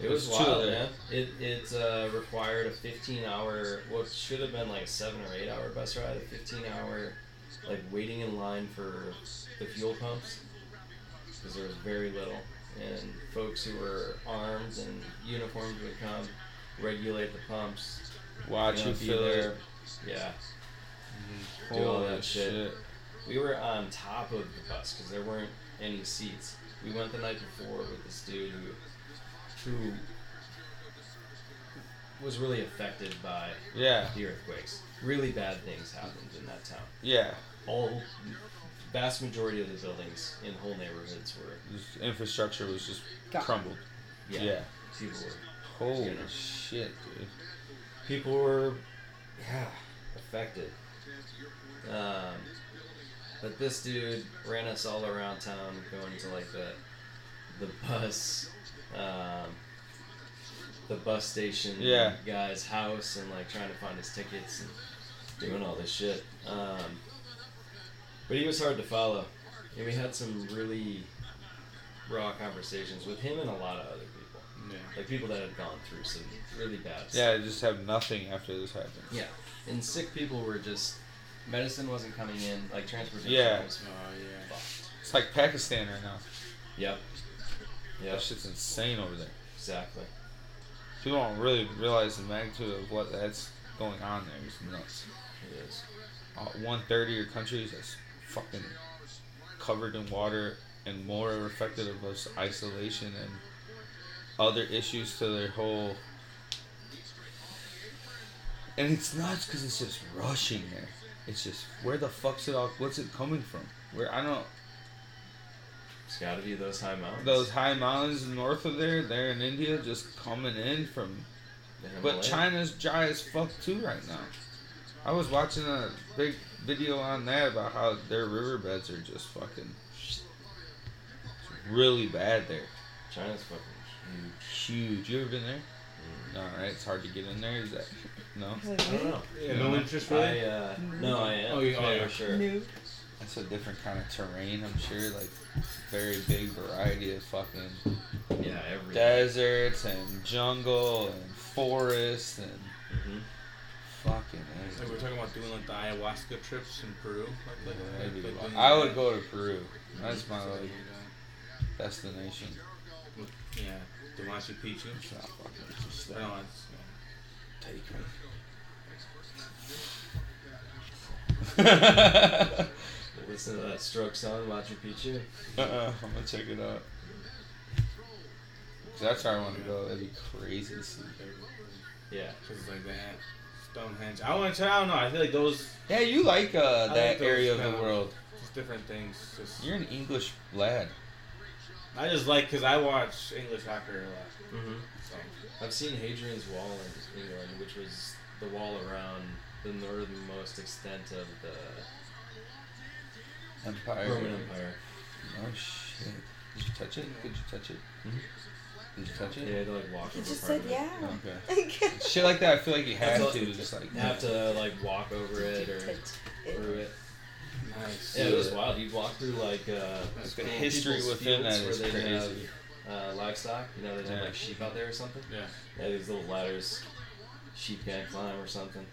Speaker 3: It was
Speaker 1: It's true,
Speaker 3: wild,
Speaker 1: though.
Speaker 3: man. It it uh, required a 15 hour, what should have been like a seven or eight hour bus ride, a 15 hour, like waiting in line for the fuel pumps because there was very little, and folks who were armed and uniformed would come, regulate the pumps,
Speaker 1: Watch
Speaker 3: you
Speaker 1: you
Speaker 3: know, be
Speaker 1: fill it.
Speaker 3: there. Yeah, do all
Speaker 1: Holy
Speaker 3: that shit. We were on top of the bus because there weren't any seats. We went the night before with this dude who, who was really affected by
Speaker 1: Yeah,
Speaker 3: the earthquakes. Really bad things happened in that town.
Speaker 1: yeah.
Speaker 3: All vast majority of the buildings in whole neighborhoods were
Speaker 1: This infrastructure was just
Speaker 6: Gone.
Speaker 1: crumbled.
Speaker 3: yeah,
Speaker 1: Yeah.
Speaker 3: people were
Speaker 1: Holy
Speaker 3: You know.
Speaker 1: shit, dude.
Speaker 3: people were yeah affected. Um, but this dude ran us all around town going to like the the bus um, the bus station
Speaker 1: Yeah.
Speaker 3: guy's house and like trying to find his tickets and doing all this shit. Um, but he was hard to follow, and we had some really raw conversations with him and a lot of other people,
Speaker 1: Yeah.
Speaker 3: like people that had gone through some really bad stuff.
Speaker 1: Yeah, I just have nothing after this happened.
Speaker 3: Yeah, and sick people were just medicine wasn't coming in like transportation.
Speaker 1: Yeah.
Speaker 2: Oh,
Speaker 3: was
Speaker 7: yeah.
Speaker 3: fucked.
Speaker 1: It's like Pakistan right now.
Speaker 3: Yep. Yep.
Speaker 1: That shit's insane over there.
Speaker 3: Exactly.
Speaker 1: People don't really realize the magnitude of what that's going on there. It's nuts.
Speaker 3: It is.
Speaker 1: Uh, one third of your country is just fucking covered in water and more are affected of us isolation and other issues to their whole. And it's nuts because it's just rushing there. It's just where the fuck's it all? What's it coming from? Where I don't
Speaker 3: It's got to be those high mountains.
Speaker 1: those high mountains north of there, there in India, just coming in from
Speaker 3: The
Speaker 1: But
Speaker 3: Himalaya.
Speaker 1: China's dry as fuck too right now. I was watching a big video on that about how their riverbeds are just fucking really bad there.
Speaker 3: China's fucking huge.
Speaker 1: Huge. You ever been there?
Speaker 7: Mm.
Speaker 1: No, right? It's hard to get in there. Is that no?
Speaker 6: I was like,
Speaker 3: I don't know.
Speaker 7: Yeah, no
Speaker 1: Yeah.
Speaker 7: interest
Speaker 3: I
Speaker 7: really.
Speaker 3: uh, no, I am.
Speaker 7: Oh, you
Speaker 3: yeah,
Speaker 7: are.
Speaker 3: sure.
Speaker 6: New.
Speaker 1: That's a different kind of terrain. I'm sure, like very big variety of fucking
Speaker 3: Yeah, every.
Speaker 1: deserts and jungle and forests and
Speaker 3: Mhm.
Speaker 1: fucking.
Speaker 7: Like we're talking about doing like the ayahuasca trips in Peru. Like, like,
Speaker 1: everything.
Speaker 7: like, doing
Speaker 1: I would
Speaker 7: that.
Speaker 1: go to Peru. That's my
Speaker 7: So,
Speaker 1: like
Speaker 7: you know,
Speaker 1: destination.
Speaker 7: with- Yeah, the Machu Picchu.
Speaker 1: It's not fucking just
Speaker 7: Or
Speaker 1: that.
Speaker 7: no, it's, yeah.
Speaker 1: Take me.
Speaker 3: Listen to that stroke song, Machu Picchu.
Speaker 1: Uh-uh, I'm gonna check it out. 'Cause that's where I want to go. That'd be crazy. to see.
Speaker 3: Yeah.
Speaker 7: Just like that. Stonehenge. I want to. I don't know. I feel like those
Speaker 1: Yeah, you like uh,
Speaker 7: like
Speaker 1: that
Speaker 7: those
Speaker 1: area of
Speaker 7: kind
Speaker 1: the
Speaker 7: of-
Speaker 1: world.
Speaker 7: just different things. Just
Speaker 1: You're an English lad.
Speaker 7: I just like because I watch English soccer a lot.
Speaker 3: hmm
Speaker 7: So
Speaker 3: I've seen Hadrian's Wall in England, which was the wall around the northernmost extent of the
Speaker 1: Empire.
Speaker 3: Roman Empire.
Speaker 1: Oh shit! Did you touch it? Could you touch it?
Speaker 3: Mm-hmm.
Speaker 1: Did you touch
Speaker 3: Yeah,
Speaker 1: it?
Speaker 3: I had to like walk
Speaker 6: He
Speaker 3: over
Speaker 6: just
Speaker 3: part
Speaker 6: said
Speaker 3: of it.
Speaker 6: yeah.
Speaker 1: Okay. Shit like that, I feel like you
Speaker 3: That's
Speaker 1: have
Speaker 3: all-
Speaker 1: to. Just like
Speaker 3: You have to like walk over it or through it.
Speaker 7: nice.
Speaker 3: Yeah, it was wild. You'd walk through like uh,
Speaker 7: That's
Speaker 1: the
Speaker 7: cool.
Speaker 1: history
Speaker 3: people's
Speaker 1: within
Speaker 3: fields
Speaker 1: that
Speaker 3: where
Speaker 1: is
Speaker 3: they have-
Speaker 1: crazy.
Speaker 3: uh, livestock. You know, they have
Speaker 1: Yeah.
Speaker 3: like sheep out there or something.
Speaker 7: Yeah.
Speaker 3: They have these little ladders. Sheep can't climb or
Speaker 7: [LAUGHS]
Speaker 3: something.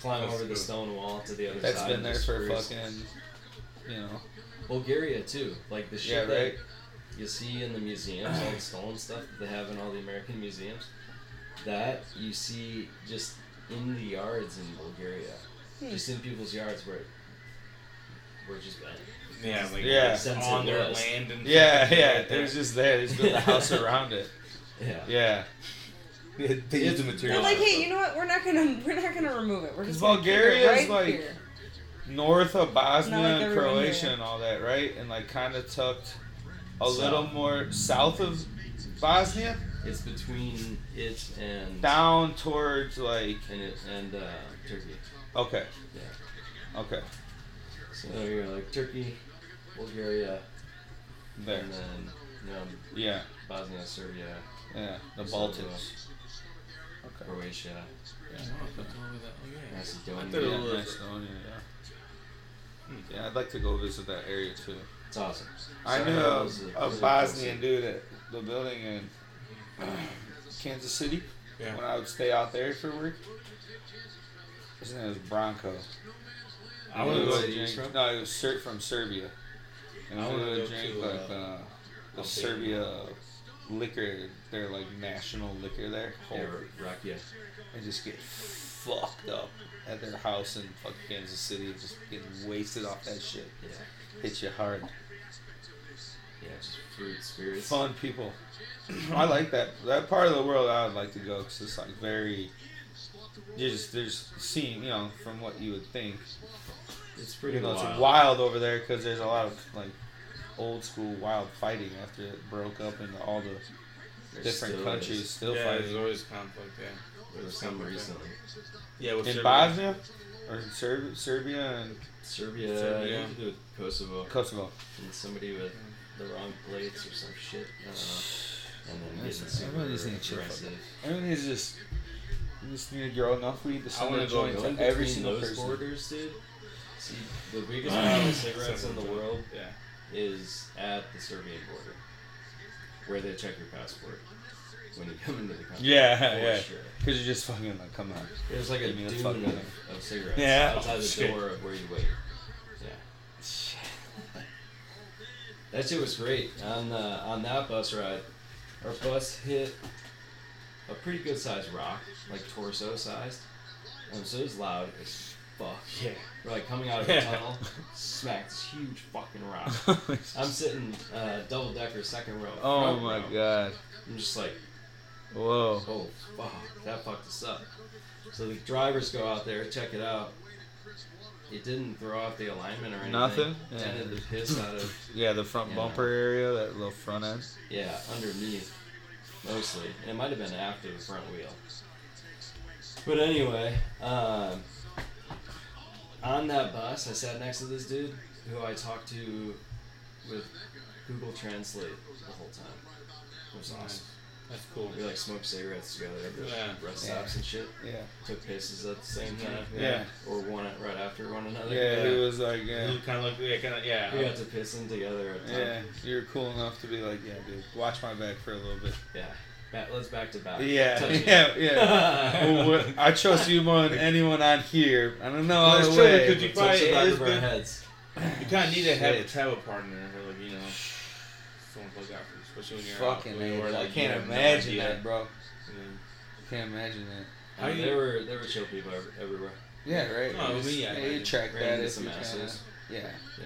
Speaker 3: Climb
Speaker 7: That's
Speaker 3: over the
Speaker 7: cool.
Speaker 3: stone wall to the other side.
Speaker 1: That's been
Speaker 3: and
Speaker 1: there
Speaker 3: just
Speaker 1: for
Speaker 3: cruise.
Speaker 1: fucking, you know.
Speaker 3: Bulgaria too. Like the
Speaker 1: Yeah,
Speaker 3: shit that
Speaker 1: right.
Speaker 3: you see in the museums,
Speaker 1: [CLEARS THROAT]
Speaker 3: all the stone stuff that they have in all the American museums. That you see just in the yards in Bulgaria,
Speaker 6: Hmm.
Speaker 3: just in people's yards where, where it's just been.
Speaker 7: Yeah, like
Speaker 1: Yeah.
Speaker 7: it's on their land and
Speaker 1: Yeah,
Speaker 7: stuff.
Speaker 1: yeah. There's just there. There's
Speaker 3: [LAUGHS]
Speaker 1: built a house around it.
Speaker 3: Yeah.
Speaker 1: Yeah.
Speaker 2: They use the
Speaker 6: They're
Speaker 2: material.
Speaker 6: like, hey, you know what? We're not gonna
Speaker 4: [LAUGHS]
Speaker 6: we're not gonna remove it. We're just gonna keep it
Speaker 1: Bulgaria is
Speaker 6: right
Speaker 1: like-
Speaker 6: here.
Speaker 1: North of Bosnia
Speaker 6: Not like
Speaker 1: and
Speaker 6: everyone
Speaker 1: Croatia
Speaker 6: here.
Speaker 1: and all that, right? And like kind of tucked a
Speaker 3: South.
Speaker 1: little more south of Bosnia,
Speaker 3: It's between it and
Speaker 1: down towards like
Speaker 3: and it and uh, Turkey.
Speaker 1: okay,
Speaker 3: Yeah.
Speaker 1: okay,
Speaker 3: So you're like Turkey, Bulgaria,
Speaker 1: there.
Speaker 3: and then you know
Speaker 1: Yeah,
Speaker 3: Bosnia, Serbia,
Speaker 1: yeah. The
Speaker 3: Serbia,
Speaker 1: Baltics. Okay.
Speaker 3: Croatia,
Speaker 7: Yeah, no, it's all over that- oh, yeah. I thought it
Speaker 3: Macedonia.
Speaker 1: Yeah,
Speaker 7: was-
Speaker 1: Macedonia. Yeah. Hmm, yeah, I'd like to go visit that area too.
Speaker 3: It's awesome.
Speaker 1: I
Speaker 3: Sorry,
Speaker 1: knew
Speaker 3: that
Speaker 1: a,
Speaker 3: was
Speaker 1: a
Speaker 3: was
Speaker 1: Bosnian dude at the building in [CLEARS THROAT] Kansas City
Speaker 7: Yeah.
Speaker 1: when I would stay out there for work. His name was Bronco.
Speaker 7: I
Speaker 1: We
Speaker 7: would
Speaker 1: would
Speaker 7: go
Speaker 3: Where
Speaker 7: to
Speaker 3: he's
Speaker 1: drink- No, he was Ser- from Serbia. And
Speaker 7: I
Speaker 1: we
Speaker 7: wanna
Speaker 1: would
Speaker 7: go
Speaker 1: drink
Speaker 7: to,
Speaker 1: like
Speaker 7: uh,
Speaker 1: uh, the
Speaker 7: Albania.
Speaker 1: Serbia liquor, their like national liquor there.
Speaker 3: Yeah, rock, yeah.
Speaker 1: and just get fucked up at their house in fucking Kansas City, just getting wasted off that shit.
Speaker 3: Yeah.
Speaker 1: Hits you hard.
Speaker 3: Yeah, just fruit spirits.
Speaker 1: Fun people. I like that that part of the world. I would like to go because it's like very. You're just there's seeing you know from what you would think.
Speaker 3: It's pretty
Speaker 1: You know,
Speaker 3: wild.
Speaker 1: it's wild over there because there's a lot of like old school wild fighting after it broke up into all the
Speaker 3: There
Speaker 1: different
Speaker 3: still
Speaker 1: countries
Speaker 3: is.
Speaker 1: still
Speaker 2: yeah, there's
Speaker 1: fighting.
Speaker 2: always conflict there.
Speaker 3: For some reason.
Speaker 2: Yeah, with
Speaker 1: In
Speaker 2: Serbia.
Speaker 1: Bosnia or in Serb- Serbia and
Speaker 3: Serbia,
Speaker 2: Serbia.
Speaker 3: anything to do with Kosovo,
Speaker 1: Kosovo.
Speaker 3: and somebody with the wrong plates or some shit. I don't know. And then
Speaker 1: That's-
Speaker 3: getting super
Speaker 1: everybody's in shit
Speaker 3: aggressive.
Speaker 1: Everything is just. You just need to grow enough weed to
Speaker 3: I
Speaker 1: send
Speaker 3: want
Speaker 1: a
Speaker 3: to go
Speaker 1: joint
Speaker 3: in
Speaker 1: to
Speaker 3: between
Speaker 1: every single
Speaker 3: those
Speaker 1: person.
Speaker 3: borders, dude. See, the biggest amount of cigarettes in the world
Speaker 2: Yeah.
Speaker 3: is at the Serbian border, where they check your passport when you come into the country.
Speaker 1: Yeah,
Speaker 3: for
Speaker 1: yeah.
Speaker 3: Sure.
Speaker 1: Because you're just fucking like, come on.
Speaker 3: There's like a
Speaker 1: Give me the
Speaker 3: dune
Speaker 1: fucking
Speaker 3: of,
Speaker 1: thing.
Speaker 3: of cigarettes
Speaker 1: Yeah.
Speaker 3: outside the
Speaker 1: Shit.
Speaker 3: door of where you wait. Yeah.
Speaker 1: [LAUGHS]
Speaker 3: That shit was great. On uh, on that bus ride, our bus hit a pretty good sized rock, like torso sized. Um, so it was loud as fuck. Yeah. We're like coming out of a
Speaker 1: Yeah.
Speaker 3: tunnel, smacked this huge fucking rock.
Speaker 1: [LAUGHS]
Speaker 3: I'm sitting uh, double decker, second row.
Speaker 1: oh
Speaker 3: front
Speaker 1: my
Speaker 3: row.
Speaker 1: god.
Speaker 3: I'm just like,
Speaker 1: Whoa.
Speaker 3: oh fuck, that fucked us up. So the drivers go out there, check it out. It didn't throw off the alignment or anything.
Speaker 1: Nothing? Yeah.
Speaker 3: Dented the piss out of
Speaker 1: Yeah, the front
Speaker 3: Yeah.
Speaker 1: bumper area, that little front end.
Speaker 3: Yeah, underneath, mostly. And it might have been after the front wheel. But anyway, um, on that bus, I sat next to this dude who I talked to with Google Translate the whole time. It was awesome.
Speaker 2: That's cool.
Speaker 3: We like smoked cigarettes together at the
Speaker 2: Yeah.
Speaker 3: rest
Speaker 1: Yeah.
Speaker 3: stops and shit.
Speaker 1: Yeah.
Speaker 3: Took pisses at the same time.
Speaker 1: Yeah.
Speaker 3: Or one at- right after one another.
Speaker 1: Yeah, he was like, yeah.
Speaker 7: Mm-hmm.
Speaker 2: Kind of like, yeah, kind of, yeah.
Speaker 3: We got to piss in together at a time.
Speaker 1: Yeah, you're cool enough to be like, yeah, dude, watch my back for a little bit.
Speaker 3: Yeah. Matt, let's back to back.
Speaker 1: Yeah,
Speaker 3: [LAUGHS] Touch me.
Speaker 1: [LAUGHS] yeah, yeah. Well, what- I trust you more than anyone on here. I don't know
Speaker 2: That's
Speaker 1: other
Speaker 2: true,
Speaker 1: way.
Speaker 2: because you
Speaker 1: but-
Speaker 3: Touch the
Speaker 2: probably- it
Speaker 3: back
Speaker 2: is
Speaker 3: of our
Speaker 2: good.
Speaker 3: heads.
Speaker 2: You kind of need to have,
Speaker 1: Shit.
Speaker 2: to have a partner, or like, you know, someone to look out for, you, especially when you're
Speaker 1: Fucking
Speaker 2: out.
Speaker 1: man,
Speaker 2: where,
Speaker 1: I
Speaker 2: like, you
Speaker 1: can't
Speaker 2: have no
Speaker 1: imagine
Speaker 2: idea.
Speaker 1: that, bro.
Speaker 2: Yeah.
Speaker 1: Can't imagine that.
Speaker 3: I mean,
Speaker 2: How you-
Speaker 3: there were there were chill people ev- everywhere.
Speaker 1: Yeah, right.
Speaker 2: No, I
Speaker 1: You
Speaker 2: mean, yeah,
Speaker 1: you
Speaker 2: I
Speaker 1: track
Speaker 3: ran
Speaker 1: that
Speaker 3: into
Speaker 1: if
Speaker 3: some
Speaker 1: you kinda,
Speaker 3: assholes.
Speaker 1: yeah.
Speaker 3: Yeah,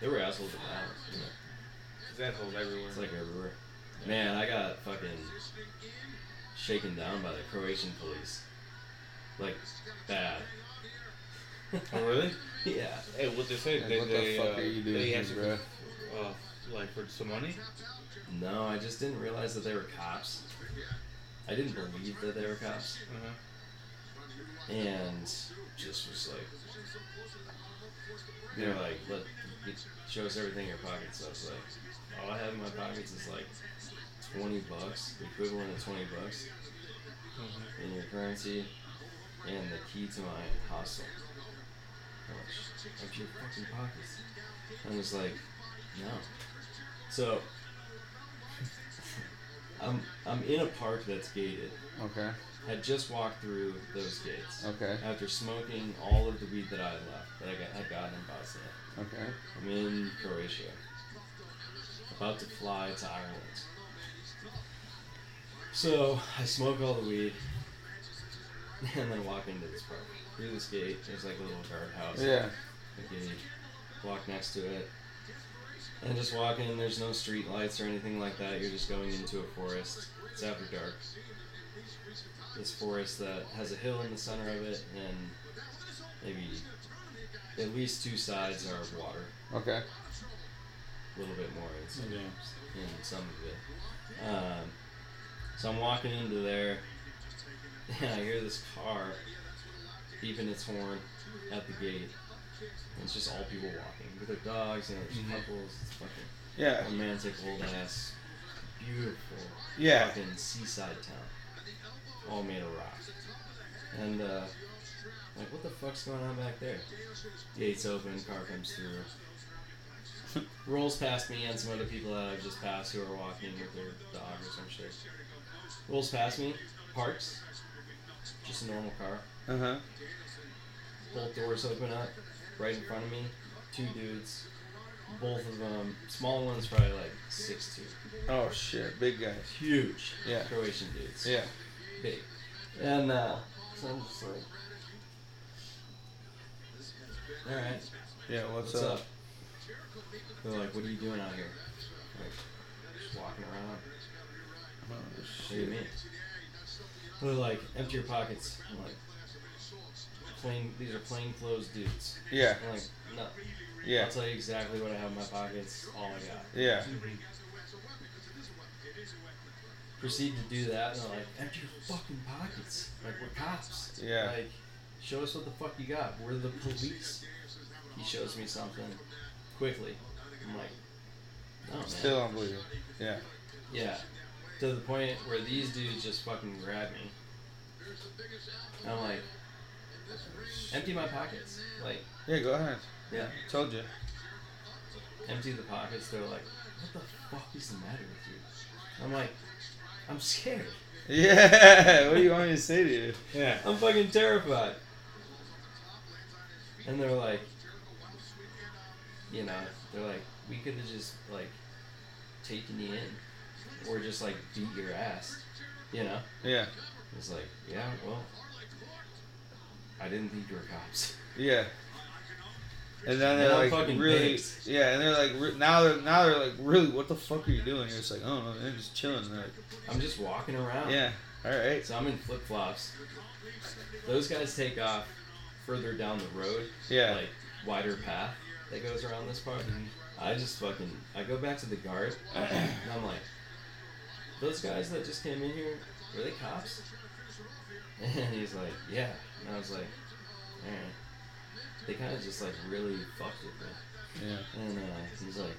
Speaker 3: there were assholes in that. You know,
Speaker 2: 'Cause that hole's everywhere.
Speaker 3: it's like everywhere. Man, I got fucking shaken down by the Croatian police, like bad. [LAUGHS]
Speaker 2: oh, really?
Speaker 3: yeah,
Speaker 2: Hey, what they say?
Speaker 1: Like,
Speaker 2: they,
Speaker 1: what the
Speaker 2: they,
Speaker 1: fuck
Speaker 2: uh,
Speaker 1: are you doing,
Speaker 2: They
Speaker 1: here,
Speaker 2: asked you,
Speaker 1: bro?
Speaker 2: uh, like for some money.
Speaker 3: no, I just didn't realize that they were cops. I didn't believe that they were cops,
Speaker 2: Uh-huh.
Speaker 3: and just was like, they're like, let it shows everything in your pockets. So I was like, all I have in my pockets is like twenty bucks, the equivalent of twenty bucks in your currency, and the key to my hostel. I'm like, "Shh, Out your fucking pockets. I was like, no. So [LAUGHS] I'm I'm in a park that's gated.
Speaker 1: Okay.
Speaker 3: Had just walked through those gates
Speaker 1: Okay.
Speaker 3: after smoking all of the weed that I had left that I got had gotten in Bosnia.
Speaker 1: Okay.
Speaker 3: I'm in Croatia. About to fly to Ireland. So I smoke all the weed [LAUGHS] and then walk into this park. Through this gate, there's like a little guardhouse.
Speaker 1: Yeah.
Speaker 3: A gate. Walk next to it. And just walk in, there's no street lights or anything like that. You're just going into a forest. It's after dark. This forest that has a hill in the center of it and maybe at least two sides are water
Speaker 1: Okay.
Speaker 3: a little bit more in some, in some of it. Um, so I'm walking into there, [LAUGHS] and I hear this car beeping its horn at the gate. And it's just all people walking with their dogs, you know, just couples. It's fucking
Speaker 1: Yeah.
Speaker 3: romantic, old ass, beautiful
Speaker 1: Yeah.
Speaker 3: fucking seaside town, all made of rock. And uh, like, what the fuck's going on back there? Gates open, car comes through, rolls past me and some other people that I've just passed who are walking with their dog or some shit. Rolls past me, parks, just a normal car.
Speaker 1: Uh huh.
Speaker 3: Both doors open up, right in front of me, two dudes, both of them. Small one's probably like six two.
Speaker 1: Oh shit, big guys.
Speaker 3: Huge.
Speaker 1: Yeah.
Speaker 3: Croatian dudes.
Speaker 1: Yeah.
Speaker 3: Big. And uh, so I'm just like, all right,
Speaker 1: Yeah. What's,
Speaker 3: what's,
Speaker 1: up?
Speaker 3: up? They're like, what are you doing out here? Like, just walking around.
Speaker 1: Oh,
Speaker 3: What do you
Speaker 1: shit.
Speaker 3: mean? They're like, empty your pockets. I'm like, plain. These are plainclothes dudes.
Speaker 1: Yeah.
Speaker 3: I'm like, no.
Speaker 1: Yeah.
Speaker 3: I'll tell you exactly what I have in my pockets. All I got.
Speaker 1: Yeah.
Speaker 3: proceed to do that, and they're like, empty your fucking pockets. Like, we're cops.
Speaker 1: Yeah.
Speaker 3: Like, show us what the fuck you got. We're the police. He shows me something quickly. I'm like, no, man.
Speaker 1: Still don't believe it. Yeah.
Speaker 3: Yeah. To the point where these dudes just fucking grab me. And I'm like, empty my pockets. Like,
Speaker 1: Yeah. Go ahead.
Speaker 3: yeah.
Speaker 1: Told you.
Speaker 3: Empty the pockets. They're like, what the fuck is the matter with you? I'm like, I'm scared.
Speaker 1: Yeah. [LAUGHS] What do you want me to say to you? Yeah.
Speaker 3: I'm fucking terrified. And they're like, you know, they're like, we could have just like taken you in, or just like beat your ass, you know.
Speaker 1: Yeah.
Speaker 3: It's like, yeah, well, I didn't think you were cops. [LAUGHS]
Speaker 1: Yeah. And then they're
Speaker 3: Now
Speaker 1: like
Speaker 3: fucking
Speaker 1: really,
Speaker 3: pigs.
Speaker 1: yeah. And they're like re- now they're now they're like really, what the fuck are you doing? You're just like, oh, no, they're just chilling. They're like,
Speaker 3: I'm just walking around.
Speaker 1: yeah, all right,
Speaker 3: So I'm in flip flops. Those guys take off further down the road,
Speaker 1: yeah,
Speaker 3: like wider path that goes around this part. I just fucking I go back to the
Speaker 1: [CLEARS THROAT]
Speaker 3: guard and I'm like, those guys that just came in here were they cops? [LAUGHS] And he's like, yeah. And I was like, man, they kind of just like really fucked with me.
Speaker 1: yeah.
Speaker 3: And uh, he's like,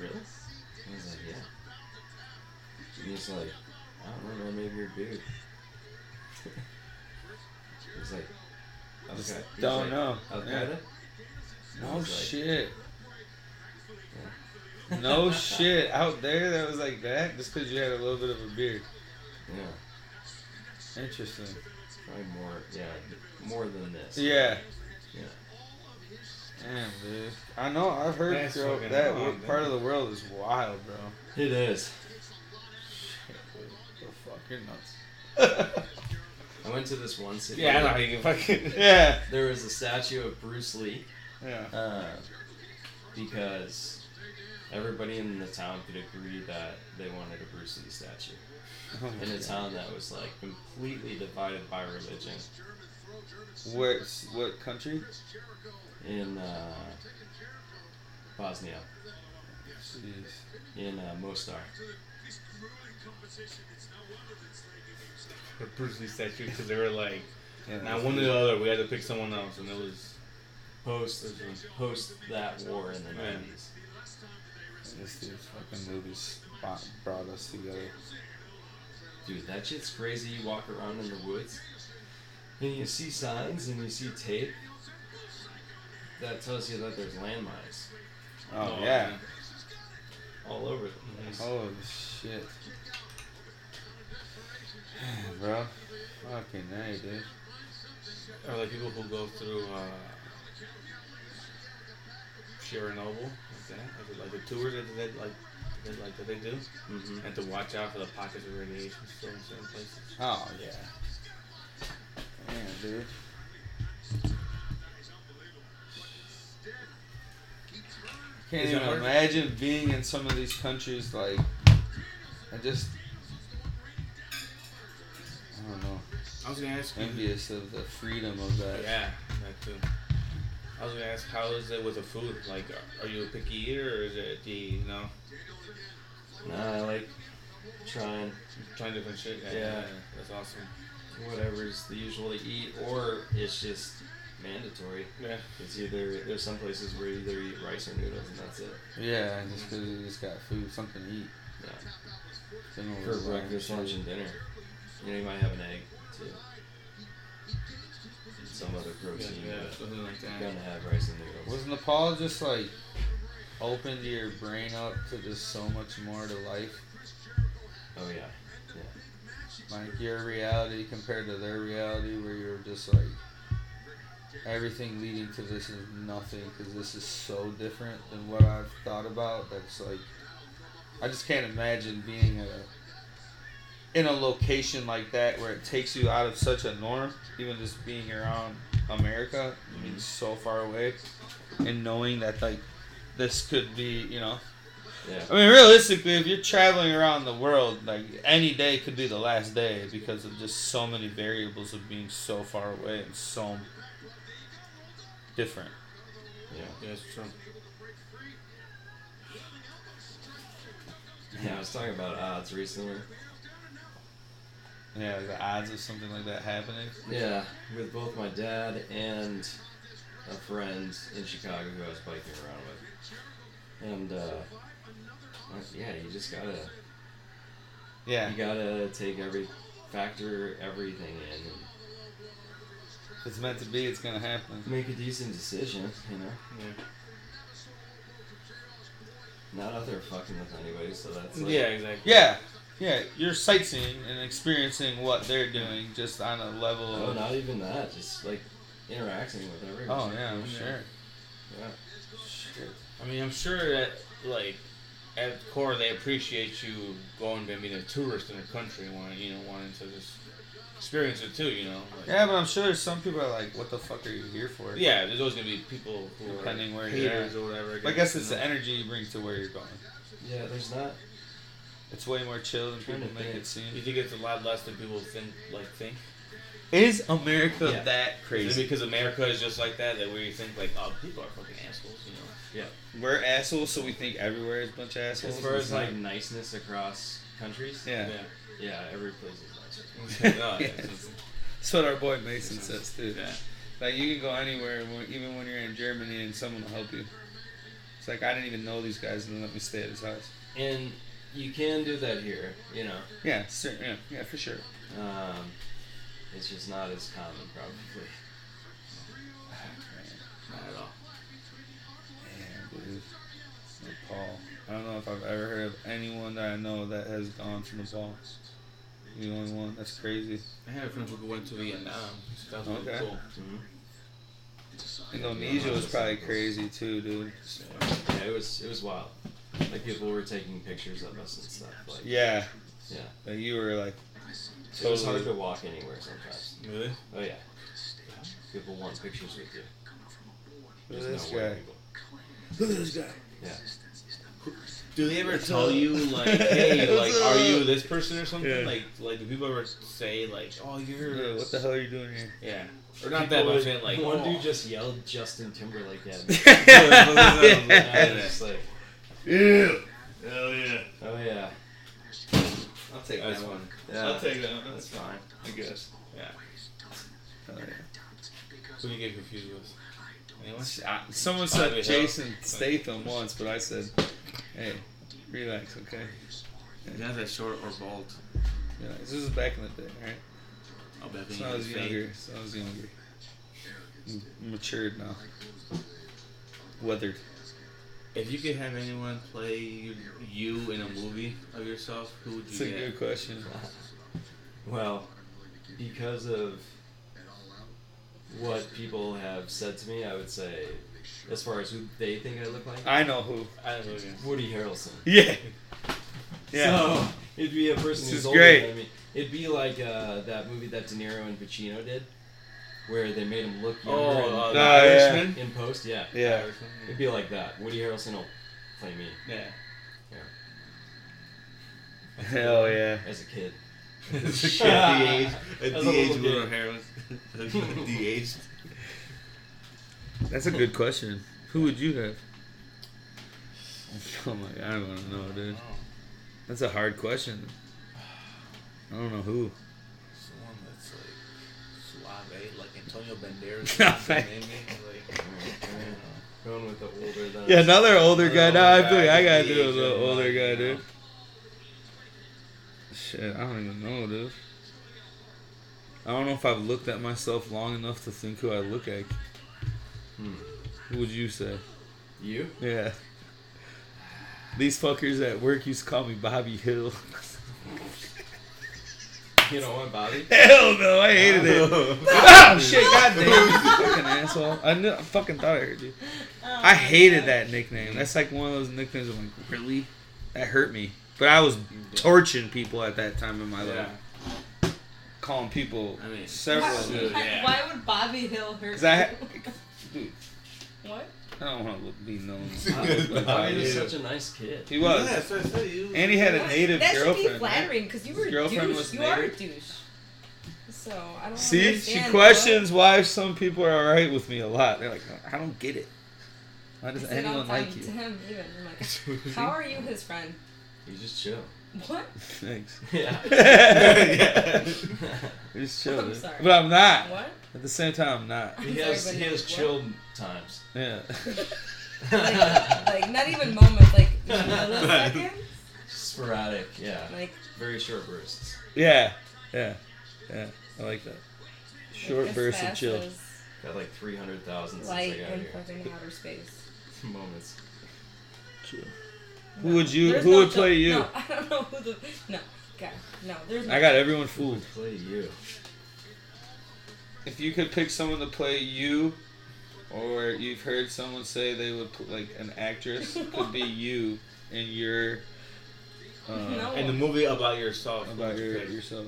Speaker 3: really? And I was like, yeah. And he's like, I don't know, man, maybe you're a dude. [LAUGHS] he's like, okay.
Speaker 1: Just
Speaker 3: He's
Speaker 1: don't
Speaker 3: like,
Speaker 1: know.
Speaker 3: Al
Speaker 1: Yeah.
Speaker 3: Qaeda?
Speaker 1: No
Speaker 3: He's like,
Speaker 1: shit. No shit. Out there that was like that just because you had a little bit of a beard.
Speaker 3: Yeah,
Speaker 1: Interesting.
Speaker 3: probably more. Yeah, more than this.
Speaker 1: Yeah.
Speaker 3: Yeah.
Speaker 1: Damn, dude. I know. I've heard
Speaker 2: That's
Speaker 1: bro,
Speaker 2: fucking
Speaker 1: that
Speaker 2: wild,
Speaker 1: wo- part of the world is wild, bro.
Speaker 3: It is.
Speaker 1: The fuck, you're nuts.
Speaker 3: I went to this one city.
Speaker 2: Yeah, I know how you can fucking. [LAUGHS]
Speaker 1: yeah.
Speaker 3: There was a statue of Bruce Lee
Speaker 1: Yeah.
Speaker 3: uh, because everybody in the town could agree that they wanted a Bruce Lee statue
Speaker 1: Oh my
Speaker 3: in a
Speaker 1: God.
Speaker 3: town that was like completely divided by religion.
Speaker 1: Where? What country?
Speaker 3: In uh, Bosnia,
Speaker 1: Jeez.
Speaker 3: in uh, Mostar.
Speaker 2: The Bruce Lee statue because they were like,
Speaker 1: Yeah,
Speaker 2: not one or the other. We had to pick someone else, and it was
Speaker 3: Post, post that war in the
Speaker 2: Yeah.
Speaker 3: nineties.
Speaker 1: This dude's fucking movies bo- brought us together.
Speaker 3: Dude, that shit's crazy. You walk around in the woods and you see signs and you see tape that tells you that there's landmines
Speaker 1: Oh,
Speaker 2: Oh,
Speaker 1: yeah.
Speaker 2: man.
Speaker 3: all over the place.
Speaker 2: Oh.
Speaker 1: Holy shit. Bro. Fucking hey, dude.
Speaker 2: or like people who go through uh, Chernobyl, like that, like the, like the tours that they like, that, like that they do,
Speaker 3: hmm
Speaker 2: and to watch out for the pockets of radiation still in certain places.
Speaker 1: Oh, yeah. Man, dude. Can't
Speaker 2: Is it
Speaker 1: even
Speaker 2: hard?
Speaker 1: imagine being in some of these countries like. I just. I don't know.
Speaker 2: I was gonna ask you.
Speaker 1: Envious of the freedom of that.
Speaker 2: Yeah, that too. I was gonna ask, how is it with the food? Like, are- are you a picky eater, or is it the you know
Speaker 3: Nah, I like trying
Speaker 2: trying different shit?
Speaker 3: Yeah.
Speaker 2: that's awesome.
Speaker 3: whatever's the usual to eat, or it's just mandatory.
Speaker 2: Yeah,
Speaker 3: It's either there's some places where you either eat rice or noodles and that's it.
Speaker 1: Yeah, just because you just got food, something to eat.
Speaker 3: Yeah.
Speaker 1: Then we'll
Speaker 3: For
Speaker 1: just-
Speaker 3: breakfast, lunch, and dinner. You know, you might have an egg too. Some other
Speaker 2: yeah,
Speaker 3: protein.
Speaker 2: yeah,
Speaker 3: but-
Speaker 2: something like that.
Speaker 3: gonna have rice and noodles.
Speaker 1: Was Nepal just like opened your brain up to just so much more to life?
Speaker 3: Oh yeah.
Speaker 1: Like your reality compared to their reality, where you're just like, everything leading to this is nothing because this is so different than what I've thought about. That's like, I just can't imagine being a in a location like that where it takes you out of such a norm. Even just being around America, I mean, so far away, and knowing that like this could be, you know.
Speaker 3: Yeah.
Speaker 1: I mean, realistically, if you're traveling around the world, like any day could be the last day because of just so many variables of being so far away and so different.
Speaker 3: Yeah.
Speaker 7: Yeah, it's true.
Speaker 3: Yeah, I was talking about odds recently.
Speaker 1: Yeah, like the odds of something like that happening.
Speaker 3: Yeah, with both my dad and a friend in Chicago who I was biking around with. And uh, uh, yeah, you just gotta
Speaker 1: Yeah,
Speaker 3: you gotta take every factor everything in and
Speaker 1: if it's meant to be. It's gonna happen.
Speaker 3: make a decent decision, you know. Not out there fucking with anybody, so that's like,
Speaker 7: yeah, exactly.
Speaker 1: Yeah, yeah. You're sightseeing and experiencing what they're doing, just on a level.
Speaker 3: Oh,
Speaker 1: Of,
Speaker 3: not even that. Just like interacting with everybody.
Speaker 1: oh yeah, I'm sure.
Speaker 3: Yeah.
Speaker 7: I mean, I'm sure that, like, at the core, they appreciate you going to being a tourist in a country, wanting, you know, wanting to just experience it too, you know. Like,
Speaker 1: Yeah, but I'm sure some people are like, "What the fuck are you here for?"
Speaker 7: Yeah, there's always gonna be people who
Speaker 1: Depending
Speaker 7: are
Speaker 1: where you're
Speaker 7: haters or whatever.
Speaker 1: But I guess it's
Speaker 7: you
Speaker 1: the
Speaker 7: know?
Speaker 1: energy you bring to where you're going.
Speaker 3: Yeah, there's not.
Speaker 1: It's way more chill than
Speaker 3: Trying
Speaker 1: people
Speaker 3: to
Speaker 1: make
Speaker 3: think.
Speaker 1: it seem.
Speaker 7: You think it's a lot less than people think? Like think?
Speaker 1: Is America
Speaker 3: Yeah.
Speaker 1: that
Speaker 7: Is it
Speaker 1: crazy?
Speaker 7: because America is just like that? That we think like, oh, people are fucking assholes, you know?
Speaker 1: We're assholes, so we think everywhere is a bunch of
Speaker 3: As
Speaker 1: assholes.
Speaker 3: far as like niceness across countries,
Speaker 1: yeah.
Speaker 3: yeah, every place is nicer.
Speaker 7: no, yeah.
Speaker 1: [LAUGHS] Yeah. that's what our boy Mason says too.
Speaker 7: yeah.
Speaker 1: Like you can go anywhere, when- even when you're in Germany, and someone will help you. It's like I didn't even know these guys, and they let me stay at his house.
Speaker 3: And you can do that here, you know.
Speaker 1: Yeah, sure, yeah, yeah, for sure.
Speaker 3: Um, it's just not as common, probably.
Speaker 7: [LAUGHS] Not at all.
Speaker 1: Man, dude. Nepal. I don't know if I've ever heard of anyone that I know that has gone to Nepal. You the only one. That's crazy.
Speaker 7: I had a friend who went to Vietnam. So that was
Speaker 1: Okay.
Speaker 7: really cool.
Speaker 3: Mm-hmm.
Speaker 1: Indonesia was probably crazy too, dude.
Speaker 3: Yeah, it was it was wild. Like people were taking pictures of us and stuff. Like
Speaker 1: Yeah.
Speaker 3: Yeah.
Speaker 1: Like you were like
Speaker 3: it was hard
Speaker 1: totally-
Speaker 3: to walk anywhere sometimes.
Speaker 7: Really?
Speaker 3: Oh yeah. People want pictures with you.
Speaker 1: Look
Speaker 3: There's
Speaker 1: at this
Speaker 3: no way
Speaker 1: guy.
Speaker 3: people-
Speaker 1: Look at this guy.
Speaker 3: Yeah.
Speaker 7: Do they ever tell you like, [LAUGHS] uh, hey, like,
Speaker 1: What's
Speaker 7: are
Speaker 1: up?
Speaker 7: you this person or something?
Speaker 1: Yeah.
Speaker 7: Like, like, do people ever say like, oh, you're
Speaker 1: Yeah, what the hell are you doing [LAUGHS] here?
Speaker 7: Yeah. Or not that, but I'm saying like,
Speaker 3: [LAUGHS] one
Speaker 7: oh.
Speaker 3: dude just yelled Justin Timberlake at [LAUGHS] me. And I was
Speaker 1: yeah.
Speaker 3: just like,
Speaker 7: Hell yeah.
Speaker 3: oh yeah,
Speaker 7: I'll take
Speaker 1: That's
Speaker 7: that one.
Speaker 3: yeah.
Speaker 7: I'll take that one.
Speaker 3: That's fine.
Speaker 7: I guess. Yeah. Who you get confused with? Anyone?
Speaker 1: I- Someone said Jason Statham once, but I said, "Hey, relax, okay?
Speaker 7: Guys that short or bald.
Speaker 1: Relax." This is back in the day, all right?
Speaker 7: I'll bet
Speaker 1: So I was younger. So I was younger. M- Matured now. Weathered.
Speaker 7: If you could have anyone play you, you in a movie of yourself, who would you
Speaker 1: It's a
Speaker 7: get?
Speaker 1: good [LAUGHS] question.
Speaker 3: Well, because of what people have said to me, I would say, as far as who they think I look like,
Speaker 1: I know who.
Speaker 7: I don't know. yeah.
Speaker 3: Woody Harrelson.
Speaker 1: Yeah. Yeah.
Speaker 3: So it'd be a person
Speaker 1: This
Speaker 3: who's
Speaker 1: is
Speaker 3: older
Speaker 1: great.
Speaker 3: than me. It'd be like uh, that movie that De Niro and Pacino did, where they made him look younger
Speaker 7: Oh, uh,
Speaker 1: Oh,
Speaker 7: the
Speaker 1: yeah.
Speaker 7: Irishman.
Speaker 3: in, in post. Yeah,
Speaker 1: yeah.
Speaker 7: Irishman,
Speaker 3: it'd be like that. Woody Harrelson will play me
Speaker 7: Yeah.
Speaker 1: Hell yeah.
Speaker 3: as a kid.
Speaker 7: It's a [LAUGHS] shit de-aged.
Speaker 3: As a
Speaker 7: A
Speaker 3: little kid.
Speaker 7: de-aged Woody [LAUGHS] Harrelson. de-aged.
Speaker 1: That's a good question. Who would you have? Oh my god, I don't wanna know, dude. That's a hard question. I don't know who.
Speaker 7: Someone that's like suave, like Antonio
Speaker 2: [LAUGHS]
Speaker 7: Banderas.
Speaker 1: or
Speaker 7: Maybe.
Speaker 1: something,
Speaker 7: Like,
Speaker 3: Going with the older than
Speaker 1: Yeah, another older guy.
Speaker 7: Another
Speaker 1: Now I
Speaker 7: older
Speaker 1: feel like
Speaker 7: guy,
Speaker 1: I gotta
Speaker 7: the
Speaker 1: do a
Speaker 7: age
Speaker 1: little
Speaker 7: of
Speaker 1: older
Speaker 7: mine,
Speaker 1: guy,
Speaker 7: you know?
Speaker 1: dude. Shit, I don't even know, dude. I don't know if I've looked at myself long enough to think who I look like.
Speaker 3: Hmm.
Speaker 1: Who would you say?
Speaker 3: you.
Speaker 1: Yeah. [LAUGHS] These fuckers at work used to call me Bobby Hill.
Speaker 3: You know what, Bobby?
Speaker 1: Hell no, I hated it. oh shit, goddamn, you [LAUGHS] fucking asshole. I knew, I fucking thought I heard you. I hated that nickname. That's like one of those nicknames. I'm like, really? That hurt me. But I was torching people at that time in my life,
Speaker 2: Yeah.
Speaker 1: calling people
Speaker 2: I mean,
Speaker 1: several. of them.
Speaker 2: Dude, yeah.
Speaker 4: Why would Bobby Hill hurt?
Speaker 1: Cause I, had-
Speaker 4: you?
Speaker 1: [LAUGHS] dude,
Speaker 4: what?
Speaker 1: I don't want to be known.
Speaker 3: [LAUGHS] Bobby was
Speaker 1: Yeah.
Speaker 3: such a nice kid.
Speaker 1: He was,
Speaker 2: Yeah, so I said you.
Speaker 1: and he had a
Speaker 4: What?
Speaker 1: native
Speaker 4: that
Speaker 1: girlfriend.
Speaker 4: should be
Speaker 1: right?
Speaker 4: flattering because you were a
Speaker 1: girlfriend
Speaker 4: douche.
Speaker 1: was
Speaker 4: you are a
Speaker 1: native?
Speaker 4: douche. So I don't.
Speaker 1: See, she
Speaker 4: understand
Speaker 1: questions why some people are alright with me a lot. They're like, I don't get it. Why
Speaker 4: what-
Speaker 1: does
Speaker 4: I said all
Speaker 1: anyone
Speaker 4: the time
Speaker 1: like
Speaker 4: To
Speaker 1: you?
Speaker 4: him, even I'm
Speaker 1: [LAUGHS]
Speaker 4: like, how are you his friend?
Speaker 3: You just [LAUGHS] chill.
Speaker 4: What?
Speaker 1: Thanks.
Speaker 4: [LAUGHS]
Speaker 3: [LAUGHS] Yeah.
Speaker 1: It's chill.
Speaker 4: I'm
Speaker 1: dude.
Speaker 4: sorry.
Speaker 1: But I'm not.
Speaker 4: What?
Speaker 1: At the same time, I'm not.
Speaker 3: he has he has chill times. [LAUGHS]
Speaker 1: Yeah.
Speaker 4: Like, like not even moments. Like milliseconds.
Speaker 3: Sporadic, yeah.
Speaker 4: Like
Speaker 3: Very short bursts.
Speaker 1: yeah. Yeah. Yeah. I like that.
Speaker 4: like,
Speaker 1: Short
Speaker 4: as
Speaker 1: bursts of
Speaker 4: fast
Speaker 1: chill.
Speaker 4: as
Speaker 3: Got like 300,000 since I
Speaker 4: Light
Speaker 3: got
Speaker 4: in
Speaker 3: here.
Speaker 4: fucking outer space.
Speaker 3: [LAUGHS] Moments.
Speaker 1: Chill. Who would you?
Speaker 4: There's
Speaker 1: who
Speaker 4: no
Speaker 1: would
Speaker 4: joke-
Speaker 1: play you?
Speaker 4: No, [LAUGHS] I don't know who the. No, God, no. There's. No
Speaker 1: I got everyone fooled.
Speaker 3: Play you.
Speaker 1: If you could pick someone to play you, or you've heard someone say they would pl- like an actress could
Speaker 4: [LAUGHS]
Speaker 1: be you in your. Uh,
Speaker 4: No.
Speaker 2: And the movie about yourself.
Speaker 1: About your, yourself.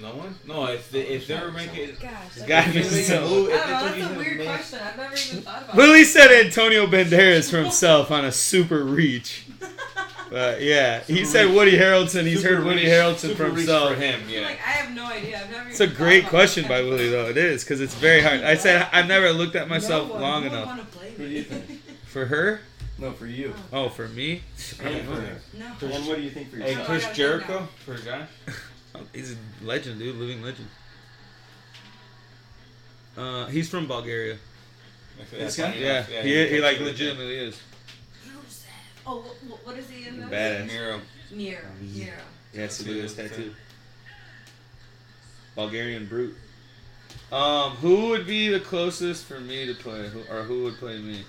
Speaker 2: No one? No, if they, if they were making.
Speaker 4: Gosh.
Speaker 1: This
Speaker 4: that
Speaker 1: guy
Speaker 4: was
Speaker 1: makes
Speaker 4: really-
Speaker 1: his own.
Speaker 4: I don't know. That's a weird question. I've never even thought
Speaker 1: [LAUGHS]
Speaker 4: about.
Speaker 1: Lily said Antonio Banderas for himself on a super reach. But yeah, he said Woody Harrelson. He's heard Woody Harrelson for himself.
Speaker 2: For him,
Speaker 4: it.
Speaker 2: yeah.
Speaker 4: Like I have no idea. I've never.
Speaker 1: It's a great question
Speaker 4: [LAUGHS]
Speaker 1: by Willie, though. It is, because it's very hard. I said I've never looked at myself long enough.
Speaker 4: Want to play
Speaker 3: Who do you think?
Speaker 1: For her?
Speaker 3: No, for you.
Speaker 1: Oh, for me? I don't know.
Speaker 4: [LAUGHS] no.
Speaker 3: And what do you think for
Speaker 2: Hey,
Speaker 4: Oh, I
Speaker 3: yourself?
Speaker 2: Chris
Speaker 4: gotta think
Speaker 2: Jericho
Speaker 4: now.
Speaker 2: for a guy.
Speaker 1: He's a legend, dude. Living legend. Uh, he's from Bulgaria.
Speaker 2: This
Speaker 1: Yeah, he, he like legitimately is.
Speaker 4: Oh, what, what is he in this?
Speaker 1: Badass.
Speaker 2: Miro.
Speaker 4: Nero. Nero.
Speaker 1: Yes,
Speaker 2: Tattoo.
Speaker 1: look at this tattoo. Bulgarian brute. Um, who would be the closest for me to play, who, or who would play me?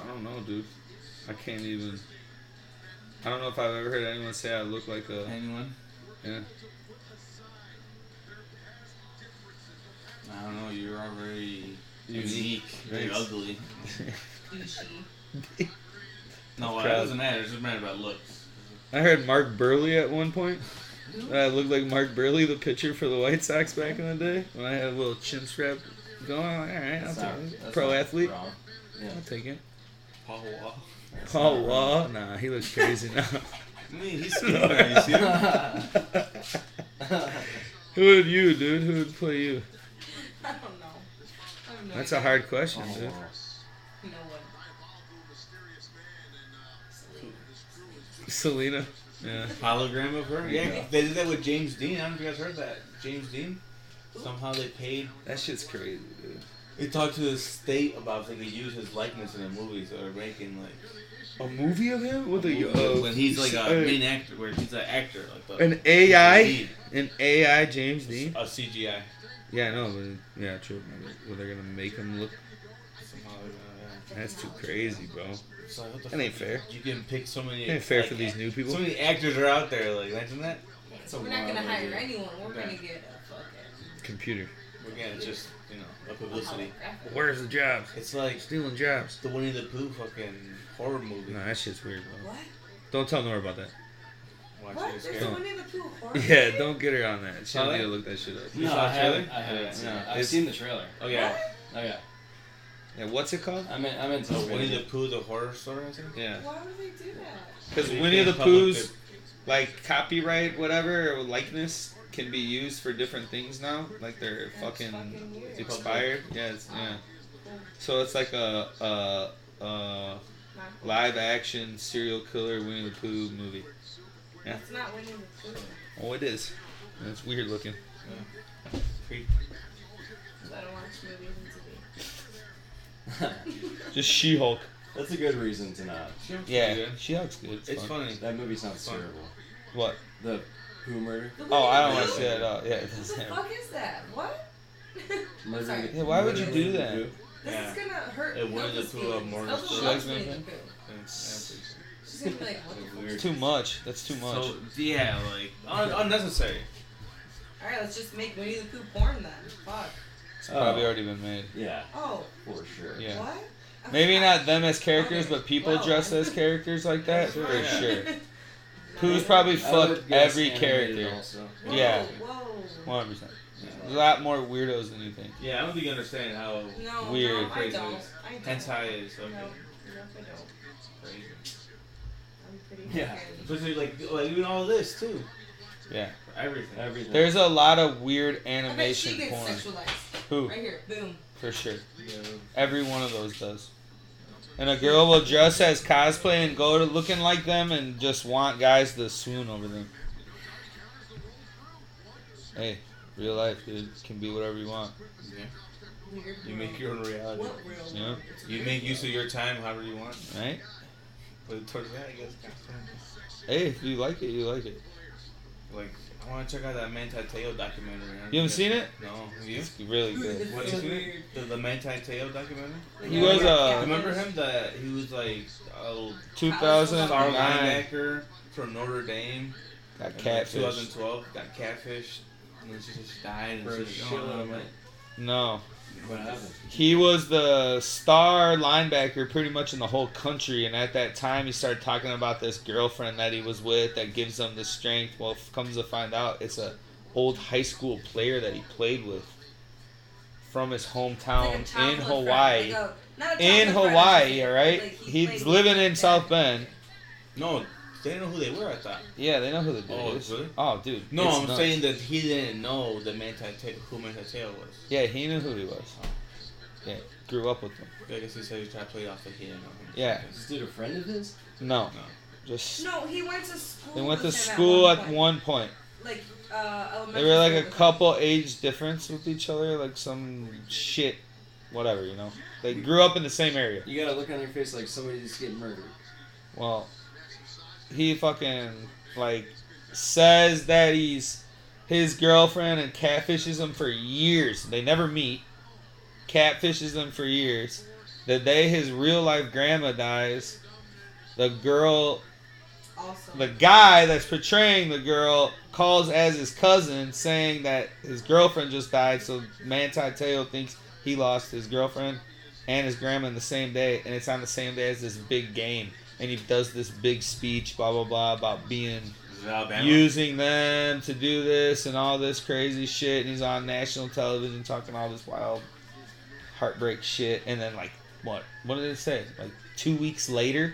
Speaker 1: I don't know, dude. I can't even. I don't know if I've ever heard anyone say I look like a.
Speaker 2: Anyone?
Speaker 1: Yeah.
Speaker 2: I don't know. You're already
Speaker 1: Unique.
Speaker 2: unique. Very
Speaker 1: Thanks.
Speaker 2: ugly.
Speaker 1: Mm-hmm.
Speaker 4: Douchey.
Speaker 2: No, it
Speaker 1: Proud.
Speaker 2: doesn't matter. It doesn't matter about looks.
Speaker 1: I heard Mark Burley at one point. That I looked like Mark Burley, the pitcher for the White Sox back in the day. When I had a little chin strap going, all right, I'll
Speaker 3: That's not-
Speaker 1: take it.
Speaker 3: that's
Speaker 1: Pro
Speaker 3: not
Speaker 1: athlete,
Speaker 3: wrong. Yeah.
Speaker 1: I'll take it.
Speaker 2: Paul Wall.
Speaker 3: that's
Speaker 1: Paul
Speaker 3: [LAUGHS] not
Speaker 1: Wall, nah, he looks crazy [LAUGHS] now.
Speaker 2: I
Speaker 1: [LAUGHS]
Speaker 2: mean, he's skinny. now, you see him?
Speaker 3: wrong.
Speaker 1: Who would you, dude? Who would play you?
Speaker 4: [LAUGHS] I don't know. I have no
Speaker 1: That's
Speaker 4: idea.
Speaker 1: a hard question,
Speaker 3: Paul
Speaker 1: dude.
Speaker 3: Wall.
Speaker 4: No one.
Speaker 1: Selena. Yeah.
Speaker 2: Hologram of her. Yeah,
Speaker 1: Yeah.
Speaker 2: they did that with James Dean. I don't know if you guys heard that. James Dean. Somehow they paid.
Speaker 1: That shit's crazy, dude.
Speaker 2: They talked to the state about if they could use his likeness in a movie, so they're making like
Speaker 1: A movie of him? With
Speaker 2: movie
Speaker 1: a. Uh,
Speaker 2: when he's like a
Speaker 1: uh,
Speaker 2: main actor, where he's an actor, like the,
Speaker 1: An AI?
Speaker 2: Lead.
Speaker 1: An AI James
Speaker 2: a
Speaker 1: Dean?
Speaker 2: CGI.
Speaker 1: Yeah, I know, but. Yeah, true. Well, they're gonna make him look.
Speaker 2: Somehow, uh,
Speaker 1: That's too crazy, bro.
Speaker 2: yeah. It's like, what the
Speaker 1: That ain't
Speaker 2: fuck?
Speaker 1: fair.
Speaker 2: You can pick so many.
Speaker 1: It ain't fair
Speaker 2: like,
Speaker 1: for these new people.
Speaker 2: So many actors are out there. Like imagine that.
Speaker 3: That's a
Speaker 4: We're not
Speaker 3: wild
Speaker 4: gonna hire
Speaker 3: idea.
Speaker 4: anyone. We're
Speaker 2: Yeah.
Speaker 4: gonna get a fucking.
Speaker 1: Computer.
Speaker 2: We're gonna just you know a publicity.
Speaker 4: holographic.
Speaker 1: Where's the jobs?
Speaker 2: It's like
Speaker 1: Stealing jobs.
Speaker 2: the Winnie the Pooh fucking horror movie.
Speaker 1: Nah, that shit's weird, bro.
Speaker 4: What?
Speaker 1: Don't tell Nora about that.
Speaker 2: Watch
Speaker 4: What?
Speaker 2: it,
Speaker 4: There's
Speaker 2: scary.
Speaker 4: one in the
Speaker 1: [LAUGHS]
Speaker 4: pool. horror
Speaker 1: Yeah,
Speaker 4: movie?
Speaker 1: don't get her on that. She'll
Speaker 2: Tyler?
Speaker 1: need to look that shit up.
Speaker 2: You
Speaker 3: No,
Speaker 2: saw
Speaker 3: I
Speaker 2: the
Speaker 3: haven't.
Speaker 2: trailer?
Speaker 3: I haven't.
Speaker 2: Yeah,
Speaker 3: seen
Speaker 2: no,
Speaker 3: it. I've
Speaker 2: it's-
Speaker 3: seen the trailer.
Speaker 2: Oh yeah.
Speaker 3: Oh yeah.
Speaker 1: Yeah, what's it called?
Speaker 3: I meant I meant to.
Speaker 2: Oh, Winnie the Pooh, the horror story. I think.
Speaker 1: Yeah.
Speaker 4: Why would they do that?
Speaker 1: Because
Speaker 2: They
Speaker 1: Winnie
Speaker 2: can't
Speaker 1: the
Speaker 2: public
Speaker 1: Pooh's like copyright, whatever or likeness can be used for different things now. Like they're
Speaker 4: That's
Speaker 1: fucking,
Speaker 4: fucking weird.
Speaker 1: expired. Yeah, it's, yeah.
Speaker 4: Cool.
Speaker 1: So it's like a, a, a
Speaker 4: Not cool.
Speaker 1: live action serial killer Winnie the Pooh movie.
Speaker 4: That's not winning the pool.
Speaker 1: Oh, it is. It's weird looking.
Speaker 2: Creep.
Speaker 4: I don't watch movies and
Speaker 1: Just She Hulk.
Speaker 3: [LAUGHS] That's a good reason to not.
Speaker 1: Yeah, She Hulk's good.
Speaker 2: It's funny.
Speaker 3: That movie sounds
Speaker 2: Fun.
Speaker 3: terrible.
Speaker 1: What?
Speaker 3: The Who murder?
Speaker 4: TV.
Speaker 1: Oh, I don't want to
Speaker 4: What
Speaker 1: see that at all. Yeah.
Speaker 4: the fuck is that? What? [LAUGHS] I'm
Speaker 3: Murder.
Speaker 4: sorry.
Speaker 1: Yeah, why would you
Speaker 3: Murder
Speaker 1: do
Speaker 3: the
Speaker 1: that?
Speaker 3: Who?
Speaker 4: This is gonna hurt.
Speaker 2: It wanted
Speaker 4: Elsa's
Speaker 2: to pull up
Speaker 4: feelings.
Speaker 2: more
Speaker 4: Elsa
Speaker 2: stuff.
Speaker 4: loves
Speaker 1: She likes
Speaker 4: Winnie the
Speaker 1: Winnie
Speaker 4: Pooh.
Speaker 2: Yeah, yeah, pretty sure.
Speaker 4: She's gonna be like, what the
Speaker 3: Like
Speaker 4: fuck?
Speaker 3: weird.
Speaker 1: Too much. That's too much.
Speaker 7: So yeah, like un- unnecessary.
Speaker 4: Alright, let's just make Winnie the Pooh porn then. Fuck.
Speaker 1: it's probably already been made.
Speaker 3: Yeah,
Speaker 4: Oh,
Speaker 3: for sure.
Speaker 1: Yeah.
Speaker 4: what?
Speaker 1: Maybe not them as characters, but people
Speaker 4: Well,
Speaker 1: dressed as characters like
Speaker 4: [LAUGHS]
Speaker 1: that for
Speaker 7: Yeah.
Speaker 1: sure. Pooh's
Speaker 4: Who's
Speaker 1: probably
Speaker 3: I would
Speaker 1: fucked
Speaker 3: guess
Speaker 1: every
Speaker 3: animated
Speaker 1: character.
Speaker 3: Also.
Speaker 4: Whoa,
Speaker 1: yeah.
Speaker 4: Whoa.
Speaker 1: One hundred percent.
Speaker 3: Yeah.
Speaker 1: A lot more weirdos than you think.
Speaker 7: Yeah, I don't think you understand how
Speaker 4: No,
Speaker 1: Weird
Speaker 4: no, I don't.
Speaker 7: places.
Speaker 4: I don't.
Speaker 7: hentai is fucking
Speaker 4: No, no, I don't.
Speaker 7: crazy.
Speaker 4: I'm pretty
Speaker 3: Yeah.
Speaker 4: fucking-
Speaker 7: Especially like like even all this too.
Speaker 1: Yeah.
Speaker 7: For everything.
Speaker 3: Everything.
Speaker 1: There's a lot of weird
Speaker 4: I bet she
Speaker 1: animation
Speaker 4: gets
Speaker 1: porn.
Speaker 4: sexualized.
Speaker 1: Who?
Speaker 4: Right here. Boom.
Speaker 1: For sure.
Speaker 3: Yeah.
Speaker 1: Every one of those does. And a girl will dress as cosplay and go to looking like them and just want guys to swoon over them. Hey, real life, dude. Can be whatever you want.
Speaker 4: Weird
Speaker 7: You make
Speaker 4: world.
Speaker 7: your own reality.
Speaker 4: What real
Speaker 1: Yeah.
Speaker 4: world? It's a
Speaker 7: You
Speaker 4: weird
Speaker 7: make use
Speaker 4: world.
Speaker 7: of your time however you want.
Speaker 1: Right?
Speaker 7: But towards that, I guess.
Speaker 1: Hey, if you like it, you like it.
Speaker 7: Like, I want to check out that Manti Teo documentary.
Speaker 1: You haven't seen it?
Speaker 7: No. Have you?
Speaker 1: It's really good.
Speaker 7: What, you seen it? The, the Manti Teo documentary?
Speaker 1: He was uh,
Speaker 7: I
Speaker 1: a
Speaker 7: Remember him? That he was like a star
Speaker 1: 2009
Speaker 7: linebacker from Notre Dame.
Speaker 1: got
Speaker 7: and, like,
Speaker 1: catfish.
Speaker 7: 2012 got catfished. And then she just died. And
Speaker 3: For a
Speaker 7: she was going
Speaker 3: shitload
Speaker 7: on,
Speaker 3: of
Speaker 7: like,
Speaker 3: money.
Speaker 1: No,
Speaker 3: What happened?
Speaker 1: he was the star linebacker pretty much in the whole country. And at that time, he started talking about this girlfriend that he was with that gives him the strength. Well, f- comes to find out, it's a old high school player that he played with from his
Speaker 4: It's like a
Speaker 1: hometown in
Speaker 4: childhood friend,
Speaker 1: Hawaii.
Speaker 4: like a- not a
Speaker 1: in
Speaker 4: childhood friend,
Speaker 1: Hawaii,
Speaker 4: like,
Speaker 1: all right?
Speaker 4: like he
Speaker 1: He's
Speaker 4: played
Speaker 1: living
Speaker 4: with
Speaker 1: in
Speaker 4: him.
Speaker 1: South Bend.
Speaker 7: no, they didn't know who they were. I thought.
Speaker 1: Yeah, they know who the dude
Speaker 7: Oh,
Speaker 1: is.
Speaker 7: really?
Speaker 1: Oh, dude.
Speaker 7: No,
Speaker 1: it's
Speaker 7: I'm
Speaker 1: nuts.
Speaker 7: saying that he didn't know the Manti Teo, who Manti Teo was.
Speaker 1: Yeah, he knew who he was. Yeah, grew up with him.
Speaker 7: I guess he said he tried to play it off like he didn't know him.
Speaker 1: Yeah.
Speaker 3: Is this dude a friend of his?
Speaker 1: No,
Speaker 7: No.
Speaker 1: just
Speaker 4: No, he went to school.
Speaker 1: they went to
Speaker 4: with him
Speaker 1: school at
Speaker 4: point.
Speaker 1: one point.
Speaker 4: Like, uh,
Speaker 1: They
Speaker 4: elementary
Speaker 1: were like
Speaker 4: school
Speaker 1: a
Speaker 4: with him.
Speaker 1: couple age difference with each other, like some shit, whatever, you know. They grew up in the same area.
Speaker 3: You gotta look on their face like somebody just getting murdered.
Speaker 1: Well, he fucking like says that he's his girlfriend and catfishes him for years. They never meet. Catfishes him for years. The day his real life grandma dies, the girl
Speaker 4: Also.
Speaker 1: the guy that's portraying the girl calls as his cousin saying that his girlfriend just died so manti teo thinks he lost his girlfriend and his grandma in the same day and it's on the same day as this big game and he does this big speech blah blah blah about being
Speaker 7: Is it Alabama?
Speaker 1: using them to do this and all this crazy shit and he's on national television talking all this wild heartbreak shit and then like what what did it say like two weeks later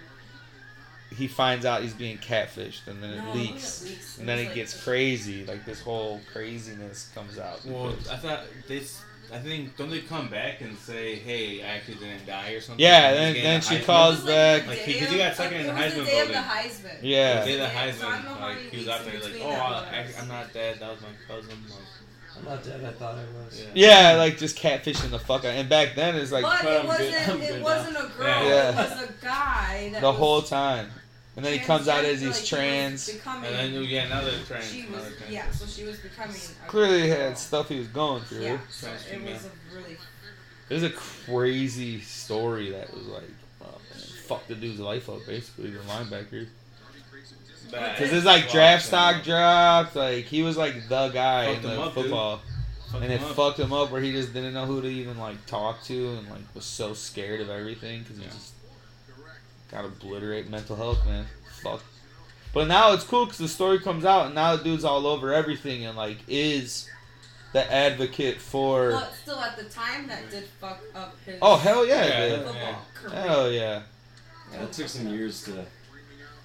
Speaker 1: he finds out he's being catfished and then it
Speaker 4: No, I wonder
Speaker 1: leaks
Speaker 4: if it leaks.
Speaker 1: and then
Speaker 4: It's
Speaker 1: it
Speaker 4: like-
Speaker 1: gets crazy like this whole craziness comes out
Speaker 7: Well, I thought this. I think don't they come back and say, "Hey, I actually didn't die" or something?
Speaker 1: yeah
Speaker 7: He's
Speaker 1: then,
Speaker 7: getting
Speaker 1: then
Speaker 7: the
Speaker 1: she
Speaker 7: Heisman?
Speaker 4: It
Speaker 1: calls
Speaker 4: was
Speaker 1: back
Speaker 7: Like,
Speaker 4: the
Speaker 7: he- 'cause
Speaker 4: day
Speaker 7: he got
Speaker 4: of-
Speaker 7: second in
Speaker 4: it
Speaker 7: the
Speaker 4: was
Speaker 7: Heisman
Speaker 4: the day of
Speaker 7: voting.
Speaker 4: the Heisman.
Speaker 1: yeah
Speaker 7: They the
Speaker 4: Yeah, so I don't know
Speaker 7: Heisman.
Speaker 4: how many
Speaker 7: Like, he was
Speaker 4: weeks
Speaker 7: out
Speaker 4: in
Speaker 7: there like,
Speaker 4: between
Speaker 7: "Oh,
Speaker 4: that
Speaker 7: I,
Speaker 4: was."
Speaker 7: I'm not dead. That was my cousin."
Speaker 3: I'm not dead. I thought I was.
Speaker 7: Like, yeah.
Speaker 1: yeah like just catfishing the fuck out and back then it's like
Speaker 4: but
Speaker 3: but
Speaker 4: it
Speaker 3: I'm good- I'm
Speaker 4: wasn't.
Speaker 3: good
Speaker 4: It
Speaker 3: now.
Speaker 4: wasn't a girl.
Speaker 1: Yeah.
Speaker 4: It was a guy. That
Speaker 1: the
Speaker 4: was
Speaker 1: whole time and then he comes out as he's
Speaker 4: transgender, like, he was
Speaker 1: trans
Speaker 4: becoming-
Speaker 7: And then yeah, now they're trans.
Speaker 4: she
Speaker 7: now
Speaker 4: was.
Speaker 7: they're trans.
Speaker 4: Yeah, so she was becoming. A
Speaker 1: clearly
Speaker 4: girl.
Speaker 1: had stuff he was going through
Speaker 4: Oh. Yeah, so
Speaker 7: Trans
Speaker 4: it was
Speaker 7: female.
Speaker 4: a really.
Speaker 1: It was a crazy story that was like, oh, man, fuck the dude's life up basically, the linebacker.
Speaker 7: Bad.
Speaker 1: Because it's like draft stock dropped, like he was like the guy
Speaker 7: Fucked
Speaker 1: in
Speaker 7: him
Speaker 1: the
Speaker 7: up, dude.
Speaker 1: football,
Speaker 7: Fucked
Speaker 1: and it
Speaker 7: him up.
Speaker 1: fucked him up where he just didn't know who to even like talk to, and like was so scared of everything because he
Speaker 7: Yeah.
Speaker 1: just got obliterate mental health, man. Fuck. But now it's cool because the story comes out, and now the dude's all over everything, and like is the advocate for.
Speaker 4: But still, at the time, that did fuck up his.
Speaker 1: Oh hell yeah!
Speaker 7: Yeah,
Speaker 1: it did.
Speaker 4: Football
Speaker 7: Yeah.
Speaker 4: career.
Speaker 1: Hell yeah!
Speaker 3: Yeah, it took some years to.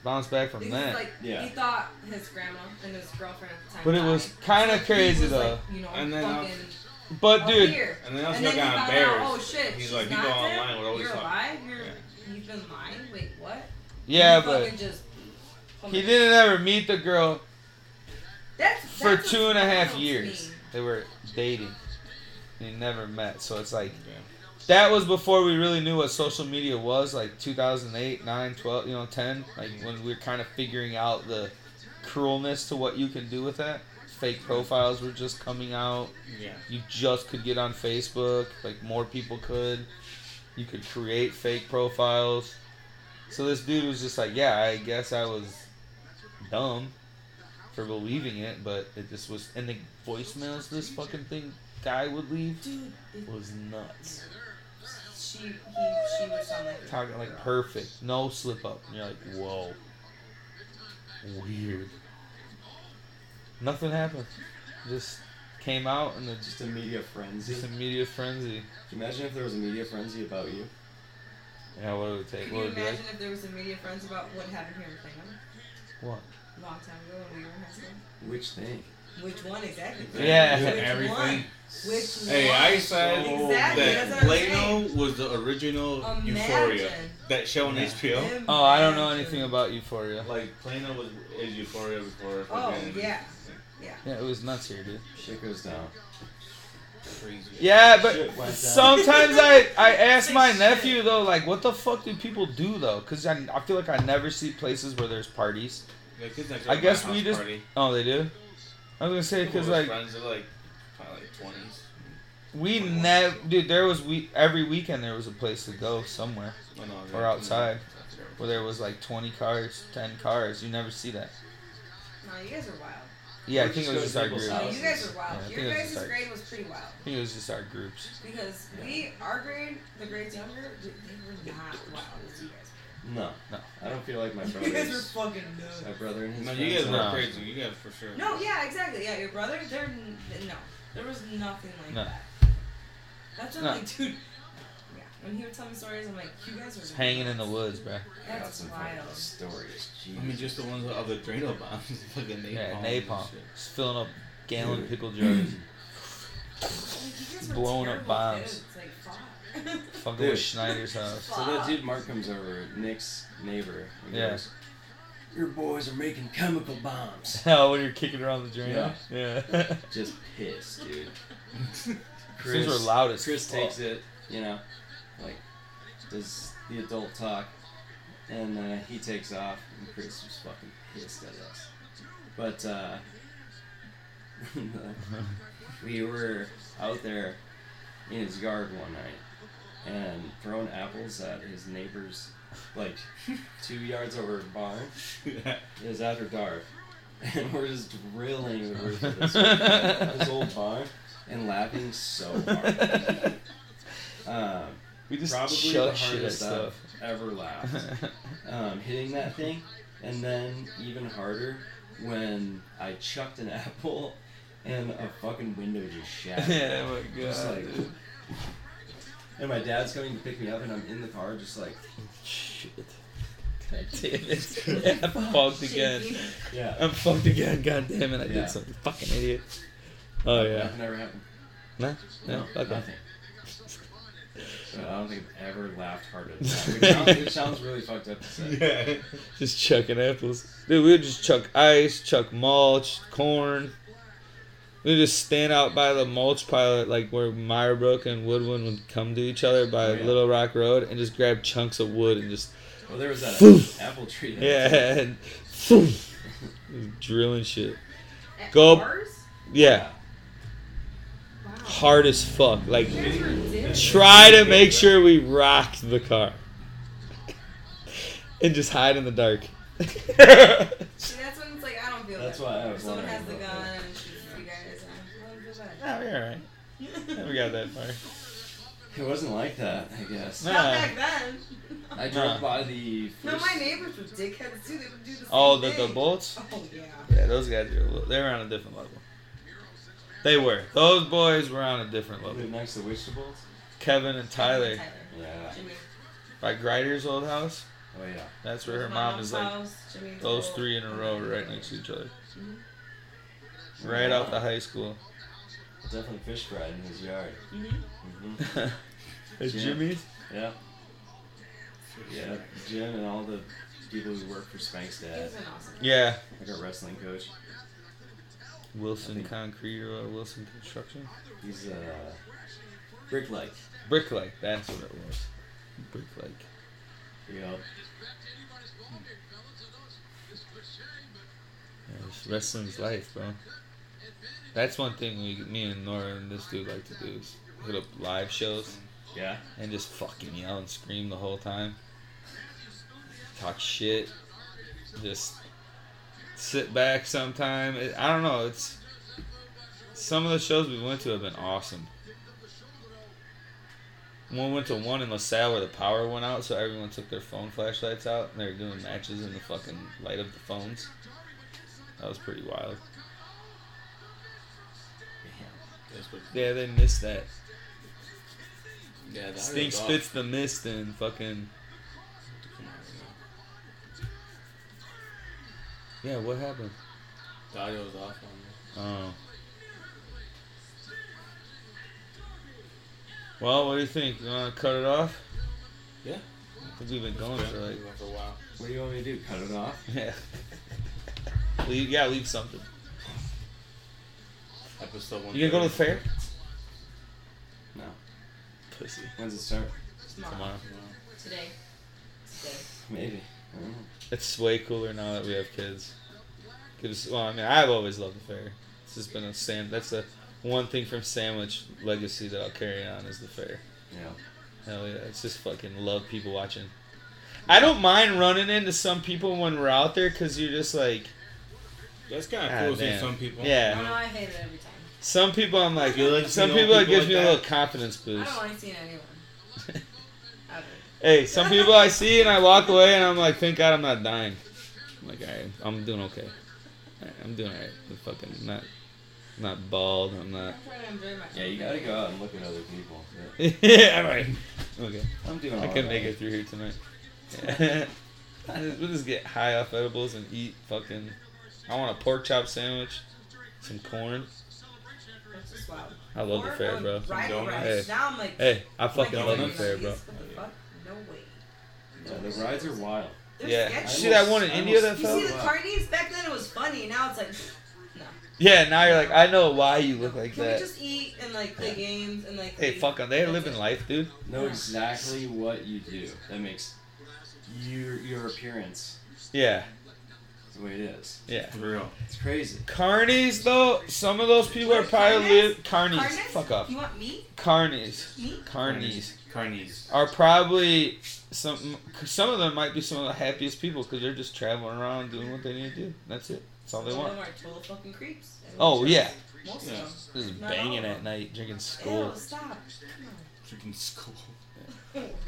Speaker 1: bounce back from
Speaker 4: Because,
Speaker 1: that.
Speaker 4: Like,
Speaker 3: Yeah.
Speaker 4: He thought his grandma and his girlfriend at the time.
Speaker 1: But it was
Speaker 4: died.
Speaker 1: kinda
Speaker 4: So he
Speaker 1: crazy,
Speaker 4: was,
Speaker 1: though.
Speaker 4: Like, you know,
Speaker 7: And then
Speaker 4: fucking
Speaker 1: but
Speaker 4: up
Speaker 1: dude,
Speaker 4: here.
Speaker 7: And then also
Speaker 4: And then he
Speaker 7: got
Speaker 4: found
Speaker 7: embarrassed.
Speaker 4: out, oh shit,
Speaker 7: He's
Speaker 4: she's
Speaker 7: like, you
Speaker 4: not
Speaker 7: go
Speaker 4: dead?
Speaker 7: online with all these
Speaker 4: You're
Speaker 7: fuck.
Speaker 4: alive? You're,
Speaker 7: Yeah.
Speaker 4: You've been lying? Wait, what?
Speaker 1: yeah,
Speaker 4: You
Speaker 1: but
Speaker 4: fucking just-
Speaker 1: he didn't ever meet the girl
Speaker 4: That's, that's
Speaker 1: for
Speaker 4: what's
Speaker 1: two and a half
Speaker 4: wild to
Speaker 1: years.
Speaker 4: me.
Speaker 1: They were dating. They never met, so it's like
Speaker 7: Yeah.
Speaker 1: that was before we really knew what social media was, like 2008, 9, 12, you know, 10, like when we were kind of figuring out the cruelness to what you can do with that. Fake profiles were just coming out.
Speaker 4: oh,
Speaker 7: Yeah.
Speaker 1: you just could get on Facebook, like more people could. You could create fake profiles. So this dude was just like, yeah, I guess I was dumb for believing it, but it just was. And the voicemails this fucking thing guy would leave
Speaker 4: Dude, it,
Speaker 1: was nuts.
Speaker 4: she he she would sound like
Speaker 1: Talking like perfect, no slip up. And you're like, whoa, weird. Nothing happened. Just came out and then just
Speaker 3: Just a media frenzy.
Speaker 1: just a media frenzy.
Speaker 3: Imagine if there was a media frenzy about you.
Speaker 1: Yeah, what would it
Speaker 4: Could
Speaker 1: take?
Speaker 4: you
Speaker 1: What would it be
Speaker 4: imagine
Speaker 1: like?
Speaker 4: if there was a media friends about what happened here in Cleveland?
Speaker 1: What?
Speaker 4: A long time ago when we were in high school.
Speaker 3: Which thing?
Speaker 4: Which one exactly?
Speaker 1: Yeah.
Speaker 4: Which
Speaker 2: Everything.
Speaker 4: One? Which one?
Speaker 2: Hey, I said
Speaker 4: Exactly, that's
Speaker 2: that
Speaker 4: what I'm saying.
Speaker 2: Plano was the original
Speaker 4: Imagine.
Speaker 2: Euphoria. That show on
Speaker 1: Yeah.
Speaker 2: HBO.
Speaker 1: [LAUGHS] Oh, I don't know anything about Euphoria.
Speaker 2: Like Plano was is Euphoria before.
Speaker 4: Oh,
Speaker 2: fucking-
Speaker 4: yeah.
Speaker 1: Yeah, it was nuts here, dude.
Speaker 3: Shit goes down.
Speaker 2: Crazy.
Speaker 1: Yeah, but
Speaker 3: Shit went down.
Speaker 1: sometimes I, I ask
Speaker 4: Say
Speaker 1: my
Speaker 4: shit.
Speaker 1: nephew though, like, what the fuck do people do though? Cause I, I feel like I never see places where there's parties.
Speaker 2: The kids next
Speaker 1: I
Speaker 2: to
Speaker 1: guess
Speaker 2: my
Speaker 1: we
Speaker 2: house
Speaker 1: just-
Speaker 2: party.
Speaker 1: Oh, they do. I was gonna say
Speaker 2: People
Speaker 1: because
Speaker 2: with
Speaker 1: like
Speaker 2: friends are like probably like twenties.
Speaker 1: we never, dude. There was we every weekend there was a place to go somewhere
Speaker 2: Oh, no,
Speaker 1: Or outside. where there was like twenty cars, ten cars. You never see that.
Speaker 4: No, you guys are wild.
Speaker 1: Yeah, I
Speaker 3: Or
Speaker 1: think it
Speaker 3: just
Speaker 1: was just
Speaker 3: go to
Speaker 1: our
Speaker 3: people's
Speaker 1: group.
Speaker 4: Oh,
Speaker 1: I
Speaker 3: houses.
Speaker 4: you guys are wild.
Speaker 1: Yeah, I think
Speaker 4: Your
Speaker 1: it was
Speaker 4: guys'
Speaker 1: just like-
Speaker 4: grade was pretty wild.
Speaker 1: think it was just our groups.
Speaker 4: Because we, our grade, the grades younger, they were not wild as you guys.
Speaker 3: No.
Speaker 1: No.
Speaker 3: I don't feel like my
Speaker 4: [LAUGHS] You guys were
Speaker 3: brothers.
Speaker 4: fucking
Speaker 3: my
Speaker 4: nuts.
Speaker 3: brother and his
Speaker 2: No,
Speaker 3: friends
Speaker 2: you guys
Speaker 3: are-
Speaker 2: were
Speaker 1: No.
Speaker 2: crazy. You guys for sure.
Speaker 4: No, yeah, exactly. Yeah, your brother, there, n- no, there was nothing like
Speaker 1: No.
Speaker 4: that. That's what
Speaker 1: No.
Speaker 4: I'm like, dude. Yeah, when he would tell me stories, I'm like, you guys are
Speaker 1: Just hanging in the woods, bro.
Speaker 3: got
Speaker 4: That's
Speaker 3: some fucking
Speaker 4: wild.
Speaker 3: stories.
Speaker 2: I mean, just the ones of the Drano bombs,
Speaker 7: [LAUGHS]
Speaker 2: fucking napalm.
Speaker 1: Yeah,
Speaker 2: and
Speaker 1: napalm,
Speaker 2: shit.
Speaker 1: just filling up gallon pickle
Speaker 3: [CLEARS THROAT]
Speaker 1: jars,
Speaker 4: Like, you guys were
Speaker 1: Blowing up
Speaker 4: terrible
Speaker 1: bombs.
Speaker 4: kids,
Speaker 3: [LAUGHS]
Speaker 4: Like, fuck.
Speaker 1: fucking with
Speaker 3: Dude.
Speaker 1: Schneider's house. [LAUGHS]
Speaker 3: So that dude Mark comes over, Nick's neighbor. and
Speaker 1: Yeah.
Speaker 3: goes, Your boys are making chemical bombs.
Speaker 1: Oh, when you're kicking around the drain.
Speaker 3: Yeah. [LAUGHS]
Speaker 1: Yeah.
Speaker 3: Just pissed, dude.
Speaker 1: These were loud as
Speaker 3: Chris
Speaker 1: fuck.
Speaker 3: takes it, you know, like does the adult talk, and uh, he takes off, and Chris was fucking pissed at us. But uh, [LAUGHS] we were out there in his yard one night and throwing apples at his neighbor's, like [LAUGHS] two yards over barn.
Speaker 2: Yeah.
Speaker 3: It was after dark, [LAUGHS] and we're just drilling the roof of this, this old barn and laughing so hard. Um,
Speaker 1: we just
Speaker 3: probably the
Speaker 1: chuck shit at
Speaker 3: hardest I've
Speaker 1: stuff. [LAUGHS]
Speaker 3: ever laughed. um, hitting that thing, and then even harder when I chucked an [LAUGHS] apple and a fucking window just shattered.
Speaker 1: [LAUGHS] yeah, my god.
Speaker 3: Just like,
Speaker 1: dude.
Speaker 3: and my dad's coming to pick me up, and I'm in the car, just like,
Speaker 1: Shit. God
Speaker 3: [LAUGHS]
Speaker 1: damn it. [LAUGHS] Yeah, I'm fucked
Speaker 4: [LAUGHS]
Speaker 1: again.
Speaker 4: Shaking.
Speaker 3: yeah.
Speaker 1: I'm fucked again. God damn it. I
Speaker 3: Yeah.
Speaker 1: did something. Fucking idiot. Oh, yeah.
Speaker 3: That never happened.
Speaker 1: No? No? Okay.
Speaker 3: nothing. So I don't think I've ever laughed harder than
Speaker 1: [LAUGHS]
Speaker 3: that. Which sounds, which sounds really fucked up to say.
Speaker 2: yeah.
Speaker 1: Just chucking apples. Dude, we would just chuck ice, chuck mulch, corn. We would just stand out by the mulch pile, at, like where Meyerbrook and Woodwind would come to each other by
Speaker 3: Oh, yeah.
Speaker 1: Little Rock Road, and just grab chunks of wood and just
Speaker 3: Well, there was that
Speaker 1: Poof.
Speaker 3: apple tree. That
Speaker 1: yeah, [LAUGHS] and just drilling shit.
Speaker 4: At
Speaker 1: Go-
Speaker 4: bars?
Speaker 1: Yeah,
Speaker 4: Wow.
Speaker 1: hard as fuck. Like
Speaker 4: You guys were dicks.
Speaker 1: try to make sure we rocked the car, and just hide in the dark. [LAUGHS]
Speaker 4: See, that's when it's like, I don't feel
Speaker 3: That's
Speaker 4: bad.
Speaker 3: why I was
Speaker 4: Someone
Speaker 3: wondering
Speaker 4: has the
Speaker 3: about
Speaker 4: gun
Speaker 3: that.
Speaker 4: and shoots you guys. I don't feel bad.
Speaker 1: Oh, you're alright.
Speaker 4: [LAUGHS]
Speaker 1: Never got that far.
Speaker 3: It wasn't like that, I guess.
Speaker 1: No.
Speaker 4: Not back then.
Speaker 3: I
Speaker 1: No.
Speaker 3: drove by the.
Speaker 4: No,
Speaker 3: First,
Speaker 4: my neighbors were dickheads too. They would do the same
Speaker 1: Oh, the, the
Speaker 4: thing.
Speaker 1: bolts?
Speaker 4: Oh yeah.
Speaker 1: Yeah, those guys are a little, they were on a different level. They were. Those boys were on a different
Speaker 3: I
Speaker 1: level.
Speaker 3: lived next to Vegetables.
Speaker 1: Kevin and Tyler
Speaker 3: Yeah.
Speaker 4: Jimmy.
Speaker 1: by Grider's old house.
Speaker 3: Oh yeah.
Speaker 1: That's where her
Speaker 4: My
Speaker 1: mom
Speaker 4: mom's
Speaker 1: is like
Speaker 4: house, Jimmy's
Speaker 1: those
Speaker 4: old-
Speaker 1: three in a row right next to each other.
Speaker 4: Mhm.
Speaker 1: Right out the high school.
Speaker 3: Definitely fish fried in his yard.
Speaker 4: Mhm.
Speaker 3: [LAUGHS] hmm
Speaker 1: It's
Speaker 3: Yeah.
Speaker 1: Jimmy's?
Speaker 3: Yeah. Yeah. Jim and all the people who work for Spank's
Speaker 4: He
Speaker 3: dad,
Speaker 4: was an awesome.
Speaker 1: Yeah.
Speaker 3: like a wrestling coach.
Speaker 1: Wilson Concrete or uh, Wilson Construction?
Speaker 3: He's uh, brick like.
Speaker 1: Bricklake, that's what it was. Bricklake.
Speaker 3: You know.
Speaker 1: Yeah, it's wrestling's life, bro. That's one thing we, me and Nora and this dude like to do is hit up live shows.
Speaker 3: Yeah.
Speaker 1: and just fucking yell and scream the whole time. talk shit, just sit back sometime. It, I don't know. It's some of the shows we went to have been awesome. One went to one in LaSalle where the power went out, so everyone took their phone flashlights out and they were doing matches in the fucking light of the phones. That was pretty wild.
Speaker 7: That's what,
Speaker 1: Yeah, they missed that.
Speaker 7: yeah, that
Speaker 1: Stink
Speaker 7: was off.
Speaker 1: spits the mist and fucking.
Speaker 7: Come on, you
Speaker 1: Yeah, what happened?
Speaker 7: know. The audio was off on
Speaker 1: Oh. Well, what do you think? You want to cut it off?
Speaker 7: me. Yeah.
Speaker 1: Because we've been going
Speaker 7: yeah.
Speaker 1: for
Speaker 7: [LAUGHS]
Speaker 1: like.
Speaker 7: we went for a while.
Speaker 3: What do you want me to do? Cut it off?
Speaker 1: Yeah. leave, yeah, leave something.
Speaker 7: Episode one.
Speaker 1: You gonna go to the fair?
Speaker 3: No.
Speaker 1: Pussy.
Speaker 3: When's it start? [LAUGHS]
Speaker 4: Tomorrow.
Speaker 1: Tomorrow.
Speaker 4: Today. Today.
Speaker 3: Maybe. I don't know.
Speaker 1: It's way cooler now that we have kids. 'Cause, well, I mean, I've always loved the fair. It's just been a Sam. That's the one thing from Sandwich legacy that I'll carry on is the fair.
Speaker 3: Yeah.
Speaker 1: Hell yeah, it's just fucking love people watching. I don't mind running into some people when we're out there because you're just like
Speaker 7: That's kind of
Speaker 1: Ah,
Speaker 7: cool seeing
Speaker 1: damn.
Speaker 7: some people.
Speaker 1: Yeah.
Speaker 4: Oh
Speaker 7: You
Speaker 4: no,
Speaker 7: know?
Speaker 4: I hate it every time.
Speaker 1: some people. I'm like,
Speaker 7: You like to
Speaker 1: some
Speaker 7: see old
Speaker 1: people. It
Speaker 7: people
Speaker 1: gives
Speaker 7: like
Speaker 1: me a
Speaker 7: that?
Speaker 1: little confidence
Speaker 4: I
Speaker 1: boost.
Speaker 4: don't like seeing anyone.
Speaker 1: [LAUGHS]
Speaker 4: Ever.
Speaker 1: Hey, some people I see and I walk away and I'm like, thank God I'm not dying. I'm like, alright, I'm doing okay. Alright, I'm doing alright. I'm fucking not, not bald. I'm not. [LAUGHS]
Speaker 4: I'm trying to enjoy myself.
Speaker 3: Yeah, you gotta go out and look at other people. Yeah.
Speaker 1: alright. Okay.
Speaker 3: I'm doing
Speaker 1: I
Speaker 3: all
Speaker 1: can make
Speaker 3: right.
Speaker 1: it through here tonight. [LAUGHS] Yeah. we'll just get high off edibles and eat fucking. I want a pork chop sandwich, some corn.
Speaker 4: That's just wild.
Speaker 1: I love the
Speaker 4: Or
Speaker 1: fair,
Speaker 4: going
Speaker 1: bro.
Speaker 4: Right,
Speaker 7: Some
Speaker 4: right.
Speaker 1: donuts.
Speaker 4: Now I'm like,
Speaker 1: Hey, I fucking
Speaker 4: like,
Speaker 1: love the
Speaker 4: donuts.
Speaker 1: fair, bro.
Speaker 4: What the fuck? No way.
Speaker 3: Yeah, the rides are wild.
Speaker 4: They're
Speaker 1: Yeah.
Speaker 4: sketchy.
Speaker 1: See that one in
Speaker 3: I
Speaker 1: India that
Speaker 3: almost-
Speaker 4: You
Speaker 1: fell?
Speaker 4: see the carnies back then? It was funny. Now it's like, no.
Speaker 1: Yeah, now you're like, I know why you [LAUGHS] look like
Speaker 4: Can we
Speaker 1: that.
Speaker 4: just eat and like play games and like?
Speaker 1: Hey,
Speaker 4: leave?
Speaker 1: fuck them. They live in life, dude.
Speaker 3: Know exactly what you do. That makes your your appearance
Speaker 1: Yeah,
Speaker 3: the way it is.
Speaker 1: yeah.
Speaker 7: For real.
Speaker 3: It's crazy.
Speaker 1: Carnies though, some of those people are
Speaker 4: What,
Speaker 1: probably
Speaker 4: carnies?
Speaker 1: live carnies.
Speaker 4: Carnies?
Speaker 1: Fuck off.
Speaker 4: You want meat?
Speaker 1: Carnies,
Speaker 4: Meat?
Speaker 1: carnies
Speaker 7: Carnies.
Speaker 1: are probably some. Some of them might be some of the happiest people because they're just traveling around doing what they need to do. That's it. That's all they
Speaker 4: Some of
Speaker 1: want.
Speaker 4: them are total fucking creeps.
Speaker 1: Oh yeah,
Speaker 4: Most
Speaker 7: Yeah.
Speaker 4: of
Speaker 1: just banging at night, drinking
Speaker 4: them.
Speaker 1: skull.
Speaker 4: Ew, stop.
Speaker 7: Freaking school.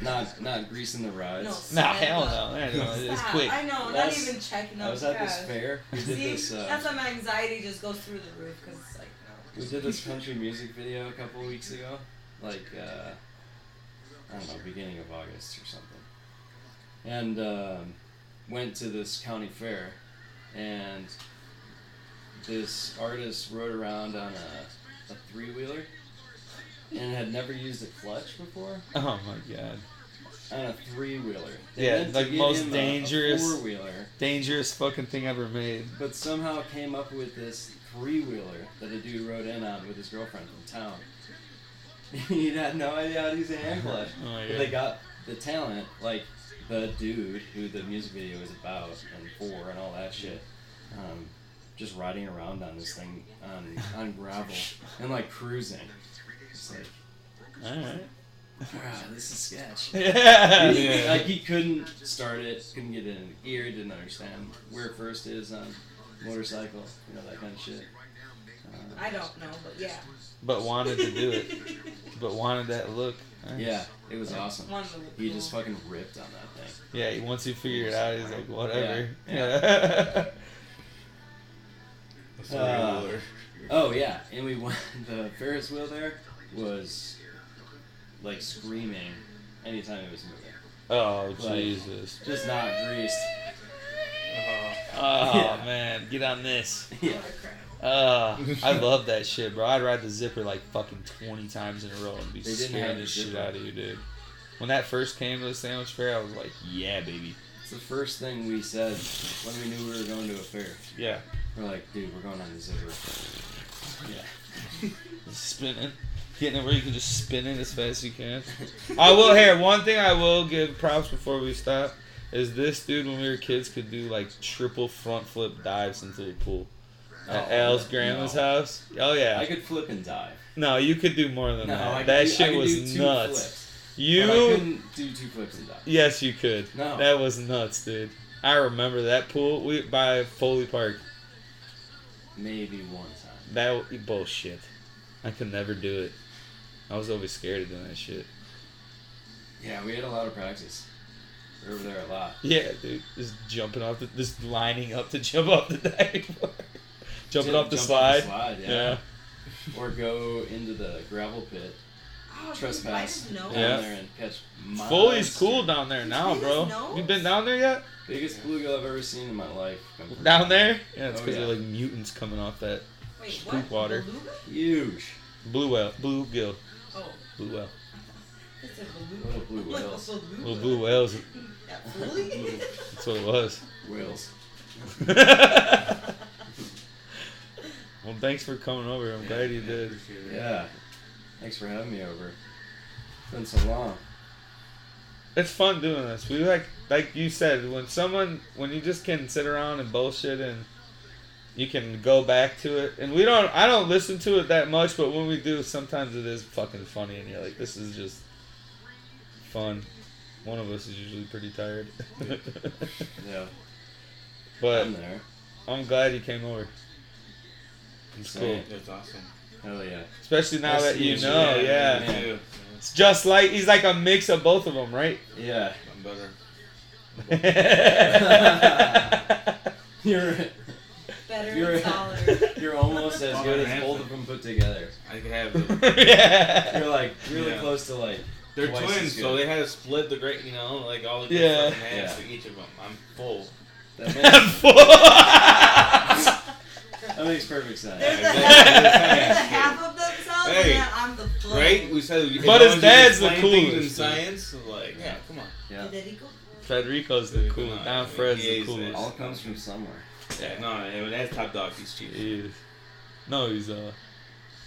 Speaker 3: Not not greasing the rides.
Speaker 4: No,
Speaker 1: Nah, hell no. There you go. It's
Speaker 4: Stop.
Speaker 1: quick.
Speaker 4: I know. Not
Speaker 3: Last-
Speaker 4: even checking.
Speaker 3: I
Speaker 4: up
Speaker 3: was at this
Speaker 4: crowds.
Speaker 3: fair. We did
Speaker 4: See,
Speaker 3: this. Uh,
Speaker 4: that's why my anxiety just goes through the roof because it's like, no.
Speaker 3: we did this country music video a couple weeks ago, like uh, I don't know, beginning of August or something, and um went to this county fair, and this artist rode around on a, a three wheeler, and had never used a clutch before
Speaker 1: Oh my god.
Speaker 3: on a three wheeler.
Speaker 1: Yeah, like most dangerous-
Speaker 3: four wheeler.
Speaker 1: Dangerous fucking thing ever made.
Speaker 3: But somehow came up with this three wheeler that a dude rode in on with his girlfriend from town. [LAUGHS] he had no idea how to use a hand clutch.
Speaker 1: Oh my
Speaker 3: But they
Speaker 1: God.
Speaker 3: got the talent, like the dude who the music video is about and for and all that shit. Um, just riding around on this thing on, on gravel and like cruising. It's like,
Speaker 1: All right.
Speaker 3: "Ah, this is sketch.
Speaker 1: Yeah.
Speaker 7: Yeah.
Speaker 3: Like he couldn't start it, couldn't get it in the gear, didn't understand where first is on motorcycle, you know that kind of shit. Uh,
Speaker 4: I don't know, but yeah.
Speaker 1: But [LAUGHS] wanted to do
Speaker 4: [LAUGHS]
Speaker 1: it. But wanted that look. All right.
Speaker 3: yeah, it was awesome.
Speaker 4: One of the
Speaker 3: He just fucking ripped on that thing.
Speaker 1: Yeah, he- once you figure it out, he's like, whatever.
Speaker 3: Yeah,
Speaker 1: Yeah.
Speaker 7: That's a
Speaker 3: Uh,
Speaker 7: regular.
Speaker 3: Oh yeah, and we went. [LAUGHS] The Ferris wheel there was like screaming anytime it was moving.
Speaker 1: [LAUGHS] oh,
Speaker 3: Like-
Speaker 1: Jesus.
Speaker 3: Just not greased. [LAUGHS]
Speaker 1: Oh,
Speaker 3: Yeah.
Speaker 1: man. Get on this.
Speaker 3: Yeah,
Speaker 1: Uh,
Speaker 3: [LAUGHS]
Speaker 1: I love that shit, bro. I'd ride the zipper like fucking 20 times in a row and be
Speaker 3: They didn't
Speaker 1: scared
Speaker 3: have
Speaker 1: the
Speaker 3: the
Speaker 1: shit
Speaker 3: zipper.
Speaker 1: out of you, dude. When that first came to the sandwich fair, I was like, yeah, baby.
Speaker 3: it's the first thing we said when we knew we were going to a fair.
Speaker 1: Yeah.
Speaker 3: We're like, dude, we're going on the zipper. Yeah. [LAUGHS]
Speaker 1: spinning, getting it where you can just spin it as fast as you
Speaker 3: [LAUGHS]
Speaker 1: can. I will here. One thing I will give props before we stop is this dude when we were kids could do like triple front flip dives into the pool at
Speaker 3: Oh,
Speaker 1: Al's
Speaker 3: no.
Speaker 1: grandma's house. Oh yeah,
Speaker 3: I could flip and dive.
Speaker 1: no, you could do more than
Speaker 3: No, I
Speaker 1: that.
Speaker 3: could
Speaker 1: That
Speaker 3: do- I
Speaker 1: shit
Speaker 3: could do
Speaker 1: was
Speaker 3: two
Speaker 1: nuts.
Speaker 3: flips. But I
Speaker 1: You.
Speaker 3: couldn't do two flips and die.
Speaker 1: Yes, you could.
Speaker 3: No.
Speaker 1: That was nuts, dude. I remember that pool we by Foley Park.
Speaker 3: Maybe one time.
Speaker 1: That w- bullshit. I could never do it. I was always scared of doing that shit.
Speaker 3: Yeah, we had a lot of practice. We were over there a lot.
Speaker 1: Yeah, dude, just jumping off the, just lining up to [LAUGHS] jump off the diving board, jumping
Speaker 3: Ju-
Speaker 1: off the
Speaker 3: jump
Speaker 1: slide. Yeah.
Speaker 3: yeah. Or go into the gravel pit,
Speaker 4: Oh,
Speaker 3: trespass
Speaker 4: You
Speaker 3: down
Speaker 4: guys know?
Speaker 1: Yeah.
Speaker 3: there and catch. monster.
Speaker 1: Foley's cool down there now,
Speaker 4: His
Speaker 1: bro.
Speaker 4: nose?
Speaker 1: You been down there yet?
Speaker 3: Biggest bluegill I've ever seen in my life.
Speaker 1: Down there? Yeah, it's
Speaker 3: Oh,
Speaker 1: because
Speaker 3: yeah.
Speaker 1: they're like mutants coming off that
Speaker 4: Wait,
Speaker 1: Spook
Speaker 4: what?
Speaker 1: water.
Speaker 4: Beluga?
Speaker 3: Huge.
Speaker 1: blue whale, blue gill,
Speaker 4: Oh,
Speaker 1: blue whale.
Speaker 4: it's a beluga.
Speaker 3: Little
Speaker 4: [LAUGHS]
Speaker 3: blue
Speaker 4: Like a
Speaker 3: whales.
Speaker 4: beluga.
Speaker 1: Little blue
Speaker 4: [LAUGHS]
Speaker 1: whales.
Speaker 4: That
Speaker 3: [LAUGHS]
Speaker 4: fully? [LAUGHS]
Speaker 1: That's what it was.
Speaker 3: Whales.
Speaker 1: [LAUGHS] well, thanks for coming over. I'm glad you
Speaker 7: Yeah,
Speaker 1: did.
Speaker 7: appreciate it.
Speaker 3: Yeah. Thanks for having me over. It's been so long.
Speaker 1: It's fun doing this. We like, like you said, when someone, when you just can sit around and bullshit and you can go back to it. And we don't, I don't listen to it that much, but when we do, sometimes it is fucking funny and you're like, this is just fun. One of us is usually pretty tired. [LAUGHS]
Speaker 3: Yeah.
Speaker 1: but
Speaker 3: I'm there.
Speaker 1: I'm glad you came over. It's
Speaker 3: Same.
Speaker 1: cool.
Speaker 7: That's awesome.
Speaker 3: Hell yeah.
Speaker 1: Especially now
Speaker 3: Nice
Speaker 1: that
Speaker 3: to
Speaker 1: you
Speaker 3: meet you.
Speaker 1: know,
Speaker 3: Yeah,
Speaker 1: Oh, yeah.
Speaker 3: yeah.
Speaker 7: You too.
Speaker 1: It's just like, he's like a mix of both of them, right?
Speaker 3: Yeah. [LAUGHS]
Speaker 7: I'm better.
Speaker 3: You're
Speaker 4: Better
Speaker 3: You're-
Speaker 4: and
Speaker 3: [LAUGHS]
Speaker 4: taller.
Speaker 3: you're almost as good as
Speaker 7: Fucking
Speaker 3: both of them put together.
Speaker 7: I could have
Speaker 1: [LAUGHS]
Speaker 7: the,
Speaker 1: yeah.
Speaker 3: You're like really
Speaker 7: Yeah.
Speaker 3: close to like
Speaker 7: They're
Speaker 3: Twice as
Speaker 7: twins, so
Speaker 3: good.
Speaker 7: they had to split the great, you know, like all the good
Speaker 1: Yeah.
Speaker 7: stuff in half
Speaker 3: Yeah.
Speaker 7: for each of them. I'm full.
Speaker 1: [LAUGHS]
Speaker 3: that
Speaker 1: I'm
Speaker 3: makes,
Speaker 1: full.
Speaker 3: that makes perfect sense.
Speaker 4: There's a
Speaker 7: exactly.
Speaker 4: half, there's a half of themselves,
Speaker 7: Hey,
Speaker 4: and then I'm the full.
Speaker 7: Right? We said we-
Speaker 1: But
Speaker 7: as
Speaker 1: his
Speaker 7: long
Speaker 1: dad's
Speaker 7: as you
Speaker 1: the
Speaker 7: explain things
Speaker 1: coolest,
Speaker 7: In
Speaker 1: dude.
Speaker 7: science, so, like, yeah, come on.
Speaker 3: Yeah.
Speaker 4: Federico?
Speaker 1: Federico's the coolest. Don Fred's the
Speaker 7: He's
Speaker 3: It
Speaker 1: coolest.
Speaker 3: all comes from somewhere.
Speaker 7: Yeah, no, and when that's top dog, he's cheap.
Speaker 1: He is. No, he's uh,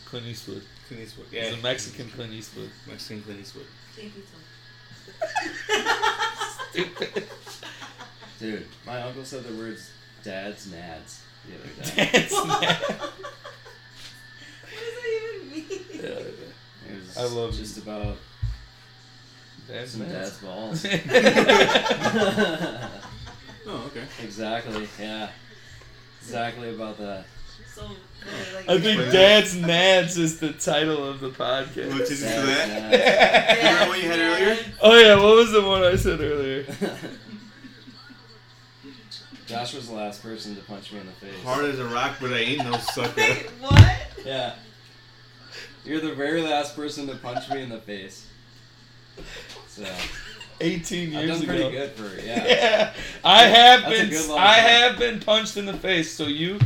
Speaker 1: Clint Eastwood.
Speaker 7: Clint Eastwood. Yeah,
Speaker 1: He's a Mexican Clint
Speaker 3: [LAUGHS]
Speaker 1: Eastwood.
Speaker 7: Mexican Clint Eastwood.
Speaker 4: Thank you so
Speaker 3: Dude, my uncle said the words dad's nads the other
Speaker 1: [LAUGHS]
Speaker 3: day.
Speaker 1: That's
Speaker 4: much. [LAUGHS]
Speaker 1: nasty.
Speaker 4: what does that even mean?
Speaker 1: Yeah,
Speaker 3: It was
Speaker 1: I love
Speaker 3: just about
Speaker 1: that's
Speaker 3: some dad's
Speaker 1: [LAUGHS]
Speaker 3: balls.
Speaker 1: nasty.
Speaker 7: Oh, okay.
Speaker 3: exactly, yeah. Exactly about that. [LAUGHS]
Speaker 4: So, really, like,
Speaker 1: I think Dad's Nads is the title of the podcast.
Speaker 8: Listen to that.
Speaker 3: Dad's
Speaker 8: Remember what you had earlier?
Speaker 1: [LAUGHS] Oh yeah, what was the one I said earlier?
Speaker 3: nads. Josh was the last person to punch me in the face.
Speaker 8: Hard as a rock, but I ain't no sucker.
Speaker 4: [LAUGHS] Wait, what?
Speaker 3: Yeah. You're the very last person to punch me in the face. So
Speaker 1: 18
Speaker 3: I've
Speaker 1: years
Speaker 3: done
Speaker 1: ago.
Speaker 3: pretty good for yeah.
Speaker 1: [LAUGHS] Yeah, I have
Speaker 3: That's a good
Speaker 1: been
Speaker 3: long
Speaker 1: I
Speaker 3: time.
Speaker 1: have been punched in the face. So you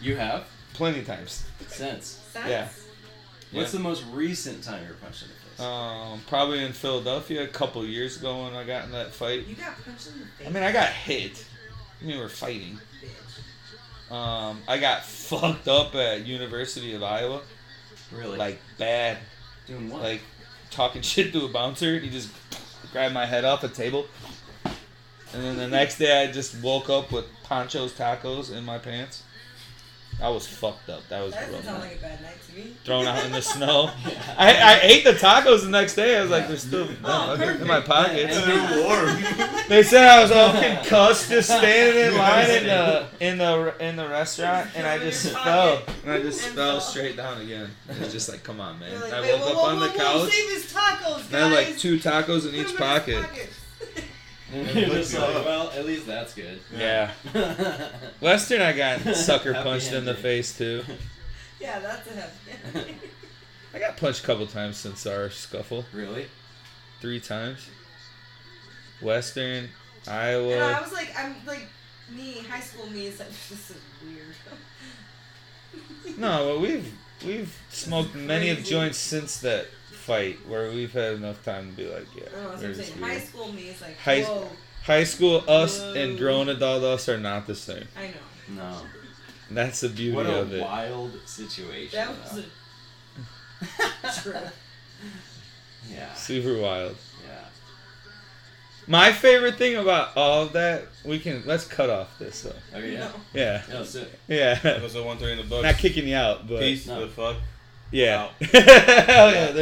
Speaker 3: You have
Speaker 1: plenty times.
Speaker 3: since.
Speaker 4: Sense?
Speaker 1: Yeah.
Speaker 3: What's the most recent time you were punched in the face?
Speaker 1: Um, probably in Philadelphia a couple years ago when I got in that fight.
Speaker 4: You got punched in the face.
Speaker 1: I mean, I got hit. I mean, we were fighting. Um, I got fucked up at University of Iowa,
Speaker 3: really?
Speaker 1: like bad,
Speaker 3: doing what? [LAUGHS]
Speaker 1: like [LAUGHS] talking shit to a bouncer. and He just grabbed my head off a table. And then the next day, I just woke up with Pancho's tacos in my pants. I was fucked up. That was
Speaker 4: That
Speaker 1: real
Speaker 4: doesn't sound
Speaker 1: nice.
Speaker 4: like a bad night to me.
Speaker 1: thrown out in the snow.
Speaker 3: Yeah.
Speaker 1: I, I ate the tacos the next day. I was like, they're still
Speaker 4: Oh, perfect.
Speaker 1: in my
Speaker 3: Yeah,
Speaker 1: pockets.
Speaker 8: And they're warm.
Speaker 1: They said I was all concussed, just standing in line in the in the in the restaurant, and I just fell. And I just fell straight down again. It was just like, come on, man.
Speaker 4: You're like,
Speaker 1: I
Speaker 4: wait,
Speaker 1: woke
Speaker 4: whoa,
Speaker 1: up
Speaker 4: whoa,
Speaker 1: on the
Speaker 4: whoa, whoa,
Speaker 1: couch.
Speaker 4: Save his tacos, guys.
Speaker 1: And I had like two tacos in
Speaker 4: Put 'em
Speaker 1: each
Speaker 4: his
Speaker 1: pocket.
Speaker 4: pockets.
Speaker 3: And you're just like, well, at least that's good. [LAUGHS]
Speaker 1: Yeah. Western, I got
Speaker 4: [LAUGHS]
Speaker 1: sucker punched in the
Speaker 3: Happy ending.
Speaker 1: face too.
Speaker 4: [LAUGHS] yeah, that's a heavy.
Speaker 1: [LAUGHS] I got punched a couple times since our scuffle.
Speaker 3: really?
Speaker 1: Three times. Western,
Speaker 4: and I
Speaker 1: Iowa.
Speaker 4: was like, I'm like, me, high school me is like, [LAUGHS] this is weird. [LAUGHS]
Speaker 1: No, well, we've we've smoked many of
Speaker 4: crazy.
Speaker 1: joints since that fight where we've had enough time to be like, yeah,
Speaker 4: Oh, I don't know, that's what I'm
Speaker 1: there's this
Speaker 4: saying. High
Speaker 1: weird.
Speaker 4: school me is like,
Speaker 1: High-
Speaker 4: whoa,
Speaker 1: High school us and
Speaker 4: Whoa.
Speaker 1: grown adult us are not the same.
Speaker 4: I know.
Speaker 3: No.
Speaker 1: That's the beauty
Speaker 3: What
Speaker 1: of
Speaker 3: a
Speaker 1: it.
Speaker 3: wild situation.
Speaker 4: That was a [LAUGHS] trip.
Speaker 3: yeah.
Speaker 1: Super wild.
Speaker 3: Yeah.
Speaker 1: My favorite thing about all of that, we can let's cut off this though.
Speaker 3: Okay. Oh, Yeah.
Speaker 4: [LAUGHS] No.
Speaker 1: Yeah,
Speaker 3: No, so,
Speaker 1: yeah. [LAUGHS]
Speaker 7: Episode 130 in the book.
Speaker 1: not kicking you out, but
Speaker 7: Peace
Speaker 3: No.
Speaker 7: the fuck.
Speaker 1: [LAUGHS] yeah.
Speaker 7: Out.
Speaker 1: oh yeah, thank